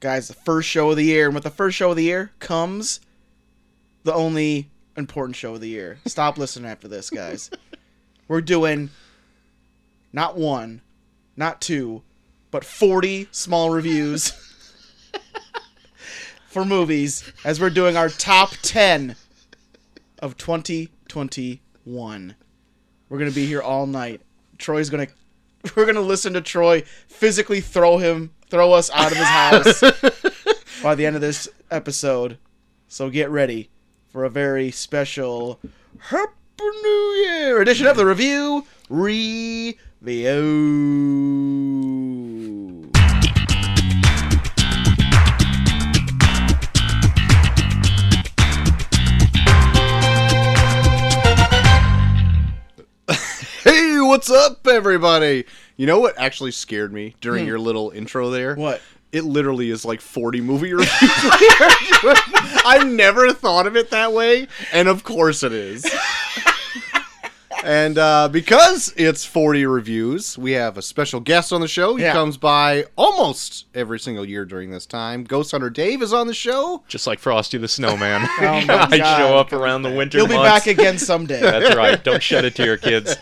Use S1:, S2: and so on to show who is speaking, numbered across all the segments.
S1: guys, the first show of the year. And with the first show of the year comes the only important show of the year. Stop listening after this, guys. We're doing not one, not two, but 40 small reviews for movies as we're doing our top 10 of 2021. We're going to be here all night. Troy's going to we're going to listen to Troy physically throw him throw us out of his house by the end of this episode. So get ready for a very special Happy New Year edition of the review review.
S2: Hey, what's up, everybody? You know what actually scared me during your little intro there?
S1: Hmm. What?
S2: It literally is like 40 movie reviews. I've never thought of it that way, and of course it is. and uh, because it's 40 reviews, we have a special guest on the show. He
S1: Yeah.
S2: comes by almost every single year during this time. Ghost Hunter Dave is on the show.
S3: just like Frosty the Snowman.
S1: Oh my
S3: I show
S1: God.
S3: up around the winter
S1: He'll be
S3: months.
S1: back again someday.
S3: That's right. Don't shed a tear, kids.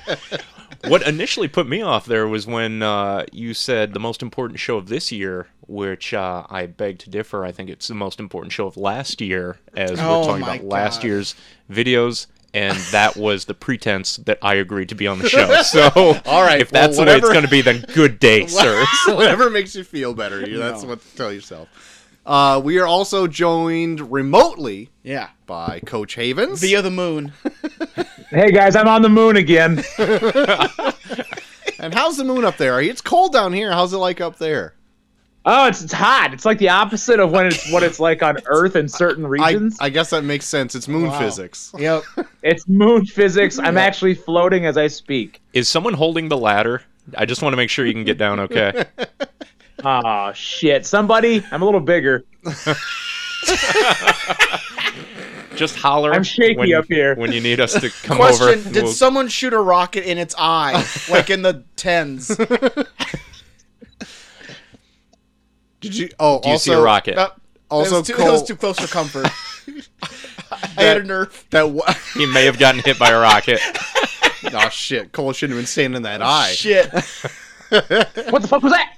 S3: What initially put me off there was when uh, you said the most important show of this year, which uh, I beg to differ. I think it's the most important show of last year, as
S1: Oh
S3: we're talking
S1: my
S3: about last
S1: God.
S3: year's videos. And that was the pretense that I agreed to be on the show. So, all right, if
S2: well,
S3: that's the way it's
S2: whatever-
S3: going to be, then good day, sir.
S2: Whatever makes you feel better, you that's what to tell yourself. Uh, we are also joined remotely
S1: Yeah.
S2: by Coach Havens.
S1: Via the moon.
S4: Hey guys, I'm on the moon again.
S2: and how's the moon up there? It's cold down here. How's it like up there?
S4: Oh, it's, it's hot. It's like the opposite of when it's what it's like on Earth in certain
S2: I,
S4: regions.
S2: I guess that makes sense. It's moon
S1: Wow.
S2: physics.
S1: Yep.
S4: it's moon physics. I'm actually floating as I speak.
S3: Is someone holding the ladder? I just want to make sure you can get down okay.
S4: Oh shit! Somebody, I'm a little bigger.
S3: Just holler.
S4: I'm shaky
S3: when,
S4: up here.
S3: when you need us to come
S1: Question:
S3: over.
S1: Did
S3: We'll-
S1: someone shoot a rocket in its eye, like in the tens?
S2: Did you? Oh,
S3: do you
S2: also,
S3: see a rocket?
S1: Uh, it
S2: Also,
S1: was too,
S2: Cole,
S1: it was too close for comfort. I had a nerve.
S2: that. Wa-
S3: he may have gotten hit by a rocket.
S2: oh shit! Cole shouldn't have been standing in that eye.
S1: Oh, Shit.
S4: What the fuck was that?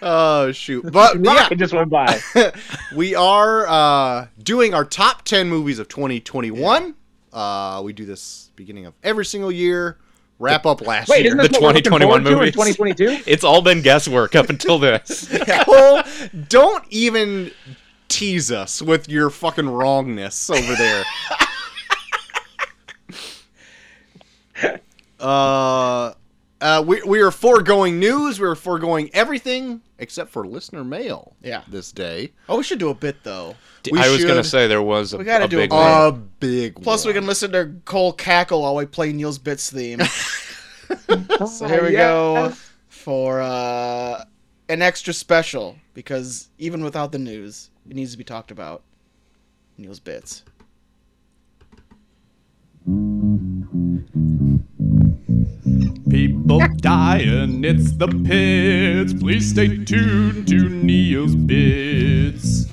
S2: Oh shoot! But yeah,
S4: Rocket just went by.
S2: we are uh, doing our top 10 movies of 2021. Uh, we do this beginning of every single year. Wrap up last
S4: Wait,
S2: year.
S4: isn't this
S3: The
S4: what we're looking
S3: 2021
S4: forward to in
S3: movies.
S4: 2022?
S3: It's all been guesswork up until this.
S2: Cole, don't even tease us with your fucking wrongness over there. uh, uh, we we are foregoing news. We are foregoing everything except for listener mail.
S1: Yeah.
S2: this day
S1: Oh, we should do a bit though.
S2: We
S3: I was gonna
S2: should-
S3: say there was a,
S1: We gotta
S3: a
S1: do
S3: big
S1: a-
S3: one.
S1: Yeah.
S2: a big.
S1: Plus, we
S2: one.
S1: can listen to Cole cackle while we play Neil's Bits theme. so here we
S4: Yeah.
S1: go for uh, an extra special because even without the news, it needs to be talked about. Neil's Bits.
S5: People dying, it's the pits. Please stay tuned to Neil's bits.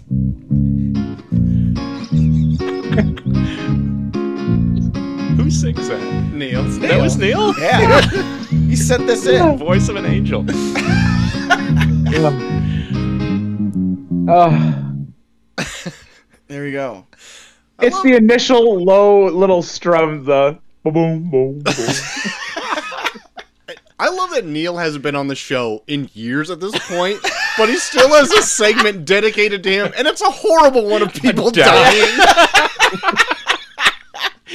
S3: Who sings that?
S2: Neil.
S3: That was Neil.
S1: Yeah, he sent this in.
S3: Voice of an angel.
S4: Ugh.
S1: There we go.
S4: it's the initial low little strum. The boom, boom, boom.
S2: I love that Neil hasn't been on the show in years at this point, but he still has a segment dedicated to him, and it's a horrible one of people
S3: dying.
S2: dying.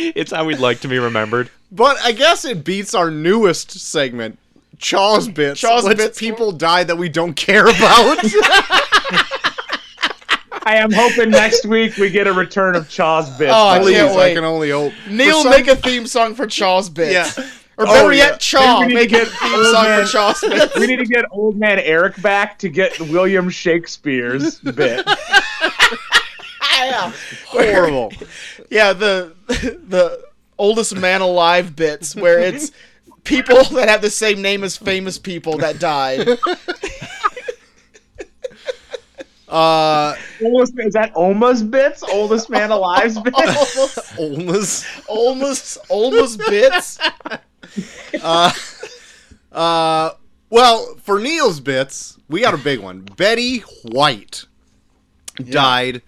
S3: It's how we'd like to be remembered.
S2: But I guess it beats our newest segment, Chaw's Bits.
S1: Chaw's
S2: which
S1: Bits.
S2: people die that we don't care about.
S4: I am hoping next week we get a return of Chaw's bits.
S1: Oh, I
S2: Please,
S1: can't
S2: I
S1: wait.
S2: can only hope.
S1: Neil,
S2: For some-
S1: make a theme song for Charles Bits.
S2: Yeah.
S1: Or better
S2: Oh, yeah.
S1: yet, Chaw,
S4: Maybe we
S1: make
S4: need to
S1: a
S4: get
S1: theme
S4: old
S1: song
S4: man-
S1: for Charles Bits.
S4: We need to get old man Eric back to get William Shakespeare's bit.
S1: yeah.
S2: horrible.
S1: Yeah, the the oldest man alive bits where it's people that have the same name as famous people that died.
S2: Uh,
S4: Oldest, is that Oma's bits? Oldest man alive's bits?
S2: Olma's.
S1: Almost, almost bits.
S2: Uh, well, for Neil's bits, we got a big one. Betty White died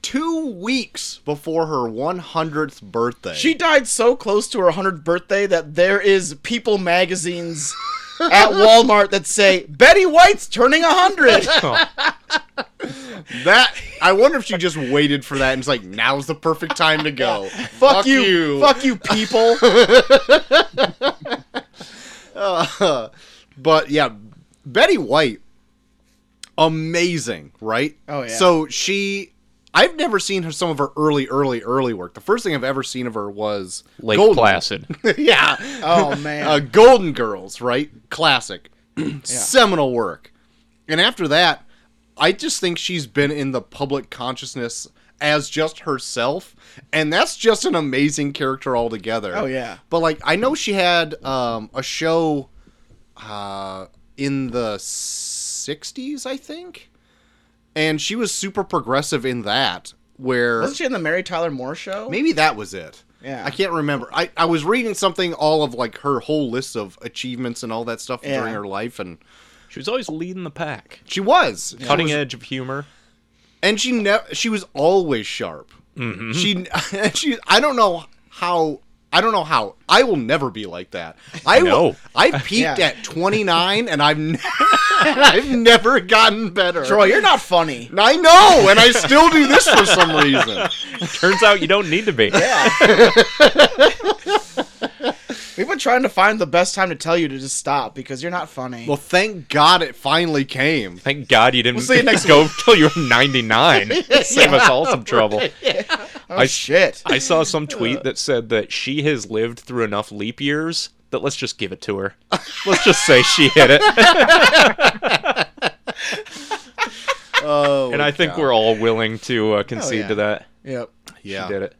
S2: two weeks before her 100th birthday.
S1: She died so close to her 100th birthday that there is People magazines at Walmart that say Betty White's turning 100.
S2: that I wonder if she just waited for that and was like, now's the perfect time to go. Fuck,
S1: Fuck you, Fuck you, people.
S2: But yeah, Betty White, amazing, right?
S1: Oh, yeah.
S2: So she, I've never seen her some of her early, early, early work. The first thing I've ever seen of her was
S3: Lake
S2: Golden-
S3: Placid.
S2: yeah.
S1: Oh, man.
S2: Uh, Golden Girls, right? Classic, seminal work. And after that, I just think she's been in the public consciousness as just herself, and that's just an amazing character altogether.
S1: Oh, yeah.
S2: But like, I know she had um, a show uh, in the '60s, I think, and she was super progressive in that. Where
S1: Wasn't she in the Mary Tyler Moore show?
S2: Maybe that was it.
S1: Yeah.
S2: I can't remember. I, I was reading something all of like her whole list of achievements and all that stuff
S1: Yeah.
S2: during her life and
S3: She was always leading the pack,
S2: she was. She
S3: cutting
S2: was-
S3: edge of humor.
S2: And she never she was always sharp.
S3: Mm-hmm.
S2: She and she I don't know how I don't know how. I will never be like that. I will,
S3: No.
S2: I peaked
S1: Yeah.
S2: at 29 and I've ne- and I've never gotten better.
S1: Troy, you're not funny.
S2: I know, and I still do this for some reason.
S3: Turns out you don't need to be.
S1: We've been trying to find the best time to tell you to just stop because you're not funny.
S2: Well, thank God it finally came.
S3: Thank God you didn't
S1: We'll see you next
S3: go till you were 99. Save us all some trouble.
S1: oh
S3: I-
S1: shit.
S3: I saw some tweet that said that she has lived through enough leap years that let's just give it to her. Let's just say she hit it.
S2: Oh.
S3: And I think
S2: God.
S3: we're all willing to uh, concede
S1: yeah.
S3: to that.
S1: yep.
S2: yeah.
S3: She did it.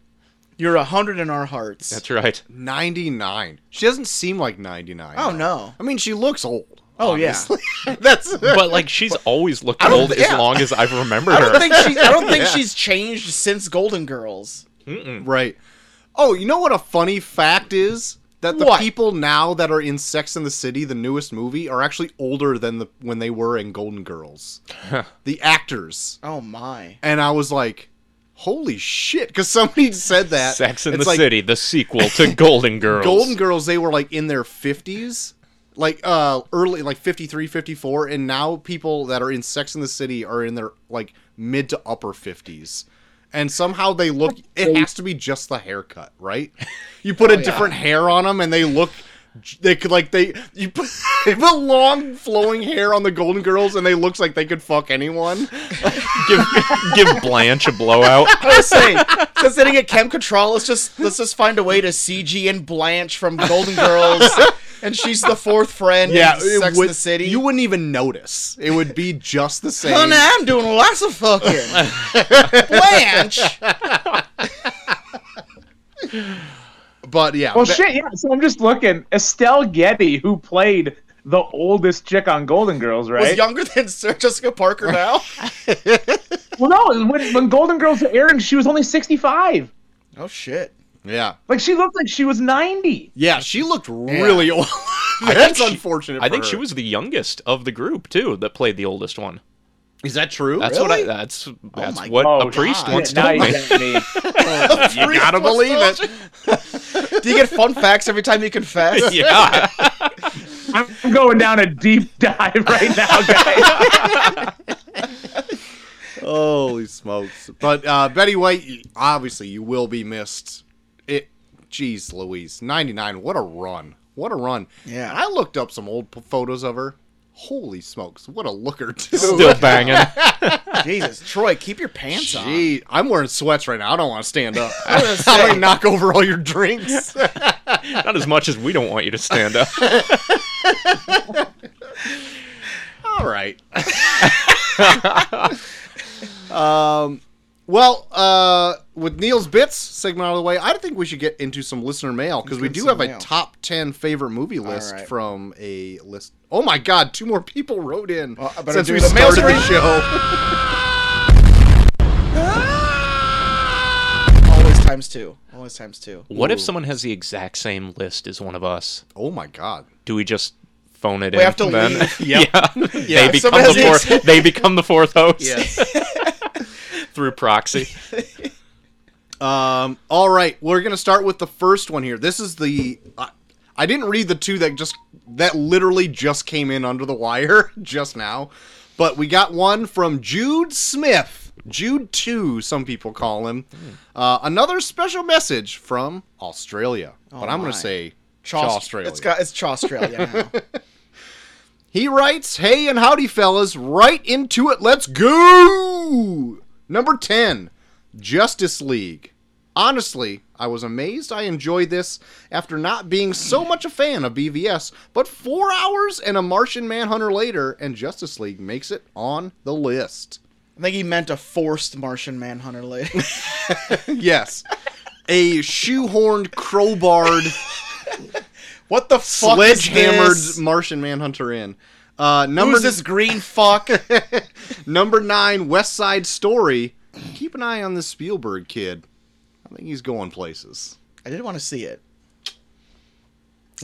S1: You're a hundred in our hearts.
S3: That's right.
S2: 99. She doesn't seem like 99.
S1: oh no.
S2: I mean, she looks old.
S1: Oh yeah.
S2: obviously. That's
S3: But like she's always looked
S2: don't
S3: old
S2: think-
S3: as long as I've remembered her.
S1: I think she, I don't think
S2: Yeah.
S1: she's changed since Golden Girls.
S2: right. Oh, you know what a funny fact is? That the
S1: What?
S2: people now that are in Sex and the City, the newest movie, are actually older than the when they were in Golden Girls. the actors.
S1: Oh my.
S2: And I was like, holy shit, because somebody said that.
S3: Sex in
S2: It's
S3: the
S2: like,
S3: City, the sequel to Golden Girls.
S2: Golden Girls, they were like in their 50s, like uh early like 53, 54 and now people that are in Sex in the City are in their like mid to upper 50s. And somehow they look it has to be just the haircut, right? You put a different hair on them and they look they could like they you put, they put long flowing hair on the Golden Girls and they looks like they could fuck anyone.
S3: give, give Blanche a blowout.
S1: I was saying, since they didn't get Kem Cattrall, let's just let's just find a way to CG and Blanche from Golden Girls, and she's the fourth friend. Yeah, in
S2: it
S1: Sex
S2: would-
S1: and the City.
S2: You wouldn't even notice. It would be just the same.
S1: Honey, I'm doing lots of fucking. Blanche.
S2: But yeah,
S4: Well,
S2: that-
S4: shit, yeah. So I'm just looking. Estelle Getty, who played the oldest chick on Golden Girls,
S1: was
S4: right?
S1: younger than Sarah Jessica Parker now.
S4: Well, no, when, when Golden Girls were airing, she was only 65.
S1: oh shit.
S2: yeah.
S4: Like, she looked like she was 90.
S2: Yeah, she looked really old. That's
S3: she-
S2: unfortunate.
S3: I
S2: for
S3: think
S2: her.
S3: she was the youngest of the group too that played the oldest one.
S2: Is that true?
S3: That's what I, that's that's what
S4: Oh,
S3: a priest
S1: God.
S3: once
S4: Yeah, now
S3: told
S4: you
S3: me.
S4: got me.
S2: you gotta believe it.
S1: Do you get fun facts every time you confess?
S3: yeah.
S4: I'm going down a deep dive right now, guys.
S2: Holy smokes! But uh, Betty White, you- obviously, you will be missed. It, jeez, Louise, ninety nine. What a run! What a run!
S1: Yeah.
S2: And I looked up some old p- photos of her. Holy smokes! What a looker too.
S3: Still banging.
S1: Jesus, Troy, keep your pants on.
S2: Gee, I'm wearing sweats right now. I don't want to stand up.
S1: I was
S2: I
S1: gonna
S2: might
S1: say,
S2: knock over all your drinks.
S3: Not as much as we don't want you to stand up.
S2: All right. um, Um, well, uh, with Neil's bits segment out of the way, I think we should get into some listener mail because we
S1: get
S2: do
S1: some
S2: have a
S1: mail.
S2: top ten favorite movie list
S1: right.
S2: from a list. Oh my God! Two more people wrote in
S1: Well, I better
S2: since
S1: do
S2: we
S1: the mail
S2: started the
S1: screen.
S2: show.
S1: times two. Always times two.
S3: What if someone has the exact same list as one of us?
S2: Oh my god.
S3: Do we just phone it in?
S1: We have to
S3: then?
S1: leave.
S3: yeah. They become
S1: someone
S3: the
S1: has the
S3: fourth. They become the fourth host. Through proxy.
S2: Um. All right, we're gonna start with the first one here. This is the. I, I didn't read the two that just that literally just came in under the wire just now, but we got one from Jude Smith. Jude two, some people call him. Uh, another special message from Australia, but I'm
S1: my.
S2: gonna say
S1: Chaust-
S2: Australia.
S1: It's got it's Chaustralia now.
S2: He writes, Hey and howdy, fellas, right into it, let's go! Number 10, Justice League. Honestly, I was amazed I enjoyed this after not being so much a fan of BVS, but four hours and a Martian Manhunter later, and Justice League makes it on the list.
S1: I think he meant a forced Martian Manhunter later.
S2: Yes, a shoehorned, crowbarred,
S1: what the fuck is
S2: sledgehammered
S1: this?
S2: Martian Manhunter in. Uh, number
S1: Who's this green fuck?
S2: Number nine, West Side Story. Keep an eye on this Spielberg kid. I think he's going places.
S1: I did want to see it.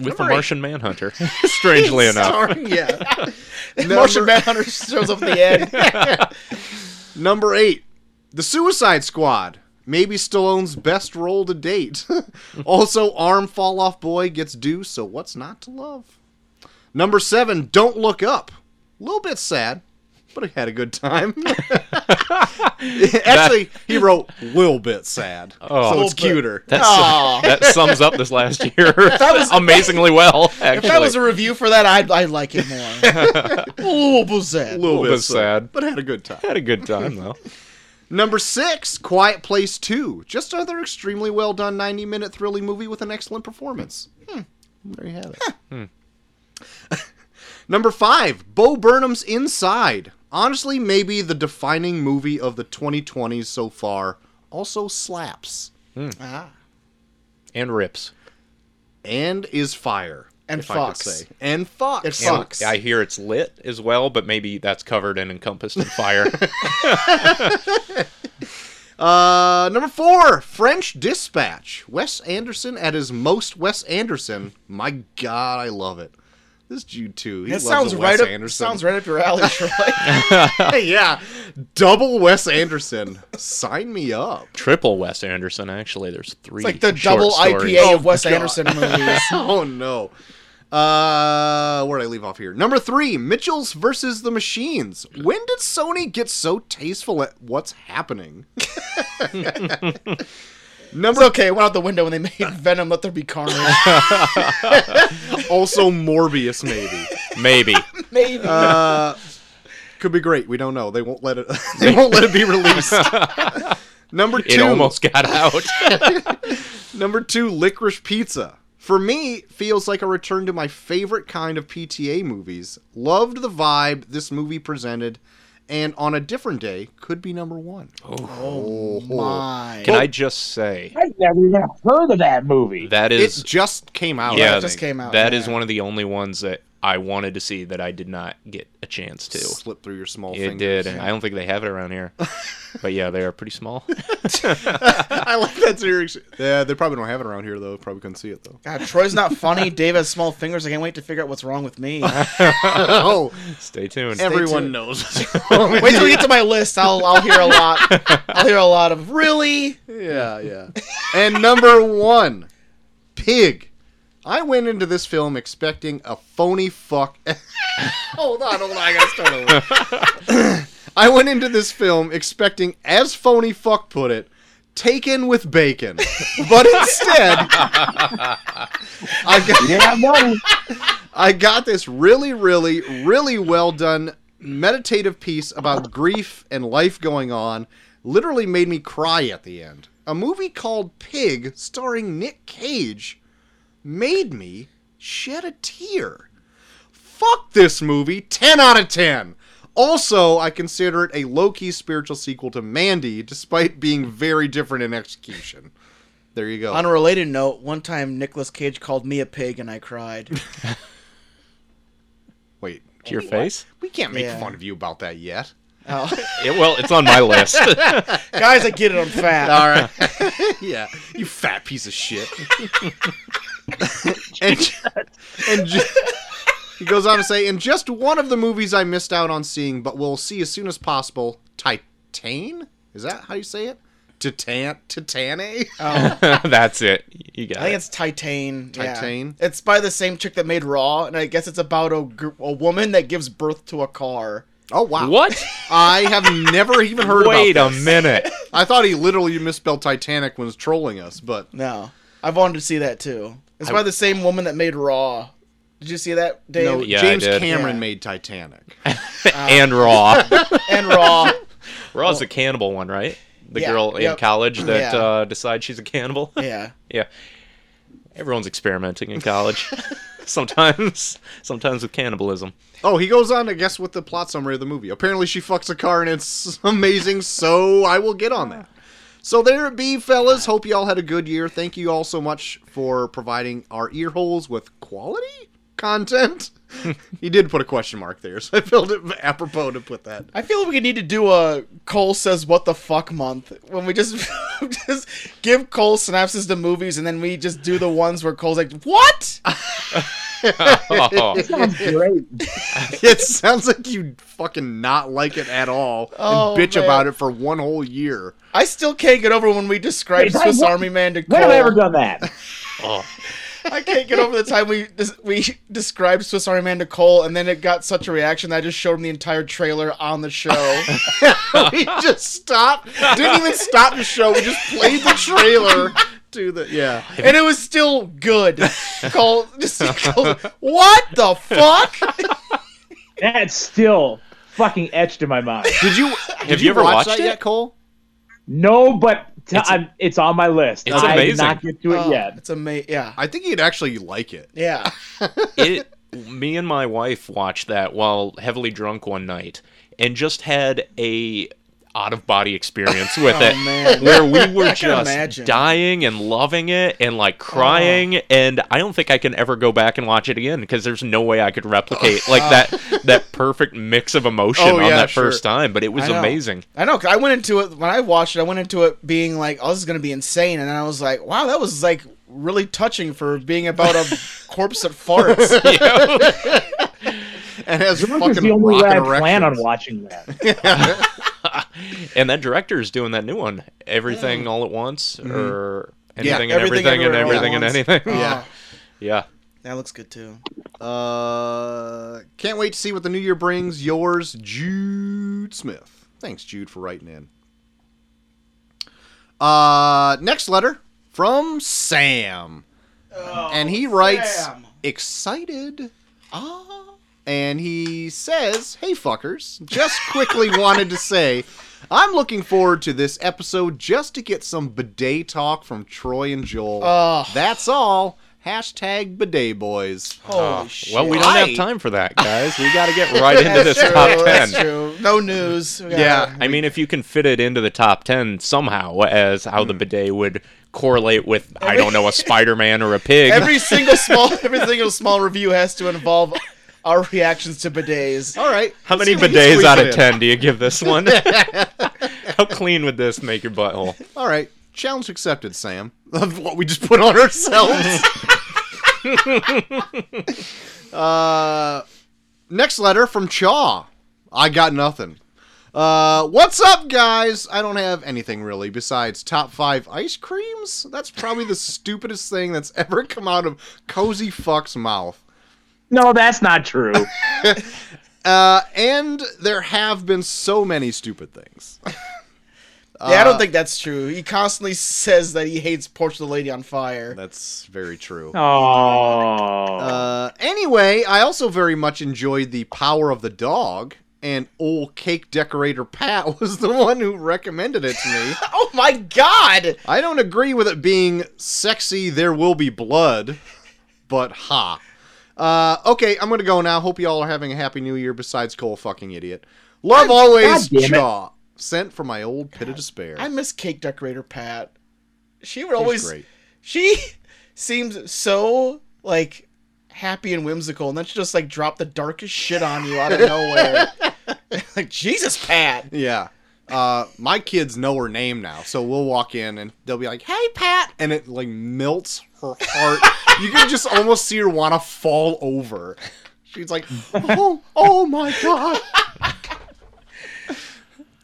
S3: With the Martian Manhunter. Strangely enough.
S2: Sorry, yeah.
S1: Martian Manhunter shows up at the end.
S2: Number eight, The Suicide Squad. Maybe Stallone's best role to date. also, Arm Fall Off Boy gets due, so what's not to love? Number seven, Don't Look Up. A little bit sad, but I had a good time. Actually, he wrote little bit sad, so it's
S1: Little bit.
S2: cuter.
S3: That's,
S1: Aw.
S3: that sums up this last year amazingly well, actually.
S1: If that was a review for that, I'd, I'd like it more. Ooh, buzzet.
S2: little,
S3: little
S2: bit,
S3: bit
S2: sad,
S3: sad.
S2: but had a good time.
S3: Had a good time, though.
S2: Number six, Quiet Place Two. Just another extremely well done ninety minute thrilling movie with an excellent performance. Hmm. There you have it. Number five, Bo Burnham's Inside. Honestly, maybe the defining movie of the 2020s so far. Also slaps
S1: Ah,
S3: And rips.
S2: and is fire
S1: And
S2: if I could
S1: fucks.
S2: say. and fox
S1: It fucks.
S3: I hear it's lit as well, but maybe that's covered and encompassed in fire.
S2: Uh, number four, French Dispatch. Wes Anderson at his most Wes Anderson. My God, I love it. This Jude too. He
S1: that
S2: loves
S1: sounds
S2: a
S1: right
S2: Wes
S1: up.
S2: Anderson.
S1: Sounds right up your alley, Troy.
S2: yeah, double Wes Anderson. Sign me up.
S3: Triple Wes Anderson, actually. There's three.
S1: It's like the
S3: short
S1: double
S3: stories.
S1: IPA of Wes Anderson movies.
S2: Oh no. Uh, where did I leave off here? Number three, Mitchell's versus the Machines. When did Sony get so tasteful at what's happening?
S1: It's okay. It went out the window when they made Venom. Let there be carnage.
S2: Also Morbius, maybe.
S3: Oh, Maybe.
S1: Maybe.
S2: Could be great. We don't know. They won't let it. they won't let it be released. number two.
S3: It almost got out.
S2: Number two. Licorice Pizza. For me, feels like a return to my favorite kind of PTA movies. Loved the vibe this movie presented, and on a different day, could be number one. Oh,
S1: My.
S3: Can I just say
S4: I've never even heard of that movie.
S3: that
S2: It oh,
S3: is
S2: just came out.
S3: yeah,
S1: it just came out,
S3: That is
S1: yeah.
S3: one of the only ones that I wanted to see that I did not get a chance to.
S2: Slip through your small.
S3: It
S2: fingers.
S3: did, and I don't think they have it around here. but yeah, they are pretty small.
S2: I like that series. Yeah, they probably don't have it around here though. Probably couldn't see it though.
S1: God, Troy's not funny. Dave has small fingers. I can't wait to figure out what's wrong with me. wait
S2: oh,
S3: Stay tuned.
S2: everyone
S1: tuned.
S2: knows.
S1: till we get to my list. I'll I'll hear a lot. I'll hear a lot of really.
S2: Yeah, yeah. and number one, Pig. I went into this film expecting a phony fuck. hold on, hold on, I gotta start over. I went into this film expecting, as phony fuck put it, taken with bacon, but instead, I got.
S4: Yeah, buddy.
S2: I got this really, really, really well done meditative piece about grief and life going on. Literally made me cry at the end. A movie called Pig, starring Nick Cage, made me shed a tear. Fuck this movie, 10 out of 10. Also, I consider it a low key spiritual sequel to Mandy, despite being very different in execution. There you go.
S1: On a related note, one time Nicolas Cage called me a pig and I cried.
S2: Wait,
S3: To your face?
S2: we can't make
S1: Yeah.
S2: fun of you about that yet.
S1: Oh.
S3: Yeah, well, it's on my list.
S1: Guys, I get it. I'm fat.
S2: All right. yeah, you fat piece of shit. and and ju- he goes on to say, and just one of the movies I missed out on seeing, but will see as soon as possible. Titan is that how you say it? Titan Titane.
S3: That's it. You got
S1: I think
S3: it.
S1: it's Titan. yeah.
S2: Titan?
S1: It's by the same chick that made Raw, and I guess it's about a gr- a woman that gives birth to a car.
S2: Oh wow!
S3: What?
S2: I have never even heard
S3: Wait
S2: about
S3: a
S2: this.
S3: minute.
S2: I thought he literally misspelled Titanic when he was trolling us, but
S1: No, I've wanted to see that too. It's by the same woman that made Raw. Did you see that, Dave?
S2: no,
S3: Yeah, I
S2: James
S3: did.
S2: Cameron
S1: Yeah.
S2: made Titanic.
S1: Uh,
S3: and Raw.
S1: And Raw.
S3: Raw's the cannibal one, right? The
S1: Yeah,
S3: girl in
S1: yep.
S3: college that
S1: Yeah.
S3: uh, decides she's a cannibal.
S1: yeah.
S3: yeah. Everyone's experimenting in college. sometimes, sometimes with cannibalism.
S2: Oh, he goes on to guess what the plot summary of the movie. Apparently, she fucks a car and it's amazing, so I will get on that. So there it be, fellas. Hope you all had a good year. Thank you all so much for providing our ear holes with quality content. he did put a question mark there, so I felt it apropos to put that.
S1: I feel like we need to do a Cole says what the fuck month when we just just give Cole synopsis to movies and then we just do the ones where Cole's like, "What?"
S3: Oh,
S4: Sounds great.
S2: It sounds like you fucking not like it at all and
S1: Oh,
S2: bitch
S1: man.
S2: about it for one whole year.
S1: I still can't get over when we describe
S4: Wait,
S1: Swiss
S4: what-
S1: Army Man to Cole.
S4: When have I ever done that?
S3: oh.
S1: I can't get over the time we des- we described Swiss Army Man to Cole, and then it got such a reaction that I just showed him the entire trailer on the show.
S2: we just stopped. Didn't even stop the show. We just played the trailer to the yeah.
S1: and it was still good. Cole, just Cole, what the fuck?
S4: That's still fucking etched in my mind.
S2: Did you
S3: Have you ever watched it?
S2: yet, Cole?
S4: No, but t-
S3: It's-
S4: it's, I'm, it's on my list.
S3: It's
S4: I did
S3: amazing.
S4: not get to it yet.
S1: Oh, It's amazing. Yeah,
S2: I think you'd actually like it.
S1: yeah.
S3: it me and my wife watched that while heavily drunk one night and just had a out of body experience with
S1: Oh,
S3: it
S1: man.
S3: where we were
S1: I can
S3: just
S1: imagine. Oh.
S3: dying and loving it and like crying and I don't think I can ever go back and watch it again because there's no way I could replicate like that that perfect mix of emotion
S2: Oh,
S3: on
S2: yeah,
S3: that
S2: sure.
S3: first time but it was
S1: I know.
S3: amazing
S1: I know. 'cause I went into it when I watched it. I went into it being like, "Oh, this is gonna be insane," and then I was like, "Wow, that was like really touching for being about a corpse that farts."
S2: And has
S4: This is
S2: fucking
S4: the only way I
S2: rockin'
S4: plan on
S2: erections.
S4: watching that.
S3: and that director is doing that new one everything all at once or
S2: Yeah,
S3: anything and
S1: Mm. Mm-hmm. Everything,
S3: everything and
S1: Everywhere All at
S3: everything and
S1: Once.
S3: anything
S2: Yeah.
S1: Oh,
S3: yeah
S1: that looks good too.
S2: Uh, can't wait to see what the new year brings. Yours, Jude Smith. Thanks, Jude, for writing in. Uh, next letter from Sam, and he writes
S1: Sam.
S2: excited. Ah, and he says, "Hey fuckers, just quickly wanted to say." I'm looking forward to this episode just to get some bidet talk from Troy and Joel.
S1: Oh.
S2: That's all. Hashtag bidet boys.
S1: Holy shit.
S3: Ah, Well, we don't have time for that, guys. We got to get right into
S1: That's
S3: this
S1: true,
S3: top
S1: That's
S3: ten.
S1: true. No news. We gotta-
S2: Yeah.
S3: I mean, if you can fit it into the top ten somehow, as how
S1: Hmm.
S3: the bidet would correlate with, I don't know, a Spider-Man or a pig.
S1: Every single small, every single small review has to involve our reactions to bidets.
S2: All right.
S3: how many
S2: Let's see if we can
S3: bidets
S2: squeeze
S3: out
S2: it
S3: of
S2: in.
S3: ten do you give this one? how clean would this make your butthole?
S2: All right. Challenge accepted, Sam. Of what we just put on ourselves. uh, next letter from Chaw. I got nothing. Uh, what's up, guys? I don't have anything really besides top five ice creams. That's probably the stupidest thing that's ever come out of Cozy Fuck's mouth.
S4: No, that's not true.
S2: Uh, and there have been so many stupid things.
S3: Uh,
S1: yeah, I don't think that's true. He constantly says that he hates Porch the Lady on Fire.
S2: That's very true.
S4: Oh.
S2: Uh, anyway, I also very much enjoyed the power of the dog, and old cake decorator Pat was the one who recommended it to me.
S1: Oh my god!
S2: I don't agree with it being sexy. There will be blood, but ha. Uh, okay, I'm gonna go now. Hope you all are having a happy new year. Besides Cole, fucking idiot. Love always,
S4: God damn it.
S2: Jaw. Sent from my old pit of despair.
S1: I miss cake decorator Pat. She would
S2: She's
S1: always
S2: great.
S1: she seems so like happy and whimsical, and then she just like dropped the darkest shit on you out of nowhere. like Jesus, Pat.
S2: Yeah. Uh, my kids know her name now, so we'll walk in and they'll be like, "Hey, Pat," and it like melts her heart. you can just almost see her want to fall over. She's like, "Oh, oh my god."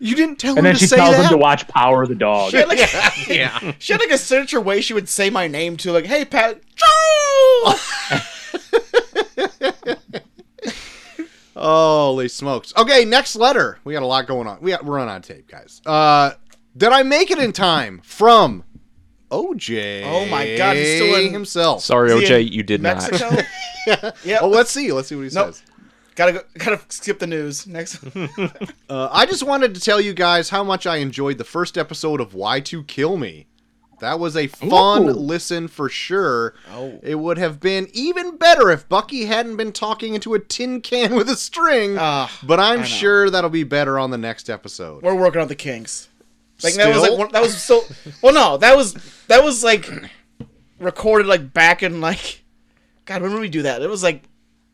S2: You didn't tell
S4: And
S2: her
S4: then
S2: to
S4: she
S2: say
S4: tells
S2: that.
S4: him to watch Power of the Dog.
S1: She had, like,
S3: Yeah.
S1: she had like a signature way she would say my name too, like, "Hey Pat, Joe!"
S2: Holy smokes. Okay, next letter. We got a lot going on. We got, we're on on tape, guys. Uh, did I make it in time? From OJ.
S1: Oh my God, he's still in-
S2: himself.
S3: Sorry,
S1: Is he
S3: OJ,
S1: in
S3: you did
S1: Mexico.
S3: not.
S1: yeah.
S2: Oh, let's see. Let's see what he
S1: Nope.
S2: says.
S1: gotta go, gotta skip the news next.
S2: Uh, I just wanted to tell you guys how much I enjoyed the first episode of Why to Kill Me. That was a fun
S4: Ooh.
S2: listen for sure.
S1: Oh.
S2: It would have been even better if Bucky hadn't been talking into a tin can with a string.
S1: Ah,
S2: but I'm
S1: know.
S2: sure that'll be better on the next episode.
S1: We're working on the kinks. Like that was like
S2: Still?
S1: one, that was so. Well, no, that was that was like recorded like back in like, God, when did we do that? It was like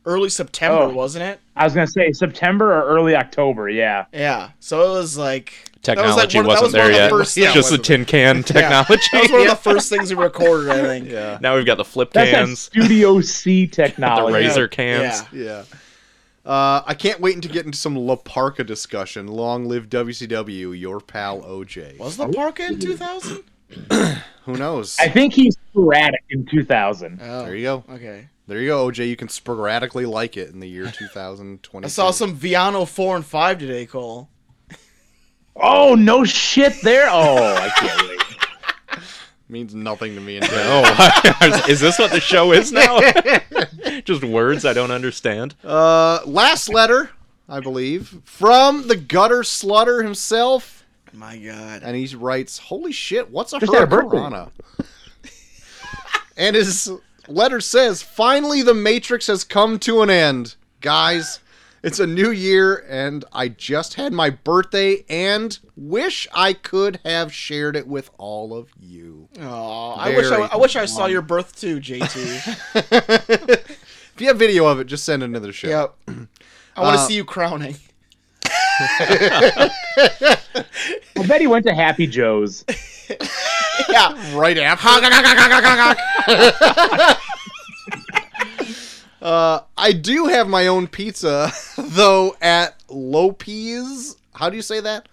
S1: early September,
S4: Oh.
S1: wasn't it?
S4: I was gonna say September or early October. Yeah.
S1: Yeah. So it was like that was, like,
S3: Technology
S1: one- that
S3: wasn't
S1: was one
S3: there
S1: of the
S3: yet.
S1: first
S2: Yeah,
S1: things-
S3: Just the tin can technology.
S1: That was one of the first things we recorded, I think.
S2: Yeah.
S3: now we've got the flip
S4: That's that
S3: cans,
S4: Studio C
S3: the
S4: technology.
S3: razor cans.
S1: Yeah.
S2: Yeah. Uh, I can't wait to get into some La Parca discussion. Long live WCW, your pal OJ.
S1: Was the park in 2000?
S2: Who knows?
S4: I think he's sporadic in 2000.
S1: Oh.
S2: There you go.
S1: Okay.
S2: There you go, OJ. You can sporadically like it in the year 2020.
S1: I saw some Viano 4 and 5 today, Cole.
S4: Oh no shit there. Oh, I can't wait.
S2: means nothing to me until
S3: Oh, is this what the show is now? Just words I don't understand.
S2: Uh, last letter, I believe, from the gutter slutter himself,
S1: My God.
S2: and he writes, "Holy shit, what's a
S4: Just had a birthday.
S2: hurricanrana?" and his letter says, "Finally, the Matrix has come to an end, guys. It's a new year, and I just had my birthday, and wish I could have shared it with all of you."
S1: Oh, I wish I,
S2: Very
S1: I wish I saw your birth too, JT.
S2: If you have video of it, just send it into the show.
S1: yep. I want to
S2: Uh,
S1: see you crowning.
S4: I bet he went to Happy Joe's.
S1: Yeah.
S2: right after. uh, I do have my own pizza, though, at Lopez. How do you say that?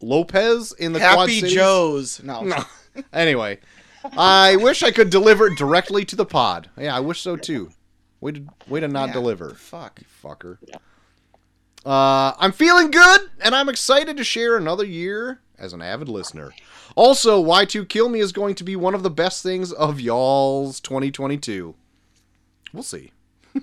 S2: Lopez in the Quad
S1: Happy
S2: Cities?
S1: Joe's. No.
S2: Anyway, I wish I could deliver it directly to the pod. Yeah, I wish so too. Way to, way to not
S1: Yeah,
S2: deliver
S1: Fuck.
S2: fucker. Uh, I'm feeling good, and I'm excited to share another year as an avid listener. Also, Y2 Kill Me is going to be one of the best things of y'all's 2022. We'll see.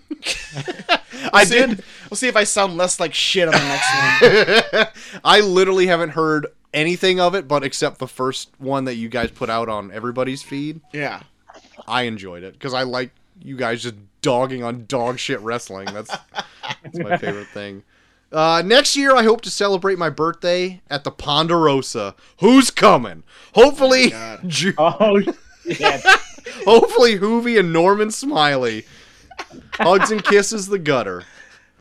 S2: I
S1: See-
S2: did.
S1: We'll see if I sound less like shit on the next one.
S2: I literally haven't heard anything of it, but except the first one that you guys put out on everybody's feed.
S1: Yeah.
S2: I enjoyed it because I like you guys just dogging on dog shit wrestling. That's that's my favorite thing. Uh, next year, I hope to celebrate my birthday at the Ponderosa. Who's coming? Hopefully,
S1: God.
S2: Ju-
S4: Oh shit.
S2: hopefully Hoovy and Norman Smiley. Hugs and kisses the gutter.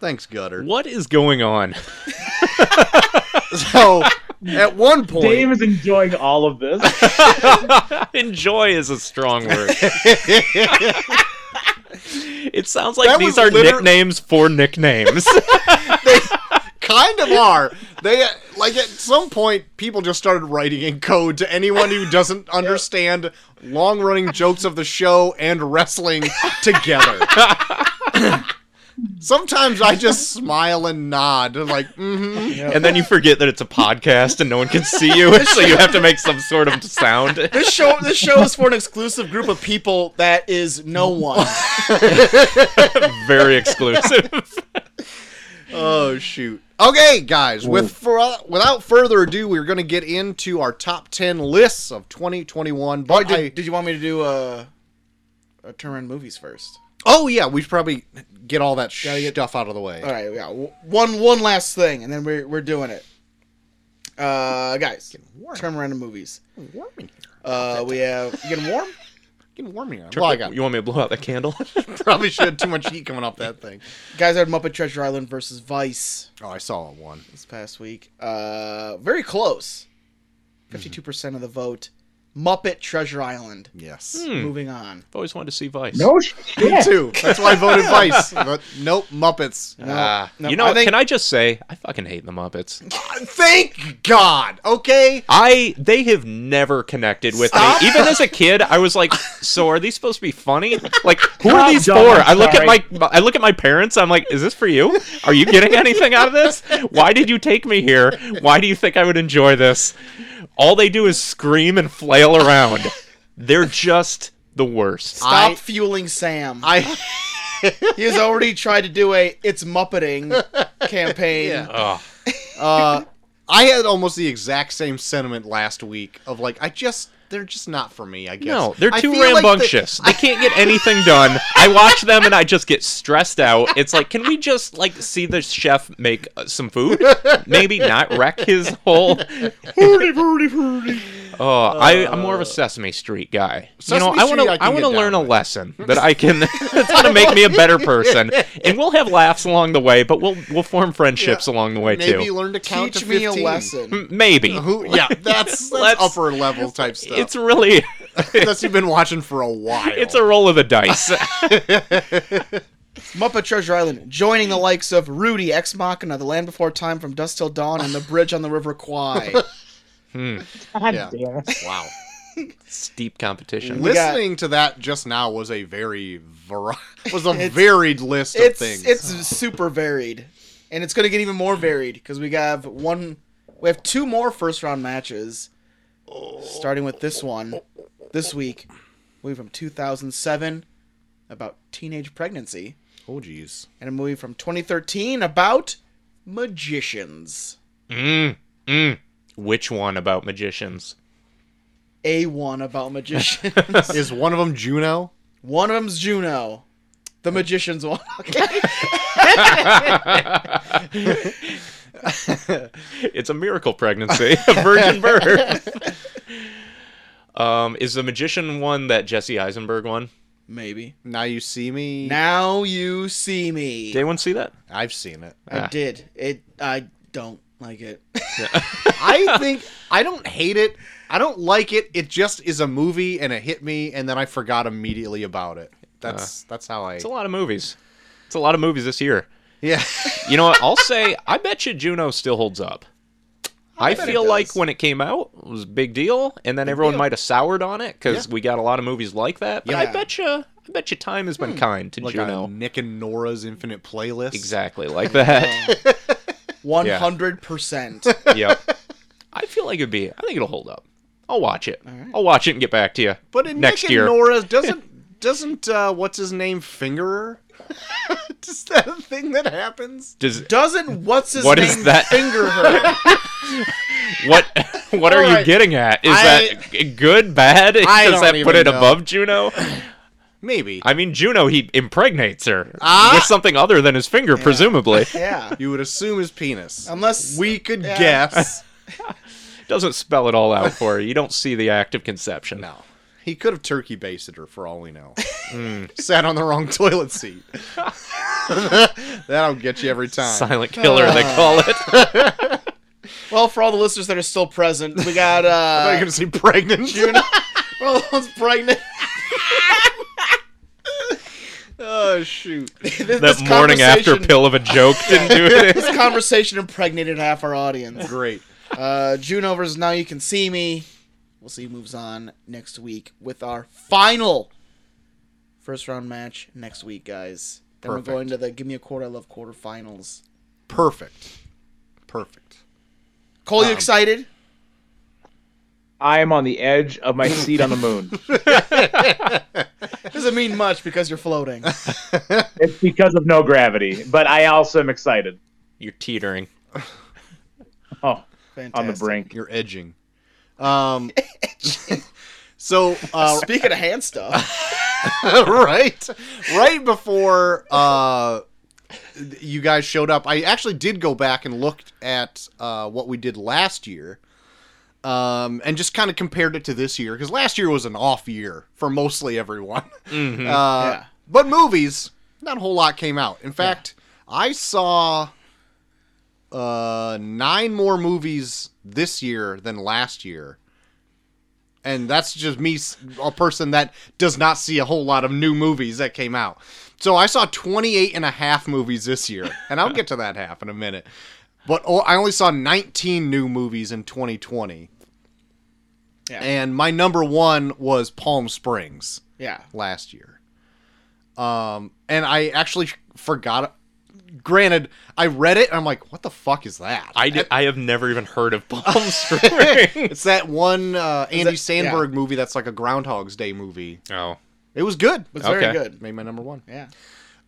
S2: Thanks, gutter.
S3: What is going on?
S2: So, at one point,
S4: Dave is enjoying all of this.
S3: Enjoy is a strong word. it sounds
S2: That
S3: like
S2: was
S3: these are
S2: liter-
S3: nicknames for nicknames.
S2: kind of are. They uh, like at some point people just started writing in code to anyone who doesn't understand long-running jokes of the show and wrestling together. Sometimes I just smile and nod, like mm-hmm.
S3: and then you forget that it's a podcast and no one can see you, so you have to make some sort of sound.
S1: This show this show is for an exclusive group of people that is no one.
S3: Very exclusive.
S2: Oh shoot. Okay, guys. With for, without further ado, we're going to get into our top ten lists of 2021. But
S1: Did,
S2: I-
S1: did you want me to do a, a turn around movies first?
S2: oh yeah, we should probably get all that
S1: Gotta get-
S2: stuff out of the way.
S1: All right, yeah. w- One one last thing, and then we're we're doing it. Uh, guys, turn around to movies.
S2: Warm in here.
S1: Uh, we have you getting warm?
S2: getting warm here.
S3: Turn-
S2: Well, I got
S3: you want me to blow out the candle?
S2: probably should have too much heat coming off that thing.
S1: Guys, I had Muppet Treasure Island versus Vice
S2: Oh, I saw one.
S1: this past week. Uh, very close.
S2: Hmm.
S1: 52% percent of the vote. Muppet Treasure Island.
S2: Yes.
S3: Hmm.
S1: Moving on.
S3: I've always wanted to see Vice.
S4: No shit.
S2: Two. That's why I voted Vice. But nope, Muppets.
S3: Ah,
S1: No,
S3: you know,
S1: I
S3: what?
S1: think-
S3: can I just say I fucking hate the Muppets.
S2: Thank God. Okay.
S3: I they have never connected with me. Even as a kid, I was like, "So are these supposed to be funny? Like, who are
S4: Calm
S3: these
S4: down,
S3: for?"
S4: I'm
S3: I look at
S4: sorry.
S3: my I look at my parents. I'm like, "Is this for you? Are you getting anything out of this? Why did you take me here? Why do you think I would enjoy this?" All they do is scream and flail around. They're just the worst.
S1: Stop
S2: I-
S1: fueling Sam.
S2: I
S1: he has already tried to do a "It's Muppeting" campaign.
S2: Yeah.
S3: Ugh.
S2: uh, I had almost the exact same sentiment last week of like I just they're just not for me. I guess
S3: No, they're
S2: I
S3: too
S2: feel like
S3: rambunctious.
S2: they-
S3: they can't get anything done. I watch them and I just get stressed out. It's like, can we just like see the chef make uh, some food? Maybe not wreck his whole. Oh, I, I'm more of a Sesame Street guy. you
S2: Uh, Sesame
S3: know, I
S2: Street
S3: want
S2: I
S3: to.
S2: can
S3: I want to
S2: get down
S3: learn a
S2: with.
S3: lesson that I can. that's gonna make me a better person, and we'll have laughs along the way. But we'll we'll form friendships
S2: Yeah.
S3: along the way
S2: maybe
S3: too.
S2: learn to count
S1: Teach
S2: to
S1: me a
S2: 15.
S1: lesson.
S3: M- Maybe.
S2: Who? Yeah, that's, that's
S3: Let's-
S2: upper level type stuff.
S3: It's really.
S2: that's you've been watching for a while.
S3: It's a roll of the dice.
S1: Muppet Treasure Island, joining the likes of Rudy, Ex Machina, The Land Before Time, From Dust Till Dawn, and The Bridge on the River Kwai.
S4: God
S2: Yeah.
S4: damn it.
S2: wow.
S3: Steep
S2: Mm-hmm.
S3: competition.
S1: got-
S2: Listening to that just now was a very var- was a varied list of
S1: it's
S2: things.
S1: it's super varied, and it's going to get even more varied because we have one, we have two more first round matches, starting with this one this week. Movie from 2007 about teenage pregnancy,
S2: oh jeez.
S1: and a movie from 2013 about magicians.
S3: Which one about magicians?
S1: A one about magicians.
S2: Is one of them Juno?
S1: one of them's Juno, the magicians one.
S3: It's a miracle pregnancy, a virgin birth. um, is the magician one that Jesse Eisenberg one?
S1: Maybe.
S2: Now you see me.
S1: Now you see me.
S3: Did anyone see that?
S2: I've seen it.
S1: I did. It. I don't like it.
S2: I think I don't hate it. I don't like it. It just is a movie and it hit me and then I forgot immediately about it. That's that's how I
S3: It's a lot of movies. It's a lot of movies this year.
S2: Yeah.
S3: You know what? I'll say I bet you Juno still holds up. I,
S2: bet it
S3: feel like
S2: does.
S3: when it came out, it was a big deal, and then everyone
S2: deal.
S3: might have soured on it because we got a lot of movies like that. But
S1: Yeah.
S3: I bet you, I bet you, time has been kind to
S2: Like
S3: Juno.
S2: a Nick and Nora's Infinite Playlist.
S3: Exactly like that.
S1: One hundred percent.
S3: yep. I feel like it'd be. I think it'll hold up. I'll watch it. I'll watch it and get back to you.
S2: But in
S3: next
S2: Nick
S3: year,
S2: and Nora's doesn't doesn't uh what's his name fingerer? Is that a thing that happens?
S3: does
S1: Doesn't what's his
S3: What
S1: name
S3: is that?
S1: finger her?
S3: what? What are
S2: Alright.
S3: you getting at? Is
S2: I-
S3: that g- good, bad? does
S2: don't
S3: that
S2: even
S3: put it
S2: know.
S3: above Juno?
S2: Maybe.
S3: I mean, Juno he impregnates her
S2: Ah!
S3: with something other than his finger, presumably.
S1: yeah.
S2: you would assume his penis.
S1: Unless
S2: we could
S1: yeah.
S2: guess.
S3: Doesn't spell it all out for you. You don't see the act of conception.
S2: No. He could have turkey basted her for all we know. Hmm. Sat on the wrong toilet seat. That'll get you every time.
S3: Silent killer, they
S2: Ah.
S3: call it.
S1: Well, for all the listeners that are still present, we got
S2: Are you
S1: uh
S2: gonna see pregnant?
S1: Juno. For all the ones pregnant.
S2: oh shoot!
S1: This,
S3: that morning after
S1: conversation-
S3: pill of a joke didn't do it.
S1: This conversation impregnated half our audience.
S2: Great.
S1: Uh, Juno versus Now You Can See Me. We'll see who moves on next week with our final first round match next week, guys. Then
S2: Perfect.
S1: we're going to the Give Me a Quarter, I Love quarterfinals.
S2: Perfect. Perfect.
S1: Cole, you excited?
S4: I am on the edge of my seat on the moon.
S1: Doesn't mean much because you're floating.
S4: It's because of no gravity, but I also am excited.
S3: You're teetering.
S4: Oh,
S1: Fantastic.
S4: on the brink.
S2: You're edging. Um. so uh,
S1: Speaking of hand stuff,
S2: right, right before uh, you guys showed up, I actually did go back and looked at uh, what we did last year. um, and just kind of compared it to this year because last year was an off year for mostly everyone. Uh,
S1: Yeah.
S2: But movies, not a whole lot came out. In fact, I saw uh, nine more movies this year than last year. And that's just me, s- a person that does not see a whole lot of new movies that came out. So I saw 28 and a half movies this year, and I'll get to that half in a minute. But oh, I only saw 19 new movies in 2020.
S1: Yeah.
S2: And my number one was Palm Springs
S1: yeah.
S2: last year. Um, and I actually forgot. Granted, I read it and I'm like, what the fuck is that?
S3: I, did, I have never even heard of Palm Springs.
S2: it's that one uh, Andy
S1: that-
S2: Sandberg movie that's like a Groundhog's Day movie.
S3: oh.
S2: It was good. Uh,
S1: It's
S3: Okay.
S1: very good.
S2: Made my number one.
S1: Yeah.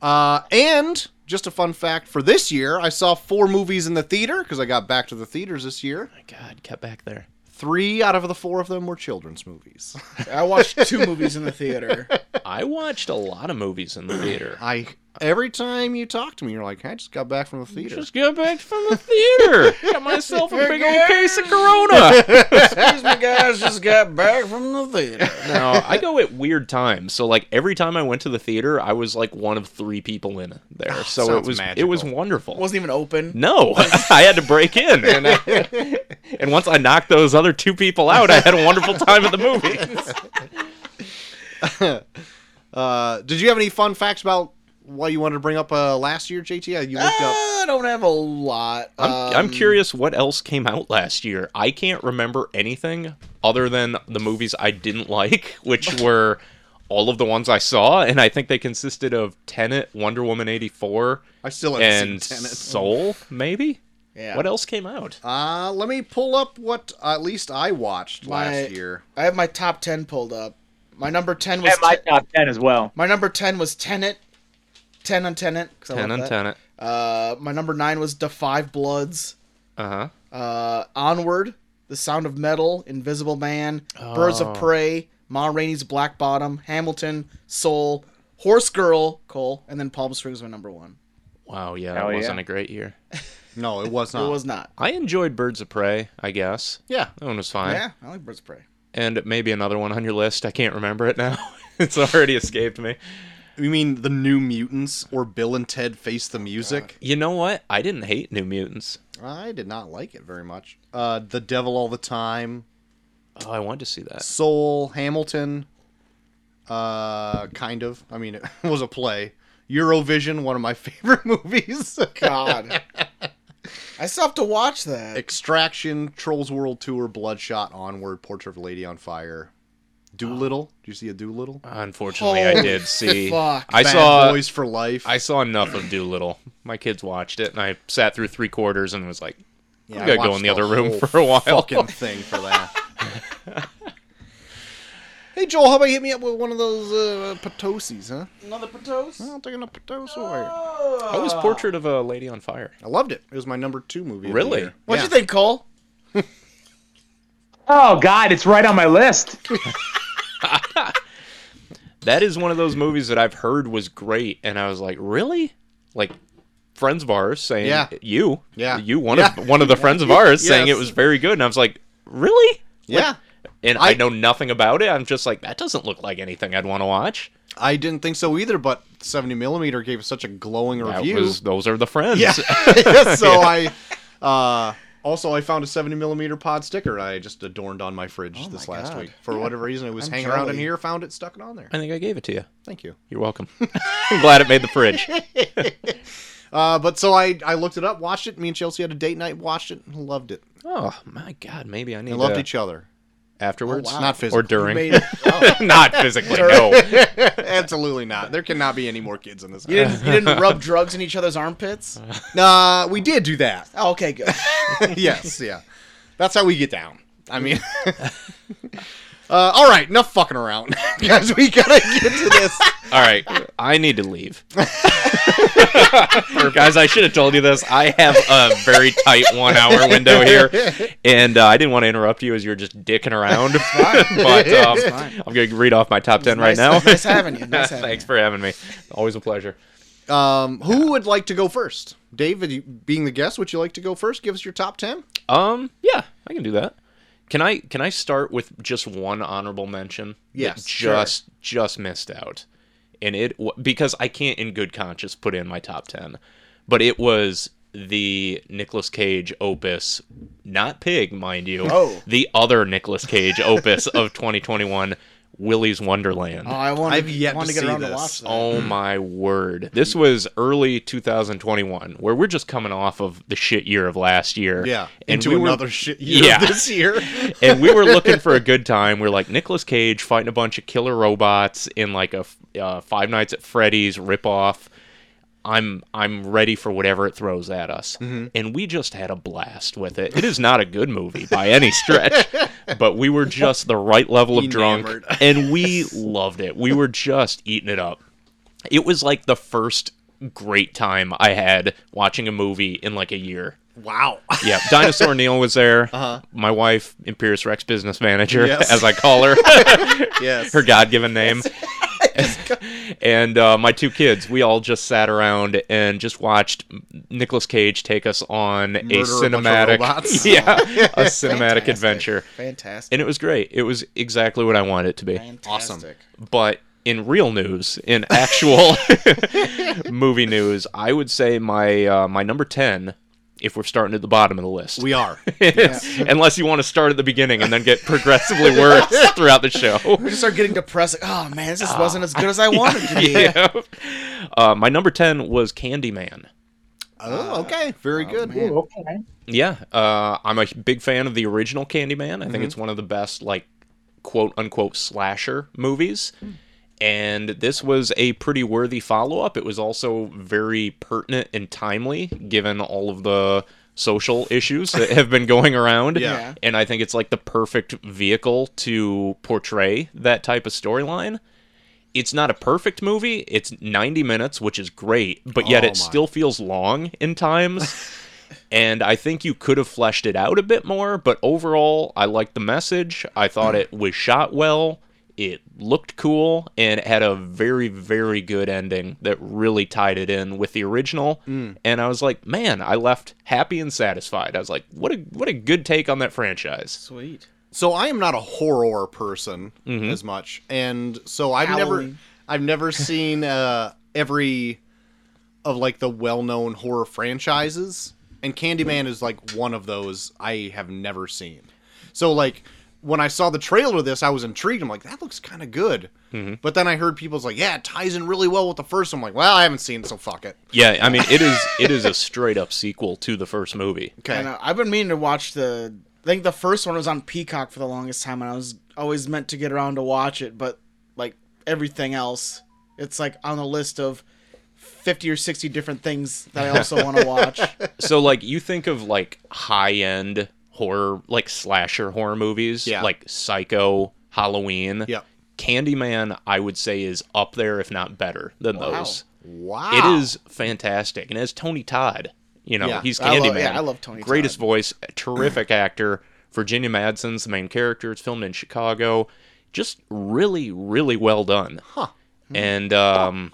S2: Uh, and just a fun fact for this year, I saw four movies in the theater because I got back to the theaters this year.
S3: My God, cut back there.
S2: Three out of the four of them were children's movies.
S1: I watched two movies in the theater.
S3: I watched a lot of movies in the theater.
S2: I every time you talk to me, you're like, I just got back from the theater.
S3: Just got back from the theater. Got myself a big old case of Corona.
S1: Excuse me, guys. Just got back from the theater.
S3: No, I go at weird times. So like every time I went to the theater, I was like one of three people in there. so it
S2: sounds
S3: was it
S2: magical.
S3: Oh, was wonderful.
S1: Wasn't even open.
S3: no, I had to break in, and, I- and once I knocked those other two people out, I had a wonderful time at the movies.
S2: Uh, did you have any fun facts about what you wanted to bring up uh, last year, JT? Uh, You looked up.
S1: I don't have a lot.
S3: I'm, I'm
S1: Um,
S3: curious what else came out last year. I can't remember anything other than the movies I didn't like, which were all of the ones I saw, and I think they consisted of Tenet, Wonder Woman 84,
S2: I still haven't
S3: and
S2: seen Tenet.
S3: Soul, maybe?
S1: Yeah.
S3: What else came out?
S2: Uh, let me pull up what uh, at least I watched
S1: My-
S2: last year.
S1: I have my top ten pulled up. My number ten was
S4: At my
S1: Te-
S4: top ten as well.
S1: my number ten was Tenet. Ten on Tenet. 'cause I love that.
S3: Tenet, Tenet.
S1: Uh, my number nine was Defy Bloods.
S3: Uh-huh.
S1: Uh, Onward, The Sound of Metal, Invisible Man, Birds
S3: Oh.
S1: of Prey, Ma Rainey's Black Bottom, Hamilton, Soul, Horse Girl, Cole, and then Palm Springs was my number one.
S3: Wow, yeah,
S4: Hell
S3: that
S4: yeah.
S3: wasn't a great year.
S2: No, it was
S1: It
S2: not.
S1: was not.
S3: I enjoyed Birds of Prey, I guess.
S2: Yeah.
S3: That one was fine.
S1: Yeah, I like Birds of Prey.
S3: And maybe another one on your list. I can't remember it now. it's already escaped me.
S2: You mean the New Mutants or Bill and Ted Face the Music?
S3: You know what? I didn't hate New Mutants.
S2: Uh, I did not like it very much. Uh, the Devil All the Time,
S3: Oh, I wanted to see that.
S2: Soul, Hamilton. Uh, kind of. I mean, it was a play. Eurovision, one of my favorite movies.
S1: God. I still have to watch that.
S2: Extraction, Trolls World Tour, Bloodshot, Onward, Portrait of a Lady on Fire, Doolittle. Did you see a Doolittle?
S3: Unfortunately, I
S1: Holy
S3: did see.
S1: fuck.
S3: I
S2: Bad
S3: saw.
S2: Boys for Life.
S3: I saw enough of Doolittle. My kids watched it, and I sat through three quarters and was like,
S2: Yeah,
S3: "I'm gonna go
S2: watched
S3: in the other room
S2: whole
S3: for a while."
S2: Fucking thing for that. hey Joel, how about you hit me up with one of those uh, Potosis, huh?
S1: Another Patos?
S2: I'm taking a Potosi. over here.
S3: I was Portrait of a Lady on Fire.
S2: I loved it. It was my number two movie. of the
S3: Really?
S2: year.
S1: What'd
S2: Yeah.
S1: you think, Cole?
S4: Oh God, it's right on my list.
S3: That is one of those movies that I've heard was great, and I was like, "Really?" Like friends of ours saying,
S2: Yeah.
S3: you,
S2: Yeah.
S3: you one
S2: Yeah.
S3: of one of the friends of ours saying it
S2: Yes.
S3: was very good," and I was like, "Really?"
S2: Yeah.
S3: And I,
S2: I-
S3: know nothing about it. I'm just like, that doesn't look like anything I'd want to watch.
S2: I didn't think so either, but 70 millimeter gave us such a glowing
S3: That
S2: review.
S3: was, those are the friends.
S2: Yeah. so I uh, also I found a 70 millimeter pod sticker I just adorned on my fridge this
S1: my
S2: last
S1: God.
S2: week. For whatever reason, it was
S1: I'm
S2: hanging around in
S1: jelly.
S2: here, found it, stuck it on there.
S3: I think I gave it to you.
S2: Thank you.
S3: You're welcome. I'm glad it made the fridge.
S2: Uh, but so I I looked it up, watched it. Me and Chelsea had a date night, watched it, and loved it.
S3: Oh my god, maybe I need
S2: And loved
S3: to-
S2: each other.
S3: afterwards,
S2: Oh, wow. Not physically.
S3: or during,
S1: Made, oh,
S3: not physically. no,
S2: Absolutely not. There cannot be any more kids in this.
S1: you, didn't, you didn't rub drugs in each other's armpits?
S2: Nah, Uh, we did do that.
S1: Oh, okay, good.
S2: yes, yeah. That's how we get down. I mean, uh, all right, enough fucking around, guys. We gotta get to this.
S3: all right, I need to leave. Guys, I should have told you this. I have a very tight one-hour window here, and uh, I didn't want to interrupt you as you were just dicking around. but um,
S1: fine.
S3: I'm going to read off my top ten
S1: nice,
S3: right now.
S1: nice having you. Nice having
S3: Thanks
S1: you.
S3: for having me. Always a pleasure.
S2: Um, who would like to go first? David, you, being the guest, would you like to go first? Give us your top ten.
S3: Um, yeah, I can do that. Can I can I start with just one honorable mention?
S2: Yes,
S3: that just just missed out, and it w- because I can't in good conscience put in my top ten, but it was the Nicolas Cage opus, not Pig, mind you.
S1: Oh.
S3: the other Nicolas Cage opus of 2021, Willy's Wonderland.
S1: Oh, I want.
S2: I've yet
S1: want
S2: to
S1: to get
S2: see
S1: around to
S2: this.
S1: watch that.
S3: Oh my word. This was early 2021, where we're just coming off of the shit year of last year.
S2: Yeah,
S3: And
S2: into
S3: we were-
S2: another shit year
S3: Yeah.
S2: this year.
S3: and we were looking for a good time. We are like Nicolas Cage fighting a bunch of killer robots in like a uh, Five Nights at Freddy's ripoff. I'm I'm ready for whatever it throws at us, and we just had a blast with it. It is not a good movie by any stretch, but we were just the right level of drunk,
S2: Enamored.
S3: and we loved it. We were just eating it up. It was like the first great time I had watching a movie in like a year.
S2: wow.
S3: Yeah, Dinosaur Neil was there. My wife, Imperious Rex business manager,
S2: Uh-huh. Yes.
S3: as I call her,
S2: yes.
S3: her God given name. and uh, my two kids, we all just sat around and just watched Nicolas Cage take us on a
S2: Murder a bunch of
S3: cinematic,
S2: robots.
S3: yeah, a cinematic
S1: Fantastic.
S3: adventure.
S1: Fantastic.
S3: And it was great. It was exactly what I wanted it to be
S1: Fantastic.
S3: but in real news, in actual movie news, I would say my uh, my number ten, if we're starting at the bottom of the list,
S2: We are.
S3: unless you want to start at the beginning and then get progressively worse throughout the show.
S1: We just start getting depressed. Like, oh man, this just wasn't as good as I wanted to be.
S3: Yeah. Uh, my number ten was Candyman.
S2: Oh, okay. Very good.
S1: man.
S4: Okay.
S3: Yeah, uh, I'm a big fan of the original Candyman. I think it's one of the best, like, quote unquote slasher movies. And this was a pretty worthy follow up. It was also very pertinent and timely, given all of the social issues that have been going around.
S2: Yeah.
S1: Yeah.
S3: And I think it's like the perfect vehicle to portray that type of storyline. It's not a perfect movie. It's 90 minutes, which is great, but yet
S2: Oh
S3: it
S2: my.
S3: still feels long in times. and I think you could have fleshed it out a bit more, but overall, I liked the message. I
S2: Mm.
S3: thought it was shot well, it looked cool, and it had a very, very good ending that really tied it in with the original.
S2: Mm.
S3: And I was like, man, I left happy and satisfied. I was like, what a what a good take on that franchise.
S1: Sweet.
S2: So I am not a horror person
S3: Mm-hmm.
S2: as much, and so I've never,
S1: Howling.
S2: I've never seen uh, every of like the well-known horror franchises, and Candyman is like one of those I have never seen. So like when I saw the trailer of this, I was intrigued. I'm like, that looks kind of good.
S3: Mm-hmm.
S2: But then I heard people's like, yeah, it ties in really well with the first. one. I'm like, well, I haven't seen it, so fuck it.
S3: Yeah, I mean, it is it is a straight up sequel to the first movie.
S2: Okay.
S1: And, uh, I've been meaning to watch the. I think the first one was on Peacock for the longest time, and I was always meant to get around to watch it, but like everything else, it's like on the list of fifty or sixty different things that I also want to watch.
S3: so like you think of like high end horror like slasher horror movies
S2: Yeah.
S3: like psycho halloween
S2: Yep.
S3: candyman i would say is up there if not better than those
S2: Wow.
S3: it is fantastic and as tony todd you know
S2: Yeah.
S3: he's
S1: I
S3: candyman
S1: love- yeah, I love Tony Todd.
S3: greatest voice terrific actor virginia madsen's the main character it's filmed in chicago just really really well done huh and um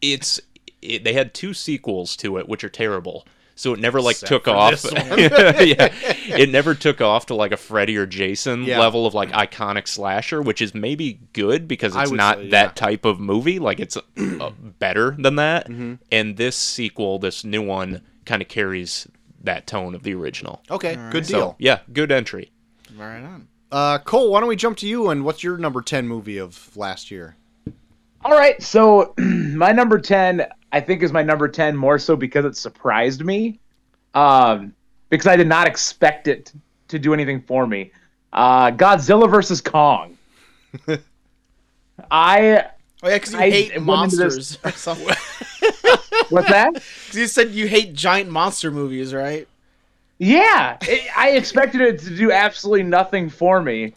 S3: it's it, they had two sequels to it which are terrible so it never like took off yeah it never took off to like a freddy or jason
S2: Yeah.
S3: level of like iconic slasher which is maybe good because
S2: I
S3: it's
S2: would
S3: not
S2: say,
S3: that
S2: yeah.
S3: type of movie like it's uh, better than that
S4: Mm-hmm.
S3: and this sequel this new one kind of carries that tone of the original
S2: okay. Good
S3: so
S2: deal.
S4: Oh.
S3: yeah good entry
S1: right on.
S2: Uh, Cole, why don't we jump to you and what's your number 10 movie of last year?
S4: All right, so my number ten, I think, is my number ten more so because it surprised me, um, because I did not expect it to do anything for me. Uh, Godzilla versus Kong. I
S1: Oh yeah, because you
S4: I went
S1: hate
S4: into
S1: monsters. or something. 'Cause
S4: what's that?
S1: you said you hate giant monster movies, right?
S4: Yeah, it, I expected it to do absolutely nothing for me.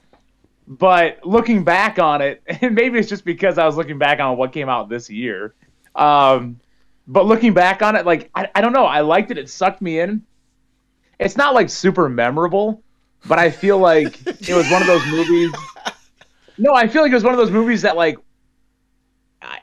S4: But looking back on it, and maybe it's just because I was looking back on what came out this year. Um, but looking back on it, like, I, I don't know. I liked it. It sucked me in. It's not like super memorable, but I feel like it was one of those movies. No, I feel like it was one of those movies that, like,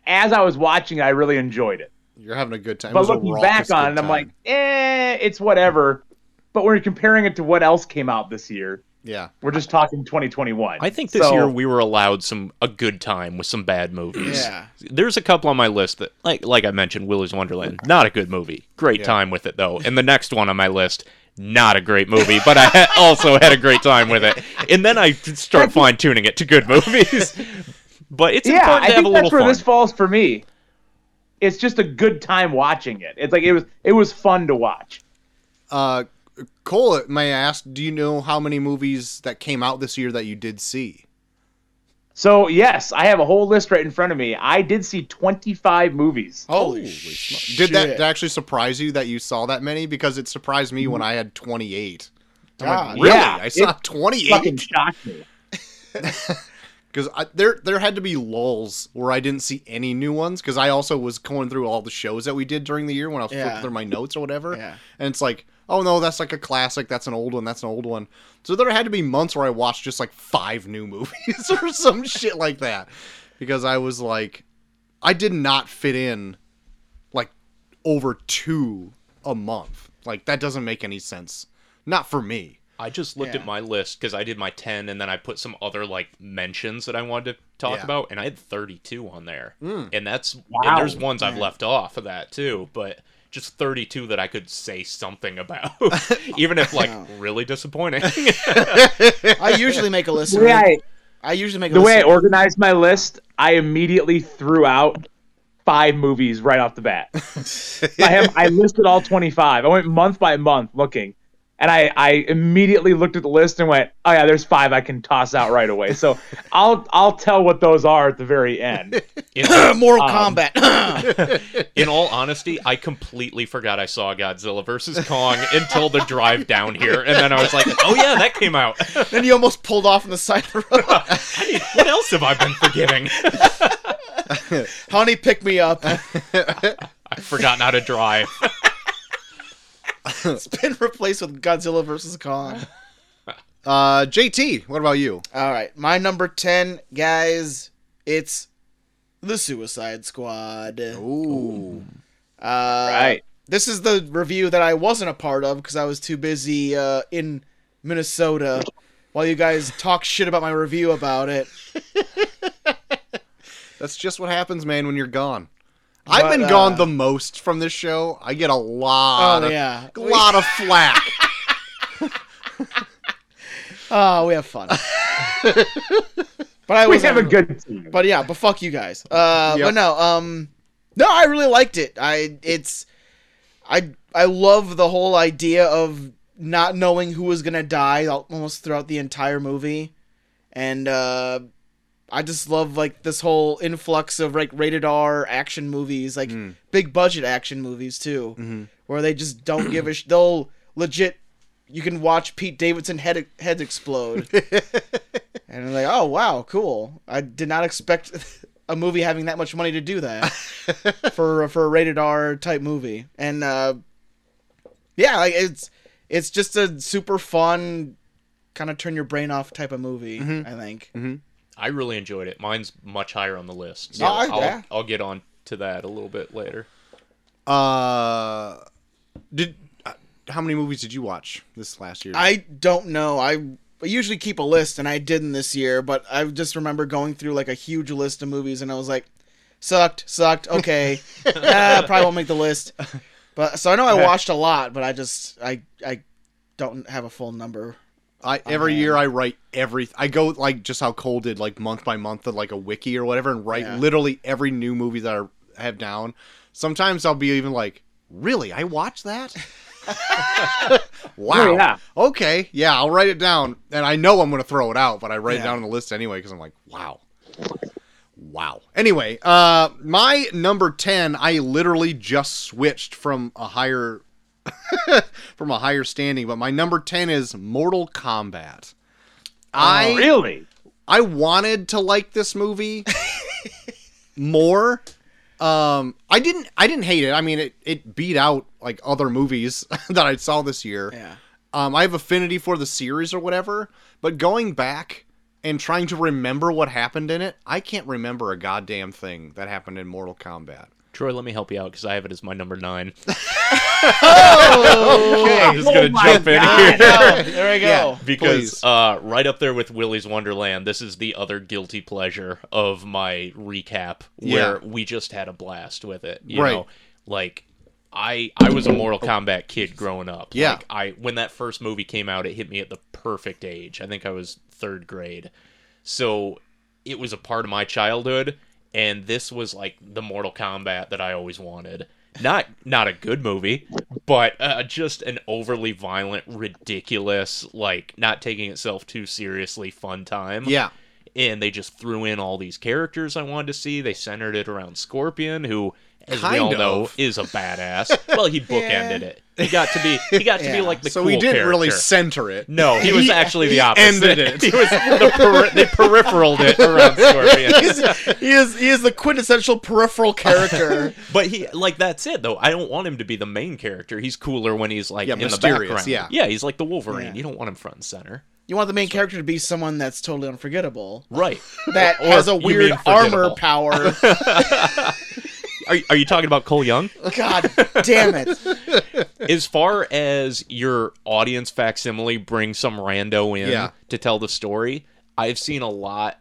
S4: as I was watching, it, I really enjoyed it
S2: You're having a good time. It
S4: but
S2: was a
S4: looking
S2: raucous
S4: back on
S2: good
S4: it, I'm
S2: time.
S4: like, eh, it's whatever. But when you're comparing it to what else came out this year,
S2: Yeah.
S4: We're just talking 2021.
S3: I think this
S4: So,
S3: year we were allowed some a good time with some bad movies.
S1: Yeah.
S3: There's a couple on my list that like like I mentioned, Willy's Wonderland. Not a good movie. Great time with it though. And the next one on my list, not a great movie, but I ha- also had a great time with it. And then I start fine tuning it to good movies. But it's
S4: yeah,
S3: important
S4: I
S3: to have a
S4: think
S3: little
S4: that's where
S3: fun.
S4: this falls for me. It's just a good time watching it. It's like it was it was fun to watch.
S2: Uh, Cole, may I ask, do you know how many movies that came out this year that you did see?
S4: So yes, I have a whole list right in front of me. I did see 25 movies.
S3: Oh,
S1: Holy,
S2: Did
S1: shit.
S2: that actually surprise you that you saw that many? Because it surprised me when I had 28.
S1: God.
S2: Really?
S4: Yeah,
S2: I saw
S4: Fucking
S2: 28?
S4: shocked me.
S2: Because there, there had to be lulls where I didn't see any new ones. Because I also was going through all the shows that we did during the year when I was
S1: Yeah.
S2: flipping through my notes or whatever.
S1: Yeah.
S2: And it's like, oh no, that's like a classic. That's an old one. That's an old one. So there had to be months where I watched just like five new movies or some shit like that. Because I was like, I did not fit in like over two a month. Like that doesn't make any sense. Not for me.
S3: I just looked
S1: Yeah.
S3: at my list because I did my ten, and then I put some other like mentions that I wanted to talk
S2: Yeah.
S3: about, and I had thirty-two on there, and that's
S4: Wow.
S3: and there's ones I've left off of that too, but just thirty-two that I could say something about, even if like really disappointing.
S1: I usually make a list.
S4: The way I,
S1: I usually make a
S4: the
S1: list.
S4: way I organized my list, I immediately threw out five movies right off the bat. I have I listed all 25. I went month by month looking. And I, I immediately looked at the list and went, oh yeah, there's five I can toss out right away. So I'll I'll tell what those are at the very end.
S3: in,
S1: Mortal
S4: Um,
S1: Kombat.
S3: in all honesty, I completely forgot I saw Godzilla versus Kong until the drive down here, and then I was like, oh yeah, that came out.
S1: then you almost pulled off on the side of the road.
S3: what else have I been forgetting?
S1: Honey, pick me up.
S3: I've forgotten how to drive.
S1: It's been replaced with Godzilla versus Kong.
S2: Uh, JT, what about you?
S1: All right, my number ten, guys. It's the Suicide Squad.
S2: Ooh.
S1: Uh,
S4: Right.
S1: This is the review that I wasn't a part of because I was too busy uh, in Minnesota while you guys talk shit about my review about it.
S2: That's just what happens, man, when you're gone.
S1: But,
S2: I've been
S1: uh,
S2: gone the most from this show. I get a lot
S1: Oh,
S2: of
S1: yeah.
S2: a lot of flack.
S1: Oh, we have fun. but I
S4: We
S1: was
S4: have a good team.
S1: But yeah, but fuck you guys. Uh,
S2: Yep.
S1: But no, um, no, I really liked it. I it's, I I love the whole idea of not knowing who was gonna die al- almost throughout the entire movie, and uh, I just love like this whole influx of like rated R action movies, like big budget action movies too, where they just don't give a sh- they'll legit. You can watch Pete Davidson head heads explode. And I'm like, oh wow, cool. I did not expect a movie having that much money to do that for for a rated R type movie. And uh, yeah, like it's it's just a super fun kind of turn your brain off type of movie. I think.
S3: I really enjoyed it. Mine's much higher on the list. So
S1: Oh, I-
S3: I'll,
S1: yeah.
S3: I'll get on to that a little bit later.
S2: Uh, did uh, how many movies did you watch this last year?
S1: I don't know. I usually keep a list, and I didn't this year, but I just remember going through like a huge list of movies, and I was like, sucked, sucked. Okay, nah, probably won't make the list. But so I know I watched a lot, but I just I I don't have a full number.
S2: I every year
S1: Um,
S2: I write every I go like just how Cole did like month by month of like a wiki or whatever and write
S1: Yeah.
S2: literally every new movie that I have down. Sometimes I'll be even like, really, I watched that. wow.
S4: Oh, yeah.
S2: Okay. Yeah, I'll write it down, and I know I'm gonna throw it out, but I write
S1: Yeah.
S2: it down on the list anyway because I'm like, wow. Wow. Anyway, uh, my number ten, I literally just switched from a higher from a higher standing, but my number 10 is Mortal Kombat. I
S4: Really?
S2: I wanted to like this movie more. Um I didn't I didn't hate it. I mean it it beat out like other movies that I saw this year.
S1: Yeah.
S2: Um I have affinity for the series or whatever, but going back and trying to remember what happened in it, I can't remember a goddamn thing that happened in Mortal Kombat.
S3: Troy, let me help you out because I have it as my number nine. I'm
S1: Okay.
S3: just gonna
S4: my
S3: jump in
S4: God.
S3: here.
S1: No, Oh, there we go.
S3: because
S2: Please.
S3: uh, right up there with Willy's Wonderland, this is the other guilty pleasure of my recap, where we just had a blast with it. You
S2: Right.
S3: know, like I I was a Mortal Kombat kid growing up.
S2: Yeah.
S3: like, I when that first movie came out, it hit me at the perfect age. I think I was third grade, so it was a part of my childhood, and this was like the Mortal Kombat that I always wanted. Not not a good movie, but uh, just an overly violent, ridiculous, like not taking itself too seriously, fun time.
S2: Yeah.
S3: and they just threw in all these characters I wanted to see. They centered it around Scorpion, who, as we
S2: Kind
S3: all know,
S2: of.
S3: is a badass. well, he bookended it. He got to be he got to
S1: Yeah.
S3: be like the
S2: so
S3: cool
S2: we didn't really
S3: character.
S2: center it.
S3: no, he was actually the opposite.
S2: ended it.
S3: he was the peri- they peripheraled it around Scorpion.
S1: he is he is the quintessential peripheral character.
S3: But he like that's it though. I don't want him to be the main character. He's cooler when he's like
S2: Yeah,
S3: in the
S2: mysterious,
S3: background.
S2: yeah.
S3: yeah, he's like the Wolverine.
S1: Yeah.
S3: You don't want him front and center.
S1: You want the main character to be someone that's totally unforgettable.
S3: Right.
S1: That
S3: Or-
S1: has a
S3: you mean
S1: weird armor
S3: forgettable.
S1: power.
S3: Are, are you talking about Cole Young?
S1: God damn it.
S3: As far as your audience facsimile bring some rando in
S2: Yeah.
S3: to tell the story, I've seen a lot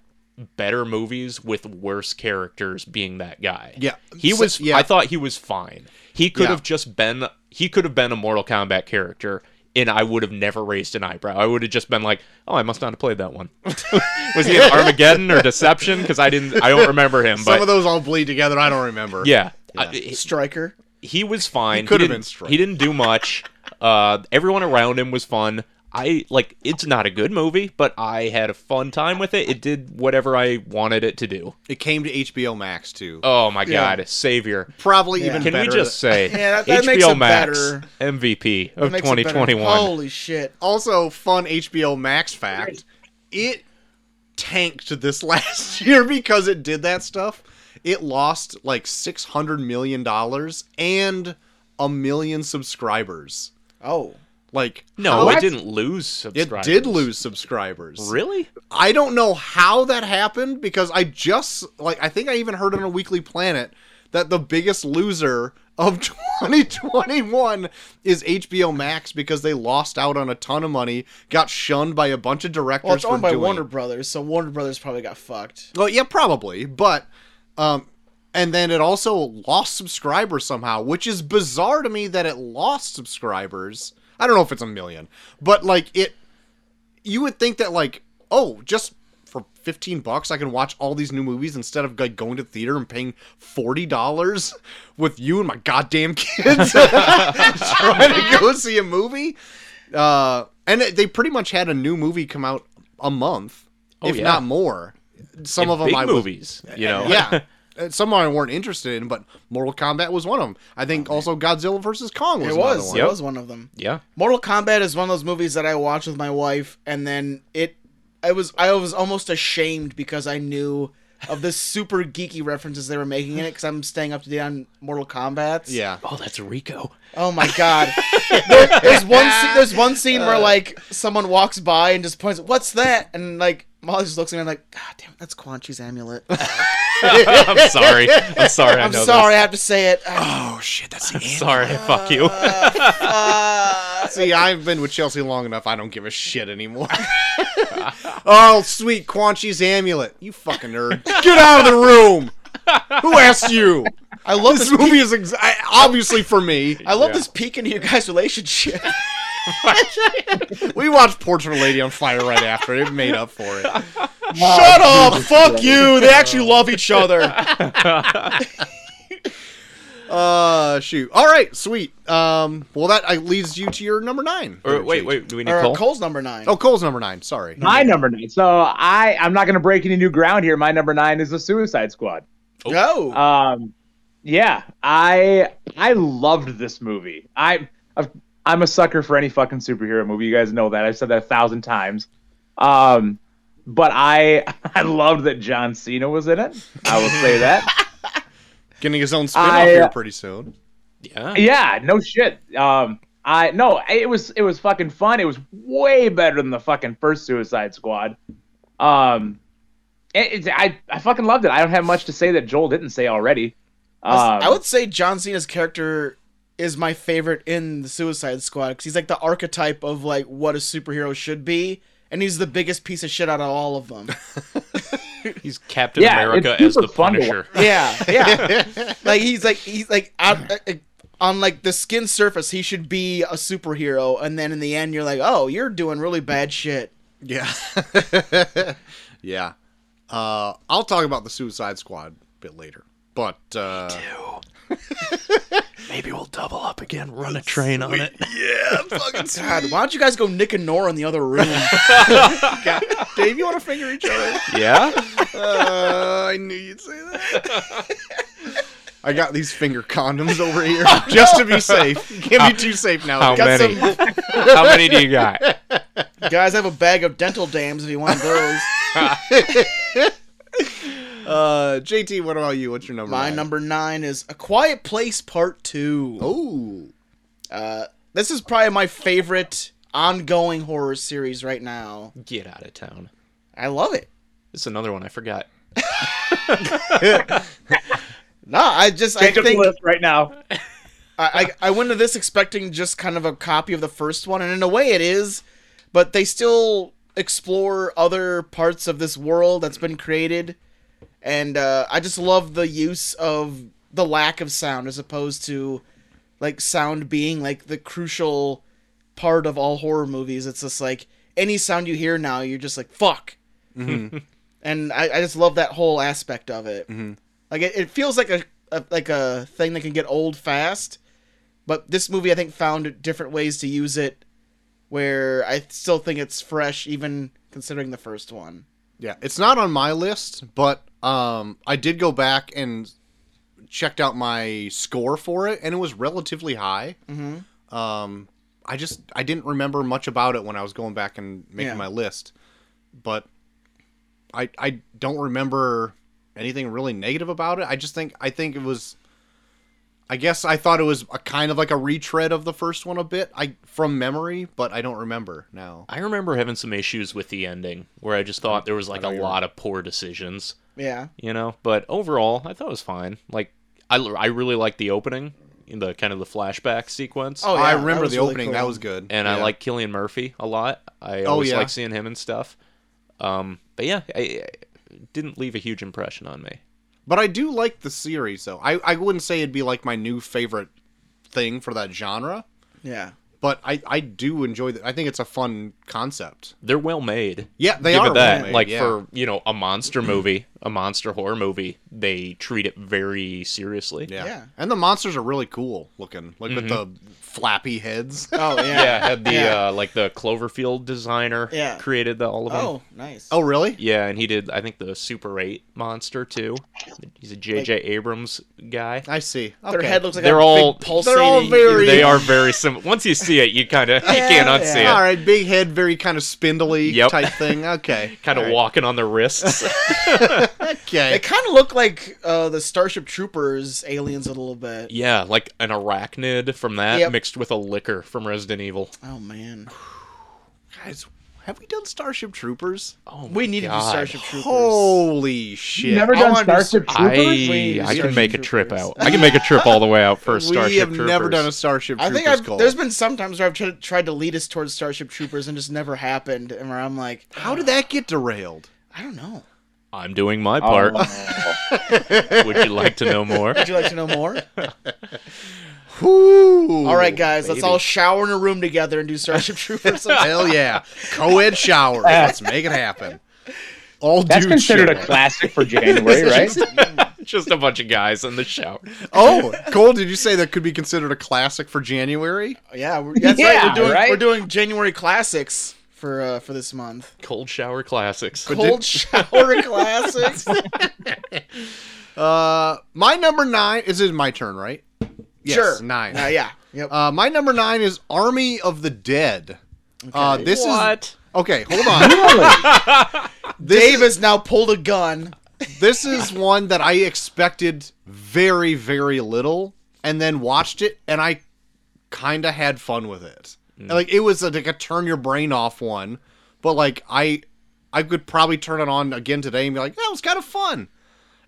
S3: better movies with worse characters being that guy.
S2: Yeah.
S3: He
S2: So-
S3: was
S2: yeah.
S3: I thought he was fine. He could
S2: Yeah.
S3: have just been he could have been a Mortal Kombat character and I would have never raised an eyebrow. I would have just been like, "Oh, I must not have played that one." was he in Armageddon or Deception? Because I didn't, I don't remember him.
S2: Some
S3: but
S2: of those all bleed together. I don't remember.
S3: yeah, I-
S1: Striker.
S3: he was fine. He
S2: could have
S3: didn't-
S2: been straight.
S3: He didn't do much. Uh, everyone around him was fun. I like. It's not a good movie, but I had a fun time with it. It did whatever I wanted it to do.
S2: It came to HBO Max too.
S3: Oh my god, savior!
S2: Probably even
S3: Can
S2: better.
S3: we just say
S1: Yeah, that- that
S3: HBO
S1: makes it
S3: Max
S1: better.
S3: MVP of
S1: Makes it better.
S3: 2021?
S1: Holy shit.
S2: also fun HBO Max fact. It tanked this last year because it did that stuff. It lost like 600 million dollars and a million subscribers.
S1: Oh.
S2: Like
S3: No,
S2: how-
S3: it didn't lose.
S2: It
S3: Subscribers.
S2: did lose subscribers.
S3: Really?
S2: I don't know how that happened because I just like I think I even heard on a Weekly Planet that the biggest loser of 2021 is HBO Max because they lost out on a ton of money, got shunned by a bunch of directors.
S1: Well, it's
S2: for
S1: owned by
S2: doing
S1: Warner Brothers, so Warner Brothers probably got fucked.
S2: Well, yeah, probably, but um, and then it also lost subscribers somehow, which is bizarre to me that it lost subscribers. I don't know if it's a million, but like it, you would think that like, oh, just for fifteen bucks, I can watch all these new movies instead of like going to theater and paying forty dollars with you and my goddamn kids trying to go see a movie. Uh, and it, they pretty much had a new movie come out a month, if
S3: yeah.
S2: not more. Some of them
S3: Big
S2: I was-
S3: movies. You know?
S2: yeah. Uh, Some I weren't interested in, but Mortal Kombat was one of them. I think also Godzilla versus Kong was
S1: It
S2: another
S1: was.
S2: one.
S1: It
S3: Yep.
S1: was one of them.
S3: yeah.
S1: Mortal Kombat is one of those movies that I watched with my wife, and then it, I was I was almost ashamed because I knew of the super geeky references they were making in it because I'm staying up to date on Mortal Kombat.
S2: Yeah.
S3: Oh, that's Rico.
S1: Oh my god. there, there's one scene, there's one scene
S2: Uh.
S1: where like someone walks by and just points, "What's that?" And like Molly just looks at me and like, "God damn, it, that's Quan Chi's amulet."
S3: I'm sorry. I'm sorry. I
S1: I'm
S3: know
S1: sorry, I have to say it. Ah,
S2: Oh shit, that's the
S3: This. Sorry. Fuck you.
S2: Uh, See, I've been with Chelsea long enough. I don't give a shit anymore. oh, sweet Quan Chi's amulet. You fucking nerd. Get out of the room. Who asked you?
S1: I love
S2: This
S1: this.
S2: movie is ex- I- obviously for me.
S1: I love
S3: Yeah.
S1: this peek into your guys' relationship.
S2: We watched Portrait of a Lady on Fire right after. It made up for it.
S1: Shut
S4: Oh,
S1: up! Fuck you! They actually love each other.
S2: Uh, shoot. All right, sweet. Um, well, that uh, leads you to your number nine.
S3: Or, wait, wait. Do we need
S1: Or, uh,
S3: Cole?
S1: Cole's number nine.
S2: Oh, Cole's number nine. Sorry.
S4: My number nine. So I, I'm not going to break any new ground here. My number nine is the Suicide Squad.
S1: no.
S4: Um, yeah, I I loved this movie. I I've- I'm a sucker for any fucking superhero movie. You guys know that. I've said that a thousand times. Um, but I I loved that John Cena was in it. I will say that.
S2: Getting his own spin off
S4: I, uh,
S2: here pretty soon.
S3: Yeah.
S4: yeah, no shit. Um, I no, it was it was fucking fun. It was way better than the fucking first Suicide Squad. Um, it, it- I I fucking loved it. I don't have much to say that Joel didn't say already. Um,
S1: I would say John Cena's character is my favorite in the Suicide Squad because he's like the archetype of like what a superhero should be, and he's the biggest piece of shit out of all of them.
S3: He's Captain
S4: Yeah,
S3: America
S4: it's
S3: as
S4: super
S3: the
S4: fun to
S3: Punisher.
S1: yeah, yeah. like he's like he's like out, uh, uh, on like the skin surface, he should be a superhero, and then in the end, you're like, oh, you're doing really bad shit.
S2: Yeah. yeah. Uh, I'll talk about the Suicide Squad a bit later. But uh,
S3: Maybe we'll double up again, run a train on it.
S1: God, why don't you guys go Nick and Nora in the other room?
S2: Dave, you want to finger each other?
S3: Yeah?
S2: uh, I knew you'd say that. I got these finger condoms over here just to be safe. You Can't be too safe now.
S3: How many? How many do you got?
S1: guys, I have a bag of dental dams if you want those.
S2: Uh, JT, what about you? What's your number?
S1: My
S2: nine?
S1: number nine is A Quiet Place Part Two.
S2: Oh,
S1: This is probably my favorite ongoing horror series right now.
S3: Get out of town.
S1: I love it.
S3: It's another one I forgot.
S1: No, I just I
S4: change up the
S1: think
S4: list right now.
S1: I, I I went to this expecting just kind of a copy of the first one, and in a way it is, but they still explore other parts of this world that's been created, and uh, I just love the use of the lack of sound as opposed to like sound being like the crucial part of all horror movies. It's just like any sound you hear now, you're just like fuck, and I, I just love that whole aspect of it. Like it, it feels like a, a like a thing that can get old fast, but this movie I think found different ways to use it, where I still think it's fresh even considering the first one.
S2: yeah. It's not on my list, but um, I did go back and checked out my score for it, and it was relatively high. Mm-hmm. Um, I just I didn't remember much about it when I was going back and making
S1: Yeah.
S2: my list, but I I don't remember anything really negative about it. I just think I think it was. I guess I thought it was a kind of like a retread of the first one a bit. I from memory, but I don't remember now.
S3: I remember having some issues with the ending where I just thought there was like a
S2: Mm, know you're-
S3: lot of poor decisions,
S1: Yeah,
S3: you know? But overall, I thought it was fine. Like, I, I really liked the opening, the kind of the flashback sequence.
S1: Oh, yeah,
S2: I
S1: that
S2: remember
S1: was
S2: the
S1: really
S2: opening.
S1: cool.
S2: That was good.
S3: and I
S2: Yeah.
S3: like Killian Murphy a lot. I
S2: Oh,
S3: always
S2: yeah.
S3: like seeing him and stuff. Um, but yeah, I, I didn't leave a huge impression on me.
S2: But I do like the series, though. I, I wouldn't say it'd be like my new favorite thing for that genre,
S1: yeah.
S2: but I, I do enjoy that. I think it's a fun concept.
S3: They're well made.
S2: Yeah, they
S3: Give
S2: are
S3: it that.
S2: well made,
S3: like
S2: yeah.
S3: for you know a monster movie, a monster horror movie, they treat it very seriously.
S2: Yeah.
S1: Yeah.
S2: And the monsters are really cool looking, like
S3: Mm-hmm.
S2: with the flappy heads.
S1: Oh yeah.
S3: Yeah, had the
S1: Yeah.
S3: uh, like the Cloverfield designer
S1: Yeah.
S3: created the, all of them.
S1: Oh, nice.
S2: oh, really?
S3: Yeah, and he did I think the Super 8 monster too. He's a JJ Abrams guy.
S2: I see. Okay.
S1: their head looks like
S3: They're
S1: a
S3: all-
S1: big
S3: they're all
S1: pulsating.
S2: very-
S3: They are very similar. Once you see it, you kind of you can't unsee
S1: yeah.
S3: it.
S2: All right, big head, very kind of spindly
S3: Yep.
S2: type thing. Okay.
S3: Kind of
S2: All right.
S3: walking on the wrists.
S1: They
S2: Okay.
S1: kind of look like uh, the Starship Troopers aliens a little bit.
S3: Yeah, like an arachnid from that
S1: Yep.
S3: mixed with a liquor from Resident Evil.
S1: Oh man,
S2: Guys, have we done Starship Troopers?
S3: Oh,
S1: we need to do
S3: God.
S1: Starship Troopers.
S2: Holy shit.
S4: You never
S1: I
S4: done
S1: wanna do
S4: Starship Troopers?
S3: I, I can
S1: Starship
S3: make a trip
S1: Troopers.
S3: out. I can make a trip all the way out for a
S2: we
S3: Starship
S2: have
S3: Troopers.
S2: never done a Starship
S1: I
S2: Troopers
S1: think I've,
S2: call.
S1: there's been some times where I've tried, tried to lead us towards Starship Troopers and just never happened, and where I'm like,
S2: How did that get derailed?
S1: I don't know.
S3: I'm doing my part.
S4: Oh.
S3: Would you like to know more?
S1: Would you like to know more?
S2: Whew.
S1: all right, guys, let's
S3: baby.
S1: all shower in a room together and do Starship Troopers. sometime.
S2: Hell yeah. Co-ed showers. Let's make it happen. All
S4: That's
S2: dude
S4: considered
S2: shit.
S4: a classic for January, right?
S3: Just a bunch of guys in the shower.
S2: Oh, Cole, did you say that could be considered a classic for January?
S1: yeah, we're, that's right. We're
S4: Yeah,
S1: doing
S4: right?
S1: we're doing January classics for uh, for this month.
S3: Cold shower classics.
S1: Cold shower classics.
S2: Uh, my number nine is it my turn, right? Yes,
S1: sure.
S2: nine.
S1: Uh, yeah. Yep.
S2: Uh, my number nine is Army of the Dead. Uh, this is
S3: What?
S2: okay. Hold on.
S1: Dave has now pulled a gun.
S2: this is one that I expected very, very little, and then watched it, and I kind of had fun with it.
S3: Mm.
S2: Like it was a, like a turn your brain off one, but like I, I could probably turn it on again today and be like, that was kind of fun.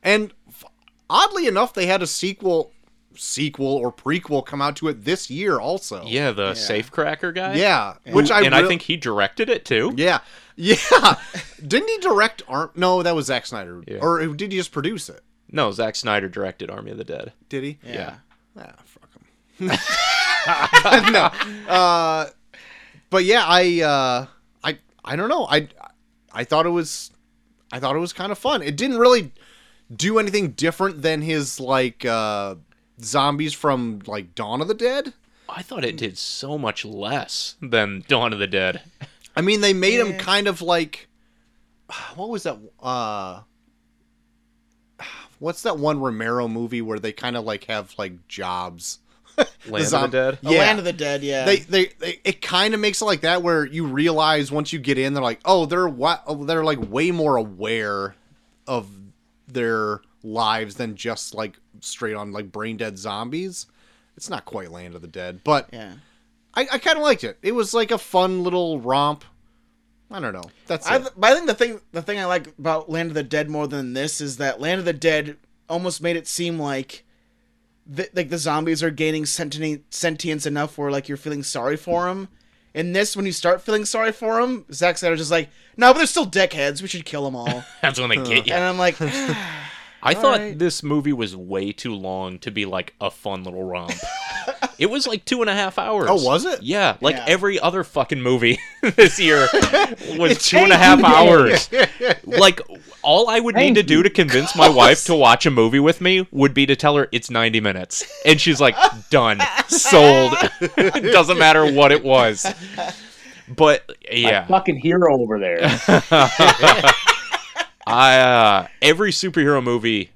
S2: And f- Oddly enough, they had a sequel, sequel or prequel come out to it this year also.
S3: Yeah, the safecracker guy.
S2: yeah, which I
S3: and I
S2: real-
S3: think he directed it too.
S2: yeah, yeah. Didn't he direct Arm? No, that was Zack Snyder.
S3: Yeah.
S2: Or did he just produce it?
S3: No, Zack Snyder directed Army of the Dead.
S2: Did he?
S1: yeah.
S2: Ah, fuck him. no, uh, but yeah, I, uh, I, I don't know. I, I thought it was, I thought it was kind of fun. It didn't really do anything different than his like uh, zombies from like Dawn of the Dead.
S3: I thought it did so much less than Dawn of the Dead.
S2: I mean, they made him
S1: Yeah.
S2: kind of like, what was that? Uh, what's that one Romero movie where they kind of like have like jobs?
S3: Land
S2: zom-
S3: of the Dead.
S1: The Land of the Dead, yeah.
S2: they, they, they it kind of makes it like that where you realize once you get in they're like oh they're what they're like way more aware of their lives than just like straight on like brain dead zombies it's not quite land of the dead but
S1: yeah.
S2: i, I kind of liked it it was like a fun little romp i don't know that's
S1: I,
S2: it.
S1: but I think the thing the thing I like about Land of the Dead more than this is that Land of the Dead almost made it seem like the, like the zombies are gaining sentient sentience enough where like you're feeling sorry for them. In this, when you start feeling sorry for them, Zack Snyder's just like, no, but they're still dickheads. We should kill them all.
S3: That's when they get you.
S1: And I'm like,
S3: I thought
S1: right.
S3: this movie was way too long to be like a fun little romp. it was like two and a half hours.
S2: Oh, was it?
S3: Yeah, like
S1: Yeah.
S3: every other fucking movie this year was two and a
S1: ain't
S3: half
S1: good.
S3: hours. like all I would
S4: Thank
S3: need to do to convince my wife to watch a movie with me would be to tell her it's ninety minutes, and she's like, "Done, sold." Doesn't matter what it was. But yeah,
S4: Fucking hero over there.
S3: I uh, every superhero movie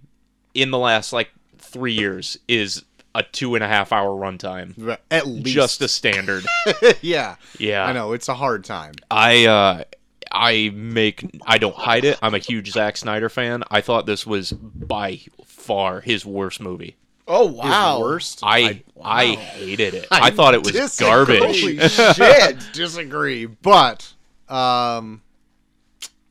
S3: in the last like three years is a two and a half hour runtime,
S2: at least
S3: just a standard.
S2: yeah
S3: Yeah,
S2: i know it's a hard time
S3: I uh, I make I don't hide it. I'm a huge Zack Snyder fan. I thought this was by far his worst movie.
S1: oh wow,
S2: worst
S3: I I, hated it. I, thought it was
S2: disagree.
S3: garbage.
S2: Holy shit, disagree. But um,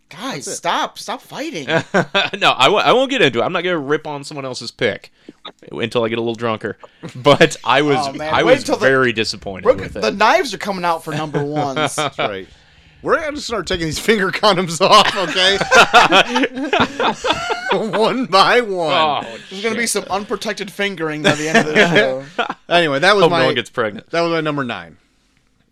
S1: guys, stop, stop fighting.
S3: no, I w- I won't get into it. I'm not gonna rip on someone else's pick until I get a little drunker. But I was
S1: Oh, man.
S3: I
S1: Wait
S3: was
S1: till the-
S3: very disappointed
S1: We're-
S3: with it.
S1: the knives are coming out for number ones.
S2: that's right. We're gonna start taking these finger condoms off, okay? one by one.
S3: Oh,
S1: There's gonna be some unprotected fingering by the end of the show.
S2: Anyway, that was
S3: hope
S2: my
S3: no one gets pregnant.
S2: that was my number nine.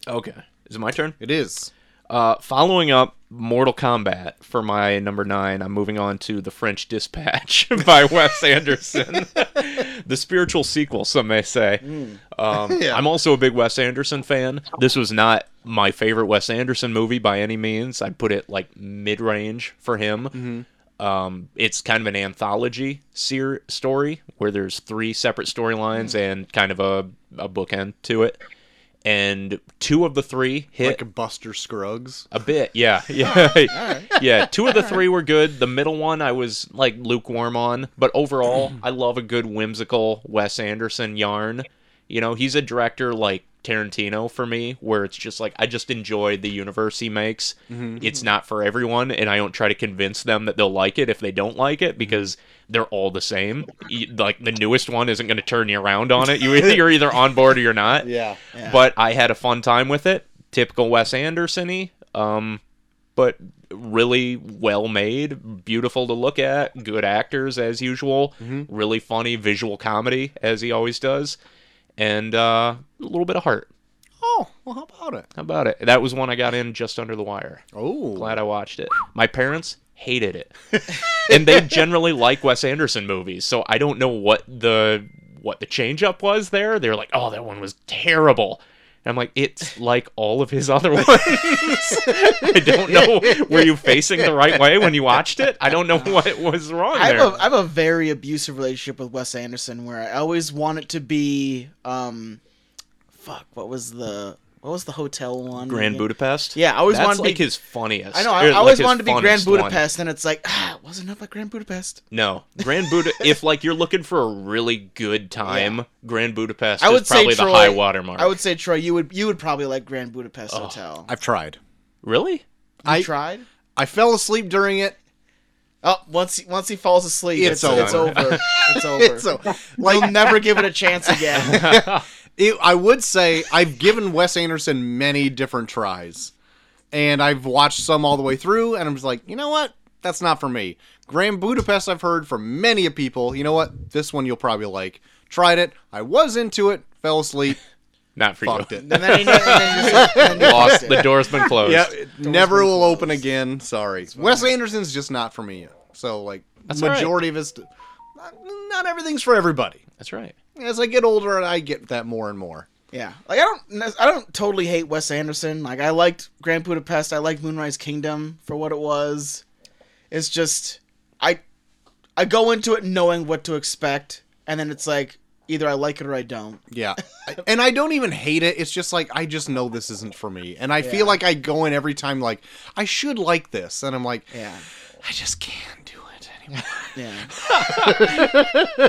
S3: Okay. Is it my turn?
S2: It is.
S3: Uh, following up Mortal Kombat for my number nine, I'm moving on to The French Dispatch by Wes Anderson. the spiritual sequel, some may say. Um,
S2: Hmm. Yeah.
S3: I'm also a big Wes Anderson fan. This was not my favorite Wes Anderson movie by any means. I put it like mid range for him.
S2: Mm-hmm.
S3: Um, it's kind of an anthology ser- story where there's three separate storylines
S2: Mm.
S3: and kind of a, a bookend to it. And two of the three hit
S2: Like Buster Scruggs.
S3: a bit, yeah, yeah, yeah. Two of the three were good. The middle one I was like lukewarm on, but overall, I love a good whimsical Wes Anderson yarn. You know, he's a director like Tarantino for me, where it's just like I just enjoy the universe he makes. It's not for everyone, and I don't try to convince them that they'll like it if they don't like it because they're all the same. You- Like the newest one isn't going to turn you around on it. You you're either on board or you're not
S2: Yeah.
S3: but I had a fun time with it. Typical Wes Anderson-y, um, but really well made, beautiful to look at, good actors as usual, really funny visual comedy as he always does, and uh, a little bit of heart.
S2: Oh, well, how about it?
S3: How about it? That was one I got in just under the wire.
S2: Oh,
S3: Glad I watched it. My parents hated it, and they generally like Wes Anderson movies, so I don't know what the what the change up was there. They were like, "Oh, that one was terrible." And I'm like, "It's like all of his other ones." I don't know. Were you facing the right way when you watched it? I don't know what was wrong
S1: I
S3: there.
S1: have, a, I have a very abusive relationship with Wes Anderson where I always want it to be um fuck, what was the what was the hotel one?
S3: Grand
S1: again?
S3: Budapest.
S1: Yeah, I always
S3: That's
S1: wanted to
S3: like
S1: be-
S3: his funniest.
S1: I know. I,
S3: or
S1: I
S3: like
S1: always
S3: his
S1: wanted to be Grand
S3: funniest one.
S1: Budapest, and it's like, ah, it wasn't enough like Grand Budapest.
S3: No, Grand Buda. if like you're looking for a really good time, Grand Budapest
S1: I would
S3: is
S1: say
S3: probably
S1: Troy,
S3: the high watermark.
S1: I would say Troy, you would you would probably like Grand Budapest Hotel.
S2: I've tried.
S3: really.
S1: I
S2: I
S1: tried.
S2: I fell asleep during it.
S1: Oh, once he, once he falls asleep, it's
S2: It's
S1: it's
S2: over.
S1: over. It's over.
S2: It's so
S1: Like
S2: like
S1: you'll never give it a chance again.
S2: it, I would say I've given Wes Anderson many different tries, and I've watched some all the way through, and I'm just like, you know what? That's not for me. Grand Budapest, I've heard from many of people. You know what? This one you'll probably like. Tried it. I was into it. Fell asleep.
S3: Not for
S2: Fucked
S3: you.
S2: it.
S1: And then he knew- and then he just, like,
S3: Lost. The door's been closed.
S2: Yeah, it never will open again. Sorry. Wes Anderson's just not for me. So like
S3: That's all right.
S2: majority of his, not, not everything's for everybody.
S3: That's right.
S2: As I get older, I get that more and more.
S1: Yeah, like I don't, I don't totally hate Wes Anderson. Like I liked Grand Budapest, I liked Moonrise Kingdom for what it was. It's just, I, I go into it knowing what to expect, and then it's like either I like it or I don't.
S2: Yeah. and I don't even hate it. It's just like I just know this isn't for me. And I feel like I go in every time like I should like this and I'm like
S1: Yeah,
S2: I just can't do it anymore.
S1: yeah.
S3: I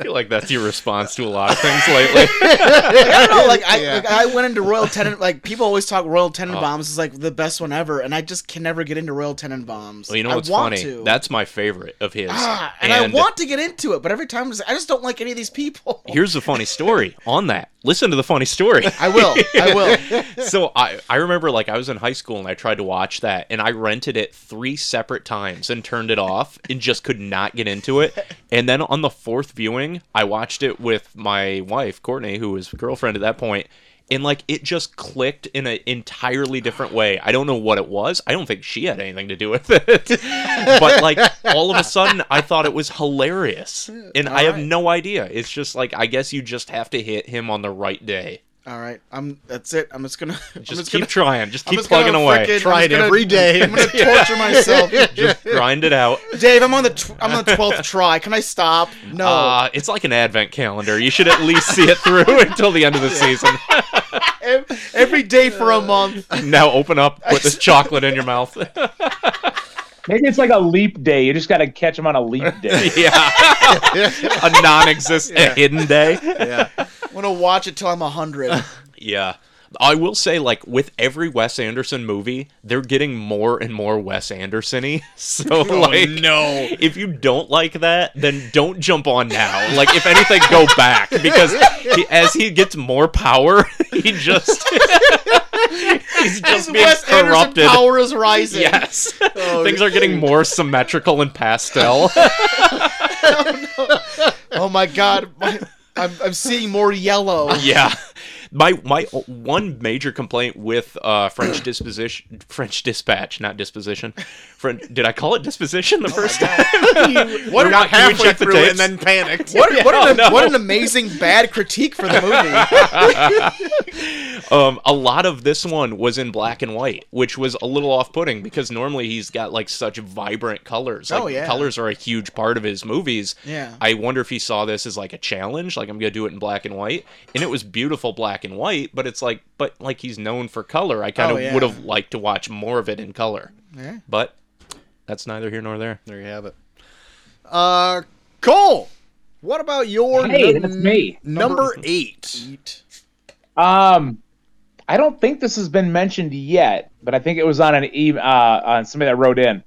S3: feel like that's your response to a lot of things lately.
S1: I don't know. Like I,
S2: Yeah.
S1: like, I went into Royal Tenen. Like people always talk Royal
S3: Oh.
S1: Tenenbaums is like the best one ever, and I just can never get into Royal Tenenbaums.
S3: Well, you know
S1: I
S3: what's
S1: want
S3: funny?
S1: to.
S3: That's my favorite of his.
S1: Ah, and, I want to get into it, but every time I'm just- I just don't like any of these people.
S3: Here's a funny story on that. Listen to the funny story.
S1: I will. I will.
S3: so I, I remember like I was in high school and I tried to watch that and I rented it three separate times and turned it off and just could not get into it. And then on the fourth viewing, I watched it with my wife, Courtney, who was girlfriend at that point, and like it just clicked in an entirely different way. I don't know what it was. I don't think she had anything to do with it. but like all of a sudden I thought it was hilarious. And I have no idea. It's just like I guess you just have to hit him on the right day.
S1: All right, I'm. That's it. I'm just gonna. I'm
S3: Just
S1: just
S3: keep
S1: gonna
S3: trying. Just keep
S1: just gonna
S3: plugging away.
S1: frickin-
S2: Try
S1: I'm
S2: it
S1: just gonna-
S2: every day.
S1: I'm gonna torture myself.
S3: just grind it out.
S1: Dave, I'm on the tw- I'm on the twelfth try. Can I stop? No.
S3: Uh, it's like an advent calendar. You should at least see it through until the end of the season.
S1: Ev- every day for a month.
S3: now open up, put this chocolate in your mouth.
S4: Maybe it's like a leap day. You just got to catch them on a leap day.
S3: yeah, a non-existent a hidden day.
S2: yeah.
S1: I'm gonna watch it till I'm hundred.
S3: Yeah. I will say, like, with every Wes Anderson movie, they're getting more and more Wes Anderson-y.
S1: Oh,
S3: So, like,
S2: no.
S3: if you don't like that, then don't jump on now. Like, if anything, go back because he, as he gets more power, he just he's just being
S1: Wes Anderson Oh,
S3: corrupted.
S1: power is rising.
S3: Yes, things are getting more symmetrical and pastel.
S1: Oh my god, my, I'm I'm seeing more yellow.
S3: yeah, my my uh, one major complaint with uh, French disposition, French dispatch, not disposition. French, did I call it disposition the first time?
S2: What
S3: We're
S2: got
S3: not- can we
S2: halfway
S3: check the
S2: through it
S3: tapes?
S2: and then panicked.
S1: What, what, an,
S3: Yeah, no.
S1: what an amazing bad critique for the movie.
S3: Um, a lot of this one was in black and white, which was a little off-putting because normally he's got like such vibrant colors. Like,
S1: Oh, yeah.
S3: colors are a huge part of his movies.
S1: Yeah.
S3: I wonder if he saw this as like a challenge, like I'm gonna do it in black and white, and it was beautiful black and white. But it's like, but like he's known for color. I kind of
S1: Oh, yeah.
S3: would have liked to watch more of it in color.
S1: Yeah.
S3: But that's neither here nor there.
S2: There you have it. Uh Cole, what about your
S4: Hey,
S2: num-
S4: that's me.
S2: number 8?
S4: Um, I don't think this has been mentioned yet, but I think it was on an e- uh, on somebody that wrote in.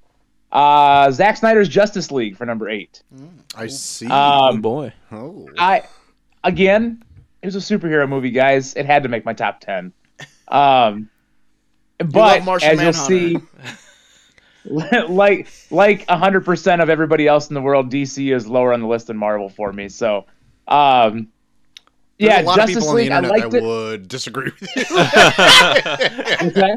S4: Uh, Zack Snyder's Justice League for number eight.
S2: I see.
S4: Um,
S3: boy.
S2: oh.
S4: I again, it was a superhero movie, guys. It had to make my top ten. Um, but
S1: love Martian
S4: as you'll see,
S1: Manhunter.
S4: like like hundred percent of everybody else in the world, DC is lower on the list than Marvel for me. So, um, yeah,
S2: There's a lot
S4: Justice
S2: of people
S4: League.
S2: on the
S4: I
S2: internet
S4: liked
S2: that
S4: it.
S2: would disagree with you.
S4: Okay.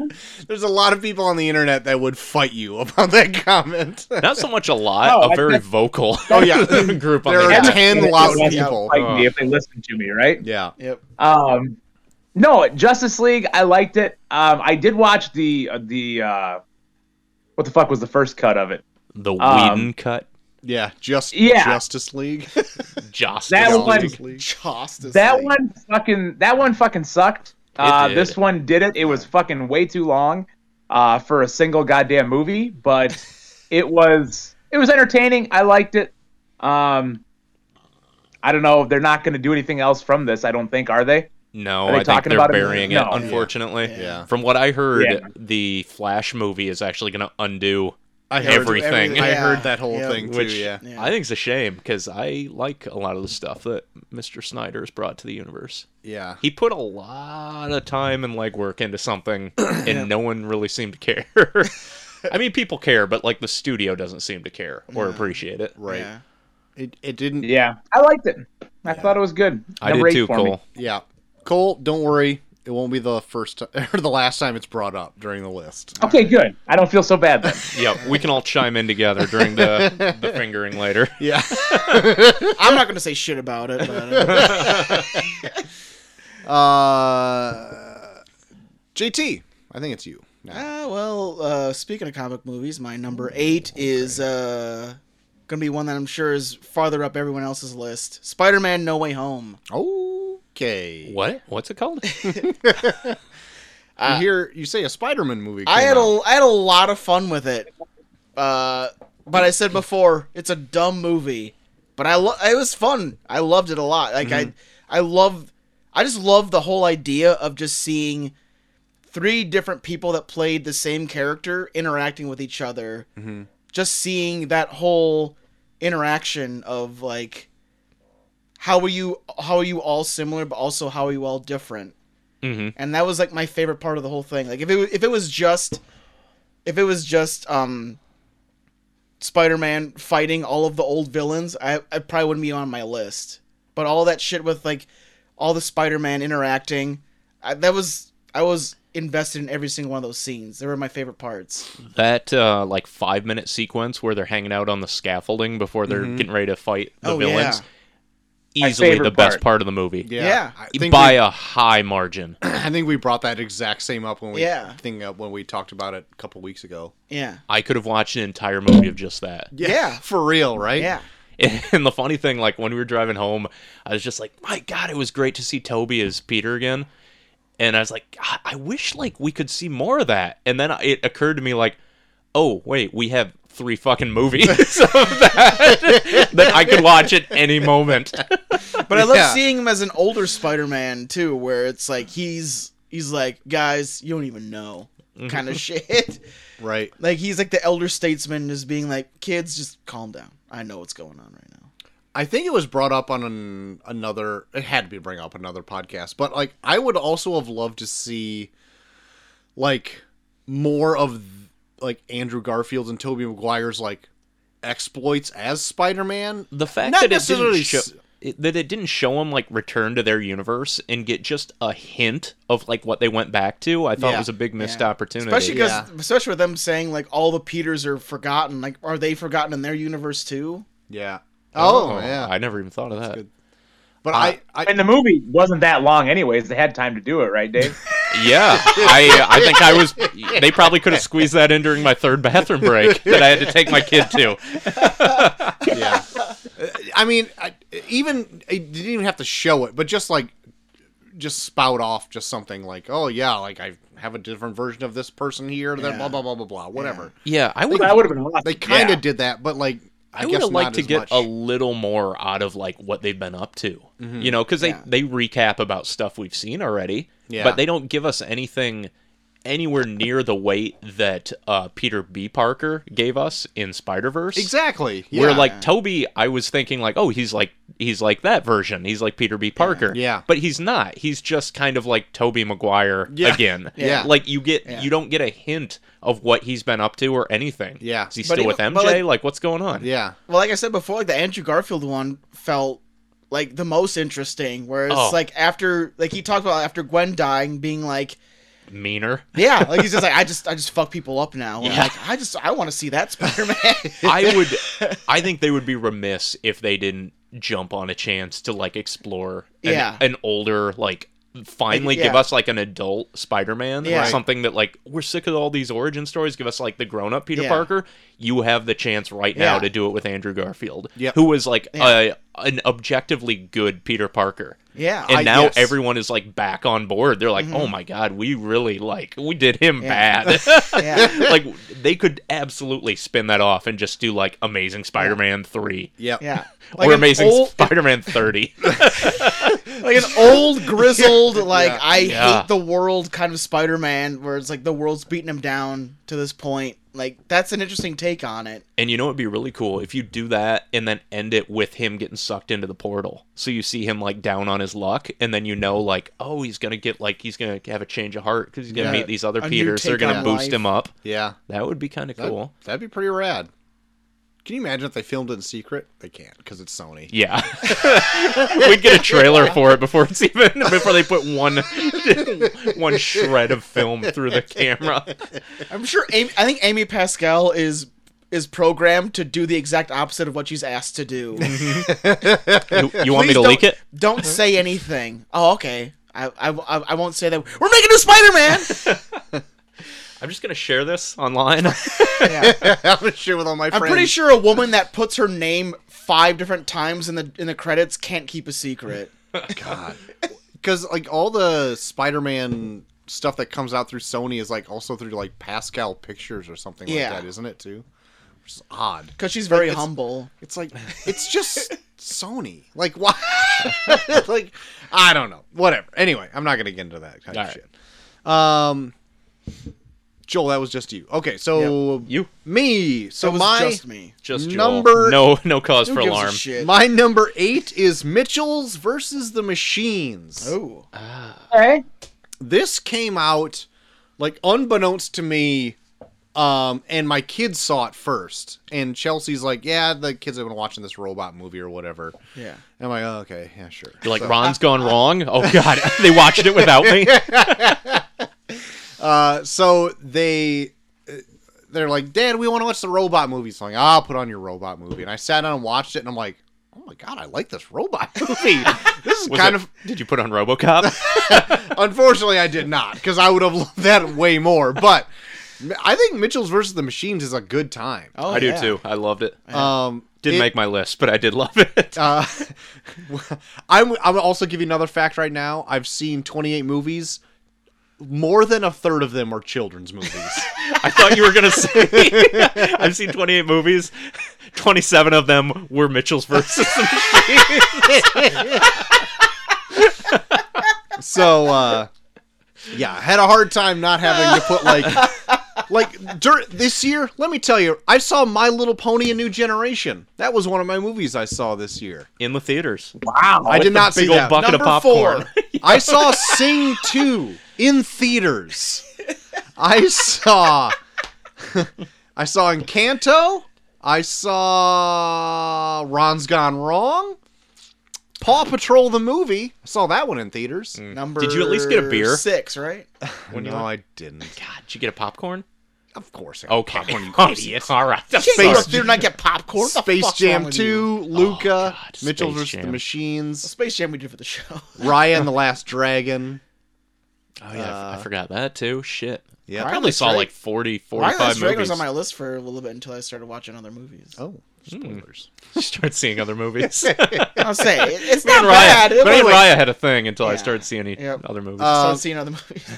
S2: There's a lot of people on the internet that would fight you about that comment.
S3: Not so much a lot,
S4: No,
S3: a
S4: I
S3: very
S4: think-
S3: vocal
S2: Oh, yeah.
S3: group on
S2: there
S3: the
S2: are
S3: internet.
S2: ten
S4: Yeah.
S2: loud
S4: Yeah.
S2: people.
S4: Like me if they listened to me, right?
S2: Yeah.
S1: Yep.
S4: Um, no, Justice League. I liked it. Um, I did watch the the uh, what the fuck was the first cut of it?
S3: The Whedon
S4: Um,
S3: cut.
S2: Yeah. Just
S4: Yeah.
S2: Justice League.
S3: Justice.
S4: That
S3: League.
S4: one,
S1: Justice
S4: that
S1: League.
S4: one fucking, that one fucking sucked. Uh,
S3: did.
S4: this one did it. It was fucking way too long, uh, for a single goddamn movie. But it was, it was entertaining. I liked it. Um, I don't know. They're not going to do anything else from this. I don't think, are they?
S3: No,
S4: Are they
S3: I think
S4: talking
S3: they're
S4: about it?
S3: burying it,
S4: No.
S3: unfortunately.
S2: Yeah.
S3: From what I heard,
S4: Yeah.
S3: the Flash movie is actually going to undo
S2: I
S3: heard- Everything.
S2: I
S1: Yeah.
S2: heard that whole
S1: Yep.
S2: thing too.
S3: which
S2: yeah.
S1: Yeah.
S3: I think is a shame because I like a lot of the stuff that Mr. Snyder has brought to the universe.
S2: Yeah.
S3: He put a lot of time and legwork into something, and no one really seemed to care. I mean, people care, but like the studio doesn't seem to care or appreciate it.
S2: Right.
S1: Yeah.
S2: It, it didn't. Yeah.
S4: Yeah, I liked it. I thought it was good.
S3: I
S4: Number
S3: did
S4: eight
S3: too,
S4: for me.
S3: Cole.
S2: Cole, don't worry. It won't be the first ti- or the last time it's brought up during the list.
S4: Okay, good. I don't feel so bad then.
S3: Yeah, we can all chime in together during the, the fingering later.
S2: Yeah.
S1: I'm not gonna say shit about it. But, uh,
S2: Uh, JT, I think it's you. now.
S1: ah, well, uh, speaking of comic movies, my number eight is uh, gonna be one that I'm sure is farther up everyone else's list. Spider-Man: No Way Home.
S2: Okay.
S3: What? What's it called?
S2: You hear you say a Spider-Man movie.
S1: I
S2: came
S1: had
S2: out.
S1: a I had a lot of fun with it, uh, but I said before it's a dumb movie, but I lo- it was fun. I loved it a lot. Like
S2: Mm-hmm.
S1: I I love I just love the whole idea of just seeing three different people that played the same character interacting with each other.
S2: Mm-hmm.
S1: Just seeing that whole interaction of like how are you how are you all similar but also how are you all different
S3: Mhm.
S1: and that was like my favorite part of the whole thing like if it wa- if it was just if it was just um spider-man fighting all of the old villains i i probably wouldn't be on my list but all that shit with like all the spider-man interacting I, that was i was invested in every single one of those scenes they were my favorite parts
S3: that uh, like five minute sequence where they're hanging out on the scaffolding before they're getting ready to fight the
S1: Oh,
S3: villains. Easily
S4: favorite
S3: the best
S4: part.
S3: part of the movie.
S2: Yeah.
S1: Yeah.
S2: I think,
S3: By
S2: we,
S3: a high margin.
S2: I think we brought that exact same up when we
S1: Yeah.
S2: thing up when we talked about it a couple weeks ago.
S1: yeah
S3: I could have watched an entire movie of just that.
S1: Yeah.
S2: For real, right?
S1: yeah
S3: And the funny thing, like when we were driving home, I was just like, my God, it was great to see Toby as Peter again. And I was like, I, I wish like we could see more of that. And then it occurred to me like, oh wait, we have three fucking movies of that that I could watch at any moment.
S1: But I love
S2: Yeah.
S1: seeing him as an older Spider-Man too, where it's like he's he's like, guys, you don't even know, kind of shit.
S2: Right.
S1: Like he's like the elder statesman, just being like, kids, just calm down. I know what's going on right now.
S2: I think it was brought up on an, another. It had to be bring up another podcast, but like I would also have loved to see, like, more of like Andrew Garfield's and Toby Maguire's like exploits as Spider-Man.
S3: The fact
S2: Not
S3: that it didn't
S2: necessarily
S3: show
S2: s-
S3: it- that it didn't show them like return to their universe and get just a hint of like what they went back to, I thought
S2: Yeah.
S3: was a big missed
S1: Yeah.
S3: opportunity.
S1: Especially because,
S2: Yeah.
S1: especially with them saying like all the Peters are forgotten. Like, are they forgotten in their universe too?
S2: Yeah. Oh, yeah.
S3: I never even thought of that.
S2: good. but I, I
S4: And the movie wasn't that long, anyways. They had time to do it, right, Dave?
S3: Yeah, I I think I was. They probably could have squeezed that in during my third bathroom break that I had to take my kid to.
S2: yeah. I mean, I, even I didn't even have to show it, but just like just spout off just something like, "Oh yeah, like I have a different version of this person here, then blah
S1: Yeah.
S2: blah blah blah blah, whatever."
S3: Yeah, I would.
S4: that would have been awesome.
S2: They kind of
S4: Yeah.
S2: did that, but like I,
S3: I would
S2: guess
S3: have
S2: not
S3: liked to
S2: as
S3: get
S2: much. Mm-hmm.
S3: a little more out of like what they've been up to, you know, because they
S1: Yeah.
S3: they recap about stuff we've seen already,
S2: Yeah.
S3: but they don't give us anything anywhere near the weight that uh, Peter B. Parker gave us in Spider Verse.
S2: exactly. Yeah.
S3: Where like Toby, I was thinking like, oh, he's like he's like that version. He's like Peter B. Parker.
S2: Yeah.
S3: But he's not. He's just kind of like Toby Maguire
S2: Yeah.
S3: again.
S2: Yeah.
S3: Like you get
S1: Yeah.
S3: you don't get a hint of what he's been up to or anything.
S2: Yeah.
S3: Is he
S1: But
S3: still
S1: even-
S3: with MJ?
S1: but,
S3: Like,
S1: like-
S3: what's going on?
S2: yeah,
S1: Well, like I said before, like the Andrew Garfield one felt like the most interesting. Whereas
S3: Oh.
S1: like after, like he talked about after Gwen dying, being like,
S3: Meaner.
S1: Yeah, like he's just like I just I just fuck people up now.
S3: Yeah.
S1: Yeah. Like I just I want to see that Spider Man.
S3: I would I think they would be remiss if they didn't jump on a chance to like explore an,
S1: Yeah.
S3: an older like finally
S1: Yeah.
S3: give us like an adult Spider-Man
S1: Yeah.
S3: or something that like we're sick of all these origin stories give us like the grown-up Peter
S1: Yeah.
S3: Parker you have the chance right now
S1: Yeah.
S3: to do it with Andrew Garfield
S2: Yep.
S3: who was like
S1: Yeah.
S3: a, an objectively good Peter Parker
S1: yeah,
S3: and
S2: I-
S3: now
S2: yes.
S3: everyone is like back on board they're like oh my god we really like we did him
S1: Mm-hmm. Yeah.
S3: bad
S1: yeah,
S3: like they could absolutely spin that off and just do like Amazing Spider-Man three
S2: yeah,
S1: yeah.
S3: or
S1: an
S3: Amazing
S1: old,
S3: Spider-Man thirty.
S1: like an old grizzled, like I
S3: Yeah.
S1: hate the world kind of Spider Man, where it's like the world's beating him down to this point, Like that's an interesting take on it.
S3: And you know it'd be really cool if you do that and then end it with him getting sucked into the portal. So you see him like down on his luck, and then you know like, oh, he's gonna get like he's gonna have a change of heart because he's gonna
S1: Yeah,
S3: meet these other
S1: a new
S3: Peters. They're
S1: take
S3: gonna
S1: on
S3: boost
S1: life.
S3: him up.
S2: Yeah,
S3: That would be kind of
S2: that,
S3: cool.
S2: That'd be pretty rad. Can you imagine if they filmed it in secret? They can't because it's Sony.
S3: Yeah, we'd get a trailer for it before it's even before they put one one shred of film through the camera.
S1: I'm sure. Amy, I think Amy Pascal is is programmed to do the exact opposite of what she's asked to do.
S3: You, you
S1: Please
S3: want me to
S1: don't-
S3: leak it?
S1: Don't say anything. Oh, okay. I, I, I I won't say that. We're making a new Spider-Man.
S3: I'm just gonna share this online.
S1: Yeah.
S2: I'm gonna share with all my
S1: I'm
S2: friends.
S1: pretty sure a woman that puts her name five different times in the in the credits can't keep a secret.
S2: God. Because like all the Spider-Man stuff that comes out through Sony is like also through like Pascal Pictures or something
S1: Yeah.
S2: like that, isn't it too? Which is odd.
S1: Because she's very humble.
S2: It's like it's just Sony. Like why? like I don't know. Whatever. Anyway, I'm not gonna get into that kind
S3: All
S2: of
S3: right.
S2: shit. Um, Joel, that was just you. Okay, so
S3: You.
S2: me. So
S1: That was
S2: my
S1: just me.
S3: Just Joel.
S2: Number-
S3: No, no cause
S1: Who
S3: for
S1: gives a
S3: alarm.
S1: shit?
S2: my number eight is Mitchell's versus the Machines.
S1: oh,
S4: Okay.
S2: this came out like unbeknownst to me um and my kids saw it first and chelsea's like yeah the kids have been watching this robot movie or whatever
S1: yeah.
S2: and i'm like oh, okay yeah sure
S3: You're like
S2: So,
S3: Ron's gone wrong. Oh God, they watched it without me.
S2: uh, so they uh, they're like dad we want to watch the robot movie so i'm like i'll put on your robot movie and i sat down and watched it and i'm like oh my god i like this robot movie this is
S3: Was
S2: kind
S3: it-
S2: of
S3: Did you put on RoboCop?
S2: Unfortunately, I did not because I would have loved that way more. But I think Mitchell's versus the Machines is a good time.
S1: Oh,
S3: I do
S1: yeah. Uh,
S3: too. I loved it.
S2: Um,
S3: Didn't
S2: it-
S3: make my list, but I did love it.
S2: Uh, I'm. I'm also give you another fact right now. I've seen 28 movies. More than a third of them are children's movies.
S3: I thought you were gonna say I've seen 28 movies. 27 of them were Mitchell's versus the Machines.
S2: so uh, yeah, I had a hard time not having to put like like dur- this year. Let me tell you, I saw My Little Pony: A New Generation. That was one of my movies I saw this year.
S3: in the theaters.
S4: Wow.
S2: I did not
S3: big
S2: see
S3: old
S2: that.
S3: bucket
S1: Number
S3: of popcorn.
S1: four.
S2: I saw Sing 2 in theaters. I saw I saw Encanto. I saw Ron's Gone Wrong. Paw Patrol the movie. I saw that one in theaters.
S1: Number.
S3: Did you at least get a beer?
S1: Six, right?
S2: no, I didn't.
S3: God, did you get a popcorn?
S2: Of course. I
S1: Oh,
S2: got
S3: Okay. Oh,
S2: popcorn, you idiot.
S3: All right.
S1: Can't go to a
S2: Space-
S1: theater and not get popcorn. What the
S2: Space
S1: fuck's wrong
S2: Jam
S1: with
S2: 2,
S1: you?
S2: Luca,
S3: Oh, God, Space
S2: Mitchell versus the
S3: Jam.
S2: Machines,
S1: Space Jam we did for the show.
S2: Raya and the Last Dragon.
S3: Oh yeah, I f- I forgot that too. Shit.
S2: Yeah.
S3: I probably saw
S1: Drake-
S3: like 40,
S1: Ryan
S3: 45
S1: Last Dragon
S3: movies.
S1: was on my list for a little bit until I started watching other movies.
S2: Oh, spoilers.
S3: Start seeing other movies.
S1: I'll say it- it's
S3: Me
S1: not
S3: and
S1: bad.
S3: Raya,
S1: It
S3: me and
S1: was-
S3: Raya had a thing until I
S1: Yeah.
S3: started seeing any
S1: Yep.
S3: other movies.
S2: Uh,
S1: Started seeing other movies.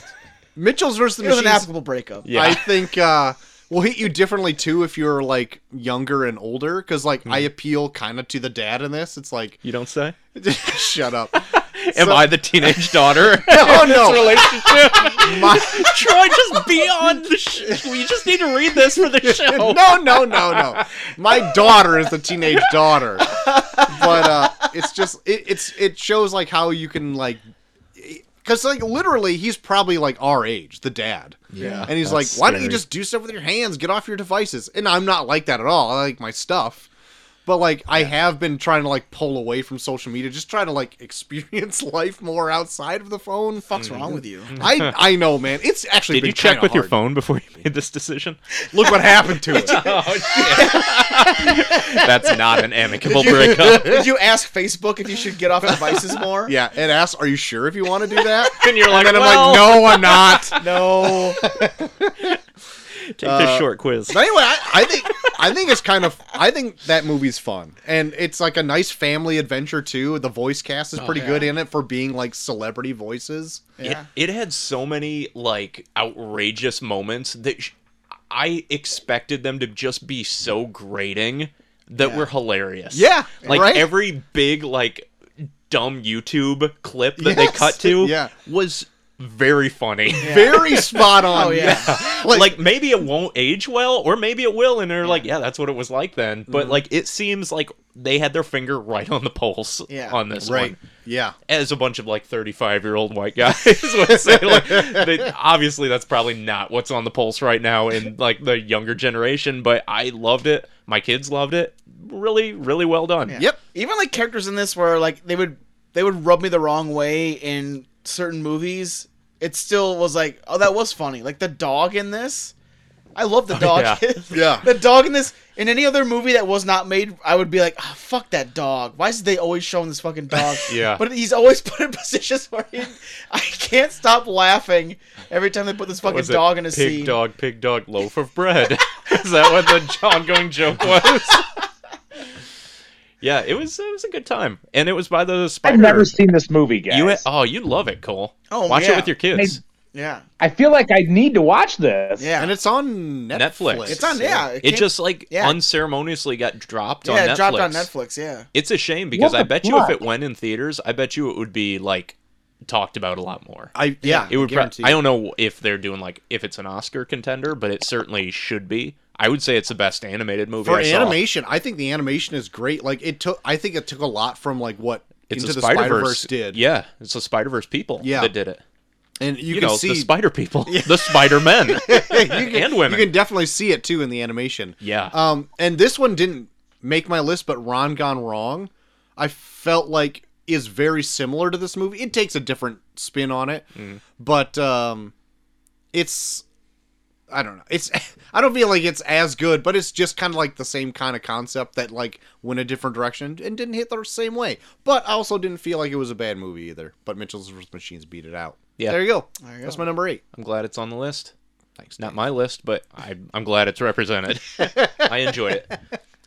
S2: Mitchell's versus the
S1: It Um, was an
S2: Machines.
S1: applicable breakup.
S3: yeah.
S2: I think uh, we'll hit you differently too if you're like younger and older, because like I appeal kind of to the dad in this. It's like,
S3: you don't say?
S2: shut up.
S3: Am
S2: So-
S3: I the teenage daughter?
S2: Oh no,
S3: relationship.
S2: My-
S3: Troy, just be on the sh- We just need to read this for the show.
S2: no, no, no, no. My daughter is the teenage daughter, but uh, it's just it, it's it shows like how you can like, because like literally he's probably like our age, the dad.
S1: Yeah.
S2: And he's like,
S3: That's
S2: "Why don't you
S3: scary.
S2: just do stuff with your hands? Get off your devices." And I'm not like that at all. I like my stuff, but like I have been trying to like pull away from social media, just try to like experience life more outside of the phone. Mm-hmm.
S1: What's wrong with you?
S2: I I know, man. It's actually
S3: Did
S2: been
S3: you check
S2: kinda
S3: with your
S2: hard.
S3: phone before you made this decision?
S2: Look what happened to it.
S3: Oh, shit. That's not an amicable breakup.
S1: Did you ask Facebook if you should get off devices more?
S2: Yeah, it asks, "Are you sure if you want to do that?"
S3: And you're like,
S2: and I'm like,
S3: well,
S2: "No, I'm not."
S1: No.
S3: Take this short quiz.
S2: But anyway, I, I think I think it's kind of I think that movie's fun, and it's like a nice family adventure too. The voice cast is pretty
S1: Oh, yeah.
S2: good in it for being like celebrity voices.
S1: Yeah.
S3: It, it had so many like outrageous moments that sh- I expected them to just be so grating that were hilarious.
S2: Yeah,
S3: like
S2: right?
S3: every big like dumb YouTube clip that they
S2: Yes,
S3: cut to
S2: yeah.
S3: was very funny.
S2: Very spot on.
S1: Oh yeah.
S3: like, maybe it won't age well, or maybe it will, and they're like, yeah, that's what it was like then.
S2: Mm-hmm.
S3: But like it seems like they had their finger right on the pulse
S1: Yeah.
S3: on this
S2: Right.
S3: one.
S2: Yeah.
S3: As a bunch of like thirty-five-year-old white guys would say, like, they, obviously that's probably not what's on the pulse right now in like the younger generation. But I loved it. My kids loved it. Really, really well done.
S1: Yeah.
S2: Yep.
S1: Even like characters in this where like they would they would rub me the wrong way in certain movies. It still was like, oh, that was funny. Like the dog in this, I love the dog.
S3: Oh, yeah.
S2: Yeah.
S1: the dog in this. In any other movie that was not made, I would be like, oh, fuck that dog. Why is they always showing this fucking dog?
S3: Yeah.
S1: But he's always put in positions where he, I can't stop laughing every time they put this fucking
S3: Was it
S1: dog in a
S3: pig
S1: scene.
S3: dog, pig dog, loaf of bread. Is that what the ongoing joke was? yeah, it was. It was a good time, and it was by the spider.
S4: I've never seen this movie, guys.
S3: You, oh, you'd love it, Cole.
S1: Oh,
S3: watch
S1: yeah.
S3: it with your kids.
S1: Yeah.
S4: I feel like I need to watch this.
S1: Yeah.
S2: And it's on Netflix.
S3: Netflix.
S1: It's on, yeah. It,
S3: It
S1: came-
S3: just like
S1: yeah.
S3: unceremoniously got dropped
S1: yeah,
S3: on Netflix.
S1: it dropped on Netflix, yeah.
S3: It's a shame because
S4: What
S3: I
S4: the
S3: bet you if
S4: fuck?
S3: it went in theaters, I bet you it would be like talked about a lot more.
S2: I yeah.
S3: it would.
S2: I
S3: Pro-
S2: guarantee
S3: I
S2: you.
S3: don't know if they're doing like if it's an Oscar contender, but it certainly should be. I would say it's the best animated movie
S2: for
S3: I saw.
S2: animation, I think the animation is great. Like it took, I think it took a lot from like what
S3: It's
S2: Into
S3: a
S2: the Spider
S3: Spider-Verse.
S2: Verse did.
S3: Yeah, it's the Spider Verse people
S2: Yeah.
S3: that did it.
S2: and you,
S3: You,
S2: can
S3: know,
S2: see
S3: the Spider people, the Spider Men,
S2: you can,
S3: and women.
S2: You can definitely see it too in the animation.
S3: Yeah.
S2: Um, and this one didn't make my list, but Ron Gone Wrong, I felt like is very similar to this movie. It takes a different spin on it,
S3: Mm.
S2: but um, it's I don't know. It's I don't feel like it's as good, but it's just kind of like the same kind of concept that like went a different direction and didn't hit the same way. But I also didn't feel like it was a bad movie either. But Mitchell's vs. Machines beat it out.
S3: Yeah.
S2: There you go.
S1: There you
S2: That's
S1: go.
S2: my number eight.
S3: I'm glad it's on the list. Thanks. Not my list, but I, I'm glad it's represented. I enjoy it.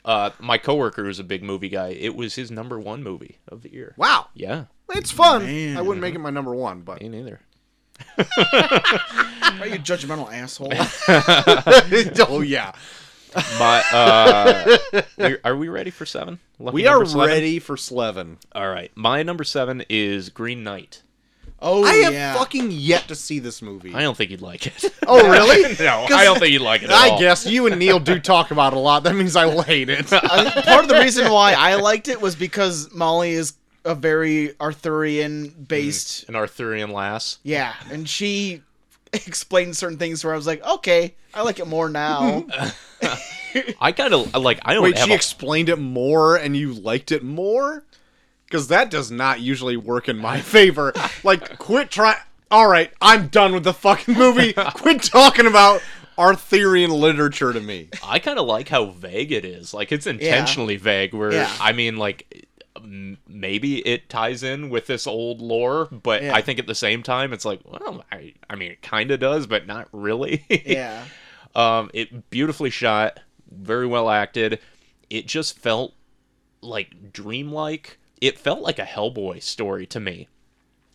S3: Uh, my coworker who's a big movie guy. It was his number one movie of the year.
S2: Wow.
S3: Yeah,
S2: It's fun.
S1: Man.
S2: I wouldn't make it my number one, but
S3: me neither.
S1: Why Are you judgmental asshole?
S2: oh yeah,
S3: My, uh, we- are we ready for seven? Lucky
S2: we are
S3: number seven?
S2: ready for Slevin.
S3: All right. My number seven is Green Knight.
S1: Oh,
S2: I have
S1: yeah.
S2: fucking yet to see this movie.
S3: I don't think you'd like it.
S2: oh really?
S3: no, I don't think you'd like it. At
S2: I
S3: all.
S2: guess you and Neil do talk about it a lot. That means I will hate it.
S1: I think part of the reason why I liked it was because Molly is a very Arthurian based.
S3: an Arthurian lass.
S1: Yeah, and she explained certain things where I was like, okay, I like it more now.
S3: I kind of like. I don't
S2: Wait,
S3: have
S2: she
S3: a
S2: explained it more, and you liked it more? Because that does not usually work in my favor. Like, quit trying. All right, I'm done with the fucking movie. quit talking about Arthurian literature to me.
S3: I kind of like how vague it is. Like it's intentionally vague. Where
S1: Yeah.
S3: I mean, like m- maybe it ties in with this old lore, but
S1: Yeah.
S3: I think at the same time, it's like, well, I, I mean, it kind of does, but not really.
S1: yeah.
S3: Um, it beautifully shot, very well acted. It just felt like dreamlike. It felt like a Hellboy story to me.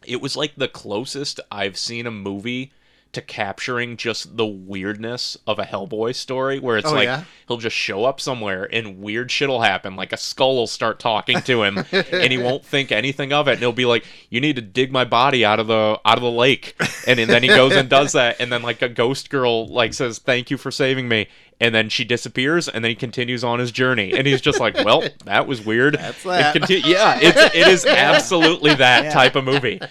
S3: It was like the closest I've seen a movie to capturing just the weirdness of a Hellboy story, where it's
S2: Oh,
S3: like
S2: yeah?
S3: he'll just show up somewhere and weird shit'll happen. Like a skull will start talking to him, and he won't think anything of it, and he'll be like, "You need to dig my body out of the out of the lake," and, and then he goes and does that, and then like a ghost girl like says, "Thank you for saving me," and then she disappears, and then he continues on his journey, and he's just like, "Well, that was weird." That's
S2: that.
S3: yeah, it's, it is absolutely that type of movie.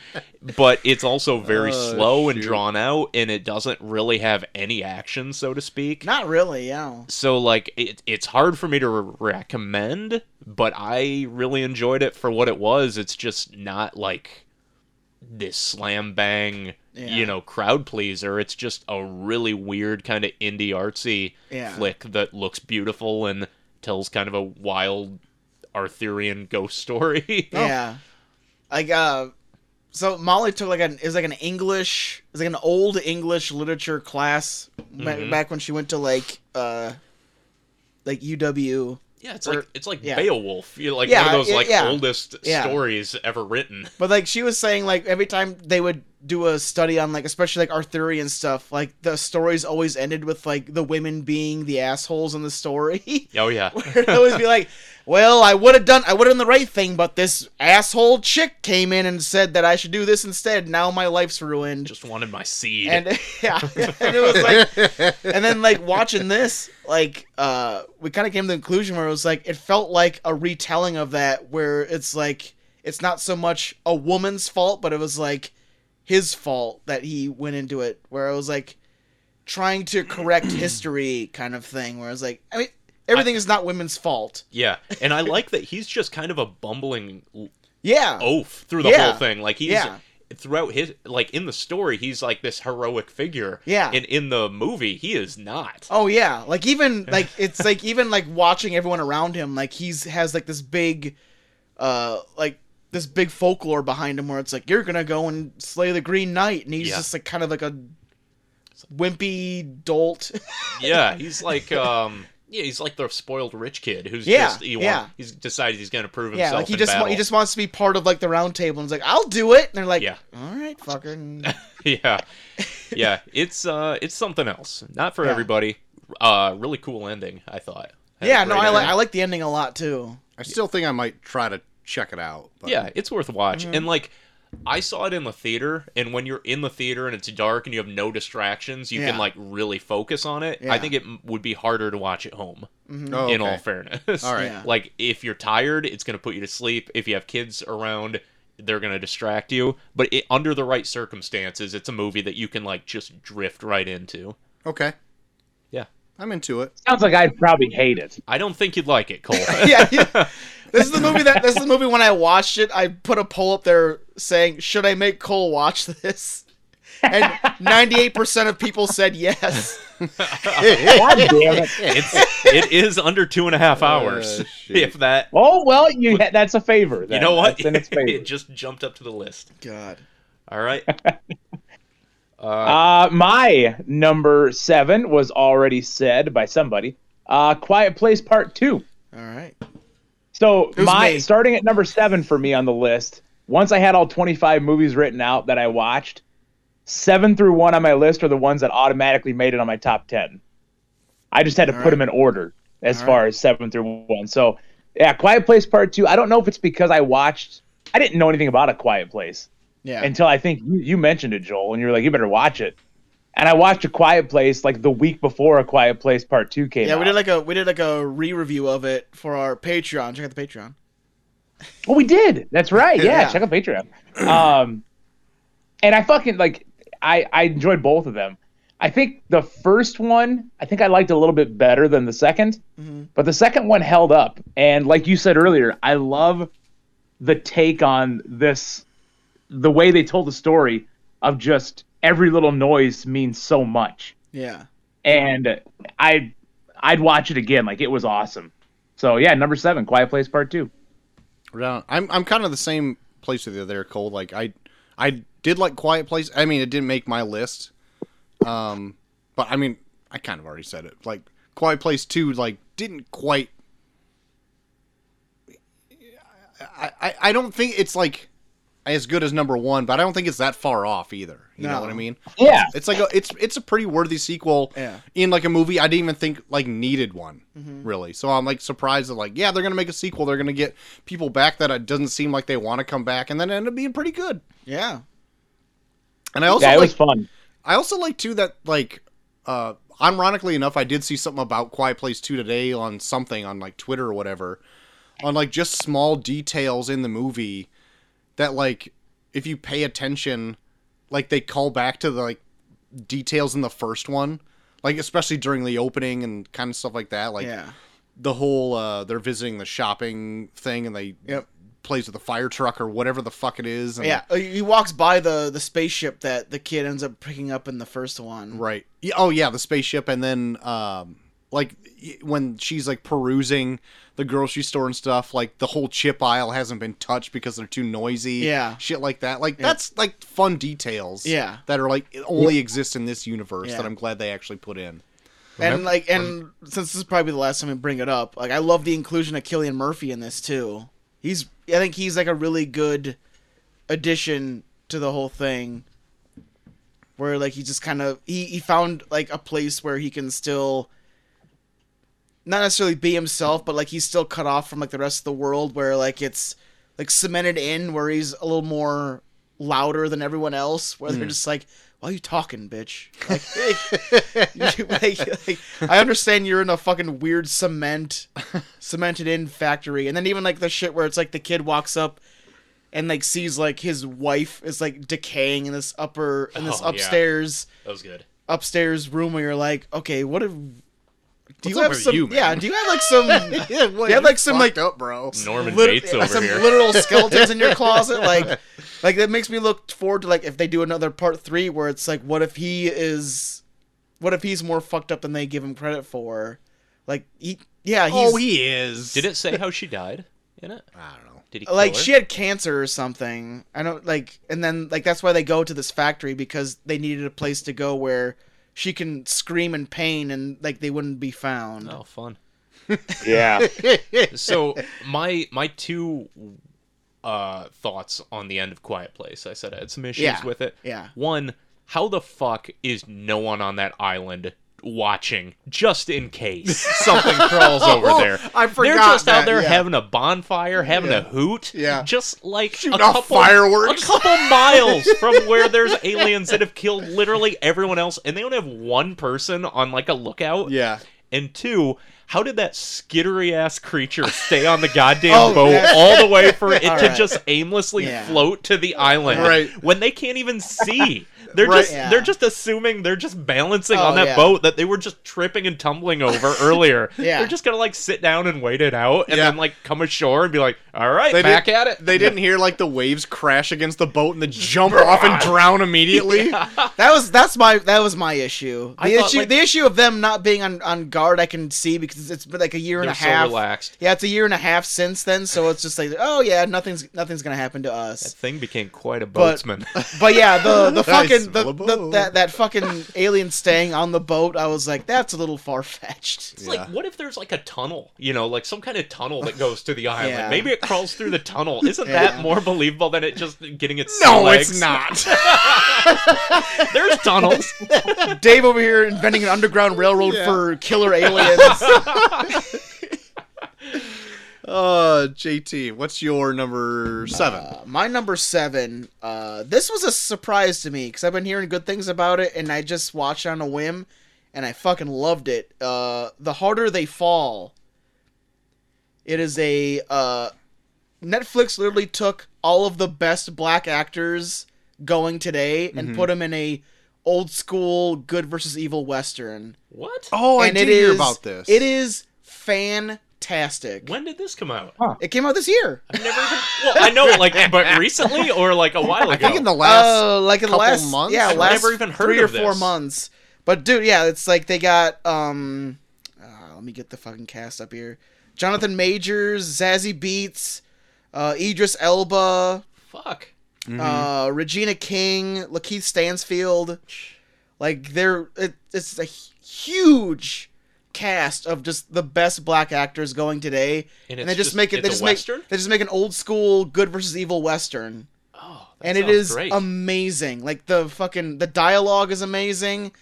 S3: But it's also very slow and drawn out, and it doesn't really have any action, so to speak.
S1: Not really, yeah.
S3: so, like, it, it's hard for me to re- recommend, but I really enjoyed it for what it was. It's just not like this slam bang,
S1: Yeah.
S3: you know, crowd pleaser. It's just a really weird kind of indie artsy
S1: Yeah.
S3: flick that looks beautiful and tells kind of a wild Arthurian ghost story.
S1: Yeah. Like uh so Molly took like an it was like an English it was like an old English literature class back- back when she went to like uh like UW.
S3: Yeah, it's
S1: Or-
S3: like it's like
S1: yeah.
S3: Beowulf. You're like
S1: Yeah,
S3: one of those
S1: yeah,
S3: like
S1: yeah.
S3: oldest
S1: Yeah.
S3: stories ever written.
S1: But like she was saying like every time they would do a study on like especially like Arthurian stuff, like the stories always ended with like the women being the assholes in the story.
S3: Oh yeah.
S1: It'd always be like, "Well, I would have done I would have done the right thing, but this asshole chick came in and said that I should do this instead. Now my life's ruined."
S3: Just wanted my seed.
S1: and yeah, and it was like, and then like watching this, like uh, we kind of came to the conclusion where it was like it felt like a retelling of that, where it's like it's not so much a woman's fault, but it was like his fault that he went into it, where it was like trying to correct history kind of thing, where it was like, I mean, everything is not women's fault.
S3: yeah. And I like that he's just kind of a bumbling l-
S1: Yeah,
S3: oaf through the
S1: Yeah.
S3: whole thing. Like he's
S1: Yeah.
S3: throughout his like in the story, he's like this heroic figure.
S1: Yeah.
S3: And in the movie, he is not.
S1: Oh yeah, like even like it's like even like watching everyone around him, like he's has like this big, uh, like this big folklore behind him where it's like you're gonna go and slay the Green Knight, and he's
S3: Yeah.
S1: just like kind of like a wimpy dolt.
S3: Yeah, he's like um yeah, he's like the spoiled rich kid who's
S1: Yeah,
S3: just he
S1: yeah.
S3: want, he's decided he's going to prove himself
S1: yeah, like he
S3: in
S1: just wa-
S3: battle.
S1: he just wants to be part of like the round table, and he's like I'll do it, and they're like,
S3: Yeah.
S1: all right, fucker. And-
S3: yeah. Yeah, it's uh it's something else. Not for
S1: Yeah.
S3: everybody. Uh really cool ending, I thought. Had a
S1: yeah, no,
S3: great
S1: I like
S3: ending.
S1: I like the ending a lot too.
S2: I still think I might try to check it out. But
S3: Yeah, it's worth a watch. And like I saw it in the theater, and when you're in the theater and it's dark and you have no distractions, you
S1: Yeah.
S3: can like really focus on it.
S1: Yeah.
S3: I think it m- would be harder to watch at home.
S2: Oh,
S3: In
S2: okay.
S3: all fairness,
S2: All right.
S1: Yeah.
S3: Like if you're tired, it's gonna put you to sleep. If you have kids around, they're gonna distract you. But it, under the right circumstances, it's a movie that you can like just drift right into.
S2: Okay.
S3: Yeah.
S2: I'm into it.
S4: Sounds like I'd probably hate it.
S3: I don't think you'd like it, Cole.
S1: yeah, yeah. This is the movie that this is the movie when I watched it, I put a poll up there saying, "Should I make Cole watch this?" And 98% of people said yes.
S4: God damn it.
S3: it's it is under two and a half hours.
S2: Uh, shit.
S3: if that
S4: Oh well, you that's a favor. Then.
S3: You know what?
S4: That's in its favor.
S3: it just jumped up to the list.
S1: God.
S3: All right.
S4: Uh, my number seven was already said by somebody. Uh, Quiet Place Part Two.
S1: All right.
S4: So
S1: was
S4: my
S1: me.
S4: starting at number seven for me on the list. Once I had all 25 movies written out that I watched, seven through one on my list are the ones that automatically made it on my top 10. I just had to put them in order as far as seven through one. So yeah, Quiet Place Part Two. I don't know if it's because I watched. I didn't know anything about A Quiet Place
S1: Yeah.
S4: until I think you, you mentioned it, Joel, and you were like, "You better watch it." And I watched A Quiet Place like the week before A Quiet Place Part Two came
S1: yeah,
S4: out.
S1: we did like a we did like a re-review of it for our Patreon. Check out the Patreon.
S4: Oh, we did. That's right. Yeah,
S1: Yeah.
S4: check out Patreon. Um, and I fucking like. I I enjoyed both of them. I think the first one I think I liked a little bit better than the 2nd but the second one held up. And like you said earlier, I love the take on this, the way they told the story of just every little noise means so much.
S1: Yeah.
S4: And I I'd watch it again. Like it was awesome. So yeah, number seven, Quiet Place Part Two.
S2: Right on. I'm I'm kind of the same place with you there, Cole. Like I I did like Quiet Place. I mean, it didn't make my list. Um, but I mean, I kind of already said it. Like Quiet Place Two, like didn't quite. I, I, I don't think it's like as good as number one, but I don't think it's that far off either. You know
S1: No.
S2: what I mean?
S4: Yeah.
S2: It's like a, it's it's a pretty worthy sequel
S1: Yeah.
S2: in like a movie I didn't even think like needed one really. So I'm like surprised that like yeah they're gonna make a sequel. They're gonna get people back that it doesn't seem like they want to come back, and then it ended up being pretty good.
S1: Yeah.
S2: And I also
S4: Yeah, it
S2: like
S4: was fun.
S2: I also like too that like uh ironically enough I did see something about Quiet Place 2 today on something on like Twitter or whatever on like just small details in the movie that like if you pay attention like they call back to the like details in the first one like especially during the opening and kind of stuff like that like
S1: Yeah.
S2: the whole uh they're visiting the shopping thing and they
S1: Yep.
S2: plays with the fire truck or whatever the fuck it is and
S1: Yeah. Uh, He walks by the the spaceship that the kid ends up picking up in the first one.
S2: Right. Yeah, oh yeah, the spaceship, and then um, like y- when she's like perusing the grocery store and stuff, like the whole chip aisle hasn't been touched because they're too noisy.
S1: Yeah.
S2: Shit like that. Like that's like fun details.
S1: Yeah.
S2: That are like only exist in this universe
S1: Yeah.
S2: that I'm glad they actually put in.
S1: And like and since this is probably the last time I bring it up, like I love the inclusion of Killian Murphy in this too. He's I think he's like a really good addition to the whole thing where like he just kind of he, he found like a place where he can still not necessarily be himself, but like he's still cut off from like the rest of the world where like it's like cemented in where he's a little more louder than everyone else where
S3: Hmm.
S1: they're just like why are you talking bitch like, you- like- like, i understand you're in a fucking weird cement cemented in factory and then even like the shit where it's like the kid walks up and like sees like his wife is like decaying in this upper in this
S3: Oh, yeah.
S1: upstairs
S3: That was good.
S1: upstairs room where you're like okay what if do you
S2: up
S1: have
S2: with
S1: some
S2: you, man?
S1: yeah do you have like some
S2: Yeah, boy,
S1: They had,
S2: you
S1: like, some,
S2: fucked
S1: like-
S2: up, bro.
S3: Norman
S1: Lit-
S3: Bates over
S1: some
S3: here.
S1: literal skeletons in your closet. Like, like that makes me look forward to like if they do another part three where it's like, what if he is, what if he's more fucked up than they give him credit for? Like, he, yeah, he's
S2: oh, he is.
S3: Did it say how she died in it?
S2: I don't know.
S3: Did he
S1: like
S3: kill her?
S1: she had cancer or something. I don't like, and then like that's why they go to this factory because they needed a place to go where she can scream in pain and like they wouldn't be found.
S3: Oh, fun.
S4: Yeah.
S3: so my my two uh thoughts on the end of Quiet Place. I said I had some issues
S1: Yeah,
S3: with it.
S1: yeah.
S3: One, how the fuck is no one on that island watching just in case something crawls over
S2: Oh,
S3: there?
S2: I
S3: They're
S2: forgot
S3: just out
S2: that,
S3: there
S2: yeah.
S3: having a bonfire, having a hoot.
S2: Yeah.
S3: Just like
S2: Shooting
S3: a
S2: off
S3: couple,
S2: fireworks.
S3: A couple miles from where there's aliens that have killed literally everyone else and they only have one person on like a lookout.
S2: Yeah.
S3: And two, how did that skittery ass creature stay on the goddamn
S1: Oh,
S3: boat
S1: yeah.
S3: all the way for it
S1: All
S3: to
S1: right.
S3: just aimlessly
S1: Yeah.
S3: float to the island
S2: Right.
S3: when they can't even see? They're
S2: Right.
S3: just
S1: Yeah.
S3: they're just assuming they're just balancing
S1: Oh,
S3: on that
S1: yeah.
S3: boat that they were just tripping and tumbling over earlier.
S1: Yeah.
S3: They're just gonna like sit down and wait it out and
S2: Yeah.
S3: then like come ashore and be like, All right,
S2: They
S3: back
S2: did-
S3: at it.
S2: They didn't hear like the waves crash against the boat and then jump off and drown immediately.
S1: That was that's my that was my issue.
S3: I
S1: The
S3: thought,
S1: issue
S3: like-
S1: the issue of them not being on, on guard I can see because it's been like a year and
S3: They're
S1: a
S3: so
S1: half.
S3: relaxed.
S1: Yeah, it's a year and a half since then, so it's just like oh yeah, nothing's nothing's gonna happen to
S3: That
S1: us.
S3: thing became quite a
S1: But-
S3: boatsman.
S1: But yeah, the the
S2: I
S1: fucking the,
S2: smell a
S1: the,
S2: boat.
S1: that that fucking alien staying on the boat, I was like, that's a little far fetched.
S3: It's
S2: Yeah.
S3: like, what if there's like a tunnel, you know, like some kind of tunnel that goes to the island?
S1: Yeah.
S3: Maybe it crawls through the tunnel. Isn't that
S1: Yeah.
S3: more believable than it just getting its
S2: no,
S3: legs?
S2: it's not.
S3: There's tunnels.
S1: Dave over here inventing an underground railroad
S2: Yeah.
S1: for killer aliens.
S2: Uh, JT, what's your number seven?
S1: Uh, my number seven. Uh, this was a surprise to me because I've been hearing good things about it, and I just watched on a whim, and I fucking loved it. Uh, the harder they fall. It is a uh, Netflix literally took all of the best black actors going today
S2: Mm-hmm.
S1: and put 'em put them in a old school good versus evil western.
S3: what?
S2: oh, I
S1: and
S2: did
S1: it
S2: hear
S1: is-
S2: about this.
S1: It is fantastic.
S3: When did this come out?
S1: It came out this year.
S3: I've never even. Well, I know, like, but recently or like a while ago.
S2: I think in the last.
S1: uh, like in the
S2: couple
S1: last
S2: months?
S1: yeah
S2: I've
S1: last
S3: never even heard
S1: three
S3: of
S1: or four
S3: this.
S1: months but dude yeah it's like they got um uh, let me get the fucking cast up here jonathan majors zazzy beats uh, idris elba
S3: Fuck. Mm-hmm.
S1: uh, regina king lakeith stansfield like they're it, it's a hu- huge cast of just the best black actors going today and,
S3: And it's
S1: they just,
S3: just-
S1: make it they
S3: it's
S1: just
S3: a
S1: make
S3: Western?
S1: they just make an old school good versus evil western
S3: Oh, that
S1: and it
S3: sounds
S1: is um,
S3: great.
S1: amazing. Like the fucking the dialogue is amazing.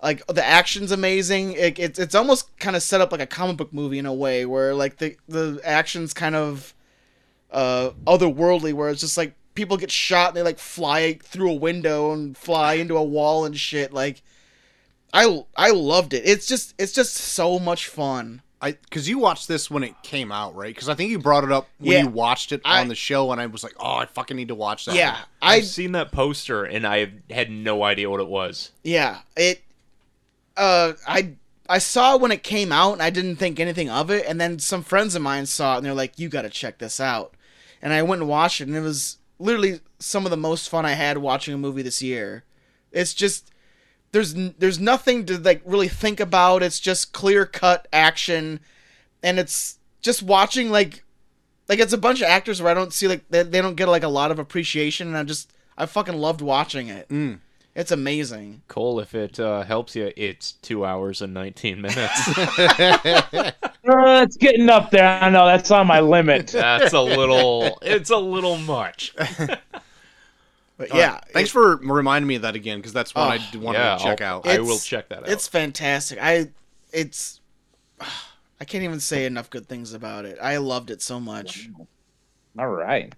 S1: Like the action's amazing. It, it's it's almost kind of set up like a comic book movie in a way where like the the action's kind of uh otherworldly where it's just like people get shot and they like fly through a window and fly into a wall and shit like I I loved it. It's just it's just so much fun.
S2: I because you watched this when it came out, right? Because I think you brought it up when
S1: Yeah.
S2: you watched it
S1: I-
S2: on the show, and I was like, "Oh, I fucking need to watch that."
S1: Yeah.
S3: I've
S1: I
S3: seen that poster and I had no idea what it was.
S1: Yeah, it. Uh, I I saw it when it came out, and I didn't think anything of it. And then some friends of mine saw it, and they're like, "You got to check this out." And I went and watched it, and it was literally some of the most fun I had watching a movie this year. It's just there's n- there's nothing to like really think about. It's just clear cut action, and it's just watching like like it's a bunch of actors where I don't see like they, they don't get like a lot of appreciation, and I just I fucking loved watching it. It's amazing.
S3: Cole, if it uh, helps you, it's two hours and 19 minutes.
S4: Uh, it's getting up there. I know that's on my limit.
S3: That's a little. It's a little much.
S1: But
S2: All
S1: yeah,
S2: right. Thanks
S1: it-
S2: for reminding me of that again because that's one I
S1: Oh,
S2: d- wanted
S3: yeah,
S2: to check
S3: I'll-
S2: out.
S3: I
S1: It's-
S3: will check that out.
S1: It's fantastic. I it's I can't even say enough good things about it. I loved it so much.
S4: All right.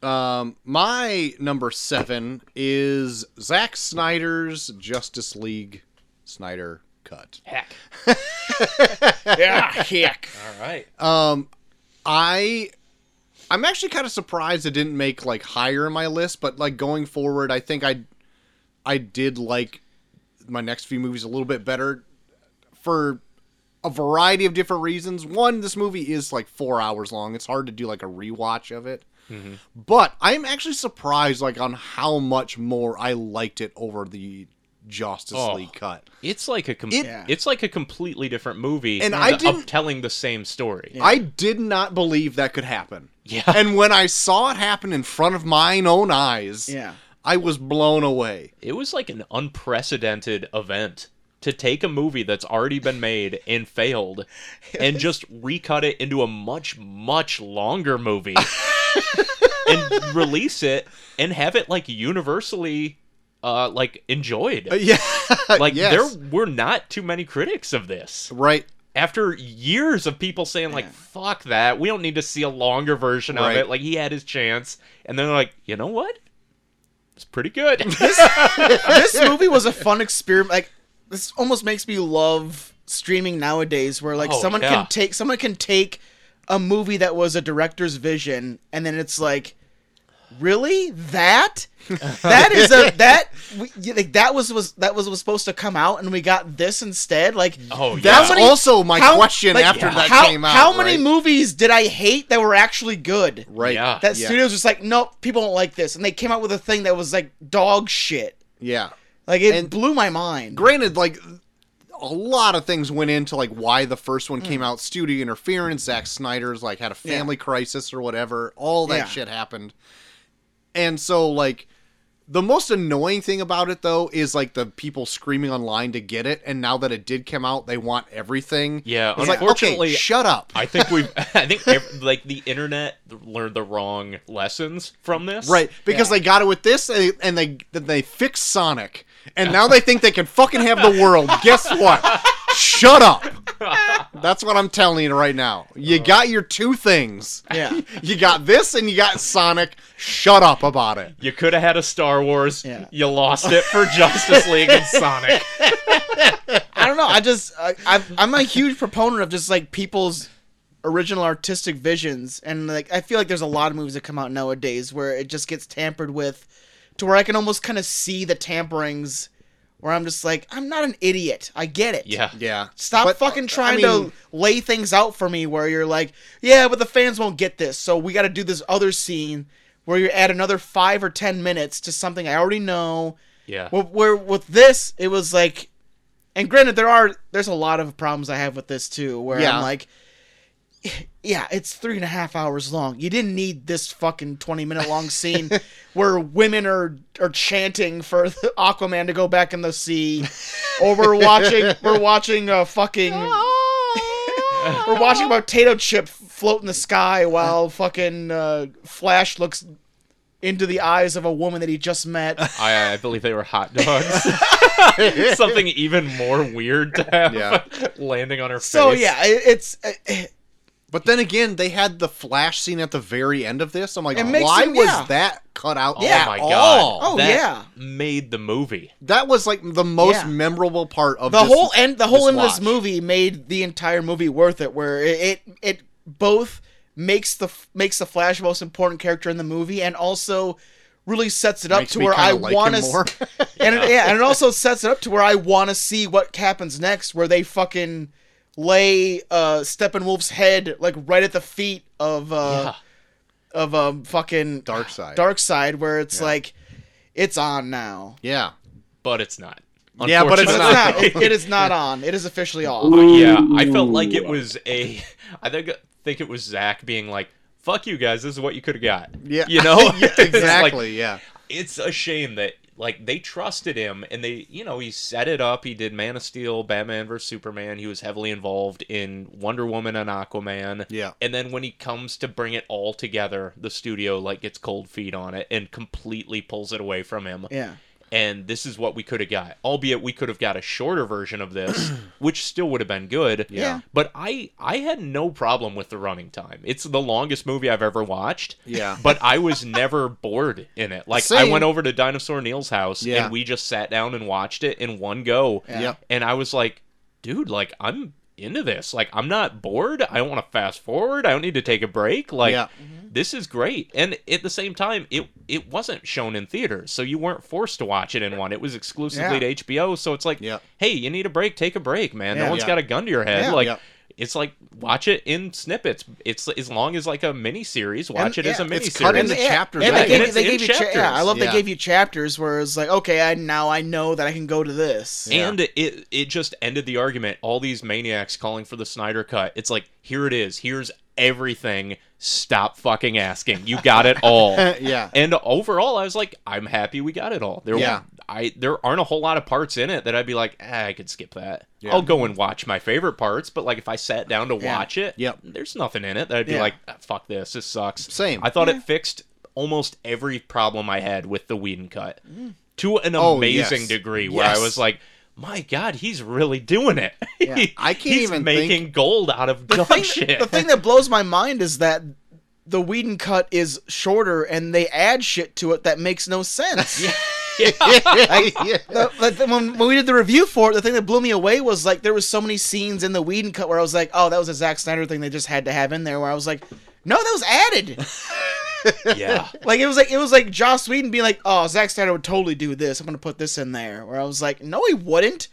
S2: Um, my number seven is Zack Snyder's Justice League Snyder cut.
S3: heck.
S1: yeah, Ah, heck.
S3: All right.
S2: Um, I I'm actually kind of surprised it didn't make like higher in my list, but like going forward, I think I I did like my next few movies a little bit better for a variety of different reasons. One, this movie is like four hours long. It's hard to do like a rewatch of it. But I'm actually surprised like on how much more I liked it over the Justice
S3: Oh.
S2: League cut.
S3: It's like a com-
S2: It-
S1: Yeah.
S3: it's like a completely different movie,
S2: And
S3: the-
S2: I
S3: of
S2: didn't-
S3: telling the same story.
S1: Yeah.
S2: I did not believe that could happen.
S3: Yeah.
S2: and when I saw it happen in front of mine own eyes,
S1: Yeah.
S2: I was blown away.
S3: It was like an unprecedented event to take a movie that's already been made and failed and just recut it into a much much longer movie and release it and have it like universally uh like enjoyed.
S2: Uh, yeah,
S3: Like
S2: yes.
S3: there were not too many critics of this.
S2: right.
S3: After years of people saying like
S1: Yeah.
S3: fuck that, we don't need to see a longer version
S2: Right.
S3: of it. Like he had his chance and then they're like, "You know what? It's pretty good."
S1: this movie was a fun experiment. Like this almost makes me love streaming nowadays, where like
S3: Oh,
S1: someone
S3: yeah.
S1: can take someone can take a movie that was a director's vision, and then it's like, really that that is a that we, you- like that was was that was was supposed to come out, and we got this instead. Like
S3: Oh,
S1: how
S3: yeah.
S2: That's also my question
S1: like,
S2: after that
S1: how-
S2: came out.
S1: How many
S2: right?
S1: movies did I hate that were actually good?
S2: Right.
S3: Yeah.
S1: That
S2: yeah.
S1: studio was just like, nope, people don't like this, and they came out with a thing that was like dog shit.
S2: Yeah.
S1: Like it
S2: And-
S1: blew my mind.
S2: Granted, like a lot of things went into like why the first one came out. Studio interference. Zack Snyder's like had a
S1: Mm. Yeah.
S2: family crisis or whatever. All that
S1: Yeah.
S2: shit happened. And so like the most annoying thing about it though is like the people screaming online to get it and now that it did come out they want everything.
S3: Yeah,
S2: It's like
S3: unfortunately,
S2: okay, shut up.
S3: I think we've. I think ev- like the internet learned the wrong lessons from this.
S2: right, because they got it with this and and they then they fixed Sonic and now they think they can fucking have the world. Guess what? shut up. That's what I'm telling you right now. You got your two things.
S1: Uh. Yeah.
S2: You got this and you got Sonic. Shut up about it.
S3: You could have had a Star Wars.
S1: Yeah.
S3: You lost it for Justice League and Sonic.
S1: I don't know. I just I, I've, I'm a huge proponent of just like people's original artistic visions, and like I feel like there's a lot of movies that come out nowadays where it just gets tampered with, to where I can almost kind of see the tamperings, where I'm just like, I'm not an idiot. I get it.
S3: Yeah.
S2: Yeah.
S1: Stop
S2: But,
S1: fucking trying
S2: I mean-
S1: to lay things out for me where you're like, yeah, but the fans won't get this, so we got to do this other scene where you add another five or ten minutes to something I already know.
S3: Yeah.
S1: Well, where with this, it was like, and granted, there are there's a lot of problems I have with this too, where
S2: Yeah.
S1: I'm like, yeah, it's three and a half hours long. You didn't need this fucking twenty minute long scene where women are are chanting for the Aquaman to go back in the sea, or we're watching we're watching a fucking. We're watching a potato chip float in the sky while fucking uh, Flash looks into the eyes of a woman that he just met.
S3: I, I believe they were hot dogs. Something even more weird to have
S2: Yeah.
S3: landing on her
S1: So
S3: face.
S1: yeah, it, it's it,
S2: But then again, they had the flash scene at the very end of this. I'm like,
S1: It makes
S2: why
S1: it-
S2: was
S1: yeah.
S2: that cut out?
S3: Oh
S2: at
S3: my
S2: all?
S3: god.
S1: Oh,
S3: That
S1: yeah.
S3: Made the movie.
S2: That was like the most
S1: Yeah.
S2: memorable part of
S1: the
S2: this-
S1: whole end the whole
S2: this
S1: end of this
S2: watch.
S1: movie made the entire movie worth it. Where it it, it both makes the makes the Flash the most important character in the movie, and also really sets it up
S2: Makes
S1: to
S2: me
S1: where
S2: kinda
S1: I
S2: like
S1: want
S2: him more.
S1: to, and it, yeah, and it also sets it up to where I want to see what happens next, where they fucking lay uh Steppenwolf's head like right at the feet of uh of um fucking
S2: dark side.
S1: dark side where it's like it's on now.
S2: Yeah.
S3: But it's not.
S2: Yeah, but it's
S1: But
S3: Unfortunately.
S2: not.
S1: it's not. It, it is not on. It is officially off.
S3: Yeah, I felt like it was a. I think think it was Zach being like, "Fuck you guys, this is what you could have got."
S2: Yeah.
S3: you know,
S2: Yeah,
S3: It's like,
S2: exactly. yeah.
S3: it's a shame that Like they trusted him, and they, you know, he set it up. He did Man of Steel, Batman vs Superman. He was heavily involved in Wonder Woman and Aquaman.
S2: Yeah.
S3: And then when he comes to bring it all together, the studio like gets cold feet on it and completely pulls it away from him
S1: Yeah.
S3: and this is what we could have got. Albeit we could have got a shorter version of this, which still would have been good.
S1: Yeah.
S3: But I I had no problem with the running time. It's the longest movie I've ever watched.
S2: Yeah.
S3: But I was never bored in it. Like I
S2: Same.
S3: went over to Dinosaur Neil's house
S2: Yeah.
S3: and we just sat down and watched it in one go.
S1: Yeah.
S2: Yep.
S3: And I was like, dude, like I'm into this. Like I'm not bored. I don't want to fast forward. I don't need to take a break. Like
S2: Yeah.
S3: this is great. And at the same time, it it wasn't shown in theaters, so you weren't forced to watch it in one. It was exclusively
S1: Yeah.
S3: to HBO, so it's like,
S2: Yeah.
S3: hey, you need a break, take a break, man.
S1: Yeah.
S3: no one's
S2: Yeah.
S3: got a gun to your head.
S1: Yeah.
S3: like
S2: Yeah.
S3: it's like watch it in snippets. It's as long as like a mini series, watch
S1: And-
S3: it as a
S1: yeah,
S3: mini
S2: it's cut
S3: series.
S2: into
S1: And- yeah,
S2: chapters.
S1: and
S3: right?
S1: they
S3: And
S1: gave,
S3: it's
S1: they
S3: in
S1: gave you cha- yeah, I
S3: chapters.
S1: love
S2: Yeah.
S1: they gave you chapters where it's like, okay, I now I know that I can go to this.
S2: Yeah.
S3: And it it just ended the argument. All these maniacs calling for the Snyder cut. It's like here it is. Here's everything. Stop fucking asking. You got it all.
S2: yeah.
S3: And overall, I was like, I'm happy we got it all. There,
S2: Yeah.
S3: I there aren't a whole lot of parts in it that I'd be like, ah, I could skip that.
S2: Yeah.
S3: I'll go and watch my favorite parts, but like if I sat down to
S1: Yeah.
S3: watch it,
S2: Yep.
S3: there's nothing in it that I'd be
S1: Yeah.
S3: like, ah, fuck this, this sucks.
S2: Same.
S3: I thought it fixed almost every problem I had with the Whedon cut to an
S2: Oh,
S3: amazing
S2: yes.
S3: degree, where
S2: Yes.
S3: I was like. My God, he's really doing it.
S2: I can't
S3: he's
S2: even
S3: making
S2: think-
S3: gold out of
S1: the
S3: dog
S1: thing,
S3: shit.
S1: the thing that blows my mind is that the Whedon cut is shorter and they add shit to it that makes no sense.
S2: yeah.
S1: The- like, the- when, when we did the review for it, the thing that blew me away was like there was so many scenes in the Whedon cut where I was like, oh, that was a Zack Snyder thing they just had to have in there. Where I was like, no, that was added.
S3: yeah,
S1: like it was like it was like Joss Whedon being like, oh, Zack Snyder would totally do this. I'm gonna put this in there. Where I was like, no, he wouldn't.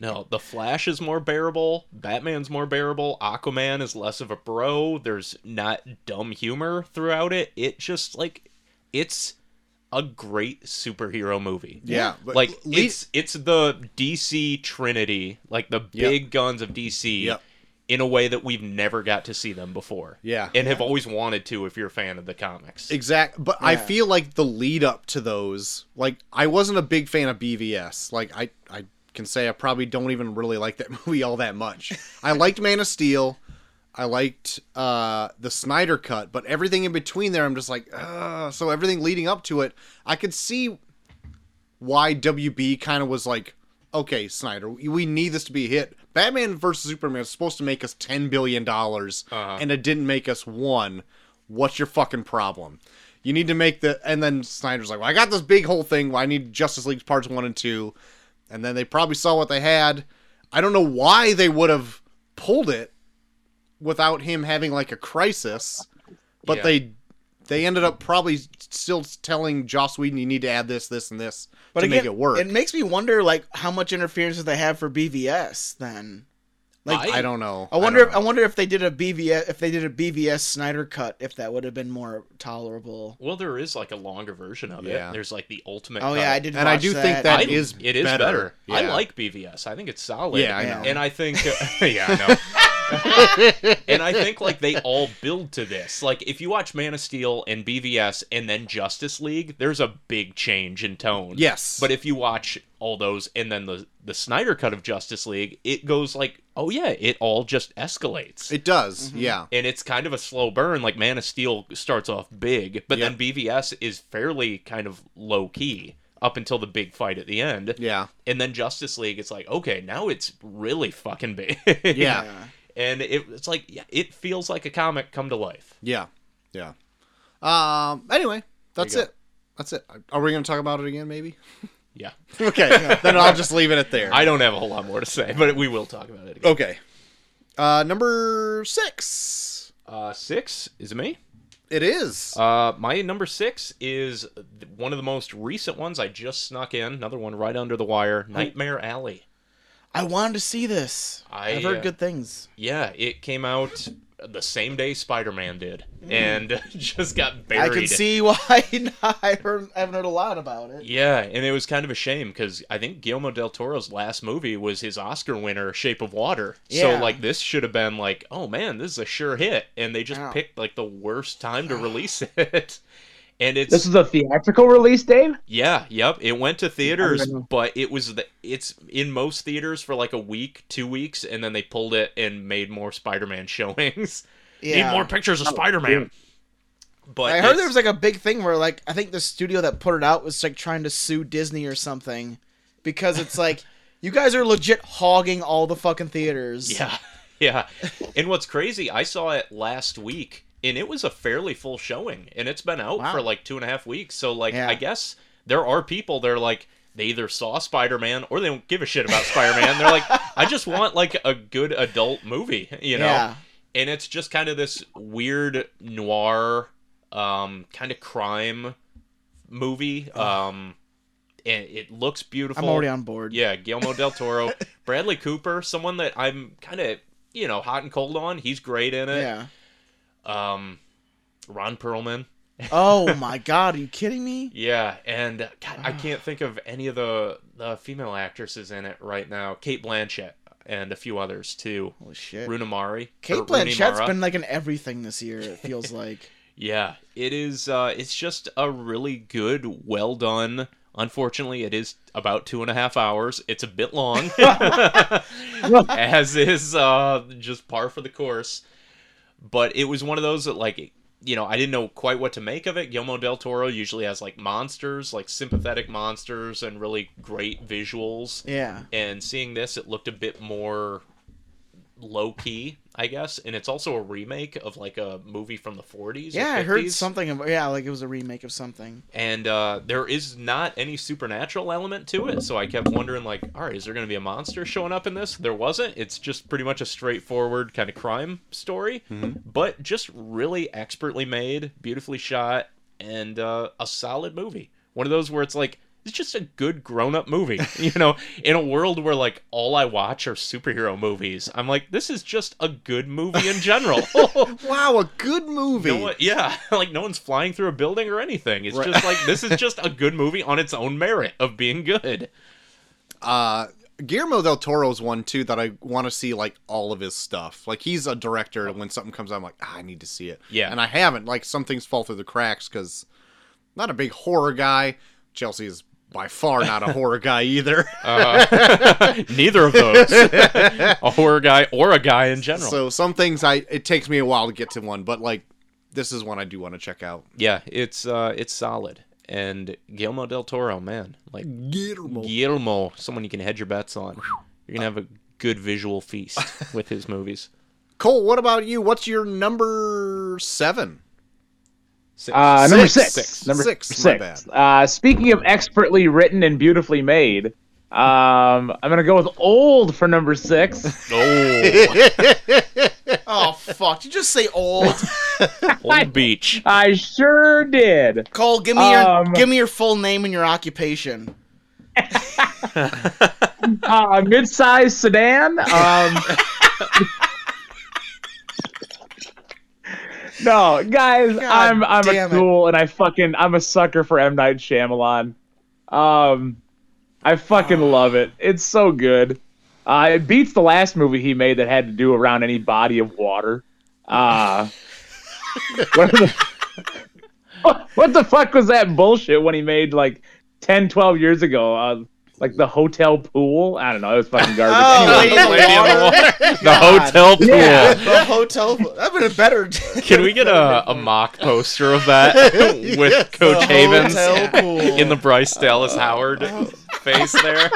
S3: No, the Flash is more bearable. Batman's more bearable. Aquaman is less of a bro. There's not dumb humor throughout it. It just like it's a great superhero movie.
S2: Yeah, but
S3: like
S2: le-
S3: it's it's the DC Trinity, like the
S2: Yep.
S3: big guns of DC.
S2: Yep.
S3: In a way that we've never got to see them before.
S2: Yeah.
S3: And have always wanted to if you're a fan of the comics.
S2: Exact, but I
S1: Yeah.
S2: feel like the lead up to those, like I wasn't a big fan of BVS. Like I, I can say I probably don't even really like that movie all that much. I liked Man of Steel, I liked uh the Snyder cut, but everything in between there, I'm just like, Ugh. so everything leading up to it, I could see why WB kind of was like, okay, Snyder, we we need this to be a hit. Batman versus Superman is supposed to make us ten billion dollars, and it didn't make us one. What's your fucking problem? You need to make the and then Snyder's like, well, I got this big whole thing. Well, I need Justice League parts one and two, and then they probably saw what they had. I don't know why they would have pulled it without him having like a crisis, but
S3: Yeah.
S2: they they ended up probably still telling Joss Whedon you need to add this, this, and this
S1: But
S2: to
S1: again,
S2: make it work.
S1: It makes me wonder like how much interference do they have for BVS then.
S2: like I, don't know.
S1: I wonder.
S2: don't
S1: if,
S2: know.
S1: I wonder if they did a BVS. If they did a BVS Snyder cut, if that would have been more tolerable.
S3: Well, there is like a longer version of
S2: Yeah.
S3: it. There's like the ultimate.
S1: Oh
S3: cut.
S1: yeah, I did.
S2: And I
S1: watch
S2: do think that-
S3: I-
S2: is
S3: it is
S2: better.
S3: better. I
S2: Yeah.
S3: like BVS. I think it's solid.
S2: Yeah, I know.
S3: And I think yeah, I know. and I think like they all build to this. Like if you watch Man of Steel and BVS and then Justice League, there's a big change in tone.
S2: Yes.
S3: But if you watch all those and then the the Snyder cut of Justice League, it goes like, oh yeah, it all just escalates
S2: it does. Yeah.
S3: and it's kind of a slow burn. Like Man of Steel starts off big, but
S2: Yeah.
S3: then BVS is fairly kind of low key up until the big fight at the end.
S2: Yeah.
S3: And then Justice League, it's like okay, now it's really fucking big.
S2: Yeah.
S1: Yeah.
S3: And it, it's like yeah, it feels like a comic come to life.
S2: Yeah. Yeah. Um. Anyway, that's
S3: you go.
S2: it. That's it. Are we gonna talk about it again? Maybe.
S3: Yeah,
S2: Okay. then I'll just leave it at there.
S3: I don't have a whole lot more to say, but we will talk about it. Again.
S2: okay. Uh, number six.
S3: Uh, six is it me.
S2: It is.
S3: Uh, my number six is th- one of the most recent ones I just snuck in. Another one right under the wire. Nightmare Alley.
S1: I wanted to see this. I,
S3: I,
S1: have heard
S3: uh,
S1: good things.
S3: Yeah, it came out the same day Spider-Man did, and just got
S1: I
S3: buried.
S1: can see why. I heard. I haven't heard a lot about it.
S3: Yeah, and it was kind of a shame because I think Guillermo del Toro's last movie was his Oscar winner, Shape of Water.
S1: Yeah.
S3: So like this should have been like, oh man, this is a sure hit, and they just
S1: Ow.
S3: picked like the worst time to release it. and it's
S4: This is a theatrical release, Dave.
S3: yeah, yep. It went to theaters,
S1: know.
S3: but it was the it's in most theaters for like a week, two weeks, and then they pulled it and made more Spider-Man showings. Need more pictures of Spider-Man. But
S1: I heard
S3: it's-
S1: there was like a big thing where like I think the studio that put it out was like trying to sue Disney or something because it's like you guys are legit hogging all the fucking theaters.
S3: Yeah, yeah. And what's crazy, I saw it last week, and it was a fairly full showing, and it's been out
S1: Wow.
S3: for like two and a half weeks. So like,
S1: Yeah.
S3: I guess there are people that are like they either saw Spider Man or they don't give a shit about Spider Man. They're like, I just want like a good adult movie, you know.
S1: Yeah.
S3: And it's just kind of this weird noir, um, kind of crime movie. Um, and it looks beautiful.
S1: I'm already on board.
S3: Yeah, Guillermo del Toro, Bradley Cooper, someone that I'm kind of you know hot and cold on. He's great in it.
S1: Yeah.
S3: Um, Ron Perlman.
S1: Oh my god, are you kidding me?
S3: Yeah, and God,
S1: Ah.
S3: I can't think of any of the the female actresses in it right now. Kate Blanchett and a few others too.
S1: Holy shit.
S3: Rooney Mara.
S1: Kate
S3: or Rooney
S1: Blanchett's
S3: Mara.
S1: been like in everything this year, it feels like.
S3: Yeah, it is. Uh, it's just a really good, well done. Unfortunately, it is about two and a half hours. It's a bit long, as is uh, just par for the course. But it was one of those that, like, you know, I didn't know quite what to make of it. Guillermo del Toro usually has like monsters, like sympathetic monsters, and really great visuals
S1: Yeah.
S3: and seeing this it looked a bit more low key i guess and it's also a remake of like a movie from the 40s or
S1: Yeah, I heard
S3: 50s.
S1: something of yeah, like it was a remake of something.
S3: and uh, there is not any supernatural element to it so i kept wondering like all right is there going to be a monster showing up in this there wasn't it's just pretty much a straightforward kind of crime story but just really expertly made beautifully shot and uh, a solid movie one of those where it's like it's just a good grown-up movie you know in a world where like all i watch are superhero movies i'm like this is just a good movie in general
S2: Wow, a good movie.
S3: no one, yeah, like no one's flying through a building or anything. It's just like this is just a good movie on its own merit of being good.
S2: uh Guillermo del Toro's one too that I want to see like all of his stuff. Like he's a director and when something comes out I'm like, ah, I need to see it.
S3: Yeah.
S2: And I haven't. Like some things fall through the cracks cuz not a big horror guy. Chelsea is by far not a horror guy either.
S3: Uh, Neither of those, a horror guy or a guy in general.
S2: so some things I it takes me a while to get to one, but like this is one I do want to check out.
S3: yeah, it's uh, it's solid. And Guillermo del Toro, man, like
S2: Guillermo.
S3: Guillermo, someone you can hedge your bets on. You're gonna have a good visual feast with his movies.
S2: Cole, what about you? What's your number 7?
S3: Six.
S4: Uh, number
S2: Six.
S4: six.
S2: Six.
S4: Number
S2: Six,
S4: six.
S2: my
S4: Uh, speaking of expertly written and beautifully made, um, I'm gonna go with old for number six.
S3: oh,
S1: Oh fuck, you just say old.
S3: Old Beach.
S4: I sure did.
S1: Cole, give me your
S4: Um,
S1: give me your full name and your occupation.
S4: Uh, mid-sized sedan. Um, no, guys, I'm I'm a
S1: damn it.
S4: tool, and I fucking I'm a sucker for M Night Shyamalan. Um, I fucking
S1: Ah.
S4: love it. It's so good. Uh, it beats the last movie he made that had to do around any body of water. Uh, what, the, what the fuck was that bullshit when he made like 10, 12 years ago? Uh, like the hotel pool? I don't know. It was fucking garbage.
S1: Oh, Lady in
S4: Anyway,
S1: the
S3: Lady in the
S1: Water.
S3: Water. The
S1: God.
S3: hotel pool.
S4: Yeah.
S1: the hotel. That'd been a better.
S3: Can we get a, a mock poster of that with Coach Havens
S1: hotel pool.
S3: in the Bryce Dallas Howard face there?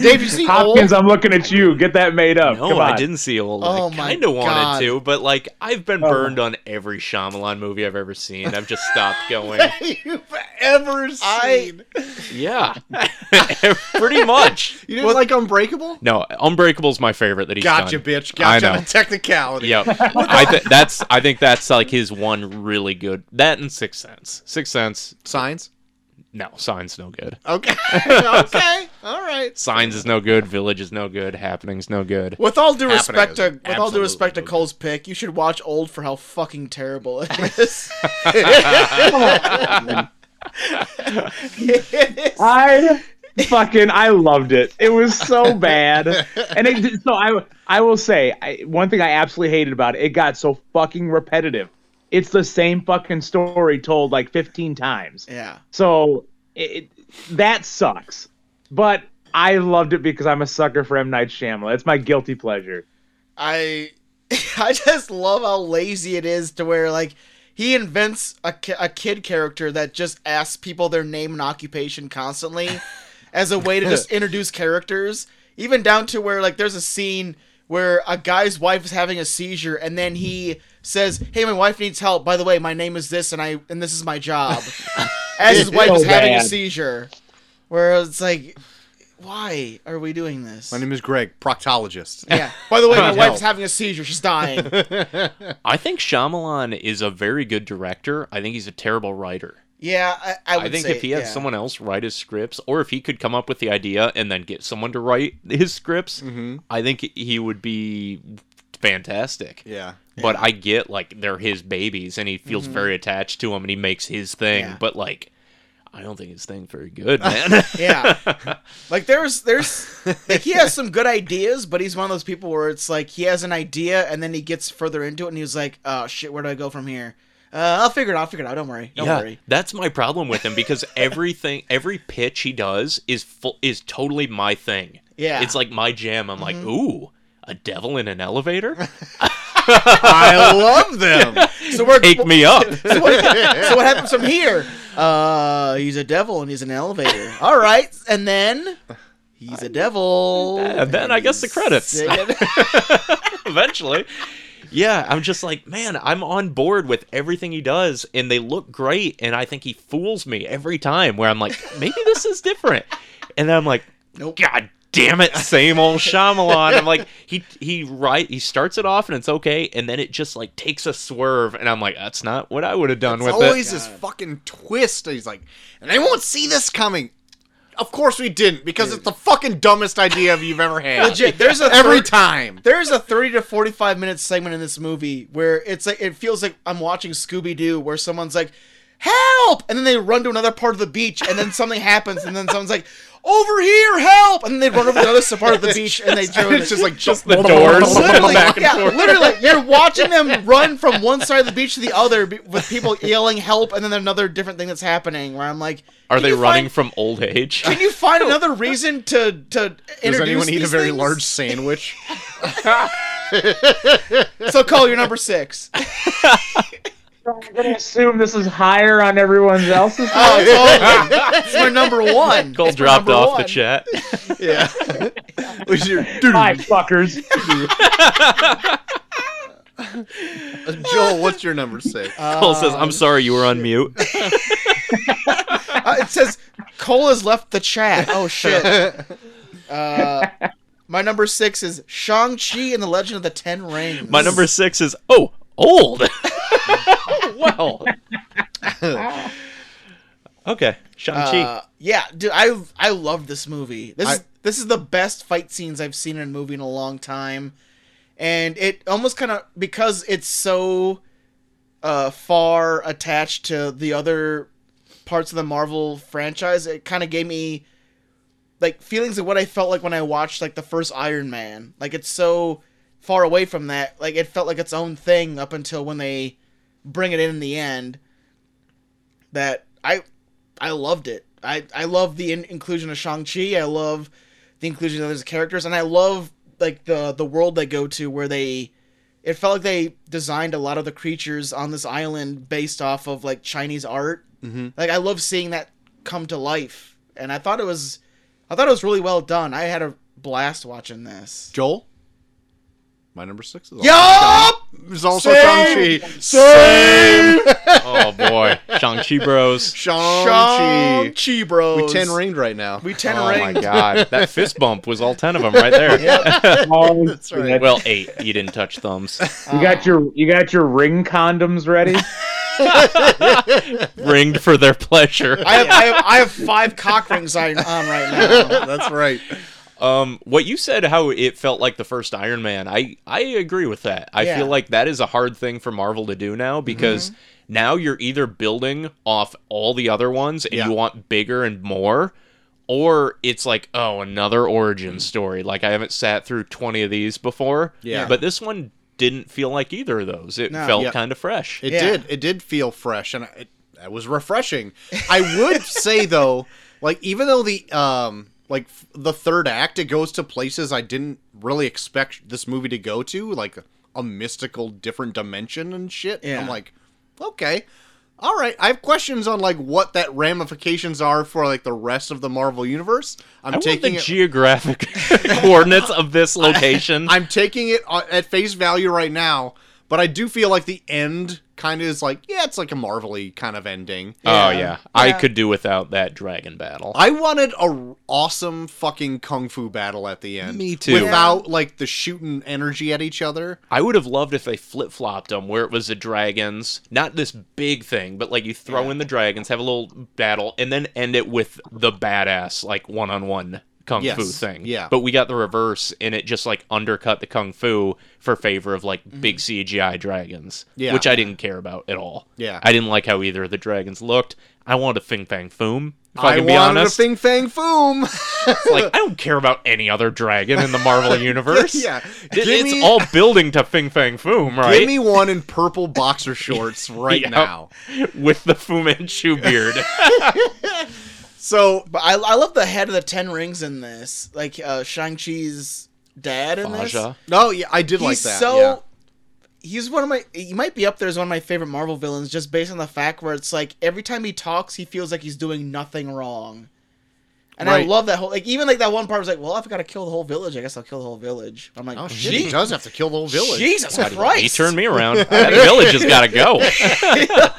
S2: Dave, you see
S4: Hopkins, I'm looking at you. Get that made up.
S3: No,
S4: Come on.
S3: I didn't see old.
S1: Oh
S3: I
S1: my
S3: kind
S1: God.
S3: of wanted to, but like I've been burned on every Shyamalan movie I've ever seen. I've just stopped going.
S2: you've ever seen.
S1: I-
S3: yeah, pretty much.
S2: you didn't like Unbreakable?
S3: No, Unbreakable's my favorite that he's
S2: Gotcha,
S3: done.
S2: bitch.
S3: I
S2: Gotcha.
S3: know.
S2: on a Technicality.
S3: Yep. I th- that's I think that's like his one really good. That and Sixth Sense. Sixth Sense.
S2: Signs.
S3: No, Sign's no good.
S2: Okay. okay. All right.
S3: Signs is no good. Village is no good. Happening's no good.
S1: With all due
S2: Happening
S1: respect
S2: is
S1: to with all due
S2: absolutely
S1: respect to Cole's pick, you should watch Old for how fucking terrible it is.
S4: I fucking I loved it. It was so bad. And it did- so I I will say I, one thing I absolutely hated about it. It got so fucking repetitive. it's the same fucking story told like 15 times.
S1: Yeah.
S4: So it, it- that sucks. But I loved it because I'm a sucker for M Night Shyamalan. It's my guilty pleasure.
S1: I I just love how lazy it is to where like he invents a, ki- a kid character that just asks people their name and occupation constantly as a way to just introduce characters even down to where like there's a scene where a guy's wife is having a seizure and then he says hey my wife needs help by the way my name is this and I and this is my job as his wife
S4: So
S1: is having a
S4: bad.
S1: seizure where it's like why are we doing this
S2: My name is Greg, proctologist.
S1: yeah. By the way, my
S2: Help.
S1: wife's having a seizure. She's dying.
S3: I think Shyamalan is a very good director. I think he's a terrible writer.
S1: Yeah, I, I would
S3: I think
S1: say,
S3: if he had
S1: yeah.
S3: someone else write his scripts, or if he could come up with the idea and then get someone to write his scripts,
S1: Mm-hmm.
S3: I think he would be fantastic.
S2: Yeah.
S3: But I get like they're his babies, and he feels very attached to them, and he makes his thing.
S1: Mm-hmm. Yeah.
S3: But like, I don't think his thing very good, man.
S1: yeah, like there's there's like he has some good ideas, but he's one of those people where it's like he has an idea and then he gets further into it and he's like, oh shit, where do I go from here? Uh, I'll figure it out. I'll figure it out. Don't worry. Don't
S3: yeah,
S1: worry.
S3: that's my problem with him because everything, every pitch he does is full is totally my thing.
S1: Yeah. Mm-hmm.
S3: it's like my jam. I'm like, ooh, a devil in an elevator,
S2: I love them.
S1: So we're
S3: take me up.
S1: so what, so what happens from here? Uh, he's a devil and he's in an elevator. All right, and then he's a devil.
S3: and then I guess the credits.
S1: yeah,
S3: eventually. Yeah, I'm just like, man, I'm on board with everything he does, and they look great, and I think he fools me every time. Where I'm like, maybe this is different, and then I'm like,
S1: Nope.
S3: God damn it, same old Shyamalan. I'm like, he he right, he starts it off and it's okay, and then it just like takes a swerve, and I'm like, that's not what I would have done
S2: It's
S3: with
S2: always
S3: it.
S2: this fucking twist. He's like, and I won't see this coming. Of course we didn't, because it's the fucking dumbest idea you've ever had.
S1: Legit, there's a
S2: every
S1: third-
S2: time.
S1: There's a 30 to 45 minute segment in this movie where it's like it feels like I'm watching Scooby Doo where someone's like help and then they run to another part of the beach and then something happens and then someone's like over here help and then they run over to the other part of the beach and they do it.
S2: It's just like just
S3: the doors.
S1: literally,
S3: back and
S1: yeah,
S3: forth.
S1: literally you're watching them run from one side of the beach to the other be- with people yelling help and then another different thing that's happening where I'm like
S3: Are
S1: can
S3: they
S1: you
S3: running
S1: find-
S3: from old age?
S1: can you find another reason to to
S2: Does
S1: introduce
S2: anyone eat a
S1: these
S2: very
S1: things?
S2: large sandwich?
S1: So Cole, you're number six.
S4: So I'm gonna assume this is higher on everyone else's.
S1: Oh, it's all it's my number one.
S3: Cole
S1: It's my
S3: dropped
S1: number
S3: off
S1: one.
S3: the chat.
S2: yeah. Was your
S4: Hi, fuckers.
S2: Joel, what's your number six?
S3: Cole says, "I'm sorry, you were on mute."
S1: Uh, it says Cole has left the chat. Oh shit. Uh, my number six is Shang Chi and the Legend of the Ten Rings.
S3: My number six is oh old. well, okay, Shang Chi.
S1: Uh, yeah, dude, I I love this movie. This is
S2: I-
S1: this is the best fight scenes I've seen in a movie in a long time, and it almost kind of because it's so uh, far attached to the other parts of the Marvel franchise. It kind of gave me like feelings of what I felt like when I watched like the first Iron Man. Like it's so far away from that. Like it felt like its own thing up until when they bring it in in the end. That I I loved it. I I love the in- inclusion of Shang Chi. I love the inclusion of those characters, and I love like the the world they go to where they. It felt like they designed a lot of the creatures on this island based off of like Chinese art. Mm-hmm. Like I love seeing that come to life, and I thought it was, I thought it was really well done. I had a blast watching this.
S2: Joel? My number six is also,
S1: Yup.
S2: is also
S1: Same!
S2: Shang-Chi.
S1: Same.
S3: oh boy, Shang Chi bros.
S2: Shang-Chi.
S1: Shang Chi, bros.
S2: We ten ringed right now.
S1: We ten
S3: Oh my
S1: ringed.
S3: god, that fist bump was all ten of them right there.
S4: Oh,
S2: right.
S3: Well, eight. You didn't touch thumbs.
S4: you got your you got your ring condoms ready.
S3: Ringed for their pleasure.
S1: I have, I have I have five cock rings on, on right now.
S2: That's right.
S3: Um, what you said, how it felt like the first Iron Man, I I agree with that. I
S1: Yeah.
S3: feel like that is a hard thing for Marvel to do now
S2: Mm-hmm.
S3: because now you're either building off all the other ones and
S2: Yeah.
S3: you want bigger and more, or it's like oh another origin story. Like I haven't sat through twenty of these before.
S2: Yeah.
S3: but this one didn't feel like either of those. It
S1: No.
S3: felt
S2: Yeah.
S3: kind of fresh.
S2: It
S1: Yeah.
S2: did. It did feel fresh, and it, that was refreshing. I would say though, like even though the um like f- the third act, it goes to places I didn't really expect this movie to go to, like a mystical different dimension and shit.
S1: Yeah.
S2: I'm like, okay. All right, I have questions on like what that ramifications are for like the rest of the Marvel universe. I'm
S3: I want the
S2: taking it
S3: geographic coordinates of this location.
S2: I'm taking it uh, at face value right now, but I do feel like the end kind of is like, yeah, it's like a Marvel-y kind of ending.
S3: Oh yeah. I
S1: Yeah.
S3: could do without that dragon battle.
S2: I wanted a r- awesome fucking kung fu battle at the end.
S3: Me too.
S2: Without like the shooting energy at each other.
S3: I would have loved if they flip flopped them where it was the dragons, not this big thing, but like you throw in the dragons, have a little battle, and then end it with the badass, like one on one kung fu
S2: Yes,
S3: thing.
S2: yeah.
S3: But we got the reverse, and it just like undercut the kung fu for favor of like big CGI dragons,
S2: Mm-hmm. Yeah.
S3: which I didn't care about at all.
S2: Yeah.
S3: I didn't like how either of the dragons looked. I wanted a Fing Fang Foom. If I,
S2: I
S3: can be
S2: wanted
S3: honest,
S2: a fing fang foom.
S3: like I don't care about any other dragon in the Marvel universe.
S2: Yeah.
S3: It-
S2: Give
S3: it's
S2: me-
S3: all building to Fing Fang Foom, right?
S2: Give me one in purple boxer shorts right
S3: Yep.
S2: now.
S3: with the Fu Manchu beard.
S2: So
S1: But I, I love the head of the Ten Rings in this, like uh, Shang Chi's dad in this.
S3: Aja.
S2: no, yeah, I did
S1: He's
S2: like that.
S1: so.
S2: yeah.
S1: He's one of my. He might be up there as one of my favorite Marvel villains, just based on the fact where it's like every time he talks, he feels like he's doing nothing wrong. And I
S2: Right.
S1: love that whole like even like that one part was like, well, I've got to kill the whole village. I guess I'll kill the whole village. I'm like,
S2: Oh shit!
S1: "Gee-
S2: He does have to kill the whole village.
S1: Jesus Christ!
S3: He turned me around. That village has got to go.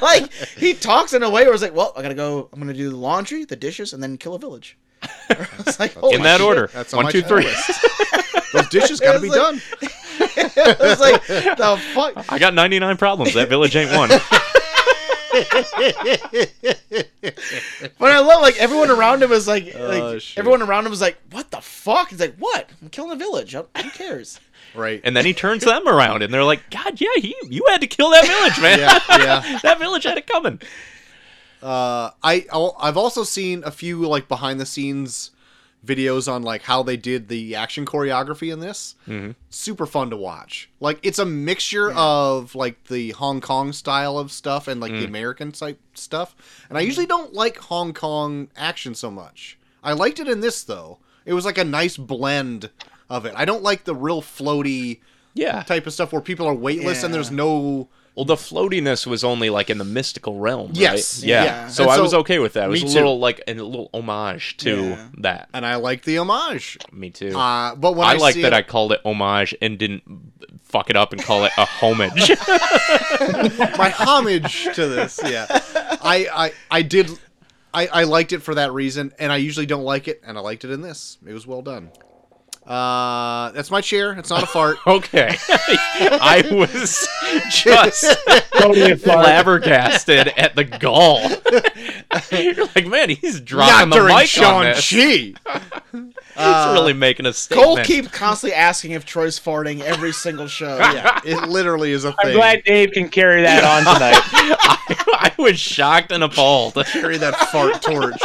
S1: like he talks in a way where it's like, well, I gotta go. I'm gonna do the laundry, the dishes, and then kill a village. It's like, holy
S3: In that
S1: shit.
S3: order.
S2: That's on
S3: One,
S2: my
S3: two,
S2: to-do
S3: three.
S2: list. Those dishes got to be
S1: It's like-
S2: done.
S1: It's like the fuck.
S3: I got 99 problems. That village ain't one.
S1: But I love like everyone around him is like,
S2: Oh,
S1: like
S2: shit.
S1: everyone around him is like, what the fuck? He's like, what? I'm killing a village. I'm- Who cares?
S2: Right.
S3: And then he turns them around, and they're like, God, yeah, he, you had to kill that village, man.
S2: yeah, yeah.
S3: That village had it coming.
S2: Uh, I I'll- I've also seen a few like behind the scenes videos on like how they did the action choreography in this. Mm-hmm. Super fun to watch. Like it's a mixture of like the Hong Kong style of stuff and like the American type stuff. And I usually don't like Hong Kong action so much. I liked it in this though. It was like a nice blend of it. I don't like the real floaty
S3: Yeah.
S2: type of stuff where people are weightless and
S1: Yeah.
S2: there's no
S3: Well, the floatiness was only like in the mystical realm.
S2: Yes.
S3: Right? Yeah.
S1: Yeah.
S3: So
S2: And
S3: I
S2: so-
S3: was okay with that. It was a
S2: Me
S3: little
S2: too.
S3: like a little homage to
S1: Yeah.
S3: that.
S2: and I like the homage.
S3: Me too.
S2: Uh, but when I,
S3: I like
S2: see
S3: that
S2: it-
S3: I called it homage and didn't fuck it up and call it a homage.
S2: my homage to this. Yeah, I I, I did. I, I liked it for that reason, and I usually don't like it, and I liked it in this. It was well done. Uh, that's my chair. It's not a fart.
S3: Okay. I was just
S4: Totally a fart.
S3: flabbergasted at the gall. You're like, man, he's dropping
S2: not
S3: the
S2: during uh,
S3: mic on
S2: Sean
S3: this.
S2: Chi.
S3: He's really making a
S1: Cole
S3: statement.
S1: keep constantly asking if Troy's farting every single show.
S2: Yeah, it literally is a thing.
S4: I'm glad Dave can carry that on tonight.
S3: I was shocked and appalled.
S2: carry that fart torch.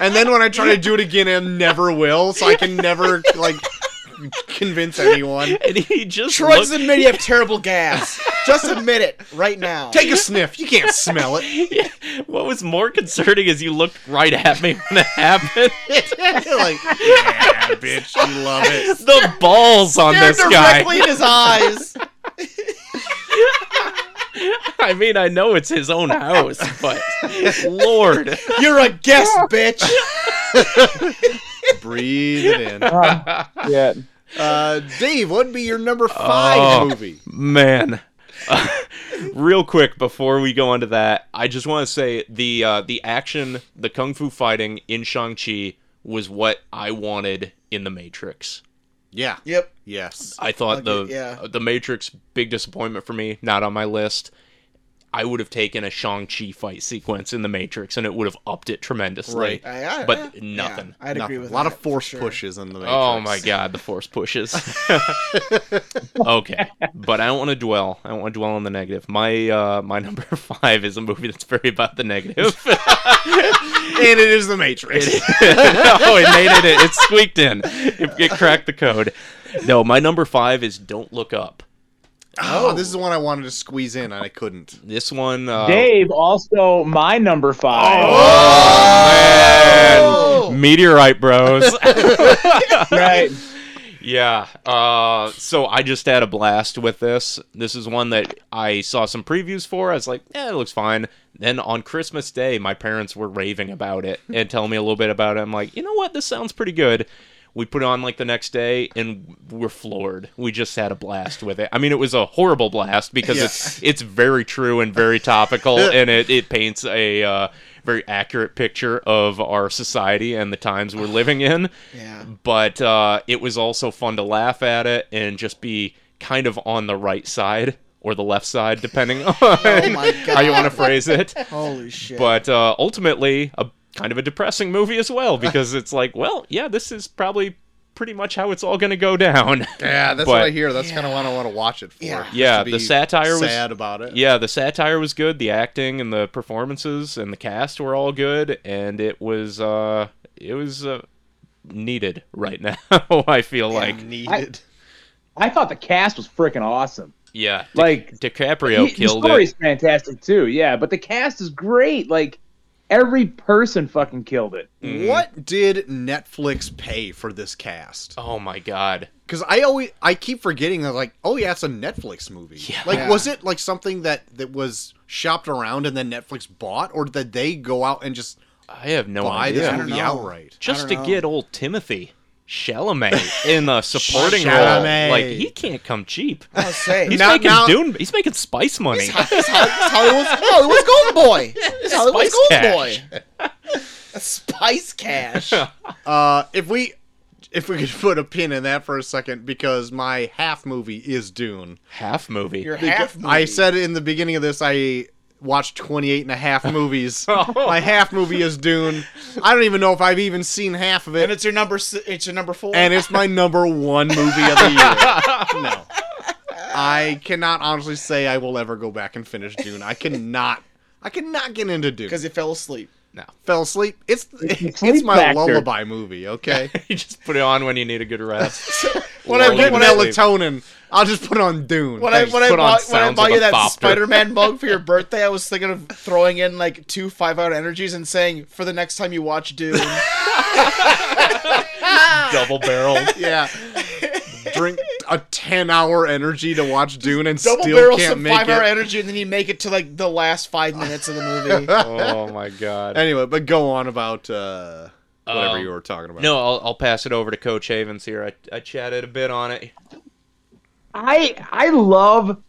S2: and then when I try to do it again, I never will. So I can never like convince anyone.
S3: And he just
S1: Troy,
S3: looked,
S1: just admit you have terrible gas. Just admit it right now.
S2: Take a sniff. You can't smell it.
S3: what was more concerning is you looked right at me when it happened.
S2: like, yeah, bitch, you love it.
S3: the balls on
S1: Stare
S3: this guy.
S1: directly in his eyes.
S3: I mean, I know it's his own house, but Lord.
S1: You're a guest, bitch.
S2: Breathe it in.
S4: Um, yeah.
S2: Uh, Dave, what would be your number five
S3: Oh.
S2: movie?
S3: man real quick before we go into that i just want to say the uh, the action the kung fu fighting in shang-chi was what i wanted in the matrix
S2: Yeah.
S1: Yep.
S2: Yes.
S3: i thought
S1: Okay,
S3: the
S1: yeah.
S3: the matrix big disappointment for me not on my list I would have taken a Shang Chi fight sequence in the Matrix, and it would have upped it tremendously.
S2: Right.
S1: I, I,
S3: But
S1: yeah,
S3: nothing.
S1: I'd agree
S2: Nothing.
S1: with
S2: a lot
S1: that,
S2: of force
S1: for sure.
S2: pushes in the Matrix.
S3: Oh my god, the force pushes. okay, but I don't want to dwell. I don't want to dwell on the negative. My uh, my number five is a movie that's very about the negative.
S2: And it is the Matrix.
S3: no, it made it. It squeaked in. It, it cracked the code. No, my number five is Don't Look Up.
S2: Oh, this is the one I wanted to squeeze in and I couldn't.
S3: This one,
S2: Oh.
S3: uh,
S4: Dave, also my number five.
S3: Oh, man, meteorite bros.
S2: Oh.
S4: Right.
S3: Yeah. Uh, so I just had a blast with this. This is one that I saw some previews for. I was like, yeah, it looks fine. Then on Christmas Day, my parents were raving about it and telling me a little bit about it. I'm like, you know what? This sounds pretty good. We put it on like the next day and we're floored. We just had a blast with it. I mean, it was a horrible blast because it's it's very true and very topical and it, it paints a uh, very accurate picture of our society and the times we're living in
S1: Yeah.
S3: but uh, it was also fun to laugh at it and just be kind of on the right side or the left side, depending on
S2: Oh
S1: my
S3: how you want to phrase it.
S1: Holy shit.
S3: But uh, ultimately, a kind of a depressing movie as well because it's like, well, yeah, this is probably pretty much how it's all going to go down.
S2: Yeah, that's
S3: But-
S2: what I hear. That's kind of what I want to watch it for.
S1: Yeah.
S2: just
S3: Yeah,
S2: to
S3: the
S2: be
S3: satire was-
S2: sad about it.
S3: Yeah, the satire was good, the acting and the performances and the cast were all good, and it was uh, it was uh, needed right now. I feel like
S2: needed.
S4: I thought the cast was freaking awesome.
S3: yeah, Di-
S4: Like
S3: DiCaprio
S4: He-
S3: killed
S4: the
S3: it.
S4: story's fantastic too, yeah. But the cast is great. Like every person fucking killed it.
S2: What did Netflix pay for this cast?
S3: Oh my god.
S2: Because I always I keep forgetting that like oh yeah it's a Netflix movie.
S3: Yeah.
S2: Like
S1: Yeah.
S2: was it like something that that was shopped around and then Netflix bought or did they go out and just
S3: I have
S1: Oh,
S3: no
S2: buy
S3: idea.
S2: this movie
S1: know.
S2: outright?
S3: Just
S1: I
S3: to
S1: don't know.
S3: get old Timothy Chalamet in a supporting role,
S2: Chalamet.
S3: like he can't come cheap.
S1: I'll say.
S3: He's
S2: Now-
S3: making
S2: now-
S3: Dune. He's making spice money.
S1: It's Hol- it's Hollywood's, Hollywood's Golden Boy. It's Hollywood's
S3: Spice
S1: Golden Boy. Spice Cash.
S2: Uh, if we if we could put a pin in that for a second because my half movie is Dune.
S3: Half movie.
S1: Your half movie.
S2: I said in the beginning of this, I watched 28 and a half movies.
S1: Oh.
S2: My half movie is Dune. I don't even know if I've even seen half of it.
S1: and it's your number. s- It's your number four.
S2: and it's my number one movie of the year. No. I cannot honestly say I will ever go back and finish Dune. I cannot. I cannot get into Dune.
S1: because he fell asleep.
S2: fell asleep. It's it's,
S4: It's a
S2: my
S4: sleep factor.
S2: lullaby movie. Okay.
S3: you just put it on when you need a good rest.
S2: When I get
S3: Lullaby to sleep.
S2: melatonin, I'll just put on Dune.
S1: When I
S2: Thanks.
S1: when I
S3: put on
S1: bought, when I
S3: sounds
S1: bought
S3: of
S1: you
S3: a
S1: that
S3: thopter.
S1: Spider-Man mug for your birthday, I was thinking of throwing in like two five-hour energies and saying, "For the next time you watch Dune,
S3: Double barrel.
S2: Yeah. Drink a 10 hour energy to watch Dune and
S1: double
S2: still
S1: barrel
S2: can't
S1: some
S2: make
S1: five-hour
S2: it.
S1: energy, and then you make it to like the last five minutes of the movie."
S3: Oh my god.
S2: Anyway, but go on about uh, whatever
S3: Um,
S2: you were talking about.
S3: No, I'll, I'll pass it over to Coach Havens here. I, I chatted a bit on it.
S4: I I love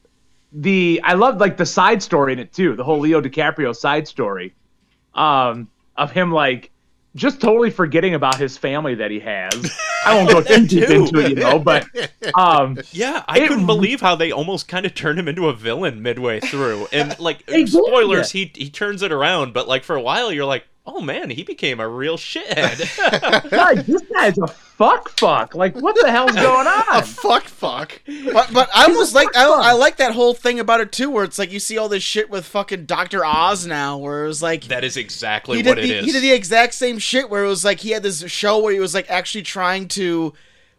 S4: the I love like the side story in it too. The whole Leo DiCaprio side story, um, of him like just totally forgetting about his family that he has. I won't go too deep into it, you know, but um,
S3: Yeah, I
S4: It-
S3: couldn't believe how they almost kind of turned him into a villain midway through. And like
S4: They did.
S3: spoilers, he he turns it around, but like for a while you're like, "Oh man, he became a real shithead."
S4: God, this guy's a fuck fuck. Like, what the hell's going on?
S2: Fuck, fuck.
S1: But but I almost like I, I like that whole thing about it too, where it's like you see all this shit with fucking Doctor Oz now, where it was like
S3: that is exactly
S1: he
S3: what
S1: did
S3: it
S1: the,
S3: is.
S1: he did the exact same shit where it was like he had this show where he was like actually trying to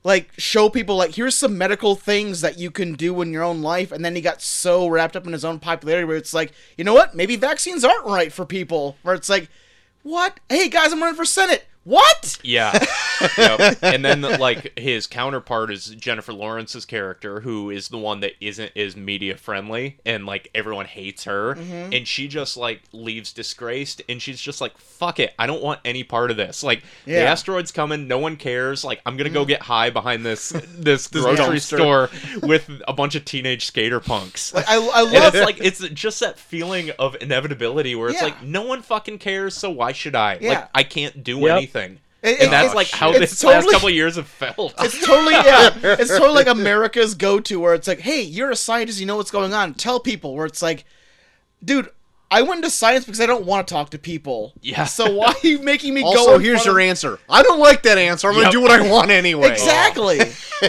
S1: like show people like here's some medical things that you can do in your own life and then he got so wrapped up in his own popularity where it's like you know what maybe vaccines aren't right for people where it's like what hey guys i'm running for senate what
S3: Yeah. Yep. And then like his counterpart is Jennifer Lawrence's character who is the one that isn't as media friendly and like everyone hates her and she just like leaves disgraced and she's just like fuck it, I don't want any part of this. Like the
S1: Yeah.
S3: asteroid's coming, no one cares. Like I'm going to go get high behind this this, grocery store with a bunch of teenage skater punks.
S1: like i, I
S3: And
S1: love
S3: it's like it's just that feeling of inevitability where it's
S1: Yeah.
S3: like no one fucking cares, so why should I?
S1: Yeah.
S3: Like I can't do
S4: Yep.
S1: It-
S3: anything. and
S1: it-
S3: that's
S1: it's-
S3: like how
S1: it's
S3: this last
S1: totally-
S3: couple of years have felt.
S1: It's totally yeah. It's totally like America's go-to where it's like, hey, you're a scientist, you know what's going on. Tell people where it's like, dude. I went into science because I don't want to talk to people.
S3: Yeah.
S1: So why are you making me go?
S2: Also,
S1: in
S2: here's
S1: front
S2: your
S1: of-
S2: answer. I don't like that answer. I'm
S3: Yep.
S2: gonna do what I want anyway.
S1: Exactly.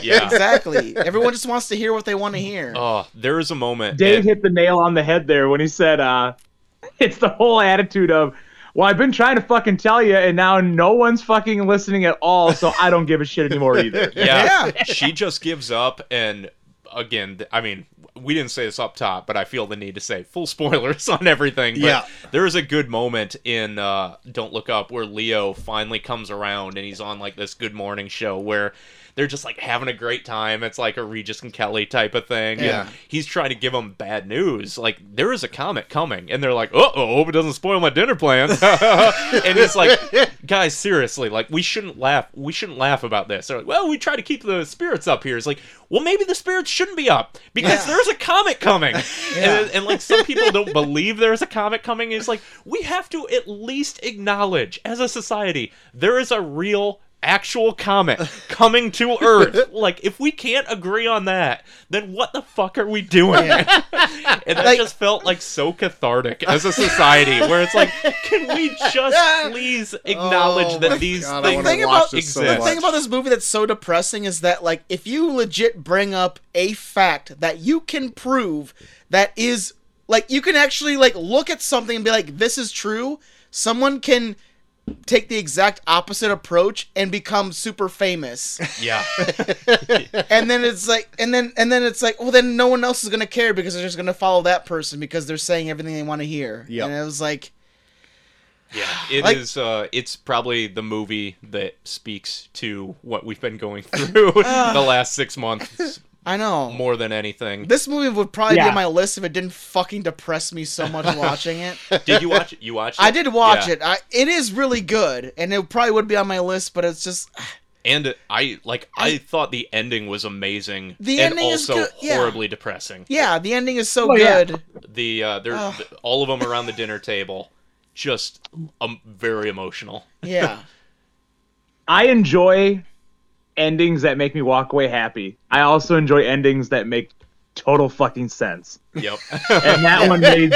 S3: Yeah.
S1: exactly. Everyone just wants to hear what they want to hear.
S3: Oh, there is a moment.
S4: Dave
S3: and-
S4: hit the nail on the head there when he said, uh, "It's the whole attitude of." Well, I've been trying to fucking tell you, and now no one's fucking listening at all, so I don't give a shit anymore either.
S3: yeah, she just gives up and again th- i mean we didn't say this up top but i feel the need to say full spoilers on everything but
S2: Yeah.
S3: there is a good moment in uh, don't look up where leo finally comes around and he's on like this good morning show where they're just like having a great time it's like a regis and kelly type of thing and
S2: Yeah.
S3: he's trying to give them bad news like there is a comet coming and they're like uh-oh hope it doesn't spoil my dinner plan and it's like guys seriously like we shouldn't laugh we shouldn't laugh about this they're like well we try to keep the spirits up here it's like well maybe the spirits shouldn't be up because there's a comet coming and, and like some people don't believe there's a comet coming it's like we have to at least acknowledge as a society there is a real actual comet coming to earth like if we can't agree on that then what the fuck are we doing and that
S1: Like-
S3: just felt like so cathartic as a society, where it's like, can we just please acknowledge
S2: Oh my
S3: that these
S2: God, I
S3: things
S2: wanna
S1: thing
S2: watch
S1: about-
S2: this
S1: the
S3: exist.
S2: so
S1: thing
S2: much.
S1: about this movie that's so depressing is that like if you legit bring up a fact that you can prove that is like you can actually like look at something and be like this is true someone can take the exact opposite approach and become super famous
S3: yeah,
S1: and then it's like and then and then it's like well then no one else is gonna care because they're just gonna follow that person because they're saying everything they want to hear
S2: Yep.
S1: and it was like
S3: yeah. It is.
S1: Like-
S3: Uh, it's probably the movie that speaks to what we've been going through the last six months
S1: i know
S3: more than anything.
S1: this movie would probably be
S4: Yeah.
S1: on my list if it didn't fucking depress me so much watching it
S3: Did you watch? it? You watched? It?
S1: I did watch
S3: Yeah.
S1: it. I, it is really good, and it probably would be on my list, but it's just
S3: and I like. I,
S1: I-
S3: thought the ending was amazing.
S1: The
S3: and
S1: ending is
S3: also
S1: good, yeah.
S3: horribly depressing.
S1: yeah, the ending is so
S4: Oh, yeah.
S1: good.
S3: The uh, they're
S1: Ugh.
S3: all of them around the dinner table, just um, very emotional.
S1: Yeah,
S4: I enjoy endings that make me walk away happy. I also enjoy endings that make total fucking sense.
S3: Yep.
S4: And that one made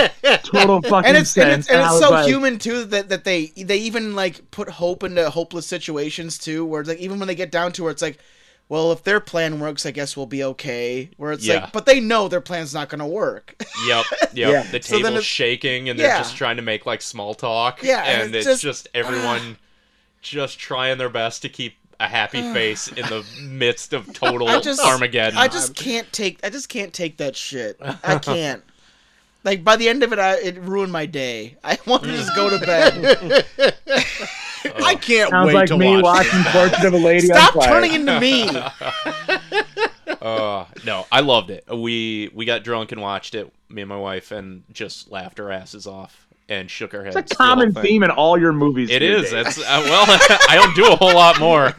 S4: total fucking
S1: and it's and
S4: sense.
S1: it's, and
S4: I
S1: it's
S4: was
S1: so
S4: like,
S1: human too that that they they even like put hope into hopeless situations too, where it's like even when they get down to where it's like, well, if their plan works, I guess we'll be okay. Where it's
S3: Yeah.
S1: like, but they know their plan's not gonna work.
S3: Yep, yep.
S1: Yeah.
S3: The
S1: So then
S3: table's
S1: it-
S3: shaking, and they're
S1: Yeah.
S3: just trying to make like small talk.
S1: Yeah,
S3: and,
S1: and
S3: it's,
S1: it's
S3: just,
S1: just-
S3: everyone just trying their best to keep a happy face in the midst of total
S1: I just
S3: Armageddon.
S1: I just can't take I just can't take that shit. I can't. Like by the end of it, I, it ruined my day. I want to just go to bed.
S2: I can't
S4: Sounds
S2: wait
S4: like
S2: to
S4: me
S2: watch.
S4: watching Portrait of a Lady
S1: Stop
S4: on Fire.
S1: turning into me.
S3: Uh, no, I loved it. We we got drunk and watched it. Me and my wife, and just laughed our asses off and shook our heads.
S4: It's a
S3: through the whole
S4: common
S3: thing.
S4: theme in all your movies.
S3: It
S4: dude.
S3: is. That's uh, well. I don't do a whole lot more.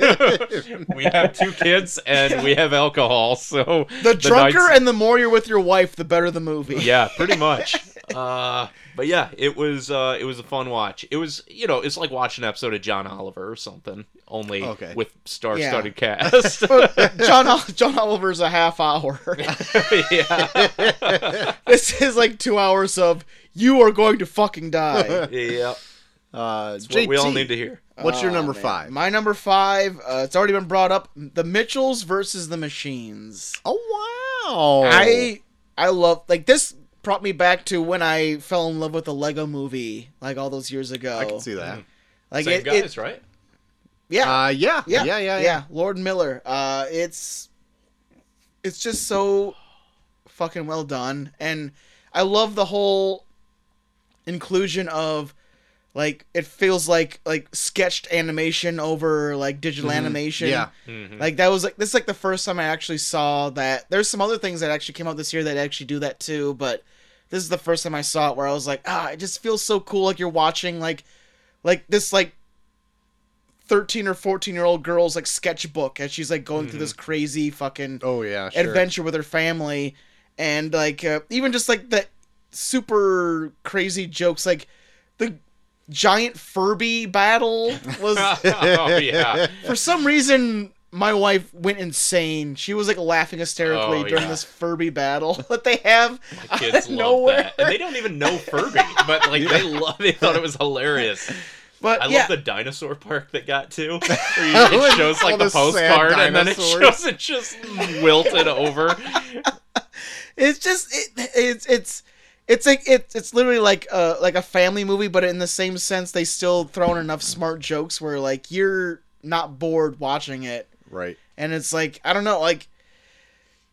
S3: we have two kids and we have alcohol, so
S1: The drunker
S3: nights-
S1: and the more you're with your wife, the better the movie.
S3: yeah, pretty much. Uh, but yeah, it was uh, it was a fun watch. It was you know it's like watching an episode of John Oliver or something, only
S2: Okay.
S3: with star-studded cast.
S1: John Ol- John Oliver's a half hour.
S3: yeah,
S1: this is like two hours of you are going to fucking die.
S3: yeah.
S2: Uh, JT,
S3: What we all need to Uh, hear.
S2: What's your
S1: Aw,
S2: number
S1: man.
S2: five?
S1: My number five. Uh, it's already been brought up. The Mitchells versus the Machines.
S2: oh wow!
S1: I I love like this brought me back to when I fell in love with the Lego Movie like all those years ago.
S2: I can see
S3: Mm.
S2: that.
S1: Like
S3: Same
S1: it, it-
S3: guys, right?
S1: yeah,
S2: Uh, yeah, yeah, yeah, yeah.
S1: Lord Miller. Uh, it's it's just so fucking well done, and I love the whole inclusion of like it feels like like sketched animation over like digital animation.
S2: Mm-hmm. Yeah.
S3: Mhm.
S1: Like that was like this is like the first time I actually saw that. There's some other things that actually came out this year that actually do that too, but this is the first time I saw it where I was like, ah, it just feels so cool. Like you're watching like like this like 13 or 14 year old girl's like sketchbook and she's like going through
S3: Mm-hmm.
S1: this crazy fucking
S2: Oh yeah, sure.
S1: adventure with her family and like uh, even just like the super crazy jokes like the giant furby battle was
S3: oh yeah.
S1: for some reason my wife went insane. She was like laughing hysterically
S3: Oh,
S1: during
S3: yeah.
S1: this Furby battle that they have out
S3: Kids
S1: of
S3: love
S1: nowhere.
S3: that, and they don't even know Furby, but like they love. They thought it was hilarious.
S1: But
S3: I
S1: yeah,
S3: love the dinosaur park that got to. Where you, it shows
S2: All
S3: like the
S2: the sad
S3: postcard, and then it
S2: dinosaurs.
S3: shows it just wilted over.
S1: it's just it, it's it's it's like it's it's literally like uh like a family movie, but in the same sense, they still throw in enough smart jokes where like you're not bored watching it.
S2: Right.
S1: and it's like i don't know like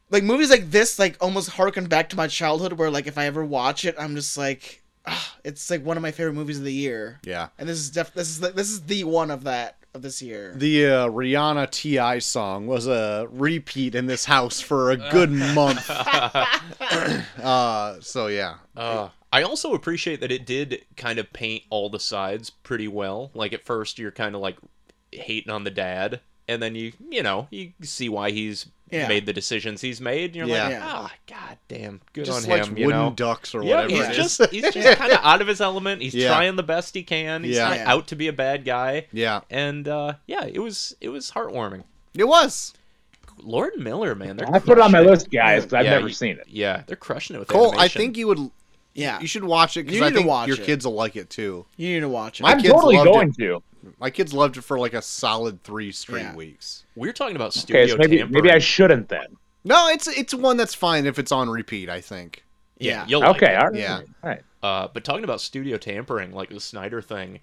S1: like movies like this like almost harken back to my childhood where like if i ever watch it i'm just like ah, it's like one of my favorite movies of the year
S2: Yeah.
S1: and this is def- this is the, this is the one of that of this year
S2: The uh, Rihanna Ti song was a repeat in this house for a good month. uh, so yeah,
S3: Uh, I also appreciate that it did kind of paint all the sides pretty well. Like at first, you're kind of like hating on the dad, and then you you know you see why he's
S1: Yeah.
S3: made the decisions he's made. And you're like,
S1: Yeah.
S3: ah, god damn, good
S2: just
S3: on
S2: like
S3: him.
S2: wooden
S3: You know.
S2: ducks or
S3: Yeah,
S2: whatever.
S3: he's
S2: it is.
S3: just he's just kind of out of his element. He's
S2: Yeah.
S3: trying the best he can. He's
S2: Yeah.
S3: not
S1: Yeah.
S3: out to be a bad guy.
S2: yeah,
S3: And uh, yeah, it was it was heartwarming.
S2: it was.
S3: Lord Miller, man, they're
S4: I put it on my
S3: crushing
S4: list, guys, because I've
S3: Yeah,
S4: never
S3: you-
S4: seen it.
S3: Yeah, they're crushing it with
S2: Cole, I
S3: animation.
S2: think you would.
S3: Uh,
S1: yeah
S2: You should watch it because
S1: You
S2: I
S1: need to
S2: think
S1: watch
S2: your
S1: it.
S2: kids will like it too.
S1: you need to watch it
S2: My
S4: I'm
S2: kids
S4: totally
S2: loved
S4: going
S2: it.
S4: to.
S2: My kids loved it for like a solid three straight
S1: Yeah.
S2: weeks.
S3: we're talking about studio
S4: Okay, so maybe maybe I
S3: tampering.
S4: shouldn't then.
S2: No, it's it's one that's fine if it's on repeat. I think.
S3: yeah,
S1: yeah
S3: you'll like
S4: Okay,
S3: it.
S4: all right,
S2: Yeah.
S4: all right.
S3: Uh, but talking about studio tampering, like the Snyder thing,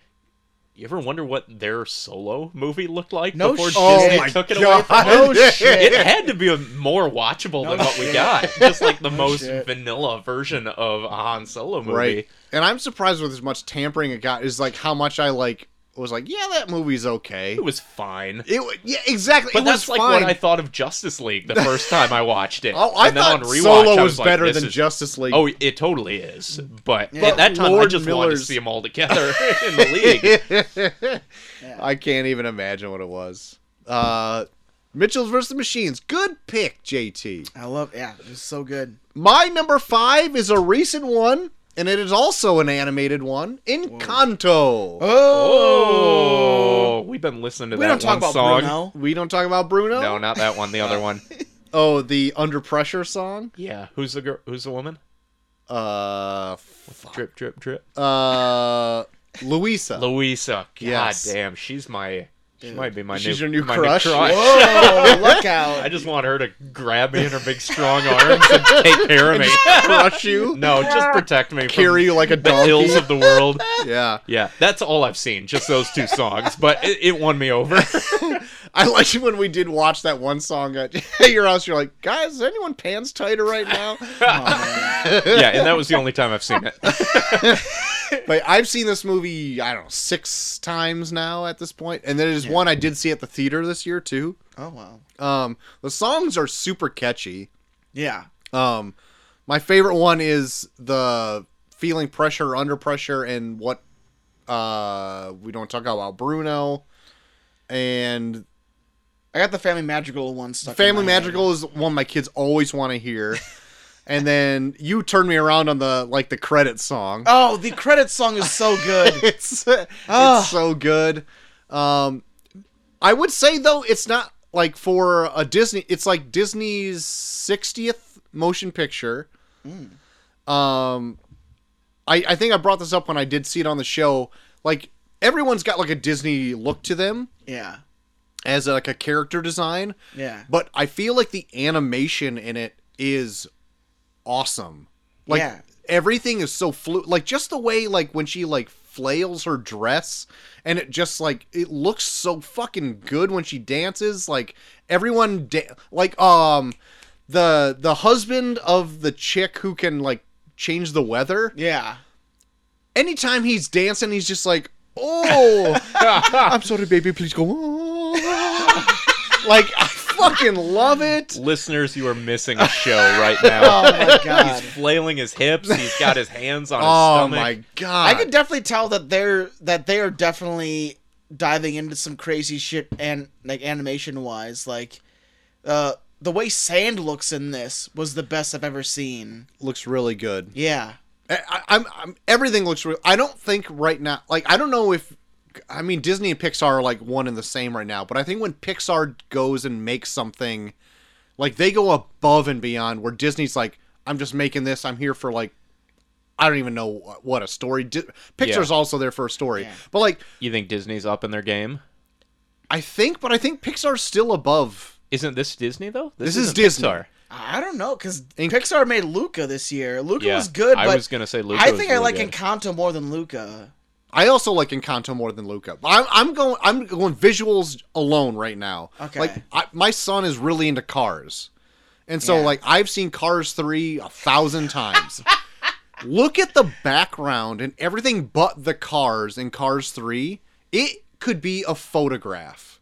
S3: you ever wonder what their solo movie looked like
S1: No
S3: before
S1: shit. Oh
S3: Disney
S1: my
S3: took it away from them?
S1: oh shit
S3: It had to be a more watchable than
S1: No
S3: what we
S1: shit.
S3: got. Just like the most
S1: shit.
S3: vanilla version of a Han Solo movie.
S2: Right. And I'm surprised with as much tampering it got is like how much I like was like, yeah, that movie's okay.
S3: It was fine.
S2: It wa- yeah, exactly.
S3: But
S2: it
S3: that's
S2: was
S3: like
S2: fine.
S3: what I thought of Justice League the first time I watched it.
S2: Oh, I
S3: and then
S2: thought
S3: on rewatch,
S2: Solo
S3: I
S2: was,
S3: like,
S2: better
S3: this
S2: than
S3: is-
S2: Justice League.
S3: Oh, it totally is. But
S1: But
S3: at that time, I
S2: Lord
S3: just wanted to
S2: Miller's-
S3: see them all together in the league.
S2: I can't even imagine what it was. Uh, Mitchell's versus the Machines. Good pick, JT.
S1: i love yeah it was so good
S2: My number five is a recent one, and it is also an animated one. Encanto.
S3: Oh, we've been listening to
S1: we
S3: Oh,
S1: don't
S3: that
S1: talk
S3: one
S1: about
S3: song.
S1: bruno
S2: We don't talk about Bruno.
S3: No, not that one. The other one.
S2: Oh, the Under Pressure song.
S3: Yeah. Who's the girl? Who's the woman?
S2: Uh,
S3: Drip, drip, drip.
S2: uh, Luisa.
S3: Louisa. God
S2: Yes.
S3: damn, she's my. She might be my
S2: She's
S3: new.
S2: your new
S3: my
S2: crush?
S1: oh look out
S3: I just want her to grab me in her big strong arms and take care of me.
S2: crush you,
S3: No, just protect me
S2: carry
S3: from
S2: you like a
S3: the ills
S2: donkey.
S3: of the world.
S2: yeah,
S3: Yeah, that's all I've seen. Just those two songs, but it, it won me over.
S2: I liked when we did watch that one song at your house. You're like, guys, is anyone pants tighter right now?
S3: yeah, and that was the only time I've seen it.
S2: but I've seen this movie, I don't know, six times now at this point, and there is one I did see at the theater this year too.
S1: oh wow
S2: Um, the songs are super catchy.
S1: yeah
S2: Um, my favorite one is the feeling pressure, under pressure, and what uh we don't talk about Bruno and
S1: i got the family magical one stuck in
S2: Family
S1: my head.
S2: Magical is one my kids always want to hear. and then you turn me around on the like the credit song.
S1: oh the credit song is so good
S2: it's
S1: Ah.
S2: it's so good. Um, I would say though it's not like for a Disney. It's like Disney's 60th motion picture. Um, I I think I brought this up when I did see it on the show. Like everyone's got like a Disney look to them
S1: yeah
S2: as like a character design,
S1: yeah
S2: but I feel like the animation in it is awesome. Like
S1: Yeah.
S2: everything is so fluid. Like just the way like when she like flails her dress and it just like it looks so fucking good when she dances. Like everyone da- like um the the husband of the chick who can like change the weather.
S1: yeah
S2: Anytime he's dancing, he's just like, "Oh, I'm sorry, baby, please go." on." like I fucking love it.
S3: Listeners, you are missing a show right now.
S1: oh my god
S3: Flailing his hips, he's got his hands on his
S2: Oh
S3: stomach.
S2: my god!
S1: I could definitely tell that they're that they are definitely diving into some crazy shit and like animation wise, like uh the way sand looks in this was the best I've ever seen.
S2: looks really good.
S1: Yeah.
S2: I, I- I'm, I'm everything looks real. I don't think right now, like I don't know if I mean, Disney and Pixar are like one and the same right now, but I think when Pixar goes and makes something, like they go above and beyond, where Disney's like, I'm just making this, I'm here for like, I don't even know wh- what a story. Di- Pixar's also there for a story, but like,
S3: You think Disney's up in their game?
S2: I think, but I think Pixar's still above.
S3: Isn't this Disney though?
S2: This, is
S3: isn't
S2: Disney.
S3: Pixar.
S1: I I don't know because
S2: In-
S1: Pixar made Luca this year. Luca
S3: Yeah,
S1: was good,
S3: I
S1: but
S3: was gonna say Luca
S1: I
S3: was
S1: think I
S3: really
S1: like
S3: good.
S1: Encanto more than Luca.
S2: I also like Encanto more than Luca. But I'm, I'm going. I'm going visuals alone right now.
S1: Okay.
S2: Like I, my son is really into cars, and so
S1: Yeah.
S2: like I've seen Cars three a thousand times. Look at the background and everything but the cars in Cars three. It could be a photograph.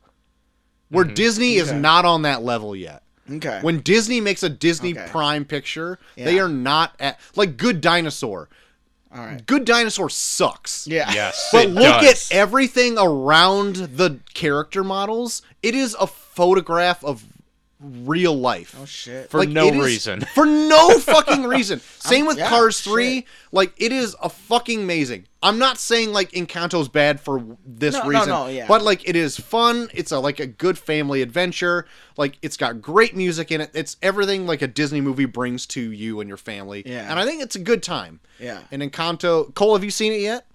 S2: Where Disney is
S1: Mm-hmm. Okay.
S2: not on that level yet.
S1: Okay.
S2: When Disney makes a Disney
S1: Okay.
S2: Prime picture, they
S1: Yeah.
S2: are not at like Good Dinosaur.
S1: All right.
S2: Good Dinosaur sucks.
S1: Yeah.
S3: Yes.
S2: But
S3: it
S2: look
S3: does.
S2: at everything around the character models. It is a photograph of real life.
S1: Oh shit.
S3: For no reason.
S2: For no fucking reason. Same with
S1: yeah,
S2: Cars 3. Like, it is a fucking amazing. I'm not saying, like, Encanto's bad for w- this
S1: No, no,
S2: reason.
S1: no, yeah.
S2: But, like, it is fun. It's, a, like, a good family adventure. Like, it's got great music in it. It's everything, like, a Disney movie brings to you and your family.
S1: Yeah.
S2: And I think it's a good time.
S1: Yeah.
S2: And Encanto... Cole, have you seen it yet?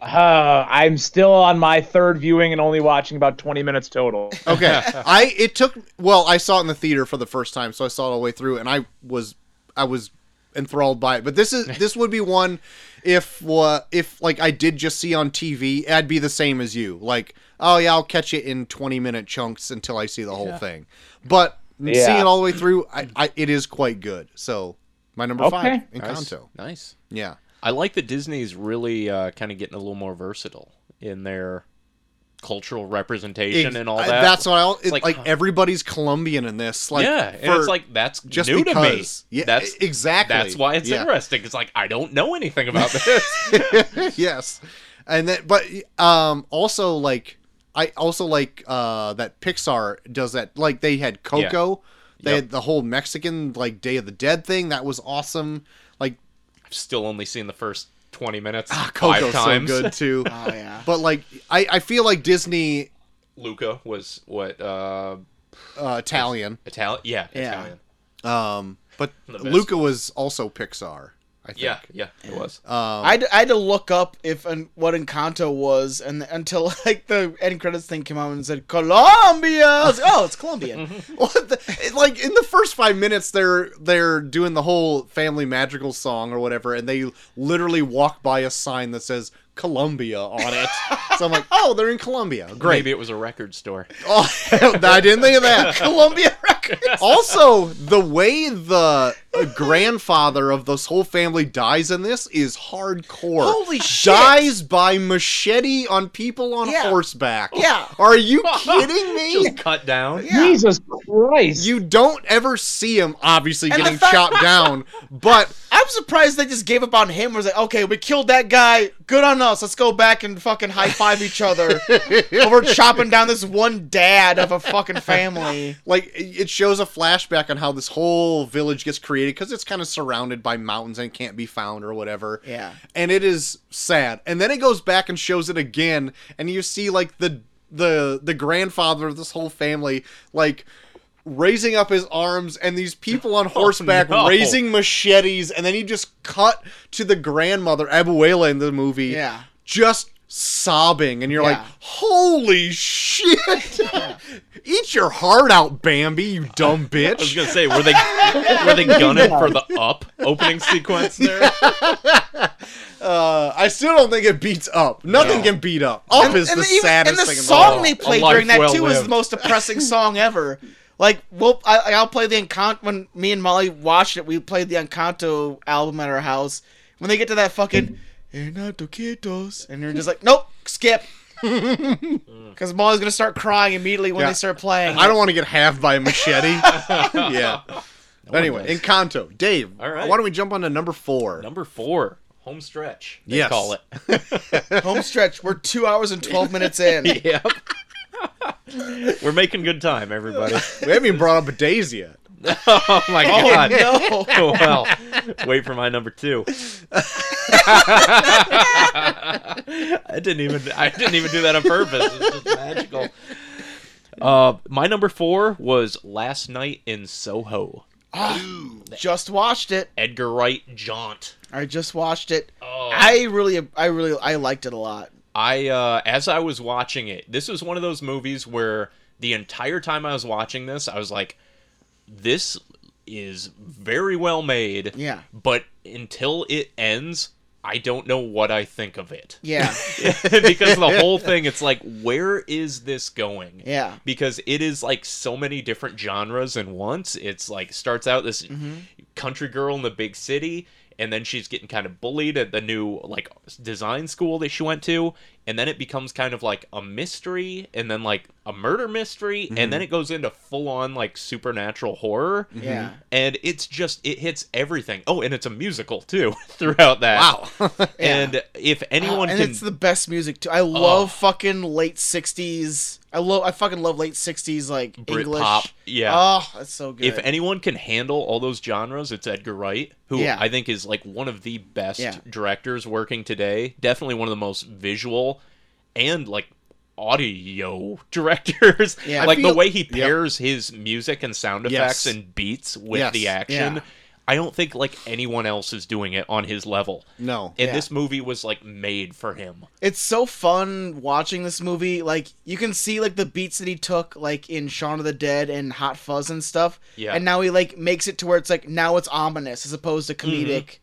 S4: Uh, I'm still on my third viewing and only watching about 20 minutes total.
S2: Okay. I it took well, I saw it in the theater for the first time, so I saw it all the way through and I was I was enthralled by it. But this is this would be one if uh, if like I did just see on TV, I'd be the same as you. Like, oh yeah, I'll catch it in 20 minute chunks until I see the whole thing. But seeing
S4: Yeah.
S2: it all the way through, I, I it is quite good. So, my number 5
S4: Okay.
S2: in
S3: nice.
S2: Encanto.
S3: Nice.
S2: Yeah.
S3: I like that Disney's really uh, kind of getting a little more versatile in their cultural representation and all
S2: I-
S3: that.
S2: That's what I it's
S3: like,
S2: like,
S3: huh.
S2: everybody's Colombian in this. Like
S3: yeah, and
S2: for-
S3: it's like that's
S2: just
S3: new
S2: because.
S3: to me.
S2: Yeah, e-,
S3: that's
S2: exactly.
S3: That's why it's
S2: Yeah.
S3: interesting. It's like I don't know anything about this.
S2: yes and then but um also like i also like uh that pixar does that like they had coco they
S3: Yep.
S2: had the whole mexican like day of the dead thing that was awesome like
S3: I've still only seen the first twenty minutes
S2: Ah, coco's
S3: five times.
S2: so good too
S1: Oh yeah.
S2: but like i i feel like disney
S3: Luca was what uh,
S2: uh italian
S3: Italian? Yeah,
S1: Yeah.
S3: Italian.
S2: um but
S3: The best.
S2: luca was also pixar i think
S3: Yeah, yeah, Uh, it was.
S1: I, had, I had to look up if and what Encanto was, and until like the end credits thing came out and said Colombia. I was like, oh, it's Colombian.
S2: What the, it- like in the first five minutes, they're they're doing the whole family magical song or whatever, and they literally walk by a sign that says Columbia on it. so I'm like, oh, they're in Columbia. Great.
S3: Maybe it was a record store.
S2: Oh, I didn't think of that.
S1: Colombia record.
S2: also, the way the uh, grandfather of this whole family dies in this is hardcore.
S1: Holy shit.
S2: Dies by machete on people on
S1: Yeah.
S2: horseback.
S1: Yeah.
S2: Are you kidding me?
S3: Just cut down.
S1: Yeah.
S4: Jesus Christ.
S2: you don't ever see him obviously
S1: And I
S2: getting
S1: thought-
S2: chopped down, but
S1: I'm surprised they just gave up on him. Was like, okay, we killed that guy. Good on us. Let's go back and fucking high five each other over chopping down this one dad of a fucking family.
S2: like it shows a flashback on how this whole village gets created because it's kind of surrounded by mountains and can't be found or whatever.
S1: Yeah.
S2: and it is sad. And then it goes back and shows it again, and you see like the the the grandfather of this whole family like raising up his arms and these people on horseback
S3: no.
S2: raising machetes and then you just cut to the grandmother abuela in the movie
S1: Yeah.
S2: just sobbing and you're
S1: Yeah.
S2: like holy shit eat your heart out bambi you dumb
S3: I was
S2: bitch
S3: gonna say, were they were they gunning for the up opening sequence there?
S2: uh, i still don't think it beats up nothing can beat up up is the
S1: even-
S2: saddest
S1: and the
S2: thing in the
S1: song
S2: world.
S1: they played
S3: life
S1: during that
S3: well
S1: too is the
S3: lived.
S1: most depressing song ever. Like, well, I, I'll play the Encanto when me and Molly watched it. We played the Encanto album at our house. When they get to that fucking "Encanto Quitos," and you're just like, nope, skip, because Molly's gonna start crying immediately when
S2: Yeah.
S1: they start playing.
S2: I don't want to get halved by a machete. yeah. anyway,
S3: does.
S2: Encanto. Dave,
S3: All right.
S2: why don't we jump on to number four?
S3: Number four, home stretch. They
S2: Yes.
S3: call it.
S1: Home stretch. We're two hours and twelve minutes in.
S3: yep. We're making good time, everybody.
S2: we haven't even brought up a days yet.
S3: oh my god.
S1: no.
S3: Oh, well, wait for my number two. I didn't even I didn't even do that on purpose. It's just magical. Uh, my number four was Last Night in Soho.
S1: just watched it.
S3: Edgar Wright jaunt.
S1: I just watched it.
S3: Oh.
S1: I really, I really, I liked it a lot.
S3: I uh, as I was watching it, this was one of those movies where the entire time I was watching this, I was like, "This is very well made."
S1: Yeah.
S3: But until it ends, I don't know what I think of it
S1: Yeah,
S3: because the whole thing, it's like, where is this going?
S1: yeah,
S3: because it is like so many different genres and once it's like starts out this
S1: Mm-hmm.
S3: country girl in the big city and then she's getting kind of bullied at the new like design school that she went to and then it becomes kind of like a mystery and then like a murder mystery
S1: Mm-hmm.
S3: and then it goes into full on like supernatural horror
S1: yeah.
S3: and it's just it hits everything oh and it's a musical too throughout that
S2: Wow.
S3: and if anyone
S1: and
S3: can Oh.
S1: it's the best music too. I love fucking late '60s. I love, I fucking love late '60s like English.
S3: Britpop, yeah.
S1: Oh, that's so good.
S3: If anyone can handle all those genres, it's Edgar Wright, who
S1: Yeah.
S3: I think is like one of the best
S1: Yeah.
S3: directors working today. Definitely one of the most visual and like audio directors.
S1: Yeah. I
S3: like
S2: feel-
S3: the way he
S2: Yep.
S3: pairs his music and sound effects
S2: Yes.
S3: and beats with
S2: Yes.
S3: the action.
S1: Yeah.
S3: I don't think like anyone else is doing it on his level.
S2: No.
S3: And
S1: Yeah.
S3: this movie was like made for him.
S1: it's so fun watching this movie. Like you can see like the beats that he took like in Shaun of the Dead and Hot Fuzz and stuff.
S3: Yeah.
S1: And now he like makes it to where it's like now it's ominous as opposed to
S3: Mm-hmm.
S1: comedic.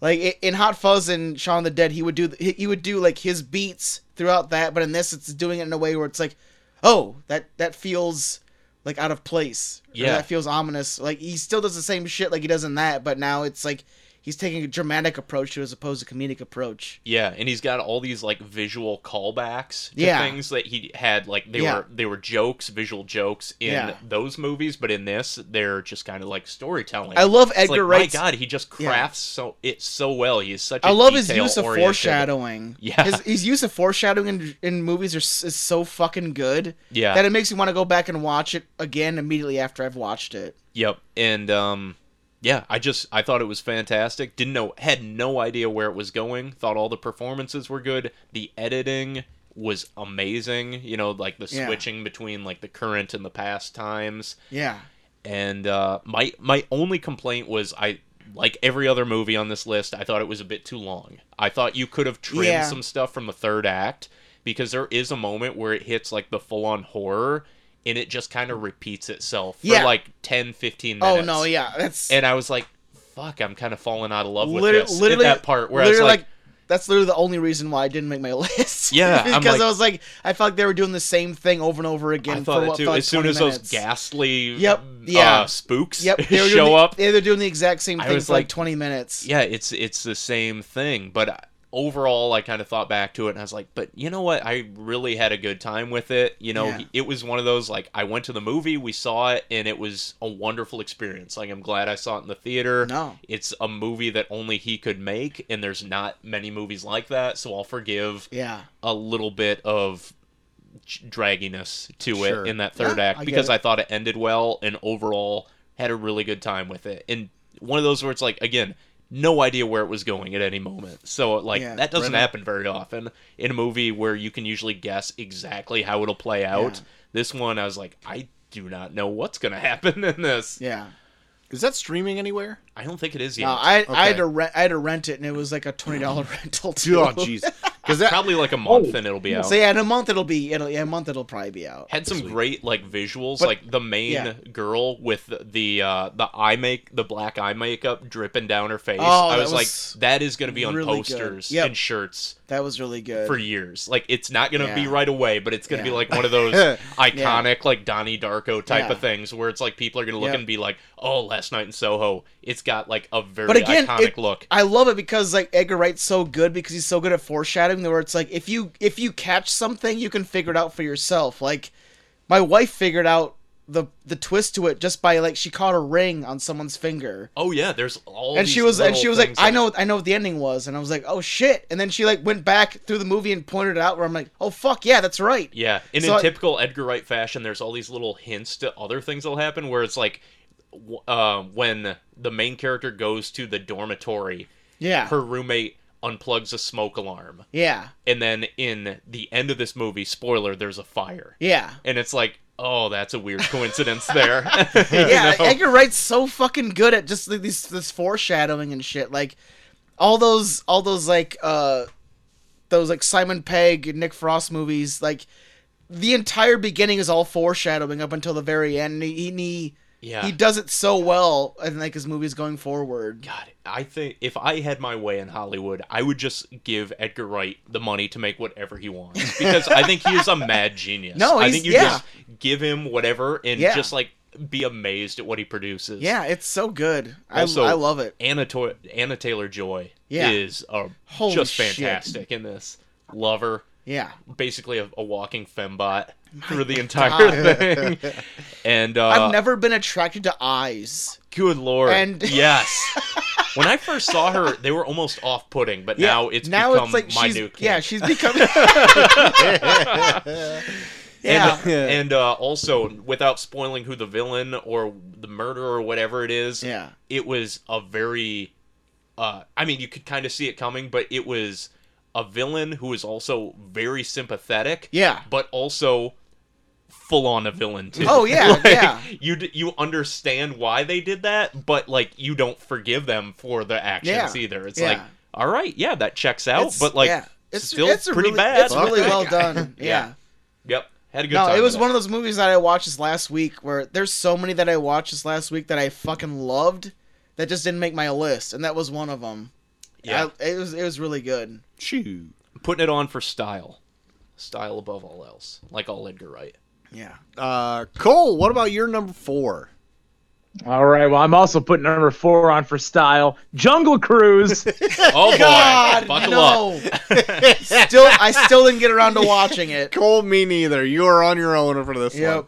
S1: Like i- in Hot Fuzz and Shaun of the Dead, he would do th- he he would do like his beats throughout that, but in this, it's doing it in a way where it's like, oh, that that feels like out of place. Or
S3: Yeah.
S1: that feels ominous. Like he still does the same shit like he does in that, but now it's like he's taking a dramatic approach to it as opposed to comedic approach.
S3: Yeah, and he's got all these like visual callbacks to
S1: Yeah.
S3: things that he had like they
S1: Yeah.
S3: were they were jokes, visual jokes in
S1: Yeah.
S3: those movies, but in this they're just kind of like storytelling.
S1: I love
S3: It's
S1: Edgar
S3: like,
S1: Wright's-
S3: My God, he just
S1: Yeah.
S3: crafts so it so well. He's such. a
S1: I love his use of
S3: detail-oriented-
S1: foreshadowing.
S3: Yeah.
S1: his, his use of foreshadowing in, in movies are, s- is so fucking good.
S3: Yeah.
S1: that it makes me want to go back and watch it again immediately after I've watched it.
S3: Yep, and um, yeah, I just I thought it was fantastic. Didn't know, had no idea where it was going. Thought all the performances were good. The editing was amazing. You know, like the
S1: Yeah.
S3: switching between like the current and the past times.
S1: Yeah,
S3: and uh, my my only complaint was I like every other movie on this list, I thought it was a bit too long. I thought you could have trimmed
S1: Yeah.
S3: some stuff from the third act because there is a moment where it hits like the full on horror and it just kind of repeats itself for
S1: Yeah.
S3: like 10 15 minutes.
S1: Oh no, yeah, that's
S3: And I was like, fuck, I'm kind of falling out of love with
S1: liter-
S3: this at that part where I was
S1: literally,
S3: like,
S1: that's literally the only reason why I didn't make my list.
S3: Yeah, I'm
S1: because
S3: like-
S1: I was like, I felt like they were doing the same thing over and over again.
S3: I thought
S1: for
S3: it
S1: what
S3: too.
S1: felt like
S3: as soon
S1: 20
S3: as those
S1: minutes.
S3: ghastly
S1: Yep,
S3: uh,
S1: yeah.
S3: spooks
S1: yep, they were doing
S3: show
S1: the-
S3: up,
S1: they're doing the exact same
S3: I
S1: thing
S3: was
S1: for like,
S3: like-
S1: twenty minutes.
S3: yeah, it's it's the same thing. But I- overall, I kind of thought back to it, and I was like, but you know what? I really had a good time with it. You know,
S1: Yeah.
S3: it was one of those like I went to the movie, we saw it, and it was a wonderful experience. Like I'm glad I saw it in the theater.
S1: No.
S3: it's a movie that only he could make, and there's not many movies like that. So I'll forgive
S1: yeah,
S3: a little bit of j- dragginess to
S2: Sure.
S3: it in that third
S1: Yeah,
S3: act
S1: I get
S3: because
S1: it.
S3: I thought it ended well and overall had a really good time with it. And one of those where it's like, again, no idea where it was going at any moment. So like
S1: Yeah,
S3: that doesn't
S2: right on.
S3: happen very often in a movie where you can usually guess exactly how it'll play out.
S1: Yeah.
S3: This one I was like, I do not know what's going to happen in this.
S1: yeah.
S2: Is that streaming anywhere?
S3: I don't think it is yet.
S1: No, I, I had
S2: Okay.
S1: to rent. I had to rent it, and it was like a twenty dollar rental too.
S2: Oh, jeez. Because that
S3: Probably like a
S1: oh,
S3: month and it'll be out.
S1: So yeah, in a month it'll be. It'll, yeah, in a month it'll probably be out.
S3: had some great like visuals
S1: But-
S3: like the main
S1: yeah.
S3: girl with the, the uh the eye make the black eye makeup dripping down her face
S1: Oh,
S3: i
S1: that
S3: was,
S1: was
S3: like that is going to be on
S1: really good.
S3: posters
S1: Yep.
S3: and shirts
S1: That was really good.
S3: for years like it's not going to be
S1: Yeah.
S3: right away but it's going to be
S1: Yeah.
S3: like one of those iconic like donnie darko type
S1: Yeah.
S3: of things where it's like people are going to look
S1: Yep.
S3: and be like oh last night in soho it's got like a very
S1: But again,
S3: iconic
S1: it-
S3: look
S1: I love it because like Edgar Wright's so good because he's so good at foreshadowing. Where it's like if you if you catch something, you can figure it out for yourself. Like my wife figured out the the twist to it just by like she caught a ring on someone's finger.
S3: oh yeah there's all
S1: and
S3: these
S1: she was and
S3: little
S1: she was like
S3: things
S1: i
S3: in it.
S1: know i know what the ending was and i was like oh shit and then she like went back through the movie and pointed it out where i'm like oh fuck yeah that's right
S3: Yeah, and
S1: So
S3: in
S1: I-
S3: typical Edgar Wright fashion, there's all these little hints to other things that'll happen where it's like w- uh, when the main character goes to the dormitory,
S1: Yeah.
S3: her roommate unplugs a smoke alarm,
S1: yeah.
S3: and then in the end of this movie, spoiler, there's a fire,
S1: Yeah.
S3: and it's like, oh, that's a weird coincidence there.
S1: yeah, Edgar Wright's so fucking good at just like, these this foreshadowing and shit. Like all those all those like uh those like Simon Pegg and Nick Frost movies. Like the entire beginning is all foreshadowing up until the very end. And he and he,
S3: yeah.
S1: he does it so well, and like his movies going forward.
S3: God, I think if I had my way in Hollywood, I would just give Edgar Wright the money to make whatever he wants because I think he is a mad genius.
S1: No,
S3: I
S1: he's-
S3: think you
S1: yeah.
S3: just give him whatever and
S1: Yeah.
S3: just like be amazed at what he produces.
S1: Yeah, it's so good.
S3: Also-
S1: I, I love it.
S3: Anna, to- Anna Taylor Joy
S1: Yeah.
S3: is uh,
S1: Holy
S3: just
S1: shit.
S3: fantastic in this. Love her.
S1: Yeah.
S3: Basically, a, a walking fembot through the entire thing. And uh,
S1: I've never been attracted to eyes.
S3: Good lord.
S1: And-
S3: yes. When I first saw her, they were almost off-putting, but now it's
S1: now
S3: become
S1: it's like
S3: my
S1: she's
S3: new kink.
S1: yeah she's becoming yeah
S3: And, and uh, also, without spoiling who the villain or the murderer or whatever it is,
S1: yeah
S3: it was a very. Uh, I mean, you could kind of see it coming, but it was a villain who was also very sympathetic.
S1: Yeah.
S3: But also full on a villain, too.
S1: oh yeah
S3: Like,
S1: yeah
S3: You, d- you understand why they did that, but, like, you don't forgive them for the actions
S1: Yeah.
S3: either. It's
S1: Yeah.
S3: like, all right, yeah, that checks out,
S1: It's-
S3: but, like,
S1: yeah.
S3: it's still pretty
S1: really,
S3: bad.
S1: It's really well done.
S3: Yeah.
S1: Yeah.
S3: Yep. Had a good
S1: No,
S3: time.
S1: it was
S3: with
S1: one of those movies that I watched this last week where there's so many that I watched this last week that I fucking loved that just didn't make my list, and that was one of them.
S3: Yeah.
S1: I- it was it was really good.
S2: Shoo.
S3: putting it on for style. Style above all else, like all Edgar Wright.
S1: Yeah.
S2: Uh, Cole, what about your number four?
S4: All right. Well, I'm also putting number four on for style. Jungle Cruise.
S3: Oh boy,
S1: God,
S3: buckle up.
S1: no. still, I still didn't get around to watching it.
S2: Cole, me neither. You are on your own for this
S1: Yep.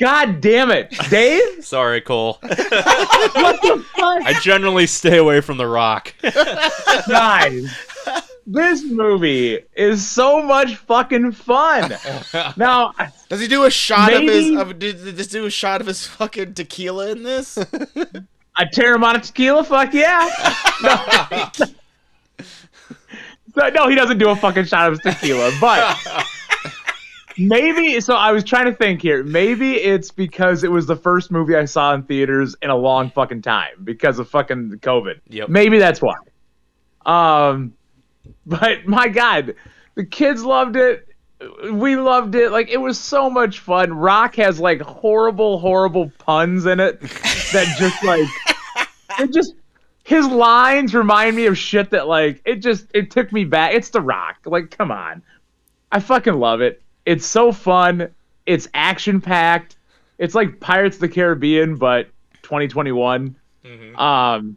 S4: God damn it, Dave.
S3: Sorry, Cole.
S4: What the fuck?
S3: I generally stay away from The Rock.
S4: guys, this movie is so much fucking fun. Now,
S1: Does he do a shot of his?
S4: Maybe-
S1: Of, did, did this do a shot of his fucking tequila in this?
S4: I tear him on a tequila. Fuck yeah. No, so, no, he doesn't do a fucking shot of his tequila, but. Maybe so. I was trying to think here. Maybe it's because it was the first movie I saw in theaters in a long fucking time because of fucking COVID.
S3: Yep.
S4: Maybe that's why. Um, but my God, the kids loved it. We loved it. Like it was so much fun. Rock has like horrible, horrible puns in it that just like it just his lines remind me of shit that like it just it took me back. It's the Rock. Like come on, I fucking love it. It's so fun. It's action packed. It's like Pirates of the Caribbean, but 2021. Um,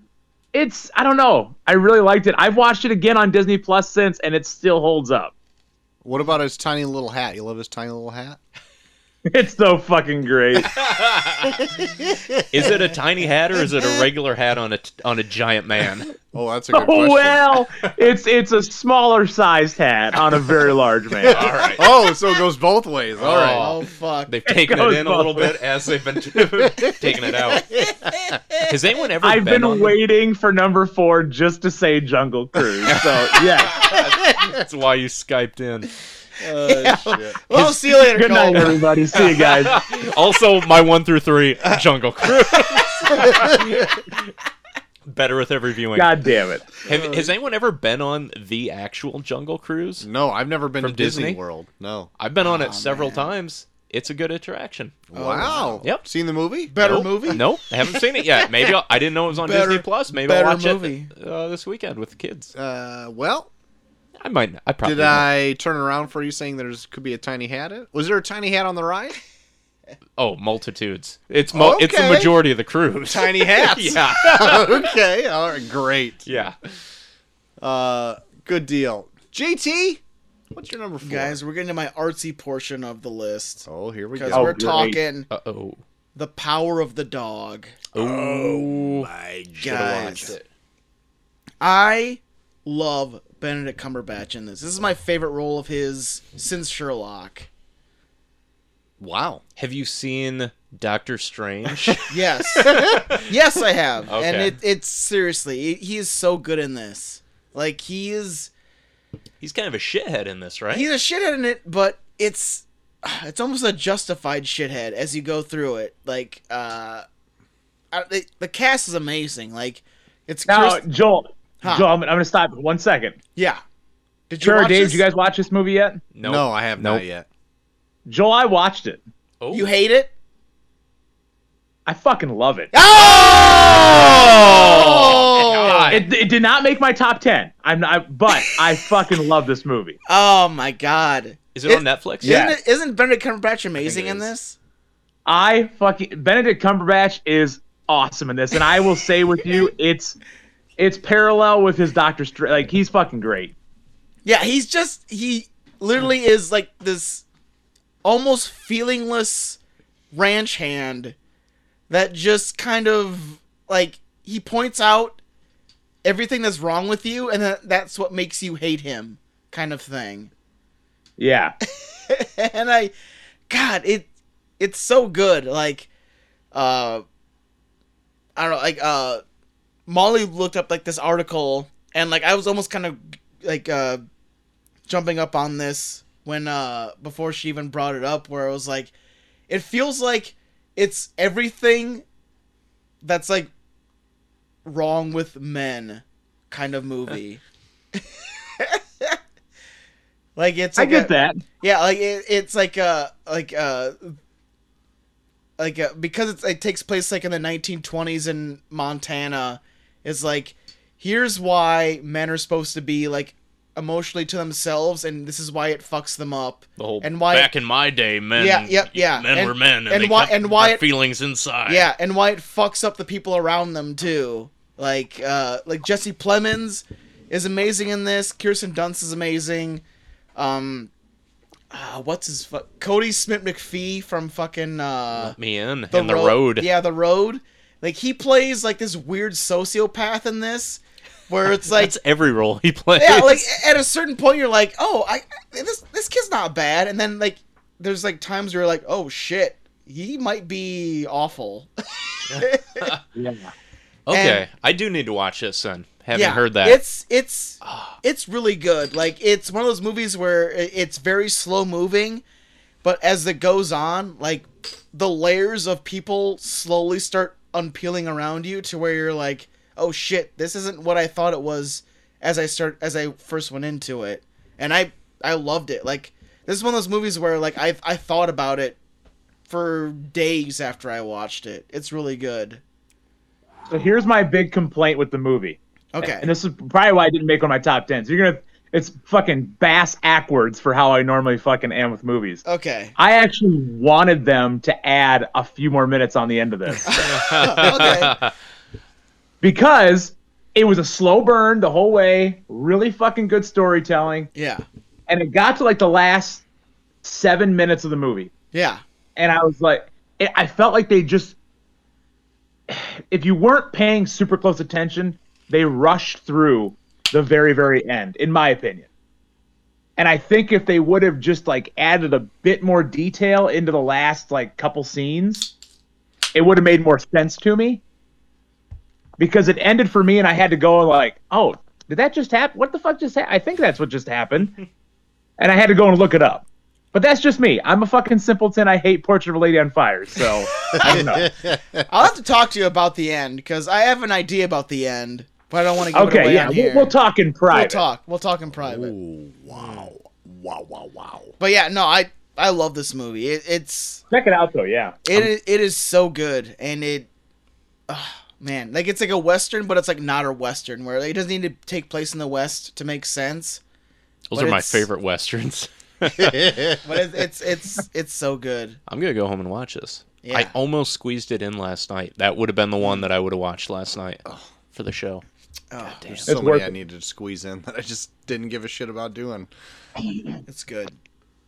S4: it's I don't know. I really liked it. I've watched it again on Disney Plus since, and it still holds up.
S2: What about his tiny little hat? You love his tiny little hat?
S4: It's so fucking great.
S3: Is it a tiny hat or is it a regular hat on a on a giant man?
S2: Oh, that's a good question.
S4: well, it's it's a smaller sized hat on a very large man.
S3: All right.
S2: Oh, so it goes both ways. All right.
S3: Oh.
S1: Oh fuck!
S3: They've taken it,
S4: goes
S3: in a little
S4: both
S3: bit as they've been taking it out. Has anyone ever
S4: I've
S3: been,
S4: been
S3: on
S4: waiting for number four just to say Jungle Cruise. So yeah.
S3: That's why you skyped in.
S1: well, see you later,
S4: Good
S1: Cole.
S4: night, everybody. See you guys.
S3: Also, my one through three, Jungle Cruise. Better with every viewing.
S4: God damn it.
S3: Have, has anyone ever been on the actual Jungle Cruise?
S2: No, I've never been
S3: From
S2: to Disney?
S3: Disney?
S2: World. No.
S3: I've been on it several times. It's a good attraction.
S2: wow.
S3: Yep.
S2: Seen the movie?
S1: Better
S3: Nope.
S1: movie.
S3: Nope, I haven't seen it yet. Maybe I'll, I didn't know it was on
S1: Better-
S3: Disney Plus. Maybe
S1: better
S3: I'll watch
S1: movie.
S3: it uh, this weekend with the kids.
S2: Uh, well,
S3: I might. I probably
S2: did I turn around for you saying there's could be a tiny hat? In? Was there a tiny hat on the ride?
S3: Oh, multitudes. It's mo- it's the
S2: Okay.
S3: majority of the cruise.
S2: Tiny hats.
S3: yeah,
S2: okay. All right. Great.
S3: yeah.
S2: Uh, good deal. JT, what's your number four?
S1: Guys, we're getting to my artsy portion of the list
S2: Oh, here we
S1: because
S2: go.
S1: we're
S4: great.
S1: talking
S3: Uh oh.
S1: the power of the dog.
S3: Oh,
S1: Guys, I love Benedict Cumberbatch in this. This is my favorite role of his since Sherlock.
S2: Wow.
S3: Have you seen Doctor Strange?
S1: Yes, yes, I have, and
S3: Okay.
S1: it, it's seriously, it, he is so good in this. Like he is,
S3: He's kind of a shithead in this, right?
S1: he's a shithead in it, but it's it's almost a justified shithead as you go through it. Like, uh, I, the, the cast is amazing. Like, it's
S4: Now,
S1: Chris-
S4: Joel,
S1: Huh.
S4: Joel, I'm, I'm gonna stop one second.
S1: yeah. Did
S4: Sure,
S1: watch
S4: Dave,
S1: this?
S4: did you guys watch this movie yet?
S3: no,
S2: No, I have
S3: Nope.
S2: not yet.
S4: Joel, I watched it.
S3: Oh.
S1: You hate it?
S4: I fucking love it.
S1: Oh!
S4: It, it did not make my top ten. I'm not, but I fucking love this movie.
S1: Oh my god!
S3: Is it, on Netflix?
S4: Yeah.
S1: Isn't, it, isn't Benedict Cumberbatch amazing
S3: it
S1: in
S3: is.
S1: this?
S4: I fucking Benedict Cumberbatch is awesome in this, and I will say with you, it's it's parallel with his Doctor Strange. Like he's fucking great.
S1: Yeah, he's just he literally is like this almost feelingless ranch hand that just kind of like he points out everything that's wrong with you and that, that's what makes you hate him kind of thing.
S4: Yeah,
S1: and I, God, it, it's so good. Like, uh, I don't know. Like, uh, Molly looked up like this article, and like I was almost kind of like uh, jumping up on this when uh before she even brought it up, where I was like, it feels like it's everything that's like wrong with men, kind of movie. like it's
S4: I
S1: like
S4: get
S1: a-
S4: that.
S1: yeah, like it, it's like uh like uh like uh, because it's, it takes place like in the 1920s in Montana. It's like here's why men are supposed to be like emotionally to themselves, and this is why it fucks them up.
S3: The whole
S1: and why
S3: back in my day, men.
S1: Yeah, yep, yeah.
S3: Men
S1: And-
S3: were men, and,
S1: and
S3: they
S1: why-
S3: kept
S1: and why
S3: their
S1: it-
S3: feelings inside.
S1: yeah, and why it fucks up the people around them too. Like uh like Jesse Plemons is amazing in this. Kirsten Dunst is amazing. Um uh, what's his fu- Cody Smith McPhee from fucking uh
S3: Let me in. and the road.
S1: Yeah, the road. Like he plays like this weird sociopath in this where it's like
S3: That's every role he plays.
S1: yeah, like at a certain point you're like, "Oh, I this this kid's not bad." And then like there's like times where you're like, "Oh shit, he might be awful."
S4: Yeah.
S3: okay,
S1: and-
S3: I do need to watch this then. Haven't
S1: yeah,
S3: heard that. Ah.
S1: It's it's it's really good. Like it's one of those movies where i- it's very slow moving, but as it goes on, like the layers of people slowly start unpeeling around you to where you're like, "Oh shit, this isn't what I thought it was." As I start as I first went into it, and I I loved it. Like this is one of those movies where like I I thought about it for days after I watched it. It's really good.
S4: So here's my big complaint with the movie,
S1: Okay.
S4: and this is probably why I didn't make one of my top tens. You're gonna, it's fucking bass ackwards for how I normally fucking am with movies.
S1: Okay.
S4: I actually wanted them to add a few more minutes on the end of this.
S1: okay.
S4: because it was a slow burn the whole way, really fucking good storytelling,
S1: Yeah.
S4: and it got to like the last seven minutes of the movie,
S1: Yeah.
S4: and I was like, it, I felt like they just, if you weren't paying super close attention, they rushed through the very very end, in my opinion. And I think if they would have just like added a bit more detail into the last like couple scenes, it would have made more sense to me. Because it ended for me and I had to go like, "Oh, did that just happen? What the fuck just happened? I think that's what just happened." and I had to go and look it up. But that's just me. I'm a fucking simpleton. I hate Portrait of a Lady on Fire. So, I don't know.
S1: I'll have to talk to you about the end because I have an idea about the end, but I don't want to give it
S4: Okay,
S1: away
S4: yeah,
S1: on here.
S4: we'll, we'll talk in
S1: We'll
S4: private.
S1: talk. We'll talk in private.
S2: Ooh, wow. Wow, wow, wow.
S1: But yeah, no, I I love this movie. It, it's
S4: Check it out though, yeah.
S1: it is, it is so good, and it, ah, man, like it's like a western, but it's like not a western where it doesn't need to take place in the west to make sense.
S3: Those
S1: but
S3: are my
S1: it's-
S3: favorite westerns.
S1: But it, it's it's it's so good.
S3: I'm gonna go home and watch this.
S1: Yeah.
S3: I almost squeezed it in last night. That would have been the one
S2: Mm.
S3: that I would have watched last night for the show.
S1: Oh,
S2: There's
S4: It's
S2: so many
S4: worth
S2: I
S4: it.
S2: needed to squeeze in that I just didn't give a shit about doing.
S1: it's good.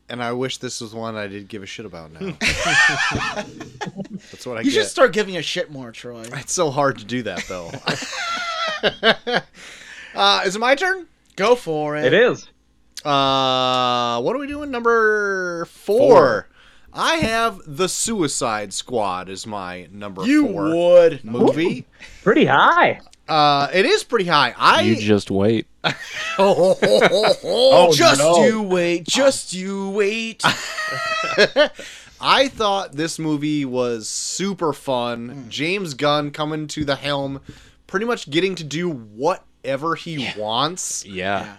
S2: And I wish this was one I did give a shit about now. That's what I
S1: You
S2: get.
S1: should start giving a shit more, Troy.
S2: It's so hard to do that though. uh, is it my turn?
S1: Go for it.
S4: It is.
S2: Uh, what are we doing? Number four. I have The Suicide Squad as my number
S1: You
S2: four
S1: would.
S2: movie.
S4: Pretty high.
S2: Uh, it is pretty high. I
S3: You just wait.
S2: oh,
S1: just
S2: no.
S1: you wait. Just you wait.
S2: I thought this movie was super fun.
S1: Hmm.
S2: James Gunn coming to the helm, pretty much getting to do whatever he wants,
S3: Yeah.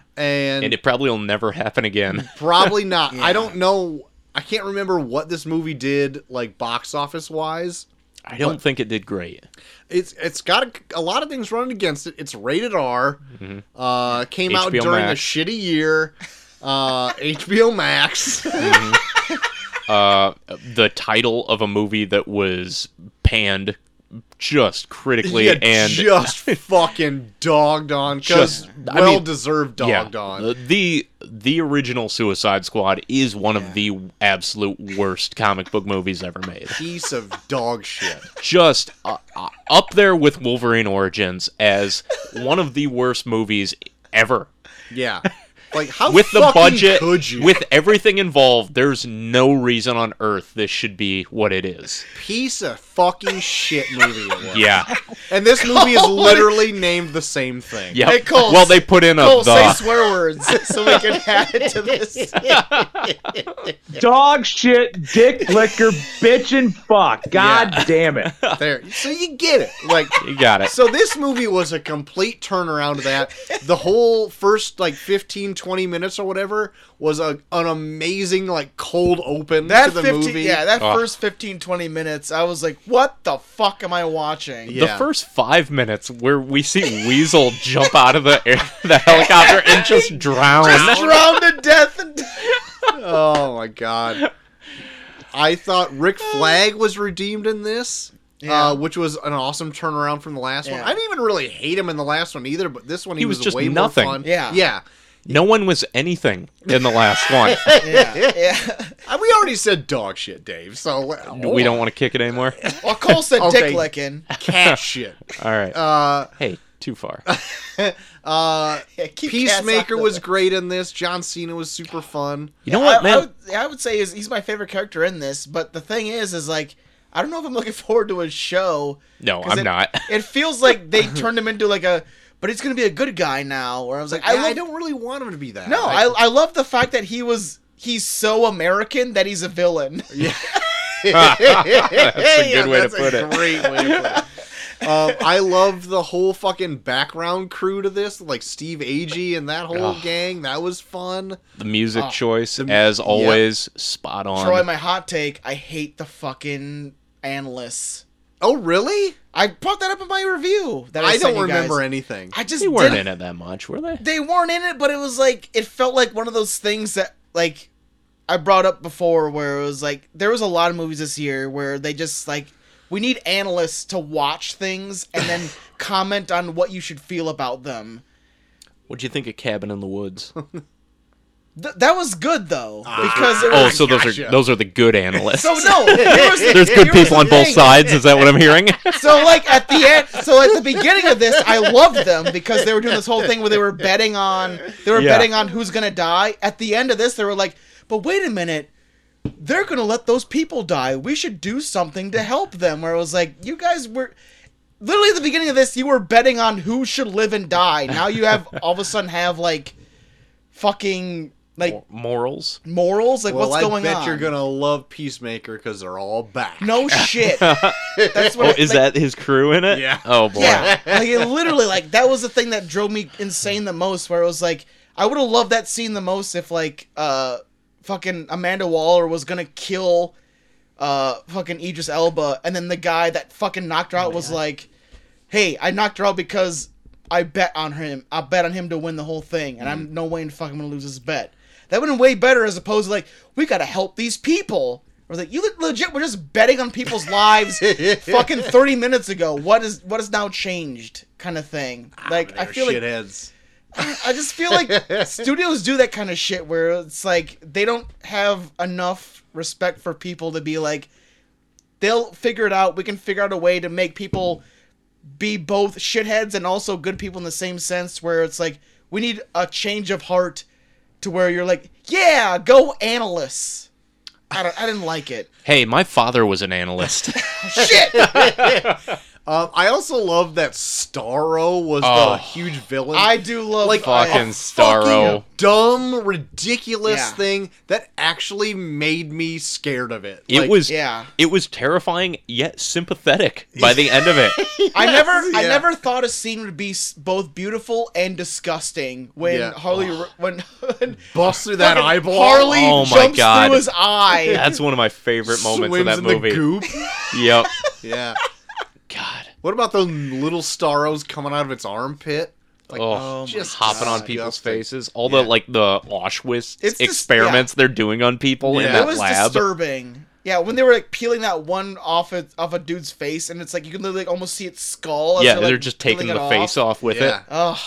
S2: and,
S3: And it probably will never happen again.
S2: probably not.
S1: Yeah.
S2: I don't know. I can't remember what this movie did like box office wise.
S3: I don't think it did great.
S2: It's it's got a, a lot of things running against it. It's rated R.
S1: Mm-hmm.
S2: Uh, came out
S3: HBO
S2: during
S3: Max.
S2: a shitty year. Uh, HBO Max.
S3: Uh, the title of a movie that was panned just critically
S2: Yeah,
S3: and
S2: just fucking dogged on because
S3: Just- I
S2: well
S3: mean,
S2: deserved
S3: yeah,
S2: dogged on.
S3: the- The the original Suicide Squad is one of the absolute worst comic book movies ever made.
S2: piece of dog shit.
S3: Just uh, uh, up there with Wolverine Origins as one of the worst movies ever.
S2: Yeah. Like how
S3: With the
S2: fucking
S3: budget,
S2: could you?
S3: with everything involved, there's no reason on earth this should be what it is.
S2: piece of fucking shit movie it was.
S3: Yeah.
S2: And this movie is literally named the same thing.
S3: Yep.
S1: Hey, Cole,
S3: well, they put in a
S1: Cole, say
S3: the.
S1: swear words so we can add it to this.
S4: Dog shit, dick liquor, bitch and fuck. God
S2: Yeah.
S4: damn it.
S2: There. So you get it. Like
S3: You got it.
S2: so this movie was a complete turnaround of that. The whole first like 15 20 minutes or whatever was a, an amazing like cold open
S1: That
S2: to the
S1: 15,
S2: movie.
S1: yeah, that
S3: Ugh.
S1: first 15, 20 minutes, I was like, what the fuck am I watching?
S2: Yeah.
S3: The first five minutes where we see Weasel jump out of the air, the helicopter and just drown.
S1: Drowned to death. And
S2: Oh my god. I thought Rick Flag was redeemed in this,
S1: Uh. Yeah.
S2: uh, which was an awesome turnaround from the last one.
S1: Yeah.
S2: I didn't even really hate him in the last one either, but this one he,
S3: He was just
S2: way
S3: nothing.
S2: more fun.
S1: Yeah.
S2: yeah.
S3: No one was anything in the last one.
S1: yeah, yeah.
S2: Uh, We already said dog shit, Dave. So uh,
S3: We don't want to kick it anymore.
S1: Well, Cole said
S2: Okay.
S1: dick licking.
S2: cat shit.
S3: All right.
S2: Uh,
S3: hey, too far.
S2: uh,
S1: Yeah, keep cats out
S2: Peacemaker
S1: of
S2: was
S1: it.
S2: great in this. John Cena was super fun.
S3: You know
S1: I-
S3: what,
S1: I,
S3: man?
S1: would, I would say is he's my favorite character in this, but the thing is, is like I don't know if I'm looking forward to his show.
S3: No,
S1: 'cause
S3: I'm
S1: it-
S3: not.
S1: It feels like they turned him into like a, but he's gonna be a good guy now. Where I was like,
S2: Yeah, I,
S1: I, love,
S2: don't really want him to be that.
S1: No, I, I love the fact that he was he's so American that he's a villain.
S3: That's a good way to put it.
S2: Great way to put it. Um, I love the whole fucking background crew to this, like Steve Agee and that whole
S3: Ugh.
S2: gang. That was fun.
S3: The music choice,
S2: Uh, the-
S3: as
S2: yeah.
S3: always, spot on.
S1: Troy, my hot take: I hate the fucking analysts.
S2: Oh, really?
S1: I brought that up in my review. That I,
S2: I
S1: sent
S2: don't
S1: you guys.
S2: remember anything.
S1: I just
S3: they weren't
S1: didn't-
S3: in it that much, were they?
S1: they weren't in it, but it was like it felt like one of those things that like I brought up before, where it was like there was a lot of movies this year where they just like we need analysts to watch things and then comment on what you should feel about them.
S3: What'd you think of Cabin in the Woods?
S1: Th- that was good though because it
S3: oh,
S1: was.
S3: so those
S2: gotcha.
S3: are those are the good analysts.
S1: so no, here's the-
S3: There's good
S1: here's the
S3: people on both
S1: thing.
S3: sides. Is that what I'm hearing?
S1: So like at the end, so at the beginning of this, I loved them because they were doing this whole thing where they were betting on they were
S3: Yeah.
S1: betting on who's gonna die. At the end of this, they were like, "But wait a minute, they're gonna let those people die. We should do something to help them." Where it was like, "You guys were." Literally at the beginning of this, you were betting on who should live and die. Now you have all of a sudden have like, fucking like
S3: Morals.
S1: morals. Like
S2: well,
S1: what's
S2: I
S1: going
S2: bet
S1: on?
S2: you're gonna love Peacemaker because they're all back.
S1: No shit. That's what
S3: Oh,
S1: I-
S3: is
S1: like-
S3: that his crew in it?
S2: Yeah.
S3: Oh boy.
S1: Yeah, like it literally, like that was the thing that drove me insane the most. Where it was like, I would have loved that scene the most if like, uh, fucking Amanda Waller was gonna kill, uh, fucking Idris Elba, and then the guy that fucking knocked her out
S3: Oh,
S1: was like, "Hey, I knocked her out because I bet on him. I bet on him to win the whole thing, and I'm no way in fucking gonna lose this bet." That would have been way better as opposed to like, we gotta help these people. Or like, you le- legit were just betting on people's lives fucking 30 minutes ago. What is what has now changed? Kind of thing. Like I
S2: They're
S1: feel like
S2: shitheads.
S1: I just feel like studios do that kind of shit where it's like they don't have enough respect for people to be like they'll figure it out. We can figure out a way to make people be both shitheads and also good people in the same sense where it's like we need a change of heart to where you're like, yeah, go analysts. I, don't, I didn't like it.
S3: Hey, my father was an analyst.
S1: Shit!
S2: Um, I also love that Starro was
S3: Oh.
S2: the huge villain.
S1: I do love
S2: Like,
S1: I-
S3: fucking
S2: fucking
S3: Starro.
S2: dumb, ridiculous
S1: Yeah.
S2: thing that actually made me scared of it.
S3: It
S2: Like,
S3: was
S1: yeah.
S3: It was terrifying yet sympathetic by the end of it.
S1: I never, I
S2: yeah.
S1: never thought a scene would be s- both beautiful and disgusting when
S2: Yeah.
S1: Harley, when, when
S2: bust through that
S1: fucking
S2: eyeball.
S1: Harley
S3: Oh my
S1: jumps
S3: God.
S1: through his eye.
S3: That's one of my favorite moments
S2: swims
S3: of that
S2: in
S3: movie.
S2: The goop.
S3: Yep.
S2: yeah.
S3: God.
S2: What about those little Starros coming out of its armpit? Like,
S3: oh,
S2: just
S3: just hopping on
S2: disgusting.
S3: people's faces. All the like the Auschwitz
S1: It's just-
S3: experiments they're doing on people
S2: Yeah.
S3: in
S1: It
S3: that
S1: was
S3: lab.
S1: disturbing. Yeah, when they were like peeling that one off a, off a dude's face, and it's like you can literally like, almost see its skull. as
S3: yeah,
S1: like,
S3: they're just taking
S1: peeling
S3: the
S1: it
S3: face off with
S2: Yeah,
S1: Ugh.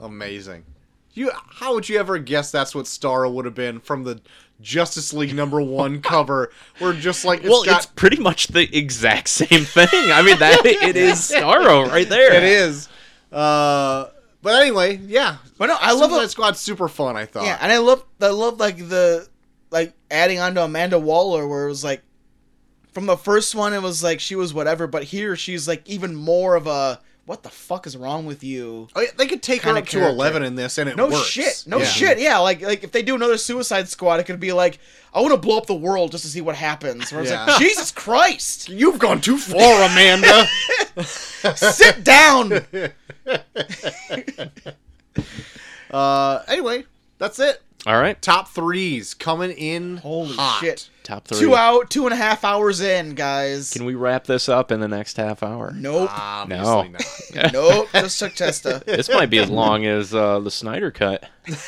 S2: amazing. You, how would you ever guess that's what Starro would have been from the Justice League number one cover? Where just like
S3: it. Well,
S2: got
S3: it's pretty much the exact same thing. I mean, that it is Starro right there.
S2: It is. Uh, but anyway, yeah.
S1: But no, I love
S2: Suicide
S1: it.
S2: Squad's super fun. I thought.
S1: Yeah, and I love I love like the like adding on to Amanda Waller where it was like from the first one it was like she was whatever, but here she's like even more of a what the fuck is wrong with you?
S2: Oh, yeah, they could take her
S1: Kinda
S2: up to
S1: character.
S2: eleven in this, and it
S1: No
S2: works.
S1: shit. No
S2: Yeah.
S1: shit. Yeah, like like if they do another Suicide Squad, it could be like I want to blow up the world just to see what happens. Where it's
S2: Yeah.
S1: like Jesus Christ,
S2: You've gone too far, Amanda.
S1: sit down.
S2: uh, anyway, that's it.
S3: All right.
S2: Top threes coming in.
S1: Holy
S2: hot.
S1: shit.
S3: Top three.
S1: Two out, two and a half hours in, guys.
S3: Can we wrap this up in the next half hour?
S1: Nope.
S2: Ah. Obviously not.
S1: nope. Just took Testa.
S3: This might be as long as uh, the Snyder cut.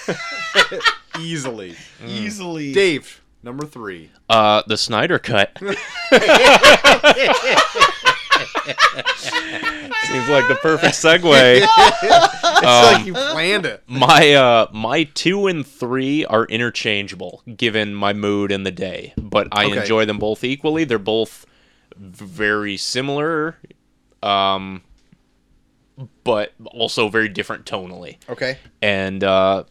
S2: Easily.
S1: Easily.
S2: Mm. Dave, number three.
S3: Uh, the Snyder cut. Seems like the perfect segue.
S2: It's
S1: Um,
S2: like you planned it.
S3: my uh my two and three are interchangeable given my mood and the day but i
S2: Okay.
S3: enjoy them both equally they're both very similar um but also very different tonally
S1: Okay.
S3: and uh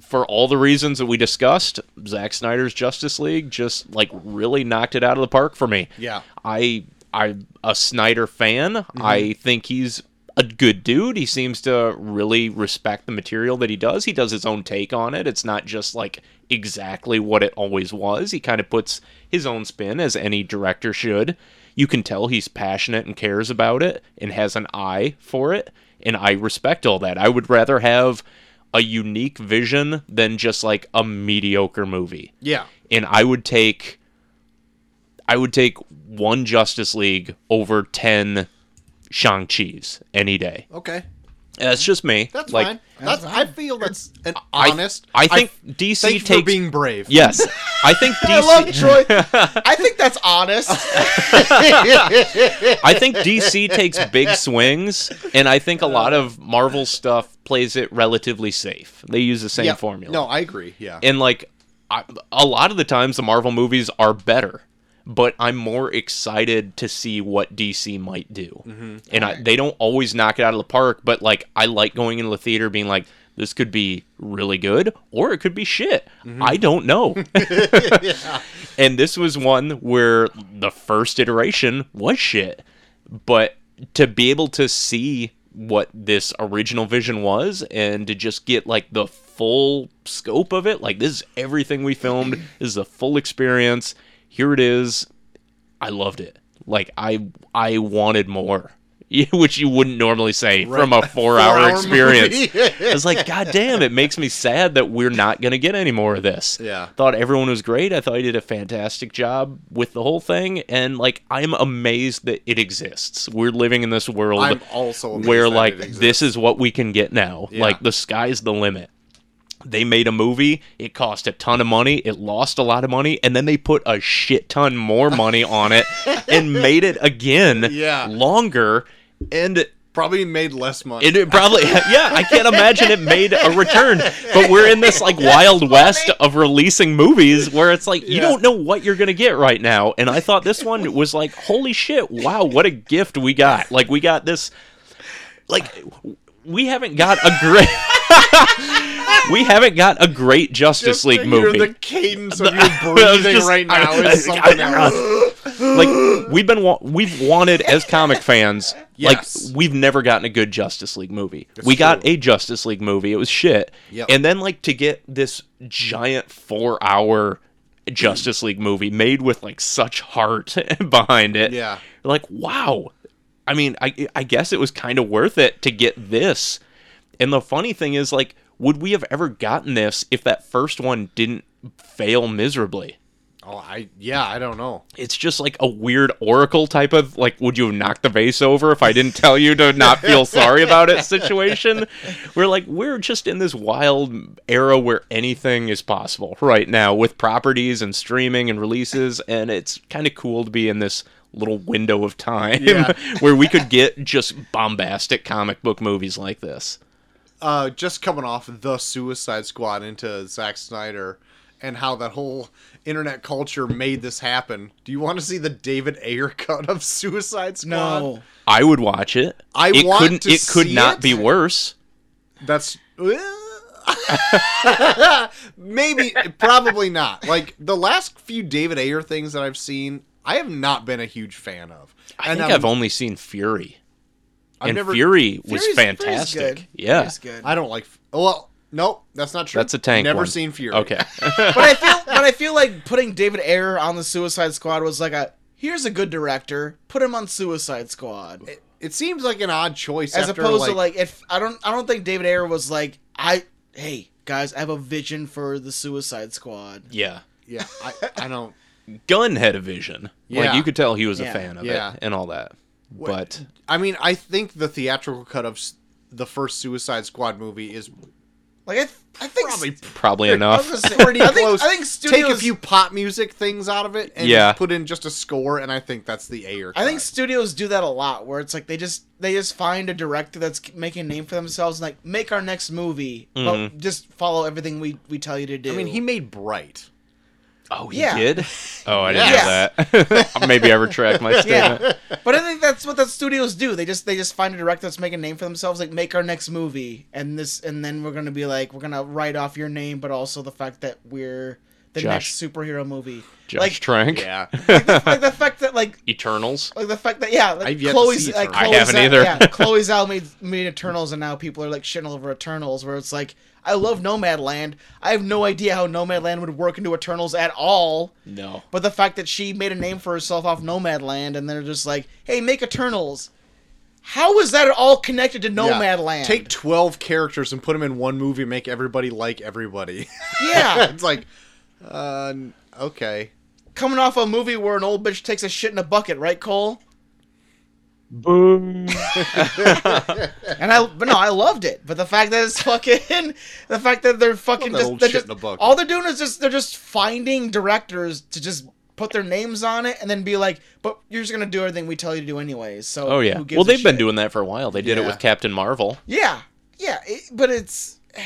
S3: for all the reasons that we discussed Zack Snyder's Justice League just like really knocked it out of the park for me
S2: Yeah.
S3: I I'm a Snyder fan. I think he's a good dude. He seems to really respect the material that he does. He does his own take on it. It's not just like exactly what it always was. He kind of puts his own spin as any director should. You can tell he's passionate and cares about it and has an eye for it, and I respect all that. I would rather have a unique vision than just like a mediocre movie
S2: Yeah.
S3: and I would take I would take one Justice League over ten Shang Chi's any day.
S2: Okay.
S3: That's just me.
S2: That's
S3: like,
S2: fine. That's. I feel that's an
S3: I-
S2: honest.
S3: I, think DC
S2: Thank you
S3: takes
S2: for being brave.
S3: yes. I think DC.
S1: I love Troy. I think that's honest.
S3: I think DC takes big swings, and I think a lot of Marvel stuff plays it relatively safe. They use the same
S2: Yeah.
S3: formula.
S2: No, I agree. Yeah.
S3: and like I, a lot of the times the marvel movies are better but i'm more excited to see what dc might do and I, they don't always knock it out of the park but like i like going into the theater being like this could be really good or it could be shit i don't know and this was one where the first iteration was shit but to be able to see what this original vision was and to just get like the full scope of it like this is everything we filmed this is the full experience here it is i loved it like i i wanted more which you wouldn't normally say from a four hour
S2: Four-hour
S3: experience
S2: movie.
S3: I was like, God damn, it makes me sad that we're not going to get any more of this.
S2: Yeah.
S3: Thought everyone was great. I thought he did a fantastic job with the whole thing. And, like, I'm amazed that it exists. We're living in this world
S2: I'm also amazed
S3: where,
S2: that
S3: like,
S2: it exists.
S3: this is what we can get now.
S2: Yeah.
S3: Like, the sky's the limit. They made a movie. It cost a ton of money. It lost a lot of money. And then they put a shit ton more money on it and made it again
S2: Yeah.
S3: longer. And
S2: probably made less money.
S3: it, it probably, yeah. I can't imagine it made a return. But we're in this like wild west of releasing movies where it's like you
S2: Yeah.
S3: don't know what you're gonna get right now. And I thought this one was like, holy shit! Wow, what a gift we got! Like we got this, like w- we haven't got a great. We haven't got a great Justice
S2: Just
S3: League
S2: to
S3: movie.
S2: Hear the cadence of your
S3: I was
S2: breathing
S3: just-
S2: right now
S3: I-
S2: is
S3: I-
S2: something
S3: I-
S2: else.
S3: like we've been wa- we've wanted as comic fans
S2: Yes.
S3: like we've never gotten a good justice league movie
S2: That's
S3: we got
S2: true.
S3: a justice league movie it was shit
S2: Yep.
S3: and then like to get this giant four hour justice league movie made with like such heart behind it
S2: Yeah.
S3: like wow i mean i i guess it was kind of worth it to get this and the funny thing is like would we have ever gotten this if that first one didn't fail miserably
S2: Oh, I yeah, I don't know.
S3: it's just like a weird oracle type of like would you have knocked the vase over if i didn't tell you to not feel sorry about it situation we're like we're just in this wild era where anything is possible right now with properties and streaming and releases and it's kind of cool to be in this little window of time
S2: Yeah.
S3: where we could get just bombastic comic book movies like this
S2: uh, just coming off the Suicide Squad into Zack Snyder and how that whole internet culture made this happen. Do you want to see the David Ayer cut of Suicide Squad?
S1: No.
S3: i would watch it
S2: I
S3: it
S2: want
S3: couldn't
S2: to
S3: it could
S2: see
S3: not
S2: it.
S3: be worse
S2: That's maybe, probably not. Like the last few David Ayer things that I've seen, I have not been a huge fan of.
S3: i think
S2: I'm-
S3: i've only seen fury
S2: I've
S3: and
S2: never-
S3: Fury was
S1: Fury's- Fury's
S3: fantastic.
S1: good.
S3: Yeah,
S1: Fury's good.
S2: I don't like. Well, no, that's not true.
S3: that's a tank.
S2: Never
S3: one.
S2: seen Fury.
S3: Okay,
S1: but I feel, but I feel like putting David Ayer on the Suicide Squad was like a here's a good director, put him on Suicide Squad,
S2: It seems like an odd choice
S1: as
S2: after,
S1: opposed to like if I don't, I don't think David Ayer was like I, hey guys, I have a vision for the Suicide Squad.
S3: yeah.
S2: yeah, I, I don't.
S3: Gun had a vision. Like
S2: Yeah.
S3: you could tell he was
S1: Yeah.
S3: a fan of
S2: Yeah.
S3: it and all that. But
S2: I mean, I think the theatrical cut of s- the first Suicide Squad movie is
S1: Like I, th- I think
S2: probably
S3: probably
S1: I
S3: enough.
S1: was gonna say,
S2: pretty
S1: I think,
S2: close.
S1: I think studios,
S2: Take a few pop music things out of it and
S3: Yeah.
S2: put in just a score, and I think that's the Ayer.
S1: I think
S2: cut.
S1: studios do that a lot, where it's like they just they just find a director that's making a name for themselves, and like make our next movie, but just follow everything we we tell you to do.
S2: Mm-hmm. I mean, he made Bright.
S3: Oh, he
S1: Yeah.
S3: did. Oh, I didn't
S1: Yes.
S3: know that. Maybe I retract my statement.
S1: yeah, but I think that's what the studios do. They just they just find a director that's making a name for themselves, like make our next movie, and this, and then we're gonna be like we're gonna write off your name, but also the fact that we're the
S3: Josh-
S1: next superhero movie,
S3: Josh
S1: like
S3: Trank.
S2: Yeah,
S1: like the fact that like
S3: Eternals.
S1: like the fact that yeah, like
S2: I've yet to
S1: Chloe's
S2: see
S1: like
S2: Eternals. I
S1: Chloe's
S3: haven't either.
S1: Yeah, Chloe's Zhao made made Eternals, and now people are like shitting all over Eternals, where it's like I love Nomadland. I have no idea how Nomadland would work into Eternals at all.
S3: No.
S1: But the fact that she made a name for herself off Nomadland, and they're just like, hey, make Eternals. How is that at all connected to
S2: Yeah.
S1: Nomadland?
S2: Take twelve characters and put them in one movie and make everybody like everybody.
S1: yeah,
S2: it's like, uh, n- okay.
S1: coming off a movie where an old bitch takes a shit in a bucket, right, Cole?
S4: Boom.
S1: And I, but no, I loved it. But the fact that it's fucking, the fact that they're fucking
S2: that
S1: just,
S2: old
S1: they're
S2: shit
S1: just
S2: in a bucket.
S1: all they're doing is just they're just finding directors to just put their names on it and then be like, but you're just gonna do everything we tell you to do anyways. So
S3: Oh yeah.
S1: who gives
S3: Well,
S1: a
S3: they've been
S1: shit?
S3: doing that for a while. They did it
S2: Yeah.
S3: with Captain Marvel.
S1: Yeah, yeah, it, but it's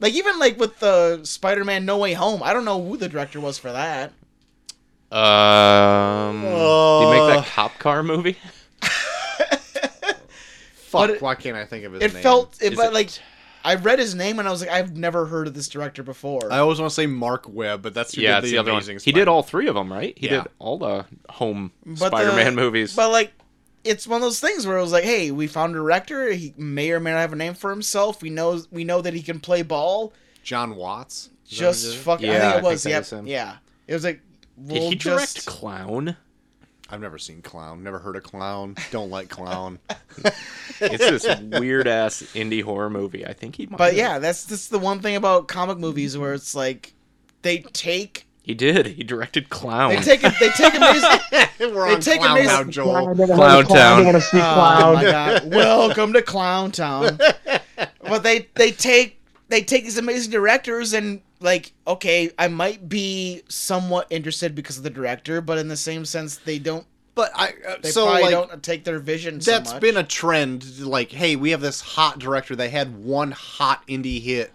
S1: like even like with the Spider-Man No Way Home, I don't know who the director was for that.
S3: Um, do Um, you make that cop car movie?
S2: Fuck.
S1: it-
S2: why can't I think of his
S1: It
S2: name?
S1: felt, it,
S3: Is
S1: but
S3: it-
S1: like I read his name and I was like, I've never heard of this director before.
S3: Uh,
S2: I always want to say Mark Webb, but that's who
S3: yeah,
S2: did
S3: it's
S2: the,
S3: the other one.
S2: amazing.
S3: He did
S2: Spider-Man.
S3: all three of them, right? He
S2: Yeah.
S3: did all the home
S1: the-
S3: Spider-Man movies.
S1: uh, But like, it's one of those things where it was like, hey, we found a director. He may or may not have a name for himself. We know we know that he can play ball.
S2: John Watts. Is that what he
S1: Just
S2: did?
S1: fucking,
S3: Yeah,
S1: I
S3: I
S1: think it
S3: think
S1: was.
S3: that
S1: yep,
S3: was him.
S1: yeah. It was like,
S3: did
S1: we'll
S3: he direct
S1: just
S3: Clown?
S2: I've never seen clown. Never heard of clown. Don't like clown.
S3: it's this weird ass indie horror movie. I think he might.
S1: But
S3: have-
S1: yeah, that's that's the one thing about comic movies where it's like they take
S3: he did. He directed Clown.
S1: they take they take amazing. Oh,
S2: We're
S1: They
S2: on
S1: take
S2: clown
S1: amazing-
S2: now, Joel.
S3: Clown Town.
S4: I want to see
S1: Oh my
S4: clown.
S1: god! Welcome to Clown Town. But they they take they take these amazing directors and like okay, I might be somewhat interested because of the director, but in the same sense, they don't.
S2: But I uh,
S1: They
S2: so
S1: probably
S2: like
S1: don't take their vision. so
S2: That's
S1: much.
S2: been a trend. Like, hey, we have this hot director. They had one hot indie hit.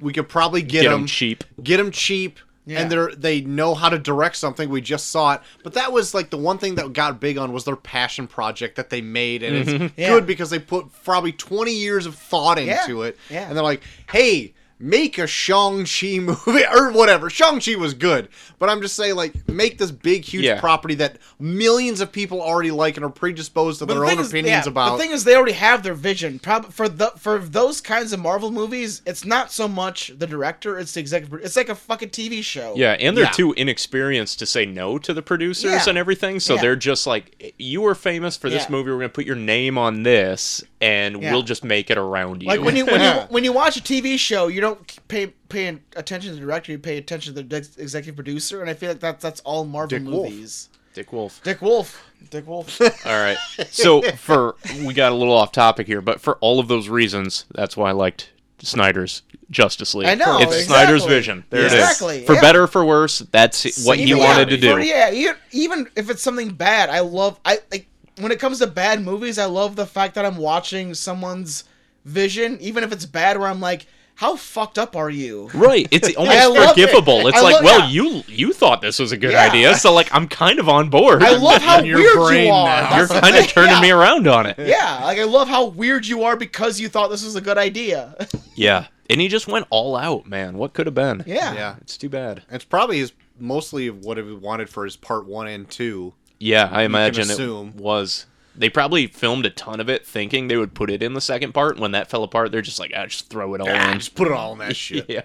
S2: We could probably get,
S3: Get
S2: them
S3: him cheap.
S2: Get them cheap.
S1: Yeah.
S2: And they're they know how to direct something. We just saw it, but that was like the one thing that got big on was their passion project that they made, and it's
S1: Mm-hmm. Yeah.
S2: good because they put probably twenty years of thought
S1: Yeah.
S2: into it.
S1: Yeah.
S2: And they're like, "Hey, make a Shang-Chi movie or whatever. Shang-Chi was good, but I'm just saying like make this big huge
S3: Yeah.
S2: property that millions of people already like and are predisposed to
S1: But
S2: their
S1: the
S2: own
S1: thing is-
S2: opinions
S1: yeah,
S2: about.
S1: The thing is, they already have their vision. Prob- for the for those kinds of Marvel movies, it's not so much the director; it's the executive. pro- It's like a fucking TV show.
S3: Yeah, and they're
S2: Yeah.
S3: too inexperienced to say no to the producers
S1: Yeah.
S3: and everything, so
S1: Yeah.
S3: they're just like, "You are famous for this
S1: Yeah.
S3: movie. We're gonna put your name on this, and
S1: Yeah.
S3: we'll just make it around you."
S1: Like when you when you
S2: Yeah.
S1: when you watch a TV show, you don't pay pay attention to the director; you pay attention to the ex- executive producer. And I feel like that's that's all Marvel
S2: Dick Wolf.
S1: movies.
S3: Dick Wolf.
S1: Dick Wolf. Dick Wolf.
S3: All right. So for we got a little off topic here, but for all of those reasons, that's why I liked Snyder's Justice League.
S1: I know,
S3: It's Snyder's
S1: exactly.
S3: vision. There it is.
S1: Exactly,
S3: For
S1: yeah.
S3: better or for worse, that's it- what he
S1: Even-
S3: wanted to
S1: yeah, for-
S3: do.
S1: yeah, e- even if it's something bad, I love. I like when it comes to bad movies. I love the fact that I'm watching someone's vision, even if it's bad. Where I'm like, how fucked up are you?
S3: Right. It's
S1: I
S3: almost
S1: love it.
S3: forgivable. It's
S1: I
S3: like,
S1: love-
S3: well,
S1: yeah.
S3: you you thought this was a good
S1: Yeah.
S3: idea, so like I'm kind of on board.
S1: I love how
S2: in your
S1: weird you
S2: brain
S1: are.
S2: now.
S1: That's
S3: You're
S1: the
S3: kind of
S1: thing,
S3: turning
S1: yeah.
S3: me around on it.
S1: Yeah, like I love how weird you are because you thought this was a good idea.
S3: Yeah. And he just went all out, man. What could have been?
S1: yeah.
S2: yeah,
S3: It's too bad.
S2: it's probably his mostly of what he wanted for his part one and two.
S3: Yeah, I imagine it
S2: assume.
S3: was. They probably filmed a ton of it thinking they would put it in the second part. When that fell apart, they're just like, ah, just throw it all
S2: Ah,
S3: in.
S2: just put it all in that shit.
S3: Yeah.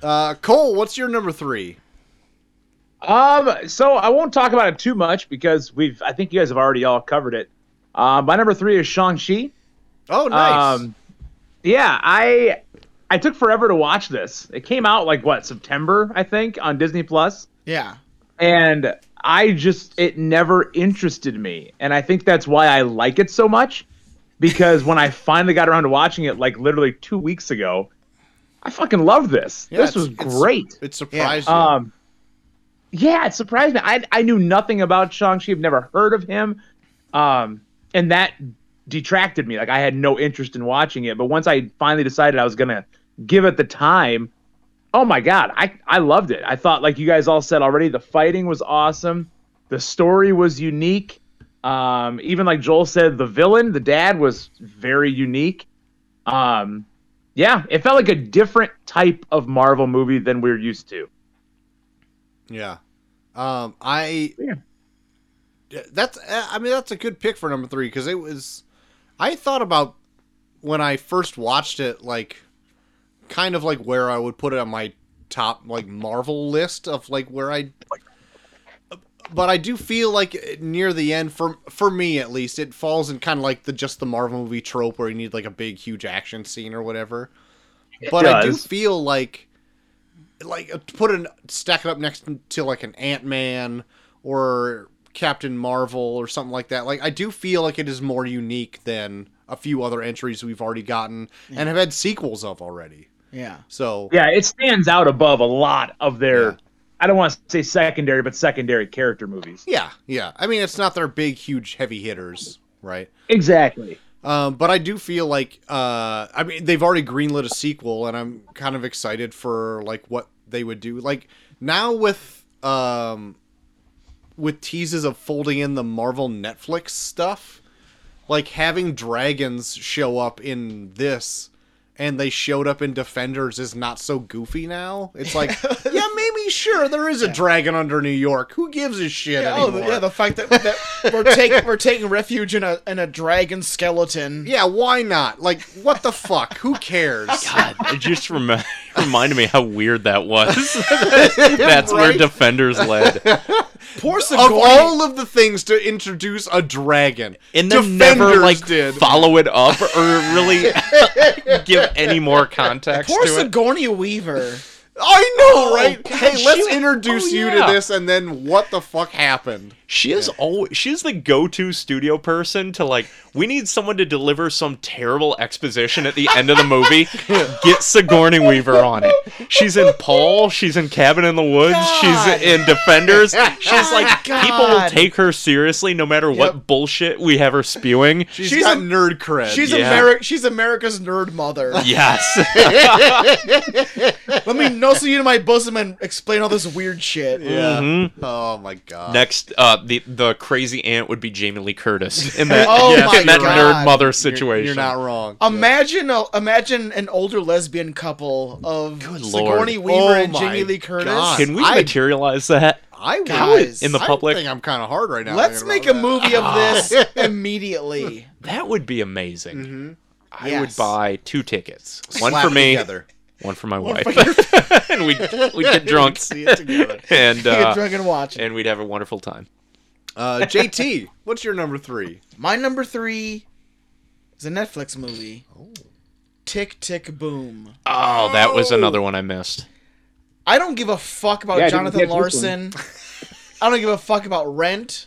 S2: Uh, Cole, what's your number three?
S4: Um, so I won't talk about it too much because we've I think you guys have already all covered it. Um, my number three is Shang Chi.
S2: Oh, nice.
S4: Um, yeah, I I took forever to watch this. It came out like what September I think on Disney Plus,
S1: Yeah.
S4: and I just it never interested me, and I think that's why I like it so much. Because when I finally got around to watching it, like literally two weeks ago, I fucking loved this.
S2: Yeah,
S4: this
S2: it's-
S4: was
S2: it's-
S4: great.
S2: it surprised you.
S4: Um, yeah, it surprised me. I I knew nothing about Shang-Chi. I've never heard of him. Um, and that detracted me. Like I had no interest in watching it. But once I finally decided I was gonna give it the time, oh my god, I I loved it. I thought, like you guys all said already, the fighting was awesome. The story was unique. Um, even like Joel said, the villain, the dad, was very unique. Um, yeah, it felt like a different type of Marvel movie than we're used to.
S2: Yeah. Um, I.
S4: Yeah.
S2: Yeah, That's. uh, I mean, that's a good pick for number three because it was. I thought about when I first watched it, like, kind of like where I would put it on my top like Marvel list of like where I. But I do feel like near the end, for for me at least, it falls in kind of like the just the Marvel movie trope where you need like a big huge action scene or whatever. But I do
S4: does.
S2: feel like like uh, put an stack it up next to like an Ant Man or Captain Marvel or something like that. Like I do feel like it is more unique than a few other entries we've already gotten and have had sequels of already.
S1: Yeah.
S2: So
S4: Yeah, it stands out above a lot of their.
S2: Yeah.
S4: I don't want to say secondary, but secondary character movies.
S2: yeah, yeah. I mean, it's not their big, huge, heavy hitters, right?
S4: Exactly.
S2: Um, but I do feel like uh, I mean they've already greenlit a sequel, and I'm kind of excited for like what they would do. Like now with um, with teases of folding in the Marvel Netflix stuff, like having dragons show up in this, and they showed up in Defenders is not so goofy now. It's like yeah, maybe sure there is a dragon under New York. Who gives a shit
S1: Yeah, oh,
S2: anymore?
S1: the, yeah, the fact that, that we're taking we're taking refuge in a in a dragon skeleton.
S2: yeah, why not? Like, what the fuck? Who cares?
S3: God, it just remi- reminded me how weird that was. That's where
S2: Right?
S3: Defenders led.
S1: Poor
S2: of
S1: Sigourney.
S2: all of the things to introduce a dragon,
S3: And then never like follow it up or really give any more context
S1: Poor
S3: to it.
S1: Sigourney Weaver.
S2: I
S1: Oh,
S2: know, right?
S3: God,
S2: hey, let's
S3: she-
S2: introduce
S3: oh,
S2: you
S3: yeah.
S2: to this, and then what the fuck happened?
S3: She is always she is the go-to studio person to like we need someone to deliver some terrible exposition at the end of the movie. Get Sigourney Weaver on it. She's in Paul, she's in Cabin in the Woods,
S1: God.
S3: she's in Defenders. She's like
S1: God.
S3: people will take her seriously no matter what bullshit we have her spewing.
S2: she's
S1: She's
S2: got
S1: a-
S2: nerd cred.
S1: She's
S3: Yeah.
S1: Ameri- She's America's nerd mother.
S3: Yes.
S1: Let me nuzzle you to my bosom and explain all this weird shit.
S2: yeah. Oh my god.
S3: Mm-hmm. Next uh the the crazy aunt would be Jamie Lee Curtis in that,
S1: Oh
S3: yeah,
S1: my
S3: in that
S1: God.
S3: nerd mother
S2: You're-
S3: situation.
S2: You're, not wrong.
S1: Imagine a, imagine an older lesbian couple of
S3: Good
S1: Sigourney
S3: lord.
S1: Weaver
S2: Oh
S1: and
S2: my
S1: Jamie Lee Curtis.
S2: God.
S3: Can we
S2: I-
S3: materialize that?
S2: I would.
S1: Guys,
S3: in the
S2: I
S3: public-
S2: think I'm kind of hard right now.
S1: Let's make
S2: thinking
S1: a
S2: about that.
S1: movie of this immediately.
S3: That would be amazing. I
S1: Yes.
S3: would buy two tickets, one
S2: Slap
S3: for
S2: it
S3: me,
S2: Together.
S3: one for my
S1: One
S3: wife,
S1: for your-
S3: and we we get drunk
S2: See it together.
S3: and
S1: get
S3: uh,
S1: drunk and watch. it.
S3: and we'd have a wonderful time.
S2: Uh, JT, what's your number three?
S1: My number three is a Netflix movie. Tick Tick Boom.
S3: Oh, that was another one I missed.
S1: I don't give a fuck about
S4: Yeah, I didn't
S1: Jonathan
S4: catch this
S1: Larson. I don't give a fuck about Rent.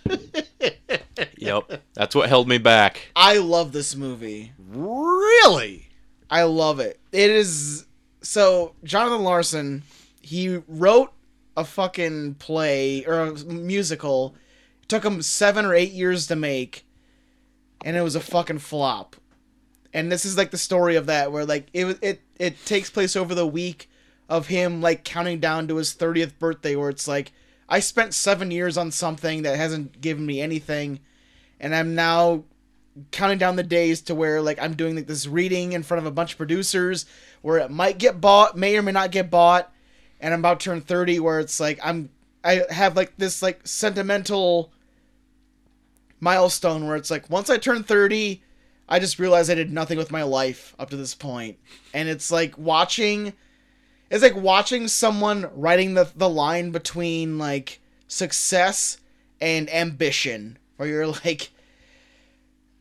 S3: Yep, that's what held me back.
S1: I love this movie.
S2: Really?
S1: I love it. It is so Jonathan Larson. He wrote a fucking play or a musical. It took him seven or eight years to make, and it was a fucking flop. And this is like the story of that, where like it was- it it takes place over the week of him like counting down to his thirtieth birthday, where it's like I spent seven years on something that hasn't given me anything, and I'm now counting down the days to where like I'm doing like this reading in front of a bunch of producers where it might get bought, may or may not get bought, and I'm about to turn 30 where it's like I'm I have like this like sentimental milestone where it's like once I turn 30, I just realized I did nothing with my life up to this point. And it's like watching it's like watching someone writing the the line between like success and ambition where you're like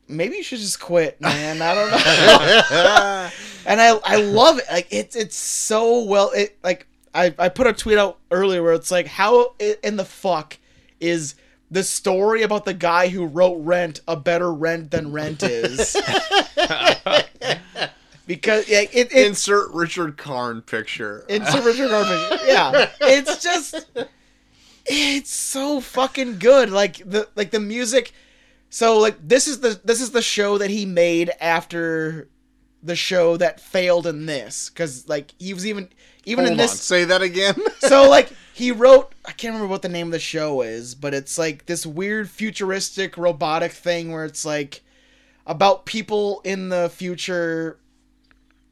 S1: maybe you should just quit, man. I don't know. and I I love it. Like it's it's so well. It like I I put a tweet out earlier where it's like how i- in the fuck is the story about the guy who wrote Rent a better Rent than Rent is. Because yeah, it, it
S2: Insert Richard Karn picture.
S1: into Richard Garbage. Yeah, it's just it's so fucking good. Like the like the music. So like this is the this is the show that he made after the show that failed in this because like he was even even
S2: Hold
S1: in
S2: on.
S1: this
S2: Say that again.
S1: so like he wrote I can't remember what the name of the show is, but it's like this weird futuristic robotic thing where it's like about people in the future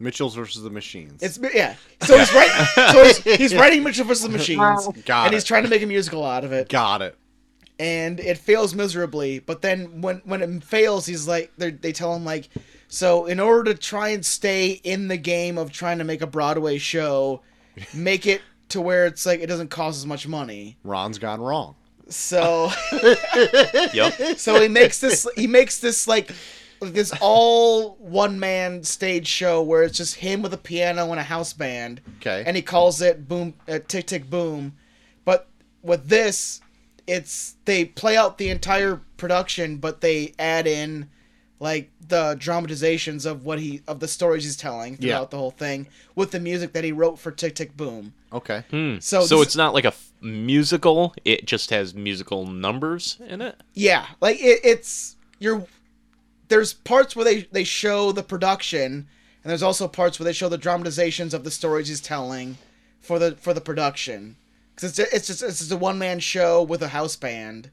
S2: Mitchell's versus the Machines.
S1: it's yeah. So he's writing. so he's, he's writing Mitchell vs. the Machines,
S2: Got
S1: and
S2: it.
S1: he's trying to make a musical out of it,
S2: Got it.
S1: and it fails miserably. But then when when it fails, he's like they're- they tell him like, so in order to try and stay in the game of trying to make a Broadway show, make it to where it's like it doesn't cost as much money.
S2: Ron's gone wrong.
S1: So
S3: Yep,
S1: so he makes this he makes this like this all one man stage show where it's just him with a piano and a house band.
S2: Okay.
S1: And he calls it Boom uh, Tick Tick Boom, but with this, it's they play out the entire production, but they add in like the dramatizations of what he of the stories he's telling throughout
S2: Yeah.
S1: the whole thing with the music that he wrote for Tick Tick Boom.
S2: Okay.
S3: Hmm.
S1: So
S3: so
S1: Oh, this-
S3: it's not like a f- musical; it just has musical numbers in it.
S1: Yeah, like it, it's you're there's parts where they they show the production, and there's also parts where they show the dramatizations of the stories he's telling for the for the production. Because it's it's just it's just a one man show with a house band,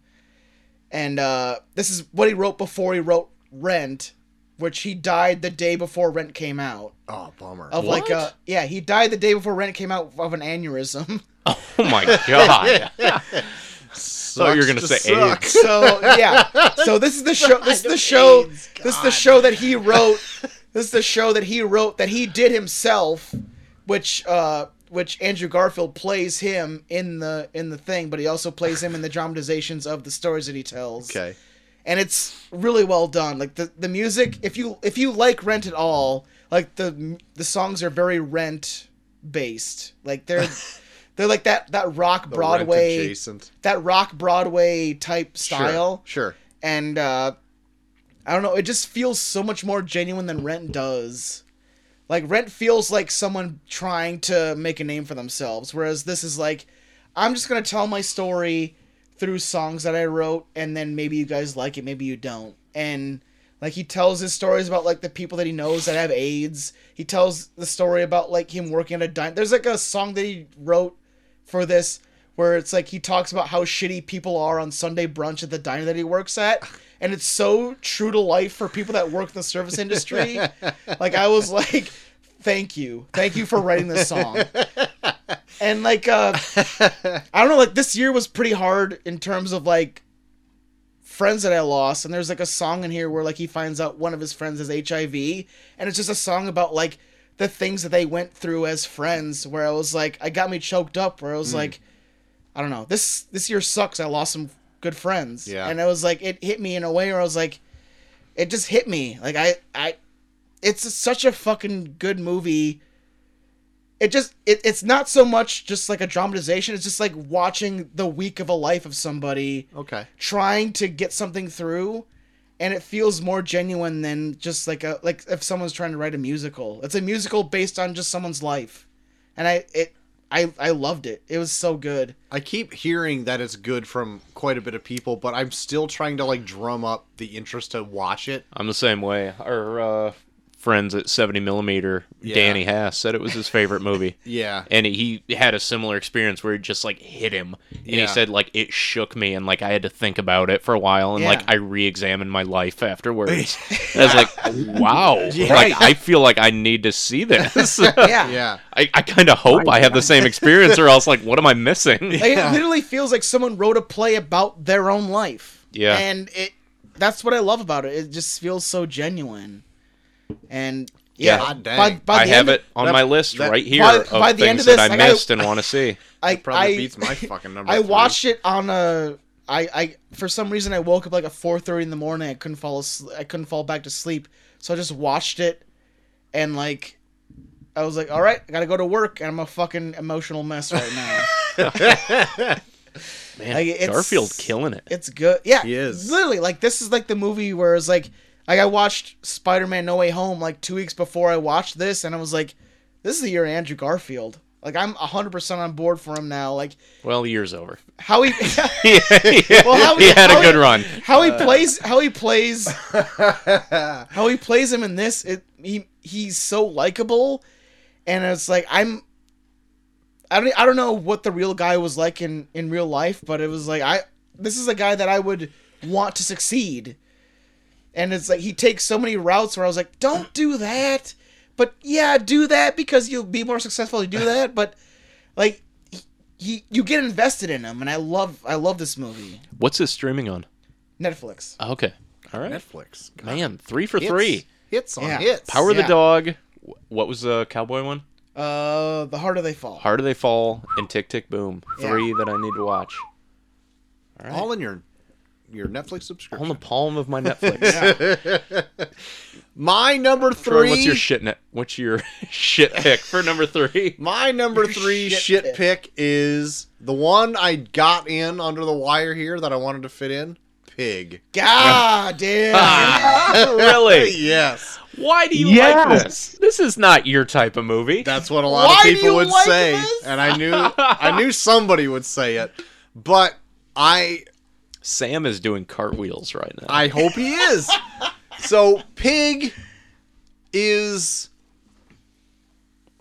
S1: and uh, this is what he wrote before he wrote Rent, which he died the day before Rent came out.
S2: Oh, bummer.
S1: Of like
S3: What?
S1: uh yeah, he died the day before Rent came out of an aneurysm.
S3: Oh my god! so Oh, you're gonna
S2: to
S3: say
S2: suck.
S3: AIDS?
S1: So yeah. So this is the show. This is the show. this is the show that he wrote. This is the show that he wrote that he did himself, which uh, which Andrew Garfield plays him in the in the thing, but he also plays him in the dramatizations of the stories that he tells.
S2: Okay.
S1: And it's really well done. Like the the music. If you if you like Rent at all, like the the songs are very Rent based. Like they're. They're like that, that rock Broadway
S2: Rent adjacent.
S1: that rock Broadway type
S2: Sure,
S1: style.
S2: Sure.
S1: And uh, I don't know, it just feels so much more genuine than Rent does. Like Rent feels like someone trying to make a name for themselves, whereas this is like, I'm just gonna tell my story through songs that I wrote, and then maybe you guys like it, maybe you don't. And like he tells his stories about like the people that he knows that have AIDS. He tells the story about like him working at a diner. There's like a song that he wrote for this where it's like he talks about how shitty people are on Sunday brunch at the diner that he works at. And it's so true to life for people that work in the service industry. like I was like, thank you. Thank you for writing this song. And like uh I don't know, like this year was pretty hard in terms of like friends that I lost, and there's like a song in here where like he finds out one of his friends has HIV, and it's just a song about like the things that they went through as friends. Where I was like, I got me choked up. Where I was like, I don't know, this this year sucks. I lost some good friends,
S2: Yeah.
S1: and I was like, it hit me in a way where I was like, it just hit me. Like I I, it's such a fucking good movie. It just it, it's not so much just like a dramatization. It's just like watching the week of a life of somebody
S2: Okay.
S1: trying to get something through and it feels more genuine than just like a like if someone's trying to write a musical it's a musical based on just someone's life and i it i i loved it it was so good
S2: I keep hearing that it's good from quite a bit of people, but I'm still trying to like drum up the interest to watch it.
S3: I'm the same way. Our uh, friends at 70 millimeter,
S2: Yeah.
S3: Danny Haas, said it was his favorite movie.
S2: Yeah.
S3: And he had a similar experience where it just like hit him. And
S2: Yeah.
S3: he said like it shook me and like I had to think about it for a while and like
S1: Yeah.
S3: I re-examined my life afterwards. And I was like, wow.
S2: Yeah.
S3: Like I feel like I need to see this.
S1: yeah,
S2: Yeah.
S3: I, I kind of hope I have the same experience or else like what am I missing?
S1: Like,
S2: Yeah.
S1: it literally feels like someone wrote a play about their own life
S3: Yeah.
S1: and it that's what i love about it it just feels so genuine and yeah,
S3: Yeah.
S2: God dang.
S3: I
S1: the
S3: have
S1: end-
S3: it on
S2: that-
S3: my list
S2: that-
S3: right here
S1: by-
S3: of
S1: by the
S3: things
S1: end of
S3: that
S1: this,
S3: I
S1: like, I-
S3: missed and want to see.
S1: I,
S2: It probably
S1: I-
S2: beats my fucking number.
S1: I
S2: three.
S1: watched it on a. I, I for some reason I woke up like at four thirty in the morning. I couldn't fall. as- I couldn't fall back to sleep, so I just watched it, and like, I was like, all right, I gotta go to work, and I'm a fucking emotional mess right now.
S3: Man,
S1: Like, it's-
S3: Garfield killing it.
S1: it's good. Yeah,
S2: He is.
S1: literally like this is like the movie where it's like like I watched Spider Man No Way Home like two weeks before I watched this, and I was like, this is the year of Andrew Garfield. Like I'm hundred percent on board for him now. Like
S3: Well, the year's over.
S1: how he.
S3: yeah,
S1: Well, how
S3: he
S1: he-
S3: had a
S1: how
S3: good
S1: he-
S3: run.
S1: how
S2: Uh,
S1: he plays how he plays how he plays him in this it he he's so likable and it's like i'm i don't i don't know what the real guy was like in in real life but it was like i this is a guy that i would want to succeed and it's like he takes so many routes where i was like don't do that but yeah do that because you'll be more successful if you do that but like he- he, you get invested in him and i love i love this movie
S3: What's this streaming on? Oh,
S1: netflix
S3: Okay. All right.
S2: Netflix. God,
S3: Man, three for
S2: hits-
S3: three.
S2: hits on
S1: Yeah.
S2: hits.
S3: Power the
S1: Yeah.
S3: Dog. Wh- What was the cowboy one?
S1: Uh, the harder they fall.
S3: Harder They Fall and Tick Tick Boom.
S1: Yeah.
S3: Three that I need to watch.
S2: all in your your Netflix
S3: On
S2: subscription.
S3: the palm of my Netflix.
S2: My number
S3: Troy,
S2: three.
S3: what's your shit net? What's your shit pick for number three?
S2: My number three shit,
S1: shit
S2: pick. is the one I got in under the wire here that I wanted to fit in. Pig.
S1: God damn.
S3: really?
S2: Yes,
S3: Why do you like
S4: Yes.
S3: this? This is not your type of movie.
S2: that's what a lot
S1: Why do
S2: of people
S1: you
S2: would
S1: like
S2: say,
S1: this?
S2: and I knew I knew somebody would say it, but I
S3: Sam is doing cartwheels right now.
S2: I hope he is. so Pig is.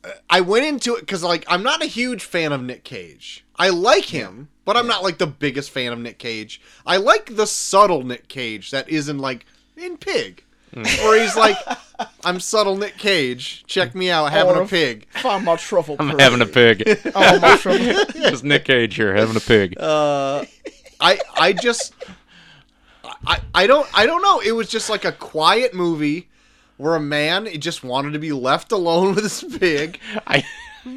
S2: uh, I went into it because like I'm not a huge fan of Nick Cage. I like him, but I'm not like the biggest fan of Nick Cage. I like the subtle Nick Cage that isn't like in Pig, where he's like, "I'm subtle Nick Cage. Check me out, having
S1: Or-
S2: a pig."
S1: Find my truffle.
S3: I'm having a pig.
S1: Oh, my truffle.
S3: It's Nick Cage here having a pig.
S2: I I just I I don't I don't know. It was just like a quiet movie where a man he just wanted to be left alone with his pig.
S3: I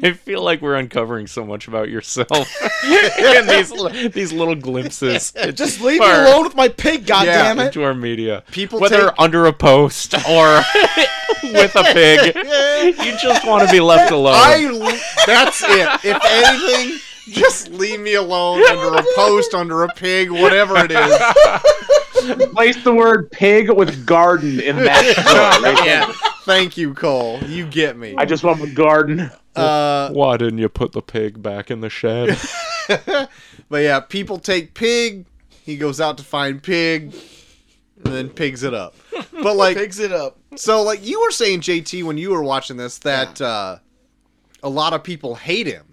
S3: I feel like we're uncovering so much about yourself in these li- these little glimpses.
S1: Just leave me
S3: Fire.
S1: alone with my pig,
S2: Yeah.
S1: goddammit.
S3: into our media.
S2: People
S3: whether
S2: take-
S3: under a post or with a pig, you just want to be left alone.
S2: I l- that's it. If anything, just leave me alone under a post, under a pig, whatever it is.
S4: Place the word pig with garden in that. row, right?
S2: Yeah. Thank you, Cole. You get me.
S4: I just want my garden.
S2: Uh,
S3: Why didn't you put the pig back in the shed?
S2: but yeah, people take pig. He goes out to find pig, and then pigs it up. But like,
S1: Pigs it up.
S2: So, like you were saying, JT, when you were watching this, that uh, a lot of people hate him,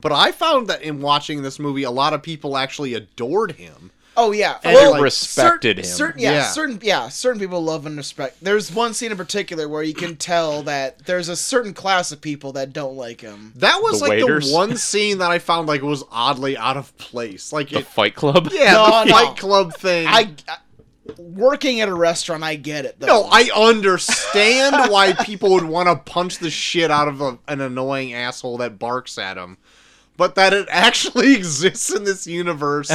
S2: But I found that in watching this movie, a lot of people actually adored him.
S1: Oh yeah,
S2: And, like,
S3: respected
S1: certain,
S3: him.
S1: Certain, yeah,
S2: Yeah.
S1: certain, yeah, certain people love and respect. There's one scene in particular where you can tell that there's a certain class of people that don't like him.
S2: That was
S3: The
S2: like
S3: waiters?
S2: the one scene that I found like was oddly out of place. Like
S3: The
S2: it,
S3: Fight Club.
S2: yeah,
S1: No,
S2: the
S1: no.
S2: Fight Club thing.
S1: I, I working at a restaurant, I get it. Though.
S2: no, I understand why people would want to punch the shit out of a, an annoying asshole that barks at him. But that it actually exists in this universe,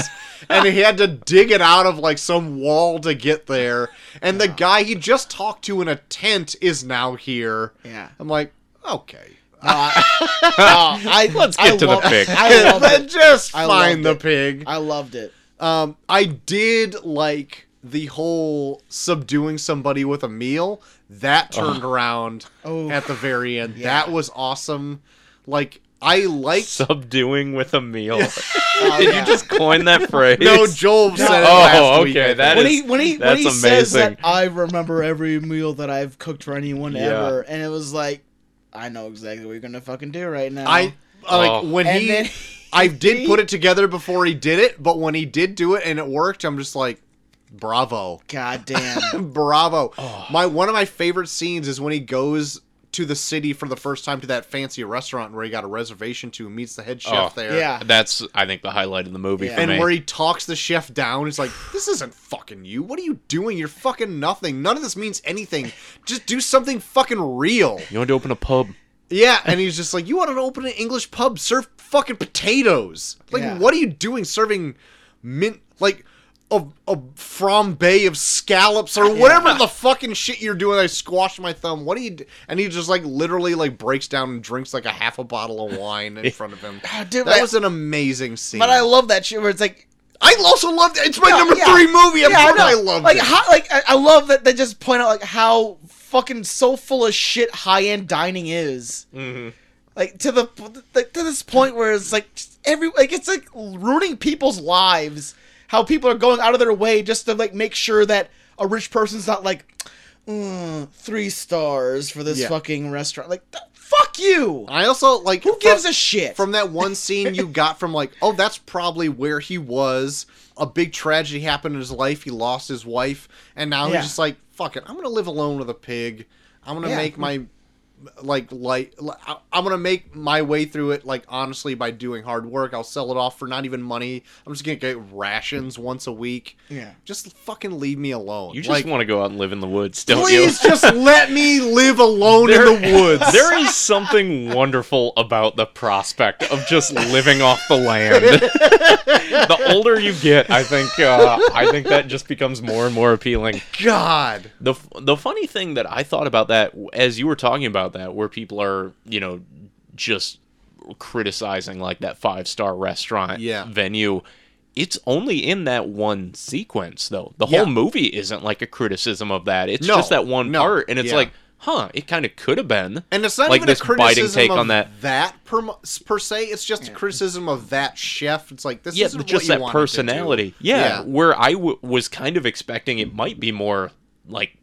S2: and he had to dig it out of like some wall to get there. And the guy he just talked to in a tent is now here.
S1: yeah.
S2: I'm like, okay.
S1: No, I, no, I,
S3: Let's get
S1: I
S3: to the
S1: love-
S3: pick.
S1: I loved
S2: Then
S1: it.
S2: just
S1: I
S2: find the
S1: loved
S2: pig.
S1: I loved it.
S2: Um, I did like the whole subduing somebody with a meal. That turned around
S1: Oh.
S2: at the very end.
S1: Yeah.
S2: That was awesome. Like I liked.
S3: Subduing with a meal.
S1: Oh,
S3: Did
S1: yeah.
S3: you just coin that phrase?
S2: no, Joel said it
S3: Oh,
S2: last week.
S3: okay,
S2: I think.
S3: that
S1: when
S3: is-
S1: he when he when
S3: that's
S1: he says that
S3: amazing.
S1: I remember every meal that I've cooked for anyone
S3: Yeah.
S1: ever, and it was like, I know exactly what you're gonna fucking do right now.
S2: I like
S3: Oh.
S2: when
S1: and
S2: he.
S1: then
S2: I did put it together before he did it, but when he did do it and it worked, I'm just like, bravo.
S1: God damn.
S2: Bravo. My one of my favorite scenes is when he goes to the city for the first time to that fancy restaurant where he got a reservation to and meets the head chef
S3: Oh,
S2: there.
S1: yeah.
S3: That's I think the highlight of the movie
S1: Yeah.
S3: for
S2: And
S3: me.
S2: where he talks the chef down, he's like, "This isn't fucking you. What are you doing? You're fucking nothing. None of this means anything. Just do something fucking real."
S3: you want to open a pub?
S2: Yeah, and he's just like, "You want to open an English pub? Serve fucking potatoes. Like,
S1: Yeah.
S2: what are you doing? Serving mint like a a flambe of scallops or whatever the fucking shit you're doing?" I squashed my thumb. What are you? Do? And he just like literally like breaks down and drinks like a half a bottle of wine in front of him.
S1: God, dude,
S2: That
S1: but-
S2: was an amazing scene.
S1: but I love that shit where it's like
S2: I also loved it. It's my
S1: No,
S2: number
S1: yeah.
S2: three movie. I'm
S1: Yeah,
S2: sure I,
S1: know.
S2: loved
S1: like,
S2: it.
S1: How, like I, I love that they just point out like how fucking so full of shit high end dining is.
S2: Mm-hmm.
S1: Like to the like to this point where it's like just every like it's like ruining people's lives. How people are going out of their way just to like make sure that a rich person's not like "Mm, three stars for this
S2: Yeah.
S1: fucking restaurant. Like th- fuck you.
S2: I also like
S1: Who gives a shit?
S2: from that one scene you got from like, oh, that's probably where he was. A big tragedy happened in his life. He lost his wife, and now
S1: Yeah.
S2: he's just like, fuck it. I'm gonna live alone with a pig. I'm gonna
S1: Yeah.
S2: make my like like I- I'm gonna make my way through it like honestly by doing hard work. I'll sell it off for not even money. I'm just gonna get rations once a week.
S1: Yeah.
S2: Just fucking leave me alone.
S3: You just
S2: Like,
S3: want to go out and live in the woods, don't
S2: please
S3: you?
S2: just let me live alone in the woods.
S3: There is something wonderful about the prospect of just living off the land. the older you get, I think uh, I think that just becomes more and more appealing.
S2: God.
S3: The f- the funny thing that I thought about that w- as you were talking about that, where people are you know just criticizing like that five star restaurant
S2: Yeah.
S3: venue. It's only in that one sequence though. The
S2: Yeah.
S3: whole movie isn't like a criticism of that. It's
S2: No,
S3: just that one
S2: no,
S3: part, and it's
S2: yeah.
S3: like, huh, it kind of could have been.
S2: And it's not
S3: like
S2: even
S3: this
S2: a
S3: biting
S2: criticism
S3: take
S2: of
S3: on that.
S2: per, mo- per se. It's just a criticism of that chef. It's like this
S3: Yeah,
S2: isn't
S3: but just
S2: what you
S3: that
S2: wanted to do.
S3: personality. Yeah, where I w- was kind of expecting it might be more like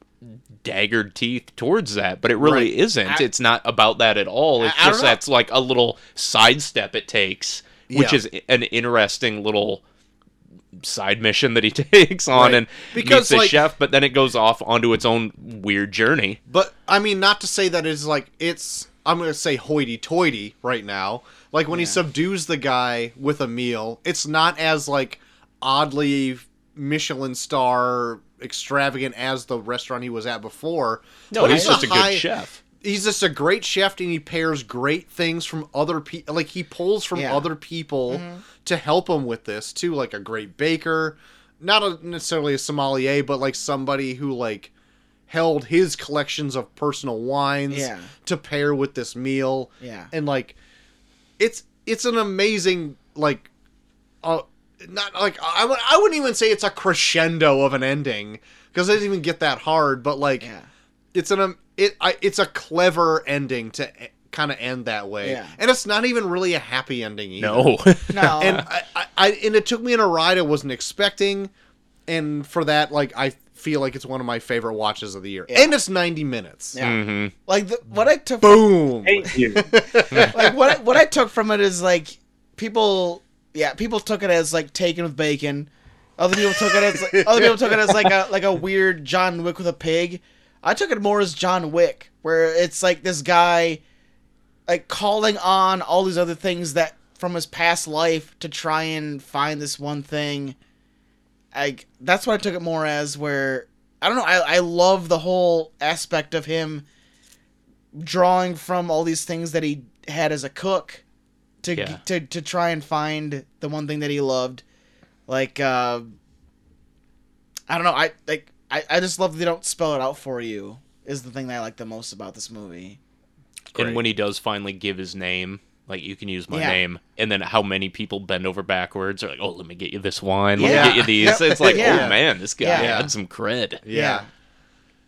S3: daggered teeth towards that, but it really
S2: Right.
S3: isn't. it's not about that at all. It's
S2: I- I
S3: just
S2: don't know.
S3: that's like a little sidestep it takes, which
S2: Yeah.
S3: is i- an interesting little side mission that he takes on
S2: Right.
S3: and
S2: Because,
S3: meets the
S2: like-
S3: chef, but then it goes off onto its own weird journey.
S2: But I mean, not to say that it's like it's. I'm gonna say hoity-toity right now. Like when he subdues the guy with a meal, it's not as like oddly Michelin star extravagant as the restaurant he was at before.
S3: No,
S2: But
S3: he's
S2: it's
S3: just a good
S2: high-
S3: chef.
S2: he's just a great chef and he pairs great things from other people like he pulls from
S1: Yeah. Mm-hmm.
S2: other people to help him with this too like a great baker not a, necessarily a sommelier but like somebody who like held his collections of personal wines
S1: Yeah.
S2: to pair with this meal
S1: Yeah.
S2: and like it's it's an amazing like uh not like I would I wouldn't even say it's a crescendo of an ending because it doesn't even get that hard but like
S1: Yeah.
S2: it's an um, it I, it's a clever ending to kind of end that way
S1: Yeah.
S2: and it's not even really a happy ending either.
S3: No.
S1: No,
S2: and I, I, I and it took me on a ride I wasn't expecting and for that like I feel like it's one of my favorite watches of the year and it's 90 minutes
S1: yeah.
S3: Mhm.
S1: like the, what I took
S2: boom
S4: Thank you.
S1: like what I, what I took from it is like people yeah people took it as like taken with bacon other people took it as like, other people took it as like a like a weird john wick with a pig i took it more as john wick where it's like this guy like calling on all these other things that from his past life to try and find this one thing like that's what i took it more as where i don't know i, I love the whole aspect of him drawing from all these things that he had as a cook to
S3: Yeah.
S1: to to try and find the one thing that he loved. Like uh, I don't know, I like I, I just love they don't spell it out for you is the thing that I like the most about this movie.
S3: And when he does finally give his name, like you can use my
S1: Yeah.
S3: name, and then how many people bend over backwards are like, "Oh, let me get you this wine, let
S1: Yeah.
S3: me get you these." It's like,
S1: Yeah.
S3: oh man, this guy
S1: Yeah.
S3: had some cred.
S1: Yeah.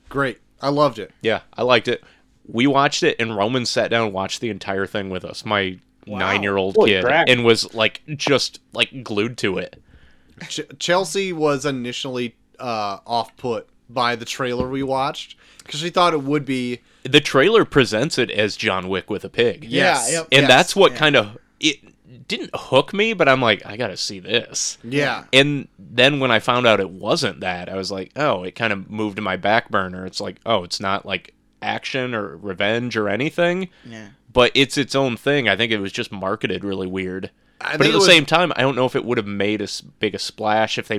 S2: Great. I loved it.
S3: Yeah, I liked it. We watched it, and Roman sat down and watched the entire thing with us. My nine-year-old
S4: Holy
S3: kid,
S4: crap.
S3: and was like just like glued to it.
S2: Ch- Chelsea was initially uh, off put by the trailer we watched because she thought it would be.
S3: The trailer presents it as John Wick with a pig.
S2: Yes.
S1: yep.
S3: and
S1: Yes.
S3: that's what
S1: Yeah.
S3: kind of it didn't hook me, but I'm like, I gotta see this.
S2: Yeah.
S3: And then when I found out it wasn't that, I was like, oh, it kind of moved to my back burner. It's like, oh, it's not like action or revenge or anything,
S1: Yeah.
S3: but it's its own thing. I think it was just marketed really weird.
S2: I think
S3: but at
S2: it
S3: the
S2: was-
S3: same time, I don't know if it would have made as big a splash if they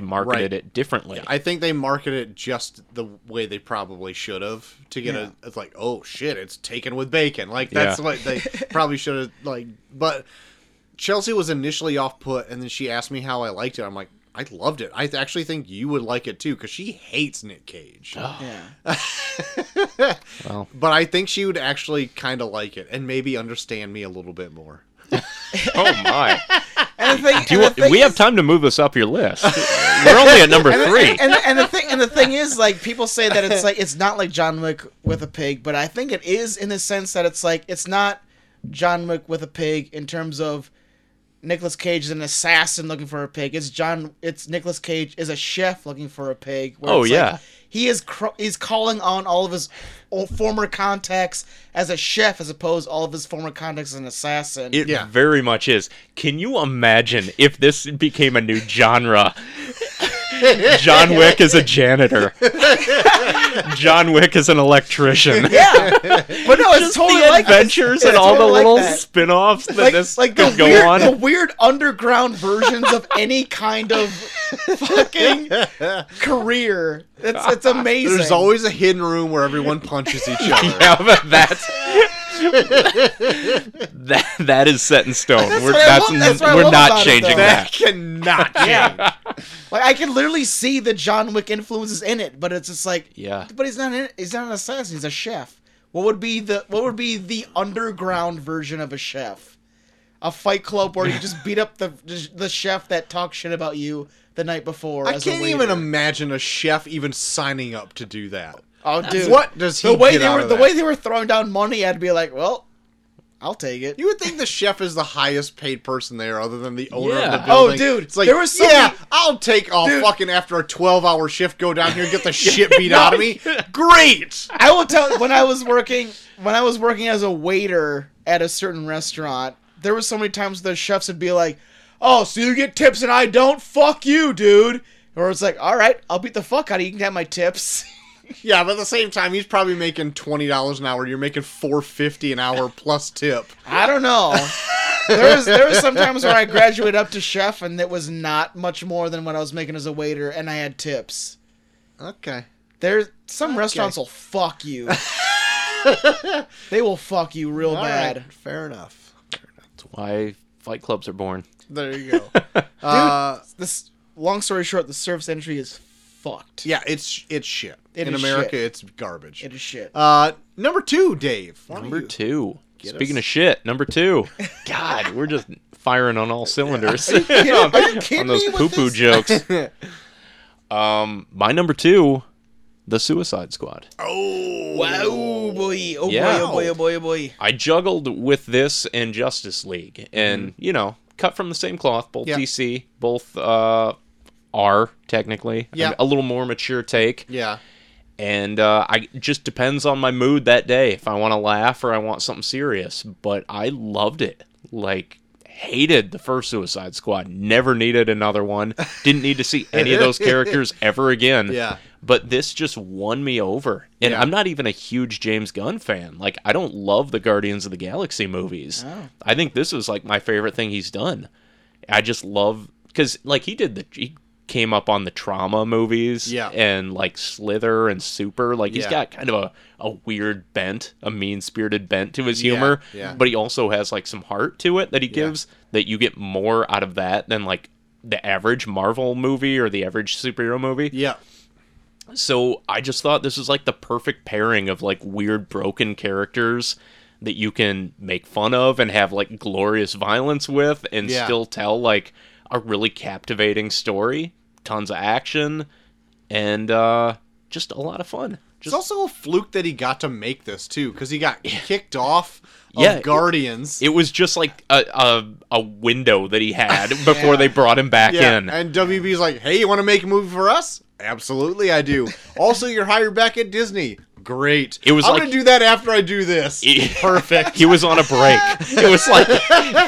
S2: Right.
S3: marketed it differently.
S2: I think they marketed it just the way they probably should have to get
S1: Yeah.
S2: a. It's like, oh shit, it's taken with bacon. Like that's
S3: Yeah.
S2: what they probably should have. Like, but Chelsea was initially off put, and then she asked me how I liked it. I'm like, I loved it. I actually think you would like it too because she hates Nick Cage.
S1: Yeah.
S2: But I think she would actually kind of like it and maybe understand me a little bit more.
S3: oh my!
S1: And the thing,
S3: Do you
S1: and
S3: want,
S1: the thing
S3: we have
S1: is-
S3: time to move this up your list. We're only at number three.
S1: and, and the thing and the thing is like people say that it's like it's not like John Wick with a pig, but I think it is in the sense that it's like it's not John Wick with a pig in terms of Nicolas Cage is an assassin looking for a pig. It's John it's Nicolas Cage is a chef looking for a pig. where
S3: Oh,
S1: it's
S3: yeah.
S1: he is cr- he's calling on all of his old former contacts as a chef as opposed to all of his former contacts as an assassin.
S3: It
S2: Yeah.
S3: very much is. Can you imagine if this became a new genre? John Wick is a janitor. John Wick is an electrician.
S1: yeah. But no, it's totally
S3: the
S1: like this.
S3: adventures
S1: It's
S3: and all
S1: totally
S3: the
S1: like
S3: little
S1: that.
S3: spin-offs that
S1: like,
S3: this
S1: like
S3: could
S1: the,
S3: go
S1: weird,
S3: on.
S1: the weird underground versions of any kind of fucking career. It's it's amazing.
S2: There's always a hidden room where everyone punches each other.
S3: yeah, but that's that, that is set in stone.
S1: That's
S3: we're
S1: what I
S3: that's,
S1: love- that's what I
S3: we're
S1: love
S3: not
S1: about it,
S3: changing
S1: though.
S2: That
S3: that.
S2: cannot change.
S1: like I can literally see the John Wick influences in it, but it's just like
S3: Yeah.
S1: But he's not in, he's not an assassin. He's a chef. What would be the what would be the underground version of a chef? A fight club where you just beat up the the chef that talked shit about you the night before.
S2: I
S1: as a
S2: can't even
S1: waiter.
S2: imagine a chef even signing up to do that.
S1: Oh, dude,
S2: What does he
S1: the way
S2: get
S1: they
S2: out
S1: were
S2: of
S1: the
S2: that?
S1: way they were throwing down money? I'd be like, well, I'll take it.
S2: You would think the chef is the highest paid person there, other than the owner of
S3: Yeah.
S2: the
S1: Oh,
S2: building.
S1: dude,
S2: it's like
S1: there was so
S2: yeah,
S1: many-
S2: I'll take off
S1: Dude.
S2: fucking after a twelve-hour shift, go down here and get the shit beat out of me. Great.
S1: I will tell when I was working when I was working as a waiter at a certain restaurant, there were so many times the chefs would be like, "Oh, so you get tips and I don't? Fuck you, dude." Or it's like, "All right, I'll beat the fuck out of you. You can have my tips."
S2: Yeah, but at the same time, he's probably making twenty dollars an hour. You're making four fifty an hour plus tip.
S1: I don't know. there was there was some times where I graduated up to chef and it was not much more than what I was making as a waiter and I had tips.
S2: Okay.
S1: There's some restaurants will fuck you. they will fuck you real
S2: All
S1: bad.
S2: right, Fair enough.
S3: That's why fight clubs are born.
S2: There you go. uh,
S1: This long story short, the service industry is fucked.
S2: yeah, it's it's shit.
S1: It
S2: In
S1: is
S2: America,
S1: shit.
S2: it's garbage.
S1: It is shit.
S2: Uh, number two, Dave. Why don't
S3: Number
S2: you-
S3: two. Speaking
S2: us.
S3: of shit, number two. God, we're just firing on all cylinders
S1: kidding- are you
S3: on
S1: kidding
S3: those
S1: me with
S3: poo poo
S1: this?
S3: jokes. um, my number two, the Suicide Squad.
S2: Oh,
S1: wow, oh boy, oh
S3: Yeah.
S1: boy, oh boy, oh boy, oh boy.
S3: I juggled with this and Justice League, and
S1: Mm-hmm.
S3: you know, cut from the same cloth. Both
S2: Yeah.
S3: DC, both uh, are technically
S2: Yeah.
S3: a little more mature take.
S2: Yeah.
S3: and uh, I it just depends on my mood that day if I want to laugh or I want something serious. But I loved it, like hated the first Suicide Squad. Never needed another one. Didn't need to see any of those characters ever again.
S2: Yeah.
S3: But this just won me over. And I'm not even a huge James Gunn fan. Like I don't love the Guardians of the Galaxy movies.
S2: Oh.
S3: I think this is like my favorite thing he's done. I just love cuz like he did the he came up on the trauma movies
S2: Yeah.
S3: and like Slither and Super. Like he's
S2: Yeah.
S3: got kind of a, a weird bent, a mean spirited bent to his
S2: Yeah,
S3: humor.
S2: yeah.
S3: But he also has like some heart to it that he gives that you get more out of that than like the average Marvel movie or the average superhero movie.
S2: Yeah.
S3: So I just thought this was like the perfect pairing of like weird broken characters that you can make fun of and have like glorious violence with and
S2: Yeah.
S3: still tell like a really captivating story, tons of action and uh just a lot of fun.
S2: It's
S3: Just
S2: also a fluke that he got to make this too, because he got kicked off of
S3: Yeah, it-
S2: Guardians.
S3: it was just like a a, a window that he had before they brought him back
S2: yeah,
S3: in.
S2: and WB's like, "Hey, you want to make a movie for us? Absolutely, I do. also, you're hired back at Disney. Great.
S3: It was
S2: I'm
S3: like-
S2: gonna do that after I do this.
S3: Perfect. he was on a break. It was like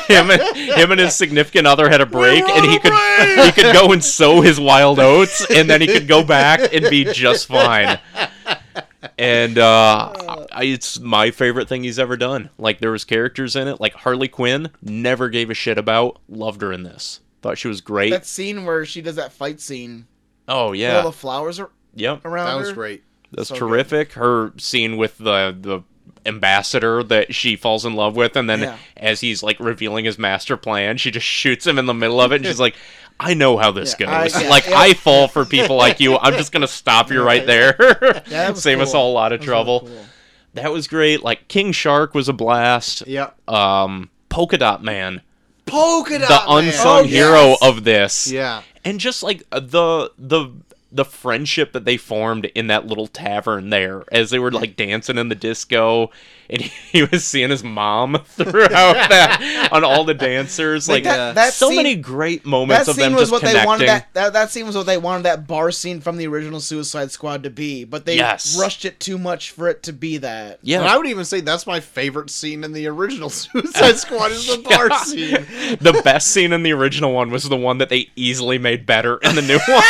S3: him and him and his significant other had a break,
S2: were
S3: and
S2: on
S3: he
S2: a
S3: could he could go and sow his wild oats, and then he could go back and be just fine. And uh, I, it's my favorite thing he's ever done. Like there was characters in it, like Harley Quinn, never gave a shit about. Loved her in this. Thought she was great.
S1: That scene where she does that fight scene,
S3: oh
S1: with all
S3: yeah.
S1: the flowers are
S3: Yep.
S1: around
S2: that was
S1: her.
S2: great.
S3: That's
S1: So good.
S3: terrific. Her scene with the the ambassador that she falls in love with, and then
S1: Yeah.
S3: as he's like revealing his master plan, she just shoots him in the middle of it, and she's like, "I know how this
S1: Yeah, I-
S3: goes.
S1: yeah,
S3: like
S1: yeah.
S3: I fall for people like you. I'm just gonna stop you right there.
S1: Yeah, that was
S3: Save us
S1: cool.
S3: all a lot
S1: That
S3: of
S1: was really
S3: trouble.
S1: cool.
S3: That was great. Like King Shark was a blast.
S2: Yeah.
S3: Um, Polka Dot Man,
S2: Polka dot.
S3: the
S2: man.
S3: unsung
S2: Oh,
S3: hero
S2: yes.
S3: of this
S2: Yeah.
S3: and just like uh, the the the friendship that they formed in that little tavern there as they were like dancing in the disco and he was seeing his mom throughout that on all the dancers like,
S1: Like, that- that
S3: so
S1: scene-
S3: many great
S1: That
S3: moments of
S1: scene
S3: them
S1: was
S3: just
S1: what
S3: connecting
S1: they wanted. That, that that scene was what they wanted that bar scene from the original Suicide Squad to be, but they
S3: Yes.
S1: rushed it too much for it to be that.
S3: yeah
S2: And I would even say that's my favorite scene in the original Suicide Squad is the bar scene.
S3: the best scene in the original one was the one that they easily made better in the new one.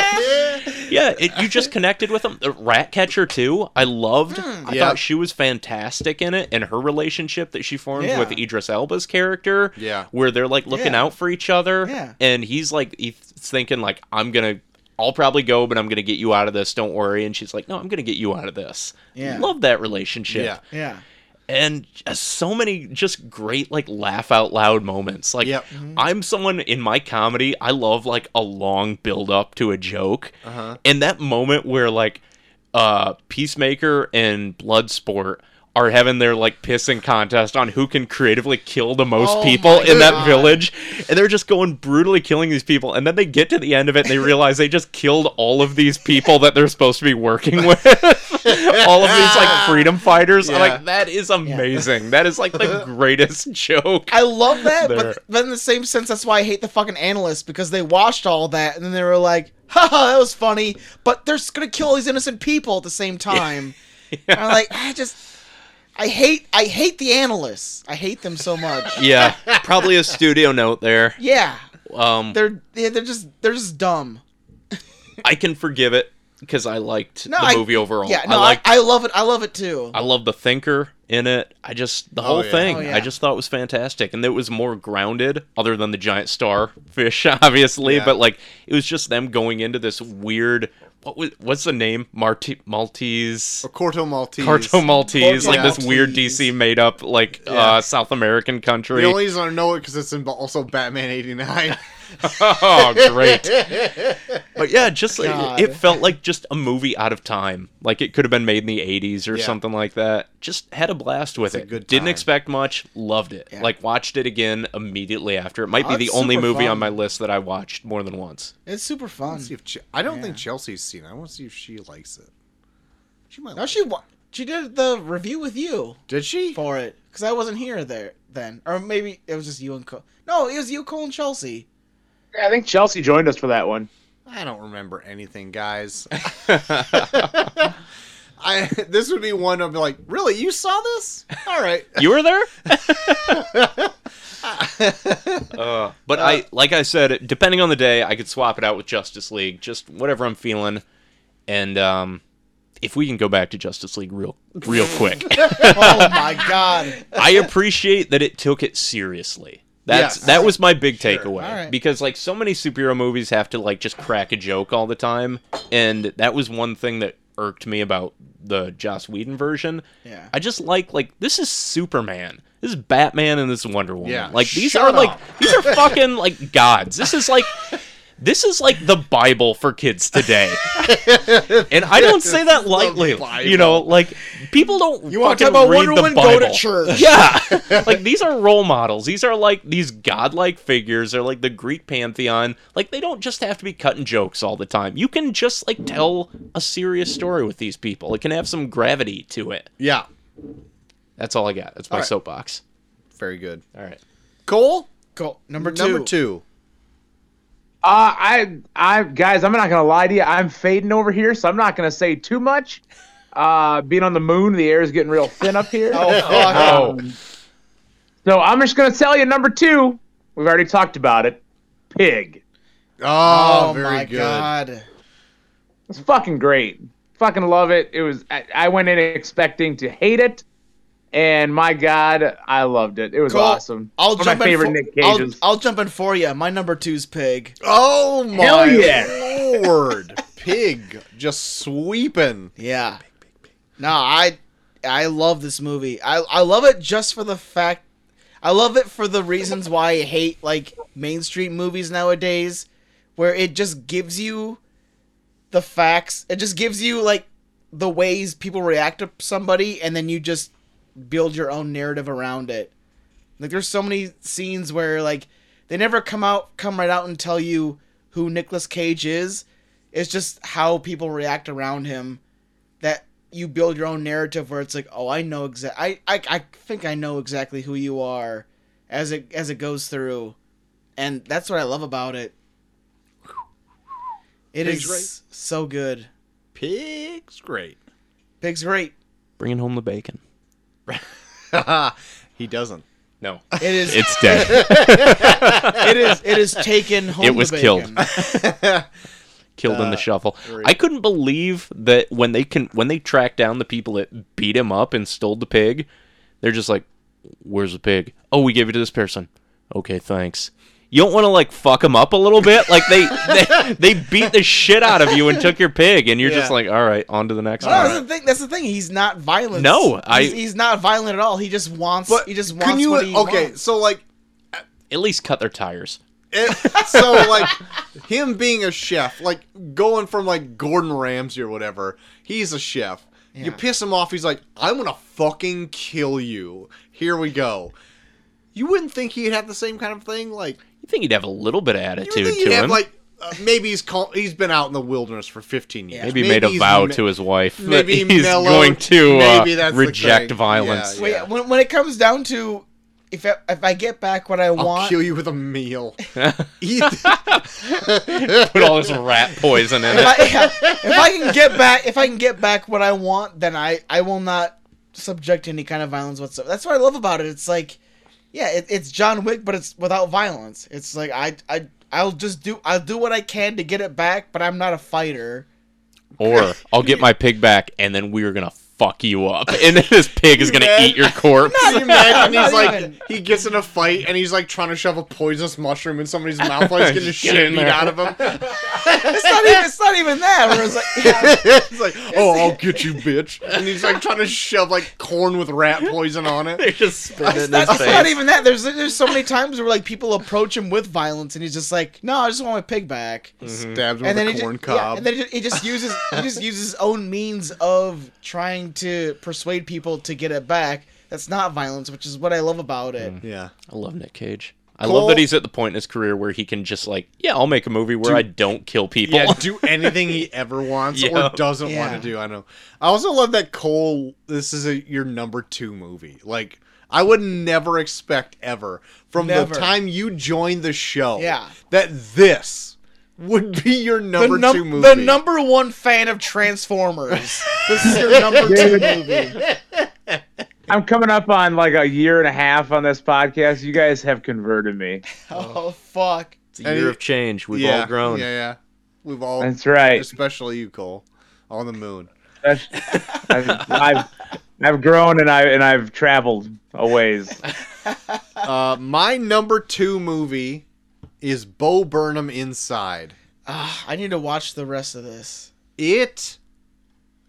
S3: yeah, it, you just connected with them. The Ratcatcher too, I loved. I
S2: Yeah.
S3: thought she was fantastic in it, and her relationship that she formed
S1: Yeah.
S3: with Idris Elba's character.
S2: Yeah.
S3: where they're like looking
S1: Yeah.
S3: out for each other.
S1: Yeah.
S3: and he's like he's thinking like I'm gonna. I'll probably go, but I'm gonna get you out of this. Don't worry. And she's like, "No, I'm gonna get you out of this."
S1: Yeah.
S3: Love that relationship
S2: Yeah.
S1: Yeah.
S3: and just so many just great like laugh out loud moments like
S2: Yep.
S3: i'm someone in my comedy i love like a long build up to a joke
S2: Uh-huh.
S3: and that moment where like uh peacemaker and bloodsport are having their like pissing contest on who can creatively kill the most
S1: Oh
S3: people
S1: my
S3: in that
S1: God.
S3: village and they're just going brutally killing these people and then they get to the end of it and they realize they just killed all of these people that they're supposed to be working with all of these like freedom fighters i'm
S2: Yeah.
S3: like that is amazing that is like the greatest joke
S1: I love that, but,
S3: There.
S1: but in the same sense, that's why I hate the fucking analysts because they watched all that and then they were like, haha, that was funny, but they're just gonna kill all these innocent people at the same time. And I'm like, I just, I hate, I hate the analysts. I hate them so much.
S3: yeah probably a studio note there
S1: yeah,
S3: um
S1: they're yeah, they're just they're just dumb.
S3: i can forgive it because i liked
S1: No,
S3: the
S1: I-
S3: movie overall
S1: Yeah,
S3: i
S1: no, I,
S3: liked
S1: I love it. I love it too.
S3: I love the thinker in it. I just the
S2: Oh,
S3: whole
S2: yeah.
S3: thing.
S1: Oh, yeah.
S3: I just thought was fantastic, and it was more grounded, other than the giant starfish, obviously.
S2: Yeah.
S3: But like, it was just them going into this weird. What was what's the name? Marti- Maltese.
S2: Or Corto Maltese.
S3: Carto Maltese,
S1: Corto
S3: like this weird
S1: Maltese.
S3: DC made up, like uh, South American country.
S2: The only reason I know it because it's in ba- also Batman '89.
S3: oh, great! But yeah, just like,
S1: God.
S3: it felt like just a movie out of time. Like it could have been made in the '80s or
S2: Yeah.
S3: something like that. Just had a blast with
S2: It's a
S3: it.
S2: good
S3: Didn't
S2: time.
S3: expect much. Loved it.
S1: Yeah.
S3: Like watched it again immediately after. It might
S1: Oh,
S3: be the
S1: it's
S3: only
S1: super
S3: movie
S1: fun.
S3: on my list that I watched more than once.
S1: It's super
S2: Let's
S1: fun.
S2: see if Che- I don't
S1: Yeah.
S2: think Chelsea's seen it. I want to see if she likes it. She might.
S1: No,
S2: Like
S1: she wa- she did the review with you
S2: it. Did she?
S1: for it because I wasn't here there then, or maybe it was just you and Cole. No, it was you, Cole, and Chelsea.
S4: I think Chelsea joined us for that one.
S2: I don't remember anything, guys. I this would be one of like, really, you saw this? All right.
S3: You were there? Uh, but I, like I said, depending on the day, I could swap it out with Justice League, just whatever I'm feeling. And um, if we can go back to Justice League real, real quick,
S1: Oh my god.
S3: I appreciate that it took it seriously. That's
S2: Yes.
S3: that was my big takeaway
S1: All right.
S3: because like so many superhero movies have to like just crack a joke all the time, and that was one thing that irked me about the Joss Whedon version.
S1: Yeah.
S3: I just like like this is Superman. This is Batman and this is Wonder Woman.
S2: Yeah,
S3: Like these
S2: shut
S3: are like
S2: up.
S3: these are fucking like gods. This is like this is like the Bible for kids today. and I don't say that lightly. You know, like people don't
S1: You want to
S3: fucking
S1: talk about
S3: read
S1: Wonder
S3: the
S1: Woman?
S3: Bible.
S1: Go to church.
S3: Yeah. like these are role models. These are like these godlike figures. They're like the Greek pantheon. Like they don't just have to be cutting jokes all the time. You can just like tell a serious story with these people. It can have some gravity to it.
S2: yeah,
S3: That's all I got. That's my
S2: All right.
S3: soapbox.
S2: very good.
S3: All right.
S2: Cole,
S1: Cool. Number two.
S2: number two.
S4: Uh, I, I, guys, I'm not gonna lie to you. I'm fading over here, so I'm not gonna say too much. Uh, being on the moon, the air is getting real thin up here.
S1: Oh fuck.
S4: Um, so I'm just gonna tell you number two. We've already talked about it. Pig.
S2: Oh,
S1: Oh
S2: very
S1: my
S2: good.
S1: god.
S4: It's fucking great. Fucking love it. It was. I, I went in expecting to hate it, and my god, I loved it. It was
S1: Cool.
S4: awesome.
S1: I'll
S4: One of
S1: jump
S4: my favorite
S1: in for,
S4: Nick Cages.
S1: I'll, I'll jump in for you. My number two's pig.
S2: Oh my
S4: Hell yeah.
S2: lord, pig just sweeping.
S1: Yeah. No, I I love this movie. I I love it just for the fact I love it for the reasons why I hate like mainstream movies nowadays where it just gives you the facts. It just gives you like the ways people react to somebody and then you just build your own narrative around it. Like there's so many scenes where like they never come out come right out and tell you who Nicolas Cage is. It's just how people react around him that you build your own narrative where it's like, oh, I know exactly. I, I I think I know exactly who you are, as it as it goes through, and that's what I love about it. It is
S2: Pig's great.
S1: so good.
S2: Pig's great.
S1: Pig's great.
S3: Bringing home the bacon.
S2: he doesn't.
S3: No.
S1: It is.
S3: It's dead.
S1: it is. It is taken home.
S3: It
S1: the
S3: was
S1: bacon.
S3: killed. Killed
S2: Uh,
S3: in the shuffle. I couldn't believe that when they can when they tracked down the people that beat him up and stole the pig, they're just like, "Where's the pig? Oh, we gave it to this person. Okay, thanks." You don't want to like fuck them up a little bit, like they, they they beat the shit out of you and took your pig, and you're just
S2: Yeah.
S3: like, all right, on to the next
S1: No,
S3: one.
S1: that's the thing. That's the thing. He's not violent.
S3: No, I-
S1: He's, he's not violent at all. He just wants.
S2: But
S1: he just wants.
S2: can you?
S1: what he
S2: okay,
S1: wants.
S2: so like,
S3: At least cut their tires.
S2: it, so like, him being a chef, like going from like Gordon Ramsay or whatever, he's a chef. You
S1: Yeah.
S2: piss him off, he's like, "I'm gonna fucking kill you." Here we go. You wouldn't think he'd have the same kind of thing, like
S3: You think he'd have a little bit of
S2: you
S3: attitude
S2: would think he'd
S3: to
S2: have
S3: him?
S2: like. Uh, maybe he's call- he's been out in the wilderness for 15 years.
S3: Maybe, he made a
S2: he's
S3: vow
S2: me-
S3: to his wife that
S2: maybe
S3: he's
S2: mellowed,
S3: going to uh,
S2: maybe that's the
S3: reject
S2: thing.
S3: violence.
S2: Yeah,
S1: Wait, when, when it comes down to if I, if I get back what I
S2: I'll
S1: want,
S2: kill you with a meal. Eat-
S3: Put all this rat poison in
S1: if
S3: it.
S1: I, if I can get back if I can get back what I want, then I I will not subject to any kind of violence whatsoever. That's what I love about it. It's like, yeah, it, it's John Wick, but it's without violence. It's like I I I'll just do I'll do what I can to get it back, but I'm not a fighter.
S3: Or I'll get my pig back, and then we're gonna fuck you up, and then this pig is gonna eat your corpse.
S2: Can you imagine
S1: Not
S2: he's like
S1: even.
S2: he gets in a fight and he's like trying to shove a poisonous mushroom in somebody's mouth like he's getting the shit
S3: in
S2: beat
S3: there.
S2: out of him.
S1: It's not even, it's not even that. Where it's like, yeah,
S2: It's like, oh, I'll get you, bitch. And he's like trying to shove like corn with rat poison on it.
S3: They're just spitting in
S1: That's
S3: his
S1: not
S3: face.
S1: even that. There's there's so many times where like people approach him with violence, and he's just like, "No, I just want my pig back."
S2: Stabs him
S1: And then,
S2: with
S1: he
S2: a corn
S1: just,
S2: cob.
S1: yeah, and then he just- he just uses he just uses his own means of trying to persuade people to get it back. That's not violence, which is what I love about it.
S2: yeah.
S3: I love Nick Cage. I
S2: Cole-
S3: love that he's at the point in his career where he can just like, yeah, I'll make a movie where I don't kill people.
S2: Yeah, do anything he ever wants
S3: Yeah.
S2: or doesn't
S1: Yeah.
S2: want to do. I know. I also love that Cole. This is a, your number two movie. Like I would never expect ever from
S1: Never.
S2: the time you joined the show.
S1: Yeah.
S2: that this would be your
S1: The,
S2: number
S1: num-
S2: two movie.
S1: the number one fan of Transformers. this is your number two movie.
S4: I'm coming up on like a year and a half on this podcast. You guys have converted me.
S1: Oh fuck.
S3: It's a year of change. We've
S2: yeah,
S3: all grown.
S2: Yeah, yeah. We've all,
S4: That's right.
S2: especially you, Cole, on the moon.
S4: That's, I've, I've I've grown and I and I've traveled a ways.
S2: Uh, my number two movie is Bo Burnham Inside.
S1: Ah, I need to watch the rest of this.
S2: It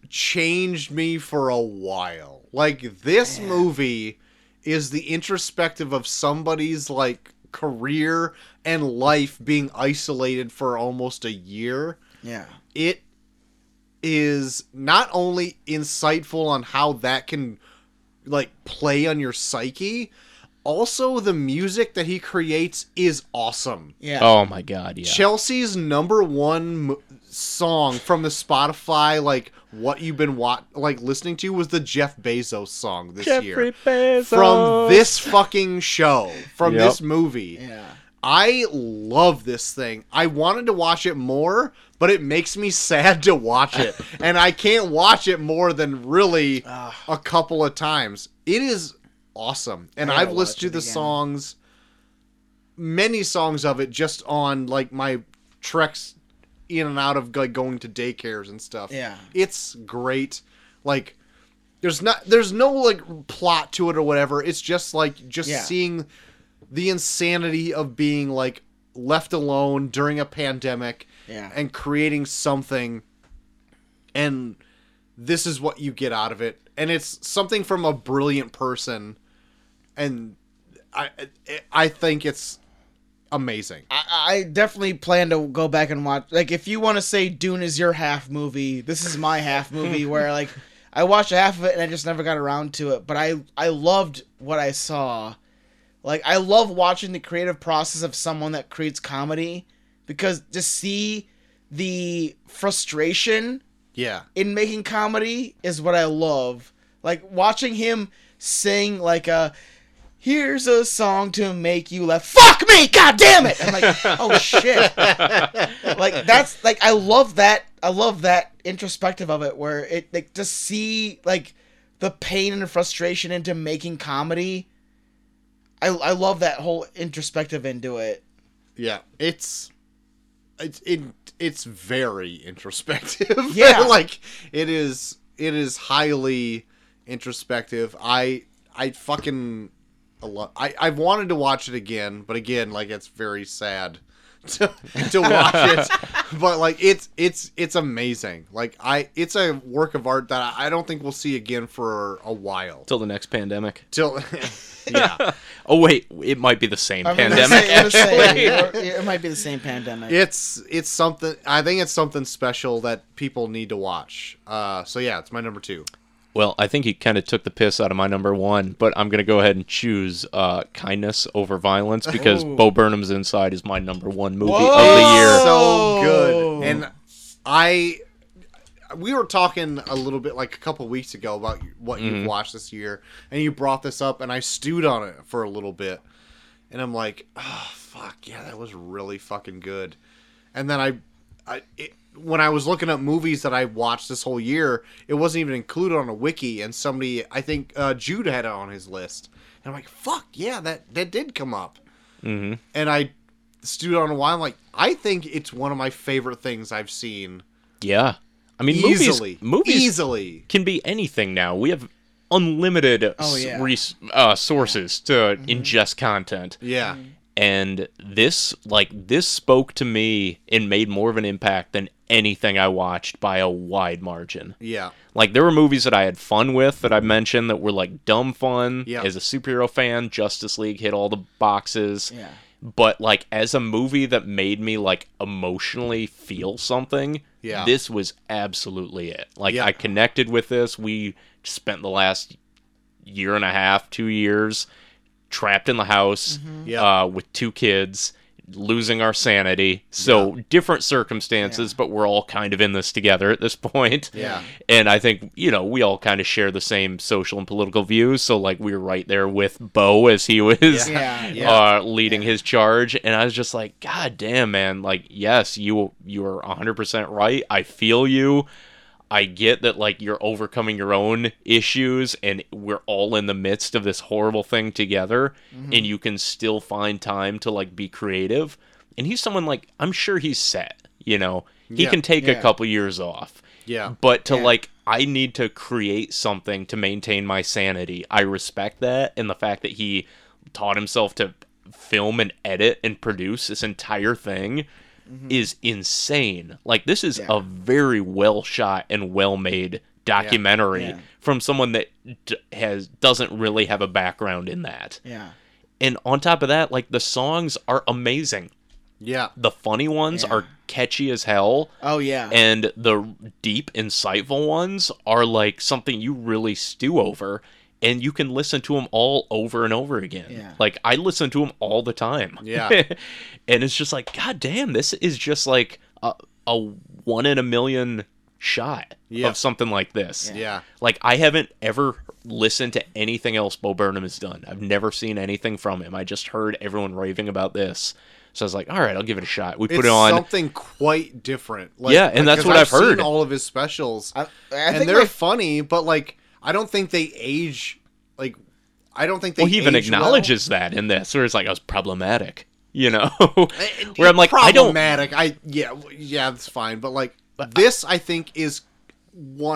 S2: changed me for a while. Like this movie is the introspective of somebody's like career and life being isolated for almost a year.
S1: Yeah.
S2: it is not only insightful on how that can like play on your psyche also the music that he creates is awesome
S1: Yeah.
S3: Oh my god, yeah.
S2: chelsea's number one m- song from the spotify like what you've been wa- like listening to was the jeff bezos song this year from this fucking show from
S3: Yep.
S2: this movie
S1: Yeah.
S2: I love this thing. I wanted to watch it more, but it makes me sad to watch it. and I can't watch it more than really
S1: Ah.
S2: a couple of times. It is awesome. And
S1: I gotta
S2: I've listened
S1: watch
S2: to
S1: it
S2: the
S1: again.
S2: songs, many songs of it, just on like my treks in and out of like going to daycares and stuff.
S1: Yeah.
S2: It's great. Like there's not there's no like plot to it or whatever. It's just like just
S1: Yeah.
S2: seeing the insanity of being like left alone during a pandemic
S1: Yeah.
S2: and creating something and this is what you get out of it and it's something from a brilliant person and i i think it's amazing
S1: I, I definitely plan to go back and watch. Like, if you want to say Dune is your half movie, this is my half movie. Where like I watched half of it and I just never got around to it. But I I loved what I saw. Like I love watching the creative process of someone that creates comedy because to see the frustration
S2: yeah
S1: in making comedy is what I love. Like watching him sing like a here's a song to make you laugh. Fuck me, god damn it. I'm like, oh shit. like that's like I love that I love that introspective of it where it like to see like the pain and frustration into making comedy. I I love that whole introspective into it.
S2: yeah it's it's it, it's very introspective
S1: Yeah.
S2: like it is it is highly introspective i i fucking lo- i i've wanted to watch it again but again like it's very sad to, to watch it but like it's it's it's amazing like i it's a work of art that i don't think we'll see again for a while
S3: Till the next pandemic.
S2: till yeah
S3: Oh wait, it might be the same
S1: I'm gonna
S3: pandemic.
S1: say- I'm gonna say,
S3: actually.
S1: it might be the same pandemic.
S2: it's it's something i think it's something special that people need to watch uh so yeah it's my number two
S3: Well, I think he kind of took the piss out of my number one, but I'm going to go ahead and choose uh, kindness over violence because Bo Burnham's Inside is my number one movie of the year.
S2: Oh. so good and i we were talking a little bit like a couple weeks ago about what
S3: Mm-hmm.
S2: you've watched this year and you brought this up and i stewed on it for a little bit and i'm like oh fuck yeah that was really fucking good and then i i it, when i was looking up movies that i watched this whole year it wasn't even included on a wiki and somebody i think uh, jude had it on his list and i'm like fuck yeah that that did come up
S3: Mm-hmm.
S2: and I stewed on a while. I'm like, I think it's one of my favorite things I've seen.
S3: Yeah. I mean,
S2: Easily,
S3: movies, movies
S2: easily.
S3: can be anything now. We have unlimited
S2: Oh,
S3: s-
S1: yeah.
S3: res- uh, sources to
S2: Mm-hmm.
S3: ingest content.
S2: Yeah,
S1: Mm-hmm.
S3: and this like this spoke to me and made more of an impact than anything I watched by a wide margin.
S2: yeah,
S3: Like there were movies that I had fun with that I mentioned that were like dumb fun.
S2: Yeah.
S3: As a superhero fan, Justice League hit all the boxes.
S1: Yeah.
S3: But like as a movie that made me like emotionally feel something,
S2: Yeah.
S3: this was absolutely it. Like
S2: Yeah.
S3: I connected with this. We spent the last year and a half, two years trapped in the house
S2: Mm-hmm. Yeah.
S3: uh, with two kids, losing our sanity. So different circumstances, but we're all kind of in this together at this point.
S2: Yeah.
S3: And I think, you know, we all kind of share the same social and political views. So, like, we were right there with Bo as he was
S1: Yeah,
S3: Uh, leading his charge. And I was just like, God damn, man. Like, yes, you, you are 100% right. I feel you. I get that like you're overcoming your own issues and we're all in the midst of this horrible thing together
S1: Mm-hmm.
S3: and you can still find time to like be creative. And he's someone like I'm sure he's set, you know. He
S2: Yeah.
S3: can take
S1: Yeah.
S3: a couple years off.
S2: Yeah.
S3: But to
S1: Yeah.
S3: like I need to create something to maintain my sanity. I respect that and the fact that he taught himself to film and edit and produce this entire thing is insane. Like this is
S1: Mm-hmm. Yeah.
S3: a very well shot and well made documentary
S1: Yeah.
S3: from someone that d- has doesn't really have a background in that.
S1: Yeah.
S3: And on top of that, like the songs are amazing.
S2: Yeah.
S3: The funny ones
S1: Yeah.
S3: are catchy as hell
S1: Oh yeah.
S3: and the deep insightful ones are like something you really stew over and you can listen to them all over and over again
S1: Yeah.
S3: like i listen to them all the time
S2: Yeah.
S3: and it's just like god damn this is just like a, a one in a million shot
S2: Yeah.
S3: of something like this
S2: Yeah.
S3: like i haven't ever listened to anything else bo burnham has done i've never seen anything from him i just heard everyone raving about this so i was like all right i'll give it a shot we put
S2: It's
S3: it on
S2: something quite different. Like,
S3: Yeah, and that's
S2: 'cause
S3: what I've
S2: seen
S3: heard.
S2: all of his specials,
S1: I, I think
S2: and they're
S1: my-
S2: funny, but like I don't think they age. Like I don't think they.
S3: well, he even
S2: age
S3: acknowledges that in this, where it's like, I was problematic, you know?
S2: well.
S3: where I'm like, I don't.
S2: Problematic. I yeah w- yeah that's fine, but like this I think is.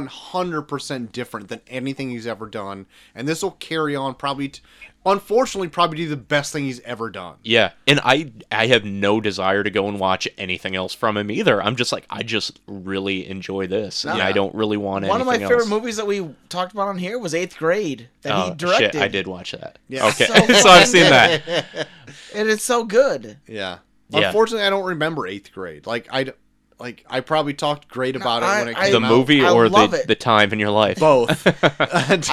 S2: 100% different than anything he's ever done and this will carry on probably t- unfortunately probably be the best thing he's ever done
S3: Yeah, and I I have no desire to go and watch anything else from him either. I'm just like, I just really enjoy this, and
S1: Yeah.
S3: I don't really want
S1: one of my
S3: anything
S1: favorite
S3: else.
S1: movies that we talked about on here was Eighth Grade that
S3: Oh,
S1: he directed.
S3: shit, I did watch that.
S2: Yeah.
S3: Okay,
S1: So
S3: so, I've seen that.
S1: and it's so good.
S2: Yeah.
S3: Yeah.
S2: Unfortunately, I don't remember eighth grade. Like I, d- like I probably talked great about
S1: I-
S2: it when it
S1: I-
S2: came
S3: The
S2: out.
S3: movie
S1: I
S3: or
S1: love
S3: the,
S1: it.
S3: the time in your life.
S2: both. to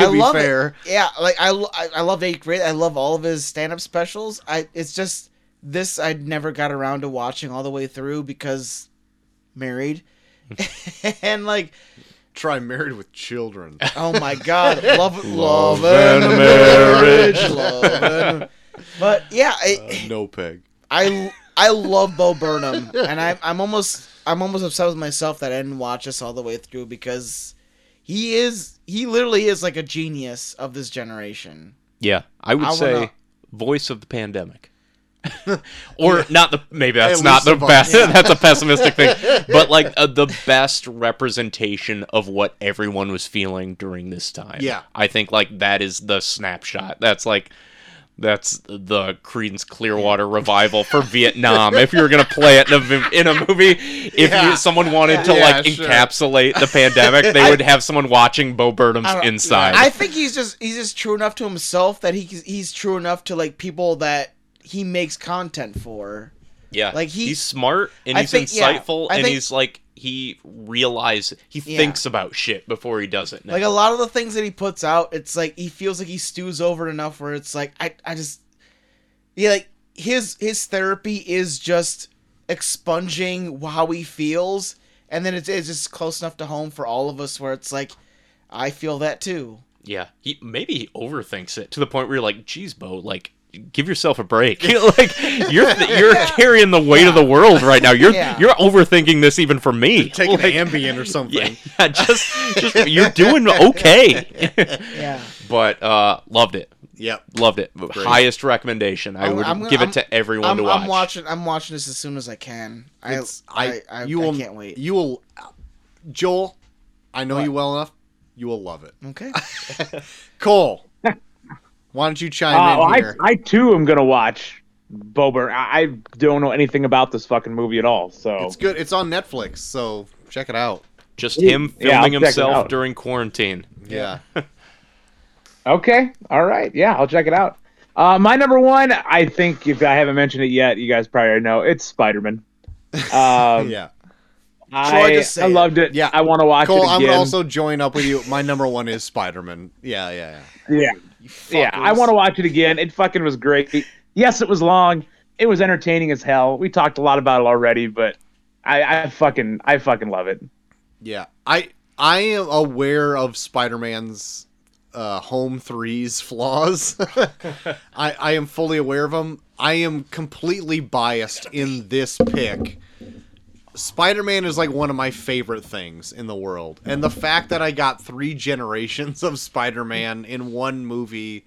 S1: I
S2: be
S1: love
S2: fair,
S1: it. Yeah, like I, lo- I, I love Eighth Grade. I love all of his stand-up specials. I it's just this I never got around to watching all the way through because married, and like
S2: try married with children.
S1: oh my god, love love,
S3: Love
S1: and
S3: and
S1: marriage, love. and- But yeah, I,
S2: no peg.
S1: I I love Bo Burnham, and I'm I'm almost I'm almost upset with myself that I didn't watch this all the way through because he is he literally is like a genius of this generation.
S3: Yeah, I would
S1: I
S3: say
S1: wanna-
S3: voice of the pandemic. or not the maybe that's
S2: At
S3: not
S2: least
S3: the
S2: of us.
S3: best. that's a pessimistic thing, but like uh, the best representation of what everyone was feeling during this time.
S2: Yeah.
S3: I think like that is the snapshot. That's like that's the Creedence Clearwater revival for Vietnam. If you were gonna play it in a, vi- in a movie, if
S2: Yeah.
S3: you, someone wanted to
S2: Yeah,
S3: like
S2: sure.
S3: encapsulate the pandemic, they would have someone watching Bo Burnham's
S1: I don't-
S3: inside.
S1: I think he's just he's just true enough to himself that he he's true enough to like people that he makes content for.
S3: Yeah,
S1: Like, he-
S3: he's smart and
S1: I
S3: he's
S1: think- yeah,
S3: insightful
S1: I
S3: and
S1: think-
S3: he's like he realizes he
S1: Yeah.
S3: thinks about shit before he does it. Now.
S1: Like a lot of the things that he puts out, it's like he feels like he stews over it enough where it's like I I just yeah like his his therapy is just expunging how he feels, and then it's, it's just close enough to home for all of us where it's like I feel that too.
S3: yeah, he maybe he overthinks it to the point where you're like, "Geez, Bo, like." Give yourself a break. like you're you're carrying the weight of the world right now. You're
S1: Yeah.
S3: you're overthinking this even for me.
S2: Take
S3: Like,
S2: an Ambien or something.
S3: yeah, yeah, just just you're doing okay.
S1: Yeah,
S3: but uh, loved it,
S2: Yep.
S3: loved it. Highest recommendation. I
S1: I'm-
S3: would
S1: I'm gonna-
S3: give
S1: I'm-
S3: it to everyone
S1: I'm,
S3: to watch.
S1: I'm watching I'm watching this as soon as I can. I
S2: It's-
S1: I, I,
S2: you
S1: I
S2: will,
S1: can't wait.
S2: You will, Joel. I know you well enough. You will love it.
S1: Okay.
S2: Cole, why don't you chime
S4: Uh,
S2: in
S4: I,
S2: here?
S4: I too am gonna watch Bo Burnham. I, I don't know anything about this fucking movie at all, so
S2: it's good. It's on Netflix, so check it out.
S3: Just him
S4: Yeah, I'll
S3: filming
S4: check it
S3: himself
S4: out.
S3: during quarantine.
S2: Yeah.
S4: Okay. All right. Yeah, I'll check it out. Uh, my number one, I think if I haven't mentioned it yet, you guys probably already know it's Spider Man. Um,
S2: yeah.
S1: Troy,
S4: I,
S1: just say
S4: I
S1: it.
S4: loved it.
S2: Yeah.
S4: I want to watch
S2: Cole,
S4: it
S2: I'm
S4: again.
S2: gonna also join up with you. My number one is Spider Man. Yeah, yeah, yeah.
S4: yeah, yeah. I
S1: fuckers.
S4: want to watch it again. It fucking was great. Yes, it was long. It was entertaining as hell. We talked a lot about it already, but I, I fucking, I fucking love it.
S2: Yeah, I I am aware of Spider-Man's uh, home threes flaws. I I am fully aware of them. I am completely biased in this pick Spider Man is like one of my favorite things in the world. And the fact that I got three generations of Spider Man in one movie,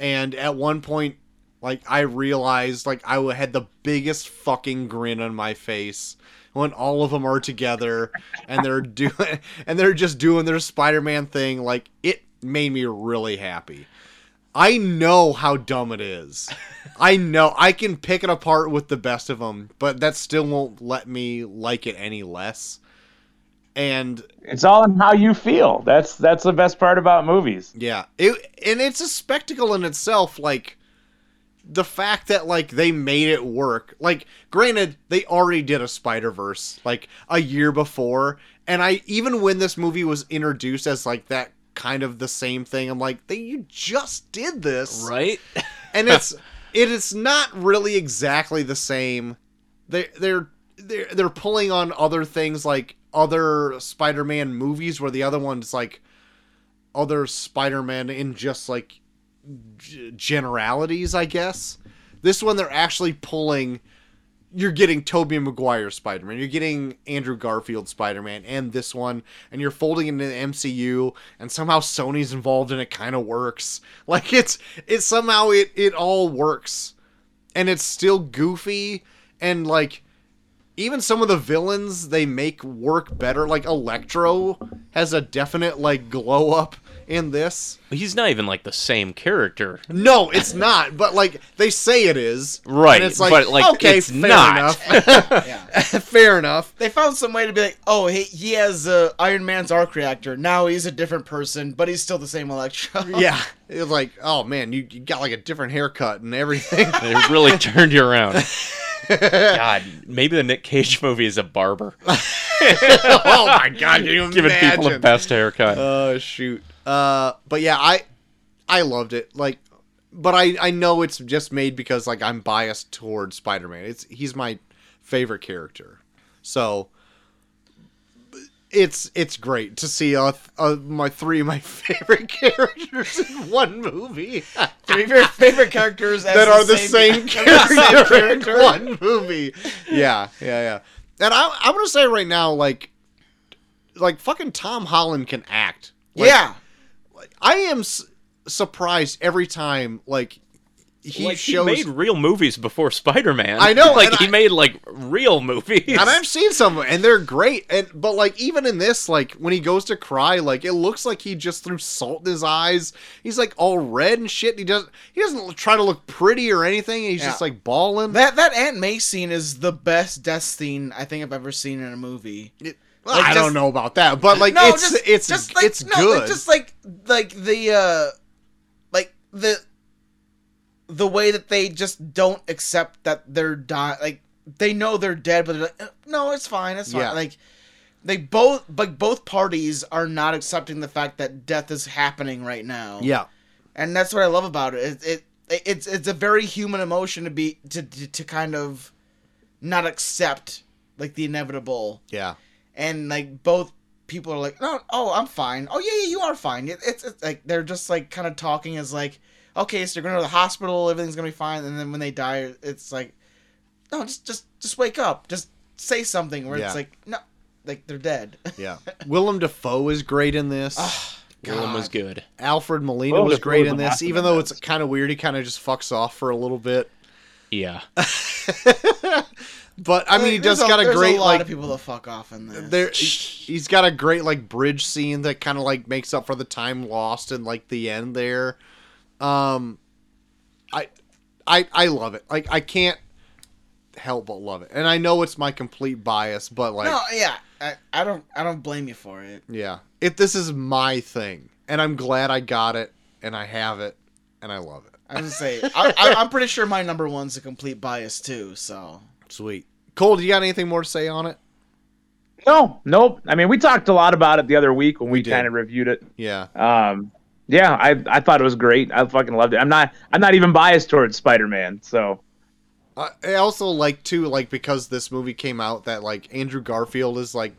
S2: and at one point, like, I realized, like, I had the biggest fucking grin on my face when all of them are together and they're doing and they're just doing their Spider-Man thing like it made me really happy. I know how dumb it is. I know I can pick it apart with the best of them, but that still won't let me like it any less. And
S4: It's all in how you feel. That's that's the best part about movies.
S2: yeah, it and it's a spectacle in itself. Like the fact that like they made it work. Like granted, they already did a Spider Verse like a year before, and I even when this movie was introduced as like that kind of the same thing, I'm like, they you just did this,
S6: right?
S2: and it's it is not really exactly the same. They they're they're they're pulling on other things like other Spider-Man movies where the other one's like other Spider-Man in just like g- generalities, I guess. This one they're actually pulling you're getting Tobey Maguire Spider-Man, you're getting Andrew Garfield Spider-Man and this one and you're folding it into the MCU and somehow Sony's involved and it kind of works. Like it's it somehow it it all works. And it's still goofy and like even some of the villains they make work better. Like Electro has a definite like glow up in this.
S3: He's not even like the same character.
S2: No, it's not. But like they say it is.
S3: Right,
S2: And it's like,
S3: but, like,
S2: okay,
S3: it's
S2: fair
S3: not.
S2: enough.
S1: Yeah.
S2: fair enough.
S1: They found some way to be like, oh, he, he has uh, Iron Man's arc reactor. Now he's a different person, but he's still the same Electro.
S2: Yeah. It's like, oh man, you, you got like a different haircut and everything.
S3: They really turned you around. God, maybe the Nick Cage movie is a barber.
S2: oh my god, can you
S3: Giving people the
S2: imagine?
S3: best haircut.
S2: Oh shoot. Uh, but yeah, I I loved it. Like, but I I know it's just made because like I'm biased towards Spider Man. It's he's my favorite character, so it's it's great to see uh, uh my three of my favorite characters in one movie
S1: Three of your favorite characters as
S2: that are the same,
S1: same
S2: character in
S1: character.
S2: one movie. Yeah, yeah, yeah. And I, I'm gonna say right now, like, like fucking Tom Holland can act. Like,
S1: yeah.
S2: I am s- surprised every time like he
S3: like,
S2: shows.
S3: he made real movies before Spider-Man.
S2: I know,
S3: like
S2: and
S3: he
S2: I-
S3: made like real movies.
S2: and I've seen some, and they're great. And but like even in this, like when he goes to cry, like it looks like he just threw salt in his eyes. He's like all red and shit. And he doesn't. He doesn't try to look pretty or anything. He's just
S1: Yeah.
S2: like bawling.
S1: That that Aunt May scene is the best death scene I think I've ever seen in a movie.
S2: It-
S1: like,
S2: I
S1: just-
S2: don't know about that, but like it's it's it's
S1: no,
S2: good.
S1: Like, just like like the uh like the the way that they just don't accept that they're dying. Like they know they're dead, but they're like, "Uh, no, it's fine, it's fine.
S2: Yeah.
S1: Like they both like both parties are not accepting the fact that death is happening right now.
S2: yeah,
S1: and that's what I love about it. It, it it's it's a very human emotion to be to, to to kind of not accept like the inevitable,
S2: yeah.
S1: and like both people are like, no, oh, I'm fine. Oh yeah, yeah, you are fine. It, it's, it's like they're just like kind of talking as like, okay, so you're going to the hospital, everything's gonna be fine, and then when they die, it's like, no, just just just wake up, just say something where
S2: Yeah.
S1: it's like, no, like they're dead.
S2: Yeah. Willem Dafoe is great in this.
S3: Willem was good.
S2: Alfred Molina
S4: Willem
S2: was
S4: Dafoe
S2: great
S4: is
S2: in
S4: an
S2: this,
S4: awesome
S2: even though
S4: in
S2: it's kind of weird. He kind of just fucks off for a little bit.
S3: Yeah.
S2: But I mean, he
S1: There's
S2: does got a
S1: there's
S2: great
S1: a lot
S2: like
S1: of people that fuck off in this.
S2: there. He's got a great like bridge scene that kind of like makes up for the time lost and like the end there. Um, I, I, I love it. Like I can't help but love it, and I know it's my complete bias, but like
S1: no, yeah, I, I don't I don't blame you for it.
S2: Yeah. If this is my thing, and I'm glad I got it, and I have it, and I love it.
S1: I was gonna say, I, I, I'm pretty sure my number one's a complete bias too. So
S2: Sweet. Cole, do you got anything more to say on it?
S4: No, nope. I mean, we talked a lot about it the other week when we,
S2: did.
S4: kind of reviewed it.
S2: Yeah.
S4: Um, yeah, I I thought it was great. I fucking loved it. I'm not I'm not even biased towards Spider-Man. So
S2: I I also like too, like because this movie came out that like Andrew Garfield is like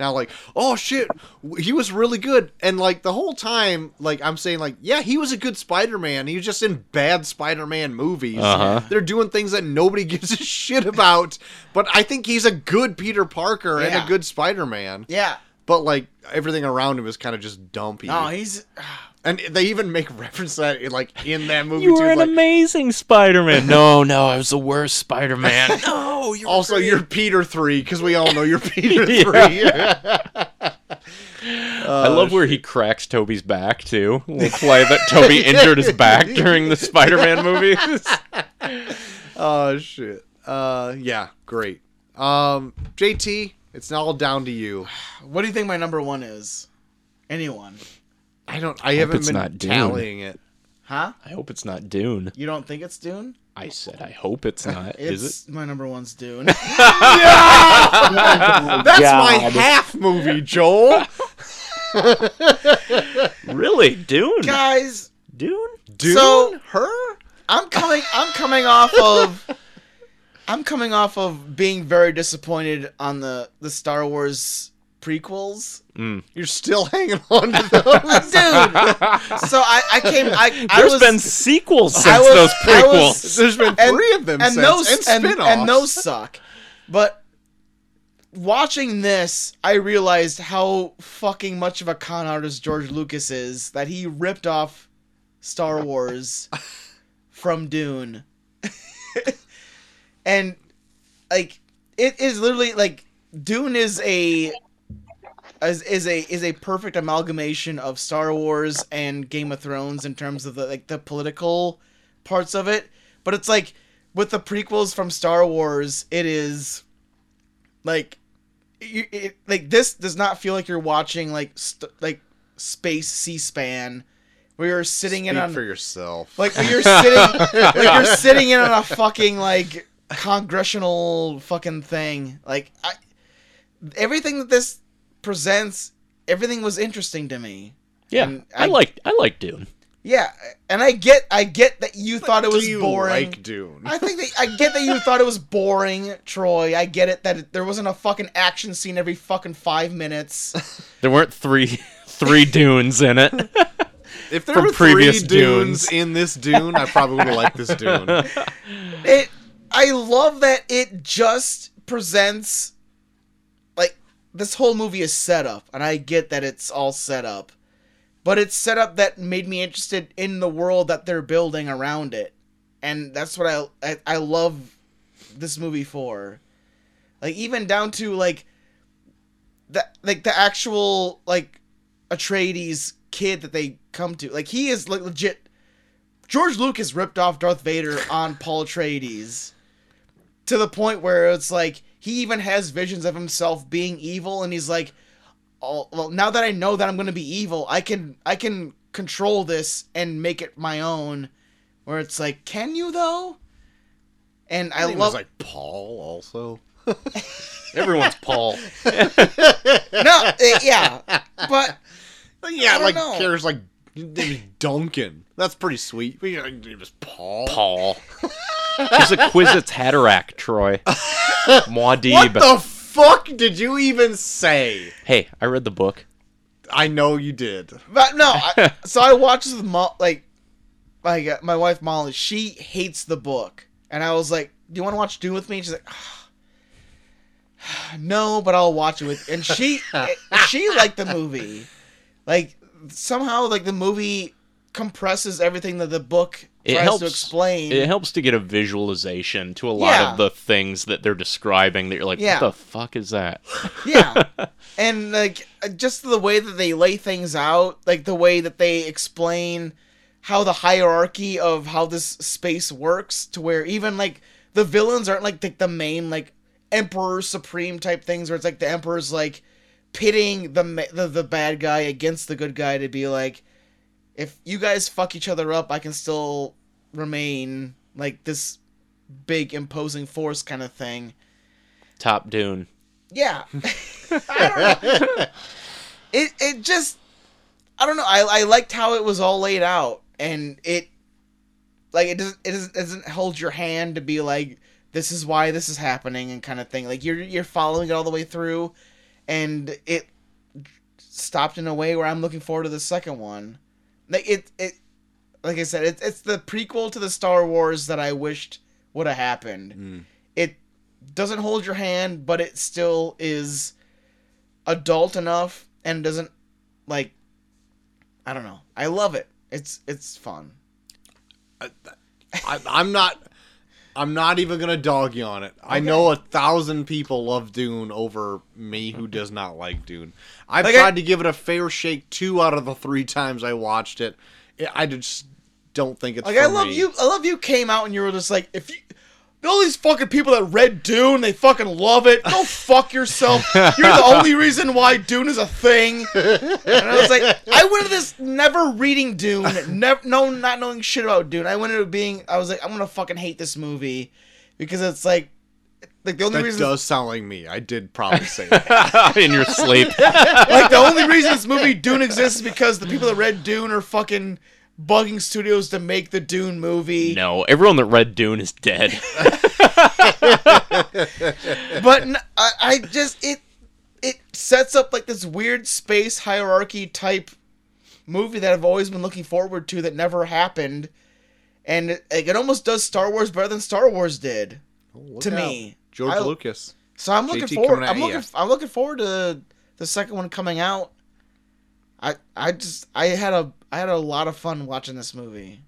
S2: now like oh shit w- he was really good and like the whole time like i'm saying like yeah he was a good spider-man he was just in bad spider-man movies
S3: Uh-huh.
S2: they're doing things that nobody gives a shit about but i think he's a good peter parker and
S1: Yeah.
S2: a good spider-man
S1: Yeah.
S2: but like everything around him is kind of just dumpy
S1: No, he's
S2: and they even make reference to that in, like in that movie
S3: You
S2: too
S3: were an
S2: like,
S3: amazing Spider-Man. No, no, I was the worst Spider-Man. no, you're
S2: also
S3: great.
S2: you're peter 3 because we all know you're peter 3
S3: I love where he cracks Toby's back too. We'll play that Toby injured his back during the Spider-Man movies.
S2: Oh shit. Uh yeah, great. Um JT, it's not all down to you.
S1: what do you think my number one is? Anyone?
S2: I don't I haven't
S3: it's
S2: been
S3: not Dune.
S2: tallying it.
S1: Huh?
S3: I hope it's not Dune.
S1: You don't think it's Dune?
S3: I said I hope it's not.
S1: It's
S3: Is
S1: my number one's Dune. Uh,
S2: Oh, That's my
S4: God.
S2: half movie, Joel.
S3: it? Really? Dune?
S1: Guys,
S3: Dune?
S2: Dune?
S1: So-
S2: her?
S1: I'm coming. I'm coming off of. I'm coming off of being very disappointed on the the Star Wars prequels,
S2: You're still hanging on to those.
S1: dude. so I, I came. I, I
S3: There's
S1: was,
S3: been sequels since
S1: I was-
S3: those
S1: I
S3: prequels.
S1: was-
S2: There's been
S1: And-
S2: three of them
S1: and
S2: since,
S1: those
S2: and
S1: and,
S2: spin-offs.
S1: and those suck. But watching this, I realized how fucking much of a con artist George Lucas is that he ripped off Star Wars from Dune. and like it is literally like Dune is a is, is a is a perfect amalgamation of Star Wars and Game of Thrones in terms of the like the political parts of it. But it's like with the prequels from Star Wars, it is like you, it, like this does not feel like you're watching like st- like space C-SPAN where you're sitting in
S2: Speak
S1: on
S2: for yourself.
S1: like when you're sitting, like you're sitting in on a fucking like congressional fucking thing. Like I, everything that this presents, everything was interesting to me.
S3: yeah,
S1: and
S3: I,
S1: I-
S3: like I like Dune.
S1: Yeah, and I get, I get that you thought it was
S2: Do you
S1: boring.
S2: like Dune?
S1: I think that, I get that you thought it was boring, Troy. I get it that it, there wasn't a fucking action scene every fucking five minutes.
S3: There weren't three three Dunes in it.
S2: if there
S3: from
S2: were three
S3: previous
S2: dunes,
S3: Dunes.
S2: in this Dune, I probably would have liked this Dune.
S1: it i love that it just presents like this whole movie is set up and i get that it's all set up but it's set up that made me interested in the world that they're building around it and that's what i i, I love this movie for like even down to like the like the actual like atreides kid that they come to like he is like legit George Lucas ripped off Darth Vader on Paul Atreides to the point where it's like he even has visions of himself being evil, and he's like, oh, "Well, now that I know that I'm going to be evil, I can I can control this and make it my own." Where it's like, "Can you though?" And I
S2: It
S1: love
S2: was like Paul also.
S3: Everyone's Paul.
S1: no, eh, yeah, but I
S2: Yeah,
S1: don't
S2: like
S1: know.
S2: characters like Duncan. That's pretty sweet. But yeah, it was Paul.
S3: Paul. He's a Quizzet's Hatterack, Troy.
S2: What
S3: Muad'Dib.
S2: the fuck did you even say?
S3: hey, I read the book.
S2: I know you did.
S1: But no, I, so I watched with Mo- like like uh, my wife Molly. She hates the book, and I was like, "Do you want to watch Dune with me?" And she's like, "Ah, "No, but I'll watch it with." And she eh, she liked the movie. Like somehow, like the movie compresses everything that the book
S3: It
S1: tries
S3: helps.
S1: to explain.
S3: It helps to get a visualization to a lot
S1: Yeah.
S3: of the things that they're describing that you're like,
S1: Yeah.
S3: what the fuck is that?
S1: yeah and like just the way that they lay things out like the way that they explain how the hierarchy of how this space works to where even like the villains aren't like the, the main like emperor supreme type things where it's like the emperor's like pitting the, ma- the the bad guy against the good guy to be like if you guys fuck each other up i can still remain like this big imposing force kind of thing
S3: Top Dune.
S1: yeah. I don't know. It it just I don't know. I I liked how it was all laid out and it like it doesn't it doesn't, it doesn't hold your hand to be like this is why this is happening and kind of thing. Like you're you're following it all the way through and it stopped in a way where I'm looking forward to the second one. Like it, it, like I said, it, it's the prequel to the Star Wars that I wished would have happened. It doesn't hold your hand, but it still is adult enough and doesn't like. I don't know. I love it. It's it's fun.
S2: I, I'm not. I'm not even gonna dog you on it. I know a thousand people love Dune over me, who does not like Dune. I
S1: Like I-
S2: tried to give it a fair shake two out of the three times I watched it. I- I just don't think it's
S1: Like
S2: for
S1: I love
S2: me.
S1: you. I love you. Came out and you were just like, if you, all these fucking people that read Dune, they fucking love it. Go fuck yourself. You're the only reason why Dune is a thing. And I was like, I went into this never reading Dune, never, no, not knowing shit about Dune. I went into being, I was like, I'm gonna fucking hate this movie because it's like, like the only
S2: That
S1: reason,
S2: does sound like me. I did probably say that.
S3: in your sleep.
S1: like the only reason this movie Dune exists is because the people that read Dune are fucking bugging studios to make the Dune movie.
S3: No, everyone that read Dune is dead.
S1: but n- I, I just it it sets up like this weird space hierarchy type movie that I've always been looking forward to that never happened, and it, like, it almost does Star Wars better than Star Wars did
S2: Look
S1: to
S2: out.
S1: me.
S2: George
S1: I-
S2: Lucas.
S1: So I'm looking
S2: JT
S1: forward.
S2: coming at
S1: I'm
S2: ya.
S1: looking. I'm looking forward to the second one coming out. I I just I had a I had a lot of fun watching this movie.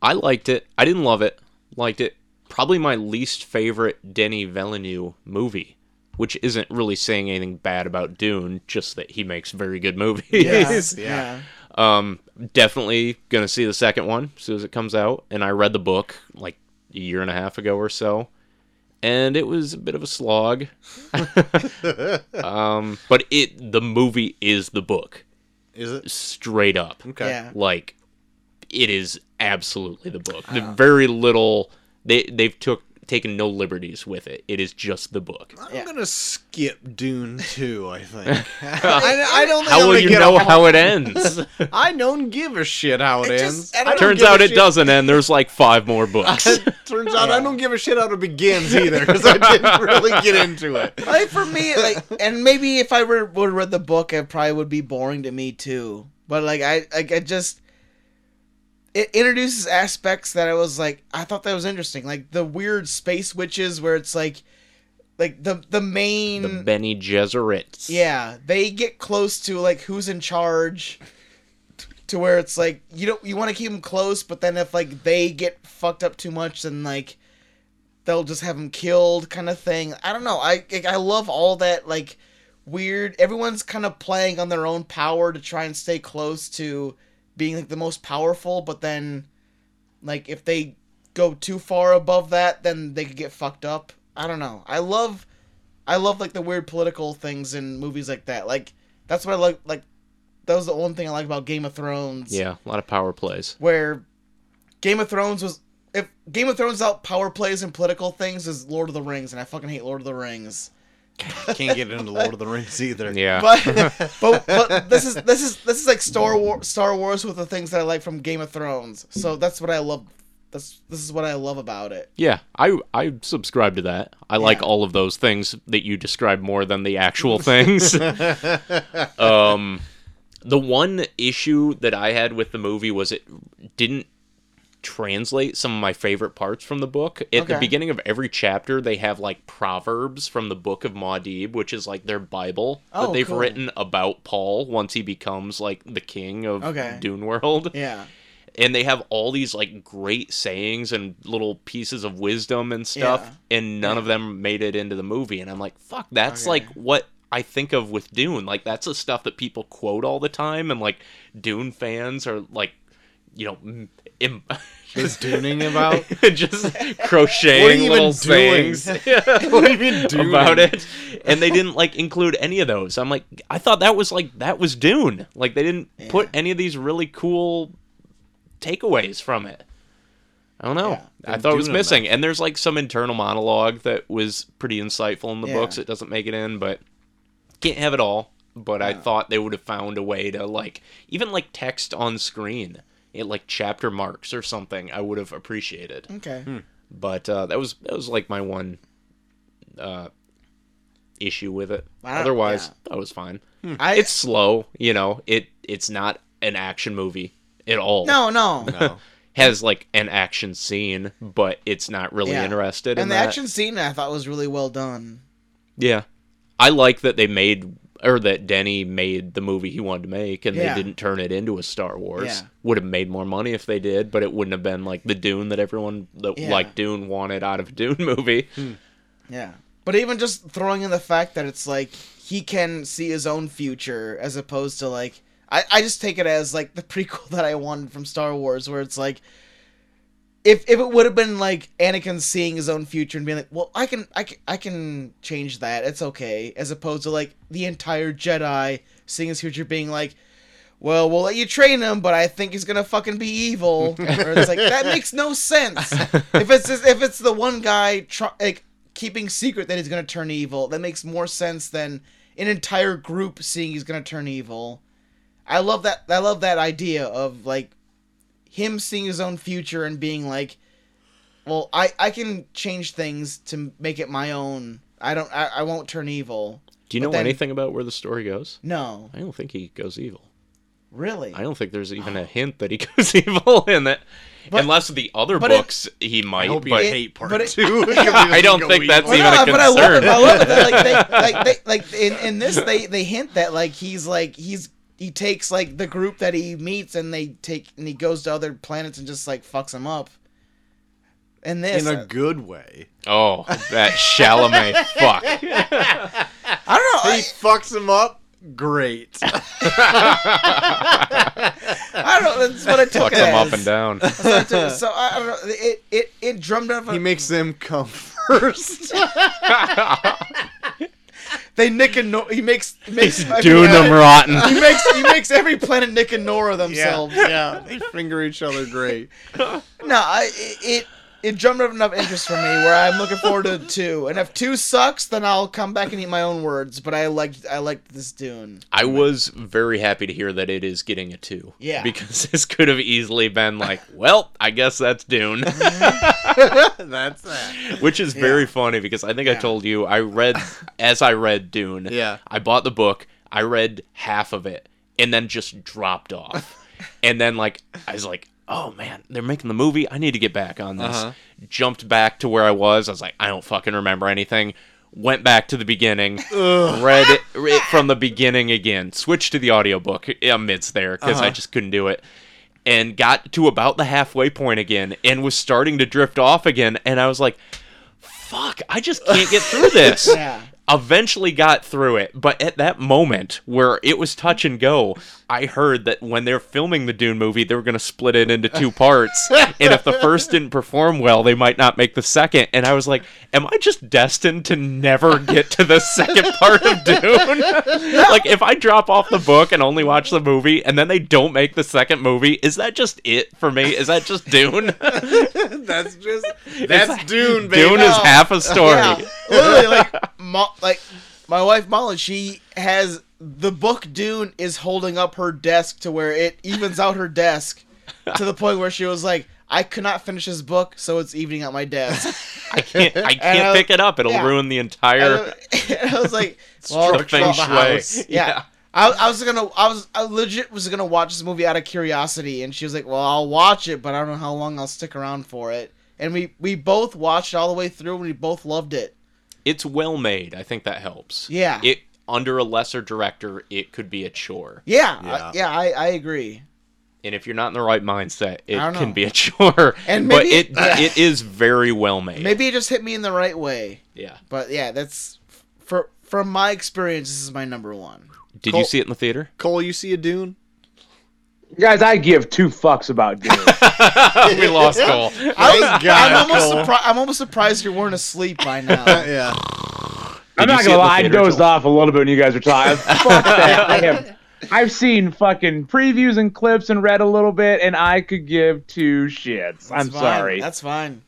S3: I liked it. I didn't love it. Liked it. Probably my least favorite Denny Villeneuve movie, which isn't really saying anything bad about Dune, just that he makes very good movies.
S1: yeah.
S3: Um, definitely gonna see the second one as soon as it comes out. And I read the book like a year and a half ago or so, and it was a bit of a slog. um, but it the movie is the book
S2: Is it?
S3: straight up.
S2: Okay.
S1: Yeah.
S3: Like it is absolutely the book. The very little they they've took taken no liberties with it. It is just the book.
S2: I'm
S1: Yeah.
S2: gonna skip Dune 2, I think. I, I don't think I'm
S3: How will
S2: gonna
S3: you
S2: get
S3: know
S2: a-
S3: how it ends?
S2: I don't give a shit how it,
S1: It just-
S2: ends.
S1: I don't
S2: I don't
S3: Turns
S2: give a
S3: out it
S2: shit-
S3: doesn't end. There's like five more books.
S2: Turns out I don't give a shit how it begins either because I didn't really get into it.
S1: like for me, like, and maybe if I were would have read the book, it probably would be boring to me too. But like, I like I just it introduces aspects that I was like, I thought that was interesting, like the weird space witches, where it's like, like the the main
S3: the Benny Gesserits.
S1: yeah, they get close to like who's in charge, to where it's like you don't you want to keep them close, but then if like they get fucked up too much, then like they'll just have them killed, kind of thing. I don't know. I like, I love all that like weird. Everyone's kind of playing on their own power to try and stay close to being like the most powerful, but then like if they go too far above that, then they could get fucked up. I don't know. I love I love like the weird political things in movies like that. Like that's what I like. Like that was the one thing I like about Game of Thrones.
S3: Yeah, a lot of power plays.
S1: Where Game of Thrones was if Game of Thrones out power plays and political things is Lord of the Rings, and I fucking hate Lord of the Rings.
S2: Can't get into Lord of the Rings either.
S3: Yeah.
S1: But but but this is this is this is like Star War Star Wars with the things that I like from Game of Thrones. So that's what I love. That's this is what I love about it.
S3: yeah, I I subscribe to that. I like
S1: Yeah.
S3: all of those things that you describe more than the actual things. um the one issue that I had with the movie was it didn't translate some of my favorite parts from the book. At the
S1: Okay.
S3: beginning of every chapter, they have like proverbs from the Book of Maudib, which is like their Bible
S1: Oh,
S3: that they've
S1: cool.
S3: written about Paul once he becomes like the king of
S1: Okay.
S3: Dune World
S1: Yeah.
S3: and they have all these like great sayings and little pieces of wisdom and stuff and none of them made it into the movie and i'm like fuck that's
S1: Okay.
S3: like what i think of with dune like that's the stuff that people quote all the time and like dune fans are like you know m- Im-
S2: Is Duning about?
S3: just crocheting
S2: even
S3: little
S2: doing?
S3: sayings
S2: what do you mean Duning?
S3: about it and they didn't like include any of those i'm like i thought that was like that was dune like they didn't put any of these really cool takeaways from it i don't know
S1: Yeah.
S3: i thought it was
S2: Dune enough.
S3: missing and there's like some internal monologue that was pretty insightful in the
S1: Yeah.
S3: books it doesn't make it in but can't have it all but i thought they would have found a way to like even like text on screen it like chapter marks or something i would have
S1: Hmm.
S3: appreciated
S1: Okay.
S3: but uh, that was that was like my one uh, issue with it.
S1: Wow,
S3: Otherwise, I was fine. It's slow, you know. It it's not an action movie at all.
S1: no, no.
S2: No.
S3: has like an action scene, but it's not really
S1: Yeah.
S3: interested in
S1: And the
S3: that.
S1: action scene I thought was really well done.
S3: Yeah. I like that they made or that Denny made the movie he wanted to make and
S1: Yeah.
S3: they didn't turn it into a Star Wars.
S1: Yeah.
S3: Would have made more money if they did, but it wouldn't have been like the Dune that everyone that
S1: Yeah.
S3: liked Dune wanted out of a Dune movie.
S1: Yeah. But even just throwing in the fact that it's like he can see his own future as opposed to like I, I just take it as like the prequel that I wanted from Star Wars where it's like if if it would have been like Anakin seeing his own future and being like, Well, I can I can I can change that, it's okay, as opposed to like the entire Jedi seeing his future being like well, we'll let you train him, but I think he's gonna fucking be evil. Or it's like that makes no sense. If it's just, if it's the one guy tr- like keeping secret that he's gonna turn evil, that makes more sense than an entire group seeing he's gonna turn evil. I love that. I love that idea of like him seeing his own future and being like, "Well, I I can change things to make it my own. I don't. I, I won't turn evil."
S3: Do you
S1: But
S3: know
S1: then-
S3: anything about where the story goes?
S1: No,
S3: I don't think he goes evil.
S1: really.
S3: I don't think there's even a hint that he goes evil in it.
S1: But-
S3: Unless the other
S1: but it-
S3: books he might,
S2: I hope you
S3: but
S2: hate part
S1: but it-
S2: two.
S3: I don't think that's
S1: Well,
S3: even a
S1: no, but I love it.
S3: concern.
S1: I love it. that, Like they, like they, like in, in this, they they hint that like he's like he's he takes like the group that he meets and they take and he goes to other planets and just like fucks them up. And this,
S2: in a good way.
S3: oh, that Chalamet fuck.
S1: I don't know.
S2: He
S1: I,
S2: fucks him up. Great.
S1: I don't. know. That's what I took
S3: Fucks
S1: it
S3: him up
S1: as.
S3: and down.
S1: I took it- so I, I don't know. It it it drummed up.
S2: he makes them come first.
S1: they Nick and Nor- he makes he makes
S3: Doing them rotten.
S1: He makes he makes every planet Nick and Nora themselves.
S2: yeah. They finger each other great.
S1: No, I, it, it it drummed up enough interest for me where I'm looking forward to two. And if two sucks, then I'll come back and eat my own words. But I liked I liked this Dune.
S3: I was very happy to hear that it is getting a two.
S1: Yeah.
S3: Because this could have easily been like, well, I guess that's Dune.
S2: That's that.
S3: Which is very funny because I think I told you I read, as I read Dune,
S2: Yeah.
S3: I bought the book, I read half of it, and then just dropped off. and then, like, I was like, oh man, they're making the movie. I need to get back on this.
S2: Uh-huh.
S3: Jumped back to where I was. I was like, I don't fucking remember anything. Went back to the beginning, read it, it from the beginning again, switched to the audiobook amidst there because
S2: Uh-huh.
S3: I just couldn't do it. And got to about the halfway point again and was starting to drift off again. And I was like, fuck, I just can't get through this.
S1: Yeah.
S3: Eventually got through it, but at that moment where it was touch and go, I heard that when they're filming the Dune movie, they were going to split it into two parts. and if the first didn't perform well, they might not make the second. And I was like, am I just destined to never get to the second part of Dune? like, if I drop off the book and only watch the movie and then they don't make the second movie, is that just it for me? Is that just Dune?
S2: That's just that's Dune, baby.
S3: Dune is half a story.
S1: Yeah, literally like mo- like my wife Molly, she has the book Dune is holding up her desk to where it evens out her desk to the point where she was like, I could not finish this book, so it's evening out my desk.
S3: I can't. I
S1: And I-
S3: can't pick it up. It'll
S1: yeah.
S3: ruin the
S1: And uh,
S3: entire
S1: I, and I was like, well,
S3: the feng
S1: well,
S3: shui.
S1: Yeah. I, I was gonna, I was, I legit was gonna watch this movie out of curiosity, and she was like, "Well, I'll watch it, but I don't know how long I'll stick around for it." And we, we both watched all the way through, and we both loved it.
S3: it's well made. I think that helps.
S1: Yeah.
S3: It under a lesser director, it could be a chore,
S1: Yeah, yeah,
S2: Yeah.
S1: I, yeah, I, I agree.
S3: and if you're not in the right mindset, it
S1: I don't know.
S3: can be a chore.
S1: And
S3: but
S1: maybe-
S3: it it is very well made.
S1: Maybe it just hit me in the right way,
S3: Yeah.
S1: but yeah, that's for from my experience, this is my number one.
S3: Did
S2: Col-
S3: you see it in the theater?
S2: Cole, you see a Dune?
S4: Guys, I give two fucks about Dune.
S3: we lost Cole.
S1: I
S2: Thank God,
S1: I'm almost
S2: Cole.
S1: surprised. I'm almost surprised you weren't asleep by now.
S2: Yeah.
S4: I'm
S3: Did you see it in
S4: not gonna
S3: the
S4: lie, I
S3: theater,
S4: dozed
S3: Joel?
S4: off a little bit when you guys were talking. Fuck that. I have, I've seen fucking previews and clips and read a little bit, and I could give two shits. I'm
S1: That's fine,
S4: sorry.
S1: That's
S4: That's,
S1: fine.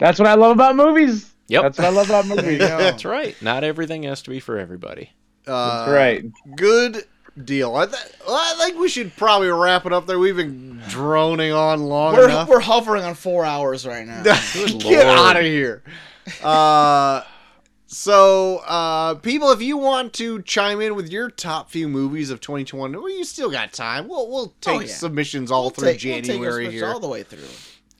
S4: what I love about movies.
S3: Yep.
S4: That's what I love about
S1: There you
S4: movies.
S1: go.
S3: That's right. Not everything has to be for everybody.
S2: Uh,
S4: Right.
S2: Good deal. I, th- I think we should probably wrap it up there. We've been droning on long
S1: We're,
S2: enough.
S1: we're hovering on four hours right now.
S2: Get out of here. Uh, So, uh, people, if you want to chime in with your top few movies of 2021, well, you still got time. We'll we'll take
S1: Oh, yeah.
S2: submissions all through
S1: Take- we'll take our
S2: January
S1: scripts
S2: here.
S1: all the way through.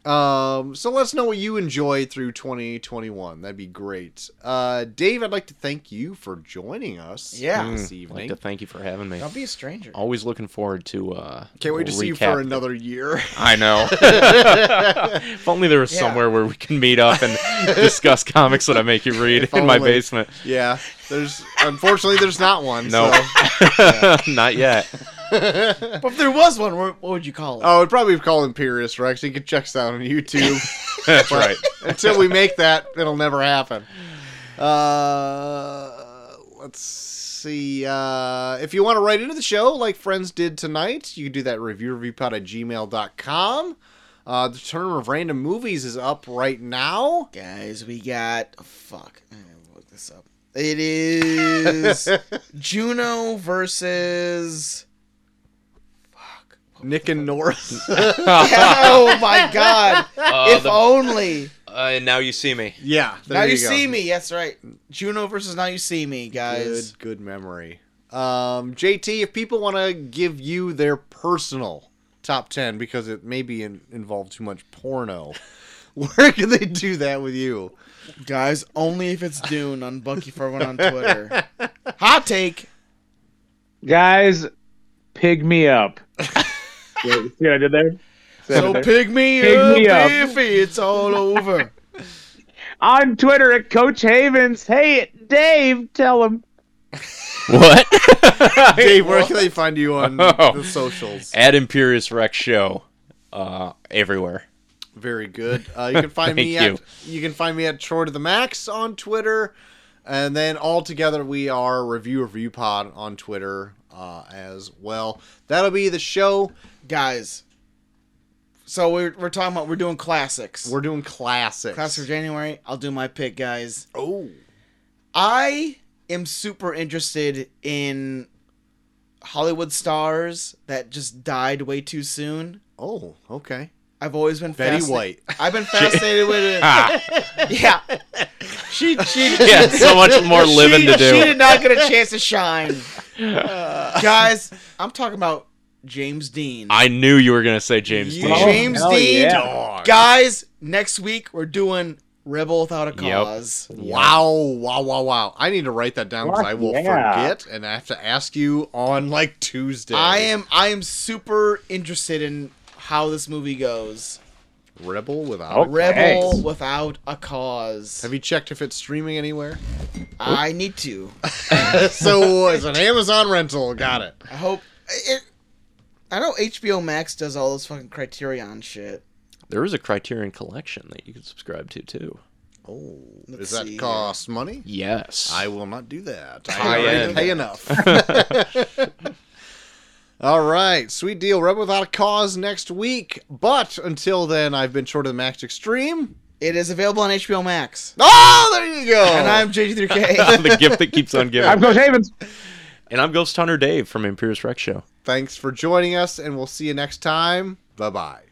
S2: Um, so let's know what you enjoyed through 2021. That'd be great. Uh, Dave, I'd like to thank you for joining us.
S1: Yeah. Mm.
S2: this
S3: I'd
S2: evening.
S3: like to thank you for having me.
S1: Don't be a stranger.
S3: Always looking forward to. uh
S2: Can't wait to see you
S3: recap.
S2: for another year.
S3: I know. if only there was
S1: Yeah.
S3: somewhere where we can meet up and discuss comics that I make you read in my
S2: only.
S3: basement.
S2: yeah, there's unfortunately there's not one.
S3: No,
S2: so-
S3: not yet.
S1: But if there was one, what what would you call it?
S2: Oh, it'd probably call Imperious Rex. You can check us out on YouTube.
S3: That's right.
S2: Until we make that, it'll never happen. Uh, let's see. Uh, if you want to write into the show like friends did tonight, you can do that reviewreviewpod at gmail.com. Uh, the term of random movies is up right now.
S1: Guys, we got oh, fuck. I gotta look this up. It is Juno versus. Fuck.
S2: Nick and Norris.
S1: oh my god!
S3: Uh,
S1: if only.
S3: now you see me.
S2: yeah. there
S1: now you,
S2: go.
S1: see me. That's right. Juno versus Now you see me, guys.
S2: Good, good memory. Um, JT, if people want to give you their personal top 10 because it maybe in, involved too much porno, where can they do that with you?
S1: Guys, only if it's Dune on Bucky Furman on Twitter. Hot take.
S4: Guys, pig me up. See what I did there? See what I did
S1: So
S4: there?
S1: pick me
S4: Pick
S1: up,
S4: me up.
S1: Biffy. It's all over.
S4: on Twitter at Coach Havens. Hey, Dave, tell him.
S3: What?
S2: Dave, where can they find you on the socials?
S3: At Imperious Rex Show, uh, everywhere.
S2: Very good. Uh, you can find me
S3: Thank
S2: at you can find me at Troy to the Max on Twitter, and then all together we are Review Review Pod on Twitter uh, as well. That'll be the show.
S1: guys. So we're, we're talking about we're doing classics.
S2: We're doing classics.
S1: Classic for January. I'll do my pick, guys.
S2: Oh,
S1: I am super interested in Hollywood stars that just died way too soon.
S2: oh, okay.
S1: I've always been
S2: Betty
S1: fascinated.
S2: White.
S1: I've been fascinated with it.
S2: Ah.
S1: Yeah, she she
S3: Yeah, so much more living
S1: she,
S3: to
S1: She did
S3: do.
S1: not get a chance to shine. Uh, guys, I'm talking about James Dean.
S3: I knew you were gonna say James
S2: You-
S3: Dean.
S1: James
S4: Oh, hell
S1: Dean.
S4: yeah.
S2: Dog.
S1: Guys, next week we're doing Rebel Without a
S3: Yep.
S1: Cause.
S2: Wow, wow, wow, wow. I need to write that down because
S4: Fuck
S2: I will
S4: yeah.
S2: forget and I have to ask you on like Tuesday.
S1: I am I am super interested in how this movie goes.
S2: Rebel without.
S4: Oh.
S2: a-
S1: Rebel
S4: Thanks.
S1: without a cause.
S2: Have you checked if it's streaming anywhere?
S1: I need to.
S2: so it's an Amazon rental. Got it.
S1: I hope. It, I know HBO Max does all this fucking Criterion shit.
S3: There is a Criterion collection that you can subscribe to too.
S2: Oh,
S1: Let's
S2: does that
S1: see
S2: cost money?
S3: Yes.
S2: I will not do that.
S3: High
S2: I already
S3: end.
S2: pay enough. All right, sweet deal. Rebel without a cause next week. But until then, I've been short of the max extreme.
S1: It is available on HBO Max.
S2: Oh, there you go.
S1: And I'm JG3K.
S3: the gift that keeps on
S4: I'm
S3: giving.
S4: Coach Havens.
S3: and I'm Ghost Hunter Dave from Imperious Rex Show.
S2: Thanks for joining us, and we'll see you next time. Bye bye.